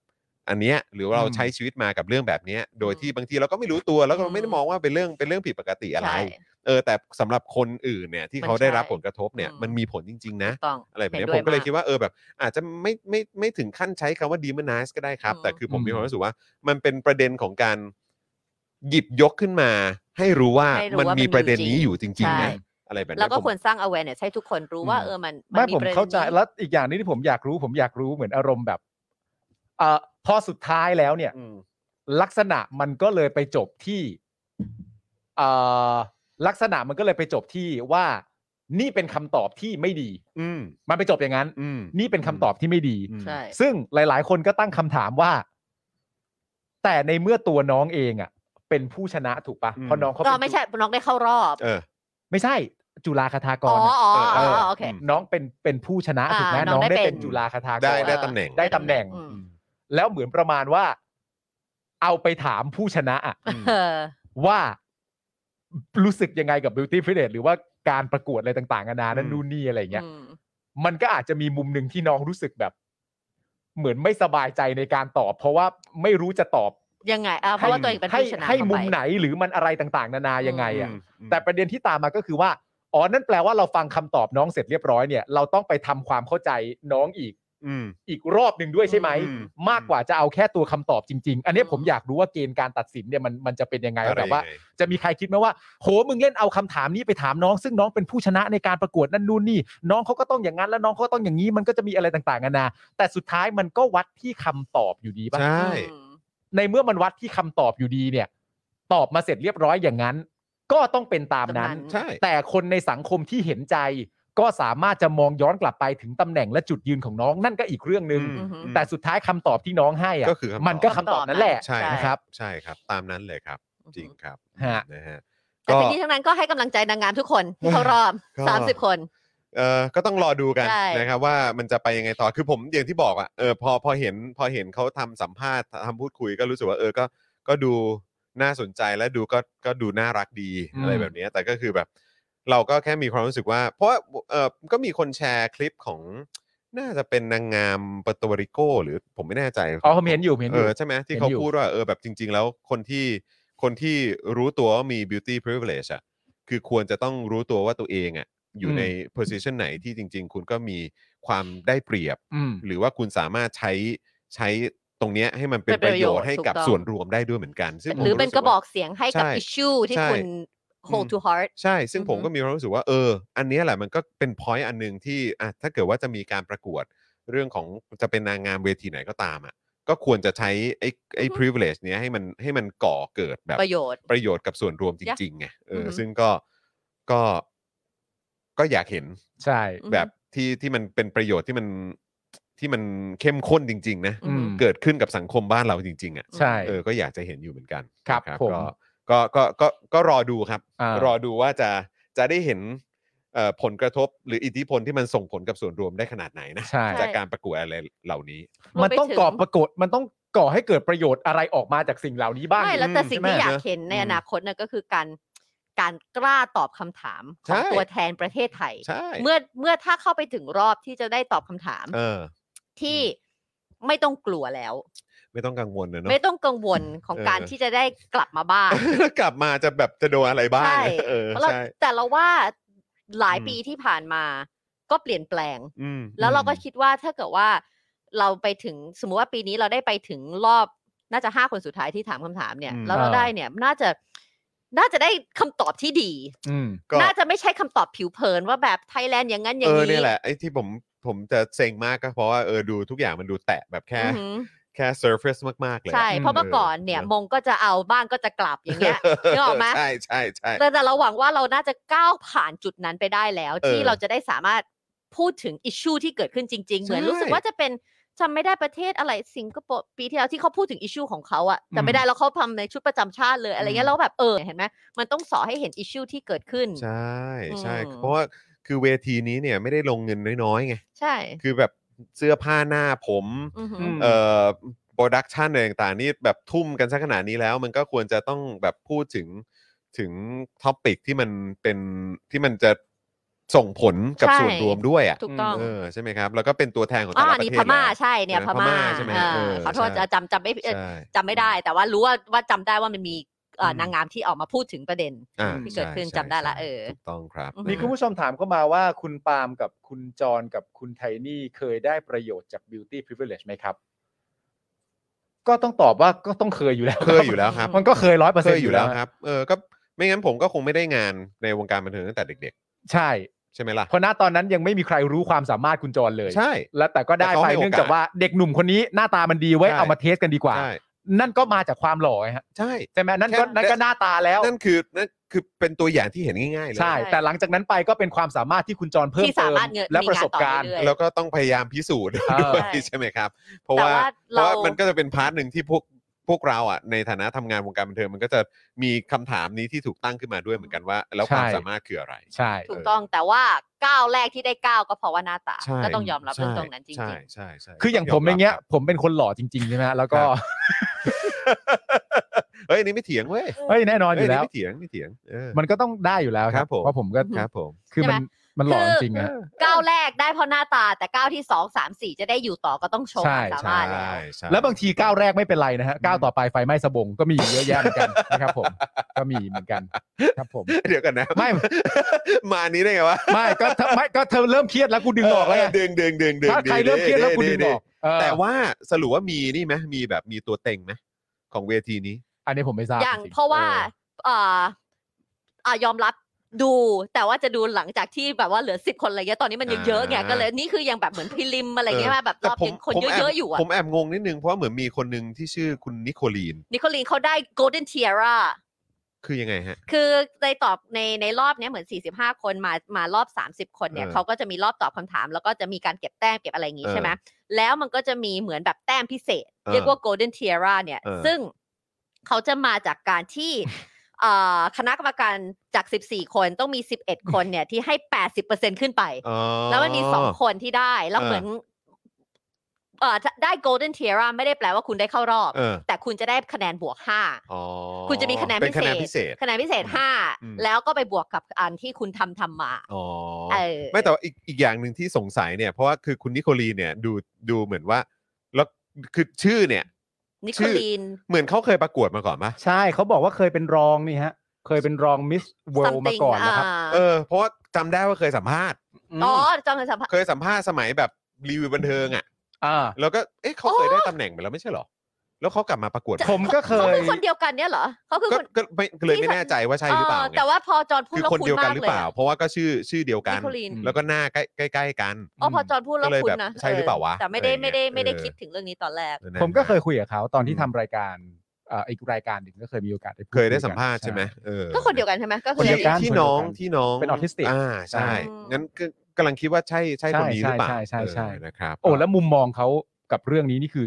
S3: อันเนี้ยหรือว่าเราใช้ชีวิตมากับเรื่องแบบเนี้ยโดยที่บางทีเราก็ไม่รู้ตัวแล้วก็ไม่ได้มองว่าเป็นเรื่องเป็นเรื่องผิดปกติอะไร
S5: ใช่
S3: เออแต่สำหรับคนอื่นเนี่ยที่
S5: มัน
S3: เขาได้
S5: ใช่
S3: รับผลกระทบเนี่ย
S5: อืม
S3: มันมีผลจริง ๆ นะ
S5: ถูกต้อง
S3: อะไรแบบเนี้ย
S5: เห็น
S3: ผม
S5: ด้วย
S3: ก็เลย
S5: มาก
S3: คิดว่าเออแบบอาจจะไม่ไม่ไม่ถึงขั้นใช้คำว่า demonize ก็ได้ครับ
S5: อืม
S3: แต่คือผมมีความรู้สึกว่ามันเป็นประเด็นของการหยิบยกขึ้นมา ให้รู้ว่า
S5: ให้รู้
S3: มัน
S5: ว่ามั
S3: มี
S5: นมี
S3: ประเด็น
S5: จริง
S3: นี้อยู่จริงๆ
S5: ใช่
S3: นะอะไรแบบเนี้ย
S5: แล้วก็
S3: ผม
S5: ควรสร้าง awareness ให้ทุกคนรู้ว่า
S4: อืม
S5: เออมัน
S4: ไม่ผม
S5: ประด็น
S4: เข้าใจ
S5: นี้
S4: แล้วอีกอย่างหนึงที่ผมอยากรู้ ผมอยากรู้เหมือนอารมณ์แบบเอ่อพอสุดท้ายแล้วเนี่ย
S3: อืม
S4: ลักษณะมันก็เลยไปจบที่เอ่อลักษณะมันก็เลยไปจบที่ว่า นี่เป็นคำตอบที่ไม่ดี
S3: อืม
S4: มันไปจบอย่างนั้น
S3: อืม
S4: นี่เป็นคำตอบที่ไม่ดี
S3: อืม
S5: ใช่
S4: ซึ่งหลาย ๆ คนก็ตั้งคำถามว่า แต่ในเมื่อตัวน้องเองอ่ะ เป็นผู้ชนะถูกปะเพราะน้องเขา
S5: ก็
S4: เป็น
S5: ไม่ใช่น้องได้เข้ารอบ
S3: เออ
S4: ไม่ใช่ จุฬาคทาก
S5: อ๋อ
S4: รอะ
S5: อ๋อ
S3: เออ
S5: อ๋อ
S4: เออ
S5: โอเค
S3: อืม
S4: น้องเป็นเป็นผู้ชนะ
S5: อ่า
S4: ถูกไหม
S5: น้
S4: น้
S5: อ
S4: อง ง
S5: ได้
S4: ได้
S5: เป็
S4: เป็น นจุฬาคทากร
S3: ได้ได้
S5: เออ
S3: ตำแหน่ง
S4: ได้ตำแหน่ง
S5: อืม
S4: แล้วเหมือนประมาณว่า เอาไปถามผู้ชนะอะ
S3: อืม
S5: เออ
S4: ว่ารู้สึกยังไงกับ beauty p r i v i l e g e หรือว่าการประกวดอะไรต่างๆนานานั่
S3: อื
S4: น
S3: ม
S4: นู่นนี่อะไรอย่างเงี้ย
S5: อืม
S4: มันก็อาจจะมีมุมหนึ่งที่น้องรู้สึกแบบ เหมือนไม่สบายใจในการตอบ เพราะว่าไม่รู้จะตอบ
S5: ยังไงอ่าเพราะว่าตัวเองเป็น
S4: ให้
S5: ผู้ชนะ
S4: ให้
S5: เข้า
S4: มุม
S5: ไป
S4: ไหนหรือมันอะไรต่างๆ นานายังไง
S5: อื
S4: อ่ะ
S5: ม
S4: แต่ประเด็นที่ตามมาก็คือว่าอ๋อนั่นแปลว่าเราฟังคำตอบน้องเสร็จเรียบร้อยเนี่ยเราต้องไปทำความเข้าใจน้องอีก
S3: อืม
S4: อีกรอบหนึ่งด้วยใช่ไหม
S3: อืม
S4: มากกว่าจะเอาแค่ตัวคำตอบจริง ๆ อันเนี้ย
S5: อืม
S4: ผมอยากรู้ว่าเกณฑ์การตัดสินเนี่ยมันมันจะเป็นยังไง
S3: อะไร
S4: แบบว่า
S3: ยังไง
S4: จะมีใครคิดไหมว่าโหมึงเล่นเอาคำถามนี้ไปถามน้อง ซึ่งน้องเป็นผู้ชนะในการประกวดนั่นนู่นนี่ น้องเขาก็ต้องอย่างนั้นแล้วน้องเขาก็ต้องอย่างนี้มันก็จะมีอะไรต่างๆนานาแต่สุดท้ายมันก็วัดที่คำตอบอยู่ดีป่ะ
S3: ใช่
S5: อืม
S4: ในเมื่อมันวัดที่คำตอบอยู่ดีเนี่ย ตอบมาเสร็จเรียบร้อยอย่างนั้น ก็ต้องเป็นตามนั้น
S5: ตามนั้น
S3: ใช่
S4: แต่คนในสังคมที่เห็นใจ ก็สามารถจะมองย้อนกลับไปถึงตำแหน่งและจุดยืนของน้องนั่นก็อีกเรื่องหนึง่ง
S5: อือฮึ
S4: แต่สุดท้ายคำตอบที่น้องให้อะ
S3: ก็คือคำตอบ
S4: มันก็คำตอบนั่นแหละ
S3: ใช่
S4: นะครับ
S3: ใช่ครับ ตามนั้นเลยครับ จริงครับ
S4: ฮะ
S3: นะฮะ
S5: แต่
S3: ก็
S5: ทั้งนี้ทั้งนั้นก็ให้กำลังใจนางงามทุกคนที่เข้ารอบ
S3: ก็
S5: 30 คน
S3: เออก็ต้องรอดูกัน
S5: ใช่
S3: นะครับว่ามันจะไปยังไงต่อคือผมอย่างที่บอกอ่ะเออพอพอเห็นพอเห็นเขาทำสัมภาษณ์ทำพูดคุยก็รู้สึกว่าเออก็ก็ดูน่าสนใจและดูก็ก็ดูน่ารักดี
S4: อืม
S3: อะไรแบบเนี้ยแต่ก็คือแบบ เราก็แค่มีความรู้สึกว่า เพราะว่าเออก็มีคนแชร์คลิปของน่าจะเป็นนางงามเปอร์โตริโก หรือผมไม่แน่ใจ
S4: อ๋อผมเห็นอยู่ผมเห็นอ
S3: เอยู่ อใช่ไหมที่เขา
S4: เห็นอยู่
S3: พูดว่าเออแบบจริง ๆ แล้วคนที่คนที่รู้ตัวว่ามี beauty privilege อะคือควรจะต้องรู้ตัวว่าตัวเองอะอยู่ใน position ไหนที่จริง ๆ คุณก็มีความได้เปรียบ
S4: อืม
S3: หรือว่าคุณสามารถใช้ใช้ตรงเนี้ยให้มันเป็น
S5: เป็
S3: ป
S5: นประ ระ
S3: โย
S5: โย
S3: ช
S5: ชน์
S3: น์ให้
S5: ถูก
S3: กับ
S5: ต้อง
S3: ส่วนรวมได้ด้วยเหมือนกัน ซึ่งผม
S5: หรือเป็น
S3: สึ
S5: กระบอก
S3: ว่า
S5: เสียงให้กับ
S3: ใช่
S5: อิชชูที่
S3: ใช่
S5: คุณ hold
S3: อืม
S5: to heart
S3: ใช่ ซึ่งผมก็มีความรู้สึกว่าเออ อันเนี้ยแหละมันก็เป็น point อันหนึ่งที่อ่ะถ้าเกิดว่าจะมีการประกวดเรื่องของจะเป็นนางงามเวทีไหนก็ตามอ่ะก็ควรจะใช้ไอ้ไอ้ privilege เนี้ยให้มันให้มันก่อเกิดแบบ
S5: ประโยชน์
S3: ประโยชน์กับส่วนรวมจริงๆไงเออ
S5: อือฮึ
S3: อซึ่งก็ก็ก็อยากเห็น
S4: ใช่
S5: อืม
S3: แบบที่ที่มันเป็นประโยชน์ที่มันที่มันเข้มข้นจริง ๆ นะ
S4: อืม
S3: เกิดขึ้นกับสังคมบ้านเราจริง ๆ อ่ะ
S4: ใช่
S3: เออก็อยากจะเห็นอยู่เหมือนกัน
S4: ครับ
S3: นะ
S4: ผม
S3: ก็ก็ก็ก็ก็รอดูครับ
S4: อ่าร ร
S3: อดูว่าจะจะได้เห็นเอ่อผลกระทบหรืออิทธิพลที่มันส่งผลกับส่วนรวมได้ขนาดไหนนะ
S4: ใช่
S3: จากการประกวดอะไรเหล่านี้
S4: มันต้อง
S5: รวมไปถึง
S4: ก่อปรากฏมันต้องก่อให้เกิดประโยชน์อะไรออกมาจากสิ่งเหล่านี้บ้าง
S5: ไม่แล้วแต่สิ่ง
S3: ใช่ไหม
S5: ที่อยาก
S3: นะ
S5: เห็นใน
S3: อืม
S5: อนาคตน่ะก็คือการการกล้าตอบคำถามข
S3: ใช่
S5: องตัวแทนประเทศไทย
S3: ใช่
S5: เมื่อเมื่อถ้าเข้าไปถึงรอบที่จะได้ตอบคำถาม
S3: เออ
S5: ที่ไม่ต้องกลัวแล้ว
S3: ไม่ต้องกังวลนะเนาะ
S5: ไม่ต้องกังวลของการ
S3: เออ
S5: ที่จะได้กลับมาบ้าน
S3: แล้วกลับมาจะแบบจะโดนอะไรบ้าง
S5: ใช่
S3: เออ
S5: เพราะเรา
S3: ใช่
S5: แต่เราว่าหลาย
S3: อืม
S5: ปีที่ผ่านมาก็เปลี่ยนแปลง
S3: อืม
S5: แล้วเราก็
S4: อืม
S5: คิดว่าถ้าเกิดว่าเราไปถึงสมมุติว่าปีนี้เราได้ไปถึงรอบน่าจะห้าคนสุดท้ายที่ถามคำถามเนี่ย
S3: อืม
S5: แล้วเราได้เนี่ยน่าจะน่าจะได้คำตอบที่ดี
S4: อืม
S3: ก็
S5: น่าจะไม่ใช่คำตอบผิวเผินว่าแบบไทยแลนด์อย่างนั้นอ
S3: เอย่างอ
S5: นี้
S3: เนี่ยแหละไอ้ที่ผมผมจะเซ็งมากก็เพราะว่าเออดูทุกอย่างมันดูแตะแบบแค่
S5: อือหือ
S3: แค่ surface มาก ๆ เลยอะ
S5: ใช่
S4: อืม
S5: เพราะเมื่อก่อนเนี่ย มงก็จะเอาบ้างก็จะกลับอย่างเงี้ย นึกออกไหม
S3: ใช่ใช่ใช่
S5: แต่แต่เราหวังว่าเราน่าจะก้าวผ่านจุดนั้นไปได้แล้ว
S3: เออ
S5: ที่เราจะได้สามารถพูดถึงอิชชูที่เกิดขึ้นจริง ๆ เหมือน
S3: ใช่
S5: รู้สึกว่าจะเป็นจำไม่ได้ประเทศอะไรสิงคโปร์ปีที่แล้วที่เขาพูดถึงอิชชูของเขาอะแต่ไม่ได้แล้วเขาทำในชุดประจำชาติเลยอะไรเงี้ยแล้วแบบเออเห็นไหมมันต้องสอให้เห็นอิชชูที่เกิดขึ้น
S3: ใช่ใช่
S5: อืม
S3: เพราะว่าคือเวทีนี้เนี่ยไม่ได้ลงเงินน้อย ๆ ไง
S5: ใช่
S3: คือแบบเสื้อผ้าหน้าผม
S5: อือหือ
S4: ม
S3: เอ่อโปรดักชันอะไรต่างๆนี่แบบทุ่มกันซะขนาดนี้แล้ว มันก็ควรจะต้องแบบพูดถึงถึงท็อปิกที่มันเป็นที่มันจะส่งผลกับ
S5: ใช่
S3: ส่วนรวมด้วยอ่ะ
S5: ถูกต้อง
S3: เออใช่ไหมครับ แล้วก็เป็นตัวแทนของแต่
S5: อ่า
S3: ละประ
S5: นี่
S3: เท
S5: พ
S3: ศ
S5: ม่า
S3: แล้ว
S5: ใช่เนี่ย
S3: เอ
S5: พ
S3: อพม่า
S5: ม่า
S3: ใช่ไหม
S5: อ่า
S3: เออ
S5: ขอโทษ
S3: ใช่
S5: จะจำจำไม่เอ่อ
S3: ใช่
S5: จำไม่ได้ แต่ว่ารู้ว่าว่าจำได้ว่ามันมีเอ่ออ
S3: ม
S5: นางงามที่ออกมาพูดถึงประเด็น
S3: อ่า
S5: ที่เกิดขึ้น
S3: ใช่
S5: จำได้ละ
S3: ใช่
S5: เออ
S3: ถูกต้องครับ
S5: อือฮึ
S4: มีคุณผู้ชมถามเข้ามาว่าคุณปาล์มกับคุณจรกับคุณไทนี่เคยได้ประโยชน์จาก beauty privilege ไหมครับ ก็ต้องตอบว่าก็ต้องเคยอยู่แล้ว
S3: เคยอยู่แล้วครับ
S4: มันก็เคยร้อยเปอร์
S3: เค
S4: เซ็น
S3: ย
S4: ต์
S3: อ
S4: อยู่ ยู่
S3: แล้
S4: แล้ว ว
S3: ครับเออก็ไม่งั้นผมก็คงไม่ได้งานในวงการบันเทิงตั้งแต่เด็ก
S4: ใช่
S3: ๆ ใช่ไหมล่ะ
S4: เพราะณตอนนั้นยังไม่มีใครรู้ความสามารถคุณจรเลย
S3: ใช่
S4: และแต่ก็ได้
S3: แต่เขา
S4: ไป
S3: ให้โอกาส
S4: เนื่องจากว่าเด็กหนุ่มคนนี้หน้าตามันดีไว้
S3: ใช่
S4: เอามาเทสกันดีกว่า
S3: ใช่
S4: นั่นก็มาจากความหล่อไงฮะ
S3: ใช่
S4: ใช่ไหมนั่นก็
S3: แค่
S4: นั่นก็หน้าตาแล้ว
S3: นั่นคือนั่นคือเป็นตัวอย่างที่เห็นง่ายๆเลย
S4: ใช่ แต่หลังจากนั้นไปก็เป็นความสามารถที่คุณจรเพิ่ม
S5: ที่
S4: เติ
S5: สาม มารถเงิน
S4: และ
S5: มี
S4: ประ
S5: งาน
S4: สบ
S5: ต่อ
S4: การณ์
S5: เรื่อย
S3: แล้วก็ต้องพยายามพิสูจน์
S4: เออ
S3: ด้วย
S5: ใช่
S3: ใช่ไหมครับ เพราะว่าเพ
S5: แต่ว่า
S3: ราะว่า
S5: เรา
S3: มันก็จะเป็นพาร์ทหนึ่งที่พวกพวกเราอ่ะในฐานะทำงานวงการบันเทิงมันก็จะมีคำถามนี้ที่ถูกตั้งขึ้นมาด้วยเหมือนกันว่า แล้วความ
S4: ใช่
S3: สามารถคืออะไร
S4: ใช่
S5: ถูกต้องแต่ว่าก้าวแรกที่ได้ก้าวก็เพราะว่าหน้าตา
S3: ใช่
S5: ก็ต้องยอมรับเรื่องตรงนั้นจ
S3: ใช่
S5: ริง
S3: ใช่ใช่
S4: คืออย่าง
S3: ต้
S4: ผมอย่างเงี้ย
S3: รับ
S4: ผมเป็นคนหล่อจริงๆใช่ไหมฮะแล้วก็
S3: ครับ เฮ้ยอันนี่ไม่เถียงเว้ย
S4: เฮ้ยแน่นอนอ
S3: เฮ้ย
S4: ยู่แล้ว
S3: นนี้ไม่เถียงไม่เถียงเออ
S4: มันก็ต้องได้อยู่แล้วค
S3: ครั
S4: รับบ
S3: ผม
S4: เพราะผมก็
S5: อือฮึ
S3: ครับผม
S4: คือมัน
S5: ใช่ไหม
S4: มันหล่อจริงๆอะ
S5: ๆก้าวแรกได้เพราะหน้าตา แต่ก้าวที่สองสามสี่จะได้อยู่ต่อก็ต้องโชว์
S4: ใช่
S5: ความ
S3: ใช่
S5: สามารถแล้ว
S3: ใช่
S4: แล้วบางทีก้าวแรกไม่เป็นไรนะฮะก้าวต่อไปไฟไหม้สบงก็มีเยอะแยะเหมือนกันนะครับ ผมก็มีเหมือนกันครับผม
S3: เดี๋ยวกันนะ
S4: ไม่
S3: มาอันนี้ได้ไงวะ
S4: ไม่ก็ถ้าไม่ก็เธอเริ่มเครียดแล้วกูดึงออกแล้วไง
S3: ดึงดึงดึงดึง
S4: ถ้าใครเริ่มเครียดแล้วกูดึงออกเออ
S3: แต่ว่าสรุปว่ามีนี่ไหมมีแบบมีตัวเต็งไหมของเวทีนี้
S4: อันนี้ผมไม่ทราบ
S5: อย่าง
S4: จริง
S5: เพราะว่าเอ่ออ่ายอมรับดู แต่ว่าจะดูหลังจากที่แบบว่าเหลือสิบคนอะไรเงี้ยตอนนี้มันยังเยอะไง
S3: อ่า
S5: ก็เลยนี่คือยังแบบเหมือนพิลิมอะไรเงี้ย
S3: เ
S5: ว่าแบบร
S3: ต่
S5: อบ
S3: ผม
S5: ยังคน
S3: ผมแ
S5: เยอะๆอยู่อะ
S3: ผมแอบงงนิดนึงเพราะว่าเหมือนมีคนหนึ่งที่ชื่อคุณนิโคลีน
S5: นิโคลีนเขาได้ golden tiara
S3: คือยังไงฮะ
S5: คือในตอบในในรอบเนี้ยเหมือน 45 คนมามารอบ 30 คนเนี่ย
S3: เออ
S5: เขาก็จะมีรอบตอบคำถาม แล้วก็จะมีการเก็บแต้มเก็บอะไรอย่างงี้ใช่ไหมแล้วมันก็จะมีเหมือนแบบแต้มพิเศษ
S3: เออ
S5: เรียกว่า golden tiara เนี่ย
S3: เออ
S5: ซึ่งเขาจะมาจากการที่ เอ่อคณะกรรมการจาก 14 คนต้องมี 11 คนเนี่ยที่ให้ 80%ขึ้นไป
S3: อ๋อ
S5: แล้วมันมีสองคนที่ได้ แล้ว
S3: เออ
S5: เหมือนเอ่อถ้าได้ golden tiara ไม่ได้แปลว่าคุณได้เข้ารอบ
S3: เออ
S5: แต่คุณจะได้คะแนนบวก
S3: อ๋อ
S5: 5 คุณจะมีคะแนน
S3: เป็นคะแนนพิเศษ
S5: คะแนนพิเศษ
S3: อืม
S5: 5 แล้วก็ไปบวกกับอันที่คุณทำทำมา
S3: อ๋อ
S5: เออ
S3: ไม่แต่ว่าอีกอีกอย่างหนึ่งที่สงสัยเนี่ย เพราะว่าคือคุณนิโคลีเนี่ยดูดูเหมือนว่าแล้วคือชื่อเนี่ย
S5: นิโค
S3: ชื่อ
S5: ลีน
S3: เหมือนเขาเคยประกวดมาก่อนปะ
S4: ใช่เขาบอกว่าเคยเป็นรองนี่ฮะ เคยเป็นรองมิสเวล
S5: something
S4: มาก่อนนะครับ
S5: า
S3: เออเพราะว่าจำได้ว่าเคยสัมภาษณ์
S4: ม
S5: อ๋อจำเป็นสัมภาษณ์
S3: เคยสัมภาษณ์สมัยแบบรีวิวบันเทิงอ่ะ
S4: อ่า
S3: แล้วก็เอ๊ะเขาเคยได้ตำแหน่งไปแล้วไม่ใช่เหรอ แล้วเขากลับมาประกวด
S4: ผมก็เค
S5: เขา
S4: ย
S5: เป็นคนเดียวกันเนี่ยเหรอเขาคือ
S3: ก็
S5: คน
S3: ก็ไม่เลยไม่แน่ใจว่าใช่หรือเปล่า
S5: เออ
S3: ไง
S5: แต่ว่าพอจอห์นพูด
S3: คือ
S5: แล้ว
S3: คน
S5: คุณ
S3: เดียวกัน
S5: มาก
S3: หรือ
S5: เลย
S3: เปล่า
S5: อะ
S3: เพราะว่าก็ชื่อชื่อเดียวกัน
S5: นิโคลีน
S3: แล้วก็หน้าใกล้ใกล้ๆกัน
S5: อ๋อพอจอห์นพูดแล้ว
S3: ก็เลย
S5: คุณ
S3: แบบ
S5: นะ
S3: ใช่หรือเปล่าวะ
S5: แต่ไม่ได้
S3: อะไรอย่างเงี้
S5: ไม่
S3: ย
S5: ได้ไม่
S3: เอ
S5: ได้
S3: อ
S5: คิดถึงเรื่องนี้ตอนแรก
S3: นั่นนะ
S4: ผมก็เคยคุยกับเขาตอนที่ทำรายการเอ่ออีกรายการหนึ่งก็เคยมีโอกาสได้พู
S3: เคยได้
S4: คุ
S3: สัมภาษณ์ใช่ไหมเออ
S5: ก็คนเดียวกันใช่ไหมก็
S4: คน
S5: อ
S4: เดียวกัน
S3: ที่น้อง
S4: คนเดียวกั
S3: ที่น้อง
S4: เป็น autistic
S3: อ่าใช่
S5: อืม
S3: งั้นก็กำลังคิดว่าใช่ใช่
S4: ใช่
S3: คนนี้หรือเปล่า
S4: ใช่ใช่ใช่
S3: เออนะครับ
S4: โอ้แล้วมุมมองเขากับเรื่องนี้นี่คือ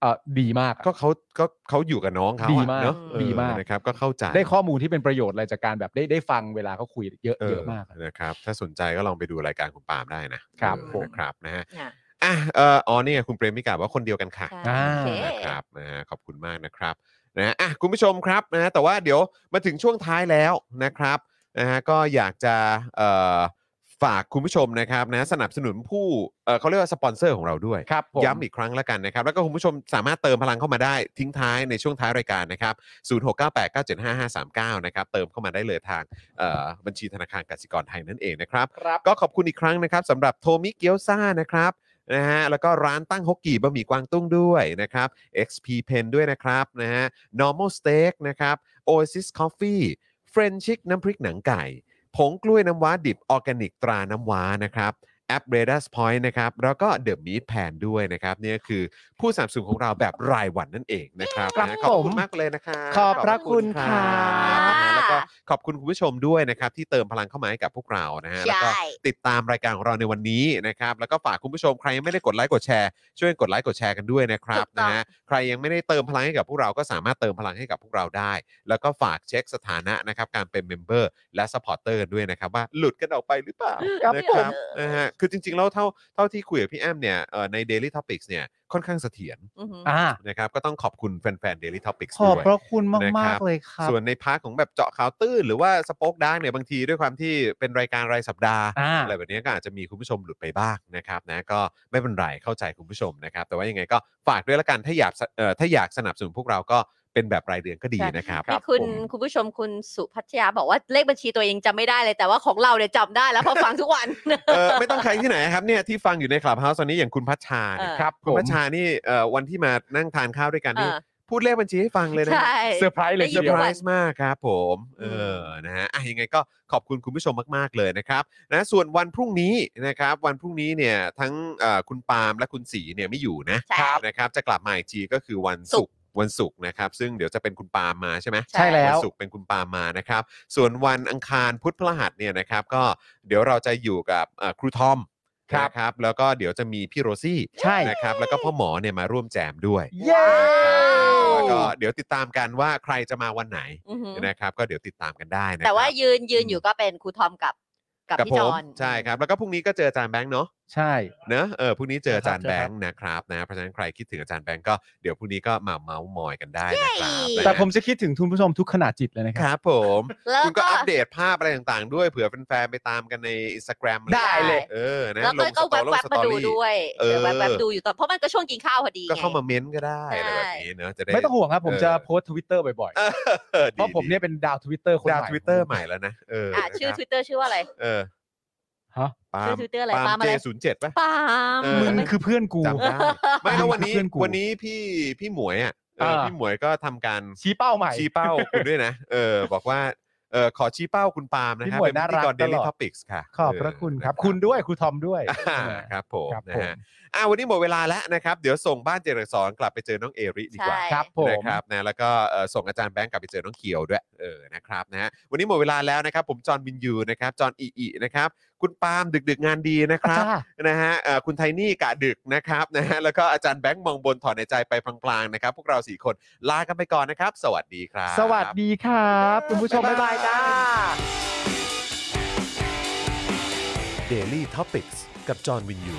S4: เอ่อดีมากอะ
S3: ก็เขาก็เขาอยู่กับน้องเขา
S4: ดี
S3: อะ
S4: มาก
S3: เนาะ
S4: ดีมาก
S3: เออนะครับก็เข้าใจ
S4: ได้ข้อมูลที่เป็นประโยชน์อะไรจากการแบบได้ได้ฟังเวลาเขาคุยเยอะเยอะมากอะ
S3: นะครับ ถ้าสนใจก็ลองไปดูรายการคุณปาล์มได้นะครับ เออ
S4: ผม
S3: นะครับนะฮะ
S5: อ่ะ
S3: อ่ะเอออ๋อนี่ไงคุณเปรมมิกาว่าคนเดียวกันค่ะ
S5: ใช่
S4: อ่า
S5: โอเค
S3: นะครับนะฮะขอบคุณมากนะครับนะฮะอ่ะคุณผู้ชมครับนะฮะแต่ว่าเดี๋ยวมาถึงช่วงท้ายแล้วนะครับนะฮะก็อยากจะเอ่อฝากคุณผู้ชมนะครับนะสนับสนุนผู้เอ่อเขาเรียกว่าสปอนเซอร์ของเราด้วย
S4: ครับผม
S3: ย้ำอีกครั้งแล้วกันนะครับ แล้วก็คุณผู้ชมสามารถเติมพลังเข้ามาได้ทิ้งท้ายในช่วงท้ายรายการนะครับ 0698975539 นะครับ เติมเข้ามาได้เลยทางเอ่อบัญชีธนาคารกสิกรไทยนั่นเองนะครับ
S4: ครับ
S3: ก็ขอบคุณอีกครั้งนะครับสำหรับโทมิเกียวซ่านะครับนะฮะแล้วก็ร้านตั้งฮกกี้บะหมี่กวางตุ้งด้วยนะครับ XP Pen ด้วยนะครับนะฮะ Normal Steak นะครับ Oasis Coffee French Chick น้ำพริกหนังไก่ ผงกล้วยน้ำว้าดิบออร์แกนิกตราน้ำว้านะครับ แอป r a d a r Point นะครับ แล้วก็ The Meat Pan ด้วยนะครับเนี่ยคือผู้สนับสนุนของเราแบบรายวันนั่นเองนะครับ
S4: ครับ
S3: นะขอบคุณ
S4: ผม
S3: มากเลยนะครับ
S4: ขอบพระคุณค่ะ
S3: รับนะฮะแล้วก็ขอบคุณคุณผู้ชมด้วยนะครับ ที่เติมพลังเข้ามาให้กับพวกเรานะฮะแล้วก็
S5: ใช่
S3: ติดตามรายการของเราในวันนี้นะครับ แล้วก็ฝากคุณผู้ชมใครยังไม่ได้กดไลค์กดแชร์ช่วยกดไลค์กดแชร์กันด้วยนะครับ
S5: ถูกต้
S3: นะ
S5: อง
S3: ฮะใครยังไม่ได้เติมพลังให้กับพวกเราก็สามารถเติมพลังให้กับพวกเราได้ แล้วก็ฝากเช็คสถานะนะครับการเป็นเมมเบอร์และสปอร์เตอร์ด้วยนะครับว่าหลุดกันออกไปหรือเปล่า
S4: ครับ
S3: นะ
S4: ผ
S3: ค
S4: ม
S3: รับนะฮะคือจริงๆแล้วเท่าเท่าที่คุยกับพี่แอมเนี่ยเอ่อใน Daily Topics เนี่ยค่อนข้างเสถียร
S5: อือหือ
S4: อ่า
S3: นะครับก็ต้องขอบคุณแฟนๆ Daily Topics
S4: ขอบ
S3: ด้วย
S4: พระคุณมาก
S3: นะค
S4: มา
S3: รั
S4: ก
S3: บ
S4: เลยครับ
S3: ส่วนในพาร์ทของแบบเจาะข่าวตื้นหรือว่าสป็อกดาร์กเนี่ยบางทีด้วยความที่เป็นรายการรายสัปดาห์
S4: อ่า
S3: อะไรแบบนี้ก็อาจจะมีคุณผู้ชมหลุดไปบ้างนะครับนะก็ไม่เป็นไรเข้าใจคุณผู้ชมนะครับ แต่ว่ายังไงก็ฝากด้วยละกันถ้าอยากสเอ่อถ้าอยากสนับสนุนพวกเราก็เป็นแบบรายเดือนก็ดี
S5: ใช่
S3: นะครับ
S5: มีคุณ
S3: ผม
S5: คุณผู้ชมคุณสุพัชยาบอกว่าเลขบัญชีตัวเองจำไม่ได้เลยแต่ว่าของเราเนี่ยจำได้แล้วเพอฟังทุกวัน
S3: เออไม่ต้องใครที่ไหนนะครับเนี่ยที่ฟังอยู่ในคลับเฮาส์ตอนนี้อย่างคุณพัชชาเนี่ย
S5: เออ
S4: ครับ
S3: คุณ
S4: ผม
S3: พัชชานี่เอ่อวันที่มานั่งทานข้าวด้วยกันนี่
S5: เออ
S3: พูดเลขบัญชีให้ฟังเลยนะ
S5: ใช่
S4: เซอร์ไพรส์เลย
S5: ได้
S4: ที
S3: เซอน ร์
S5: ยิ
S4: เดี
S3: ไพ
S5: ทุ
S4: ยว
S5: ก
S3: ร
S5: วัน
S3: ส์มากครับผม เออ นะฮะอ่ะยังไงก็ขอบคุณคุณผู้ชมมาก ๆ เลยนะครับ นะ ส่วนวันพรุ่งนี้นะครับ วันพรุ่งนี้เนี่ยทั้งเอ่อคุณปาล์มและคุณสีเนี่ยไม่อยู่นะ
S5: ใช่ครับ
S3: นะครับ จะกลับมาอีกทีก็คือวัน
S5: ศุ
S3: ศุก
S5: กร์
S3: ร์ วันศุกร์นะครับ ซึ่งเดี๋ยวจะเป็นคุณปาล์มมาใช่ไหม
S4: ใช่แล้ว
S3: นศุกร์เป็นคุณปาล์มมานะครับ ส่วนวันอังคารพุธพฤหัสเนี่ยนะครับ ก็เดี๋ยวเราจะอยู่กับเอ่อครูทอม
S4: ครับ
S3: นะครับ แล้วก็เดี๋ยวจะมีพี่โรซี่
S4: ใช่
S3: นะครับ แล้วก็พ่อหมอเนี่ยมาร่วมแจมด้วย
S4: เย้
S3: แล้วก็เดี๋ยวติดตามกันว่าใครจะมาวันไหน
S5: อือหือ
S3: นะครับก็เดี๋ยวติดตามกันได้นะครับ
S5: แต่ว่ายืนยืนอยู่ก็เป็นครูทอมกับกับ
S3: กับ
S5: พี่
S3: ผ
S5: จอ
S3: ม
S5: น
S3: ใช่ครับ แล้วก็พรุ่งนี้ก็เจออาจารย์แบงค์เนาะ
S4: ใช่
S3: เนอะเออพรุ่งนี้เจออาจารย์
S6: เจอ
S3: แบ
S6: ครับ
S3: งค์นะครับนะเพราะฉะนั้นใครคิดถึงอาจารย์แบงค์ก็เดี๋ยวพรุ่งนี้ก็มาเมาส์มอยกันได้นะครับ
S5: เย้
S4: แต่ผมจะคิดถึงทุนผู้ชมทุกขนาดจิตเลยนะค
S3: ครับ รับผม
S5: แล้ว
S3: คุณก็
S5: ก็
S3: อัปเดตภาพอะไรต่างๆ ด้วยเผื่อแฟนๆไปตามกันใน Instagram อะร
S5: ได้เลย
S3: เออนะ
S5: แล้ว
S3: ล
S5: ก็
S3: งสต
S5: ก็
S3: อ
S5: แวบ
S3: รี่ล
S5: แว
S3: ง
S5: บ
S3: สต
S5: มา
S3: อ
S5: ดู
S3: รี่
S5: ด้วย
S3: เออ
S5: แวบแวบดูอยู่ตอนเพราะมันก็ช่วงกินข้าวพอดี
S3: ก็
S5: ไง
S3: เข้ามาเม้นต์ก็ได้อะไรแบบนี้เนอะจะได้
S4: ไม่ต้องห่วงครับผมจะโพ
S3: เอ
S4: สทวิตเตอร์ Twitter บ่อย
S3: อเออ
S4: ๆ เพราะผมเนี่ยเป็นดาวทวิตเตอร์คนให
S3: ดา
S4: ม่
S3: วทวิตเตอร์ใหม่แล้วนะเออ
S5: อ่ะ
S3: นะ
S5: ชื่
S3: ค
S5: อ
S3: รับ
S5: Twitter ชื่อว่าอะไร
S3: เออ
S4: ฮะ
S3: ปา
S5: ชื่
S3: ล์
S5: อ
S3: ม
S5: Twitter อะไร
S3: ปาล์ม
S5: ปาล์มอะ
S3: เจ
S5: ไร
S3: ศูนย์เจ็ดปะ
S5: ปาล์ม
S3: เอ
S4: มึงคือเพื่อนกู
S3: จำ ได้ ไม่แล้ววันนี้
S4: เพื่อนกู
S3: วันนี้พี่พี่หมวยอ่ะเออ
S4: เออ
S3: พี่หมวยก็ทำการ
S4: ชี้เป้าใหม่
S3: ชี้เป้าคุณด้วยนะเออบอกว่าเออขอชี้เป้าคุณปาล์มนะ
S4: พี่
S3: ฮะ
S4: หมวย
S3: เป็นพิธีกร
S4: น่า
S3: เด
S4: รักตล
S3: ลิ
S4: อด
S3: ทอพิกส์ค่ะ
S4: ขอบพระคุณครับ
S3: เออ
S4: คุณด้วยครูทอมด้วย
S3: อ่าครับผม
S4: ครับ
S3: นะ
S4: ผม
S3: ฮะอ่ะวันนี้หมดเวลาแล้วนะครับ เดี๋ยวส่งบ้านเจริญสอนกลับไปเจอน้องเอริดีก
S5: ใช่
S3: ว่า
S4: ครับผม
S3: นะครับนะแล้วก็เอ่อส่งอาจารย์แบงค์กลับไปเจอน้องเขียวด้วยเออนะครับนะฮะวันนี้หมดเวลาแล้วนะครับ ผมจอห์นวินยูนะครับจอห์นอีอีนะครับ คุณปาล์มดึกๆงานดีนะค
S4: อา
S3: รับ
S4: จารย์
S3: นะฮะเอ่อคุณไทนี่กะดึกนะครับนะฮะแล้วก็อาจารย์แบงค์มองบนถอนในใจไปพลางๆนะครับ พวกเราสี่คนลากันไปก่อนนะครับ สวัสดีครับ
S4: สวัสดีครับ คุณผู้ชม บ๊ายบายจ้า
S2: Daily Topics กับจอห์นวินยู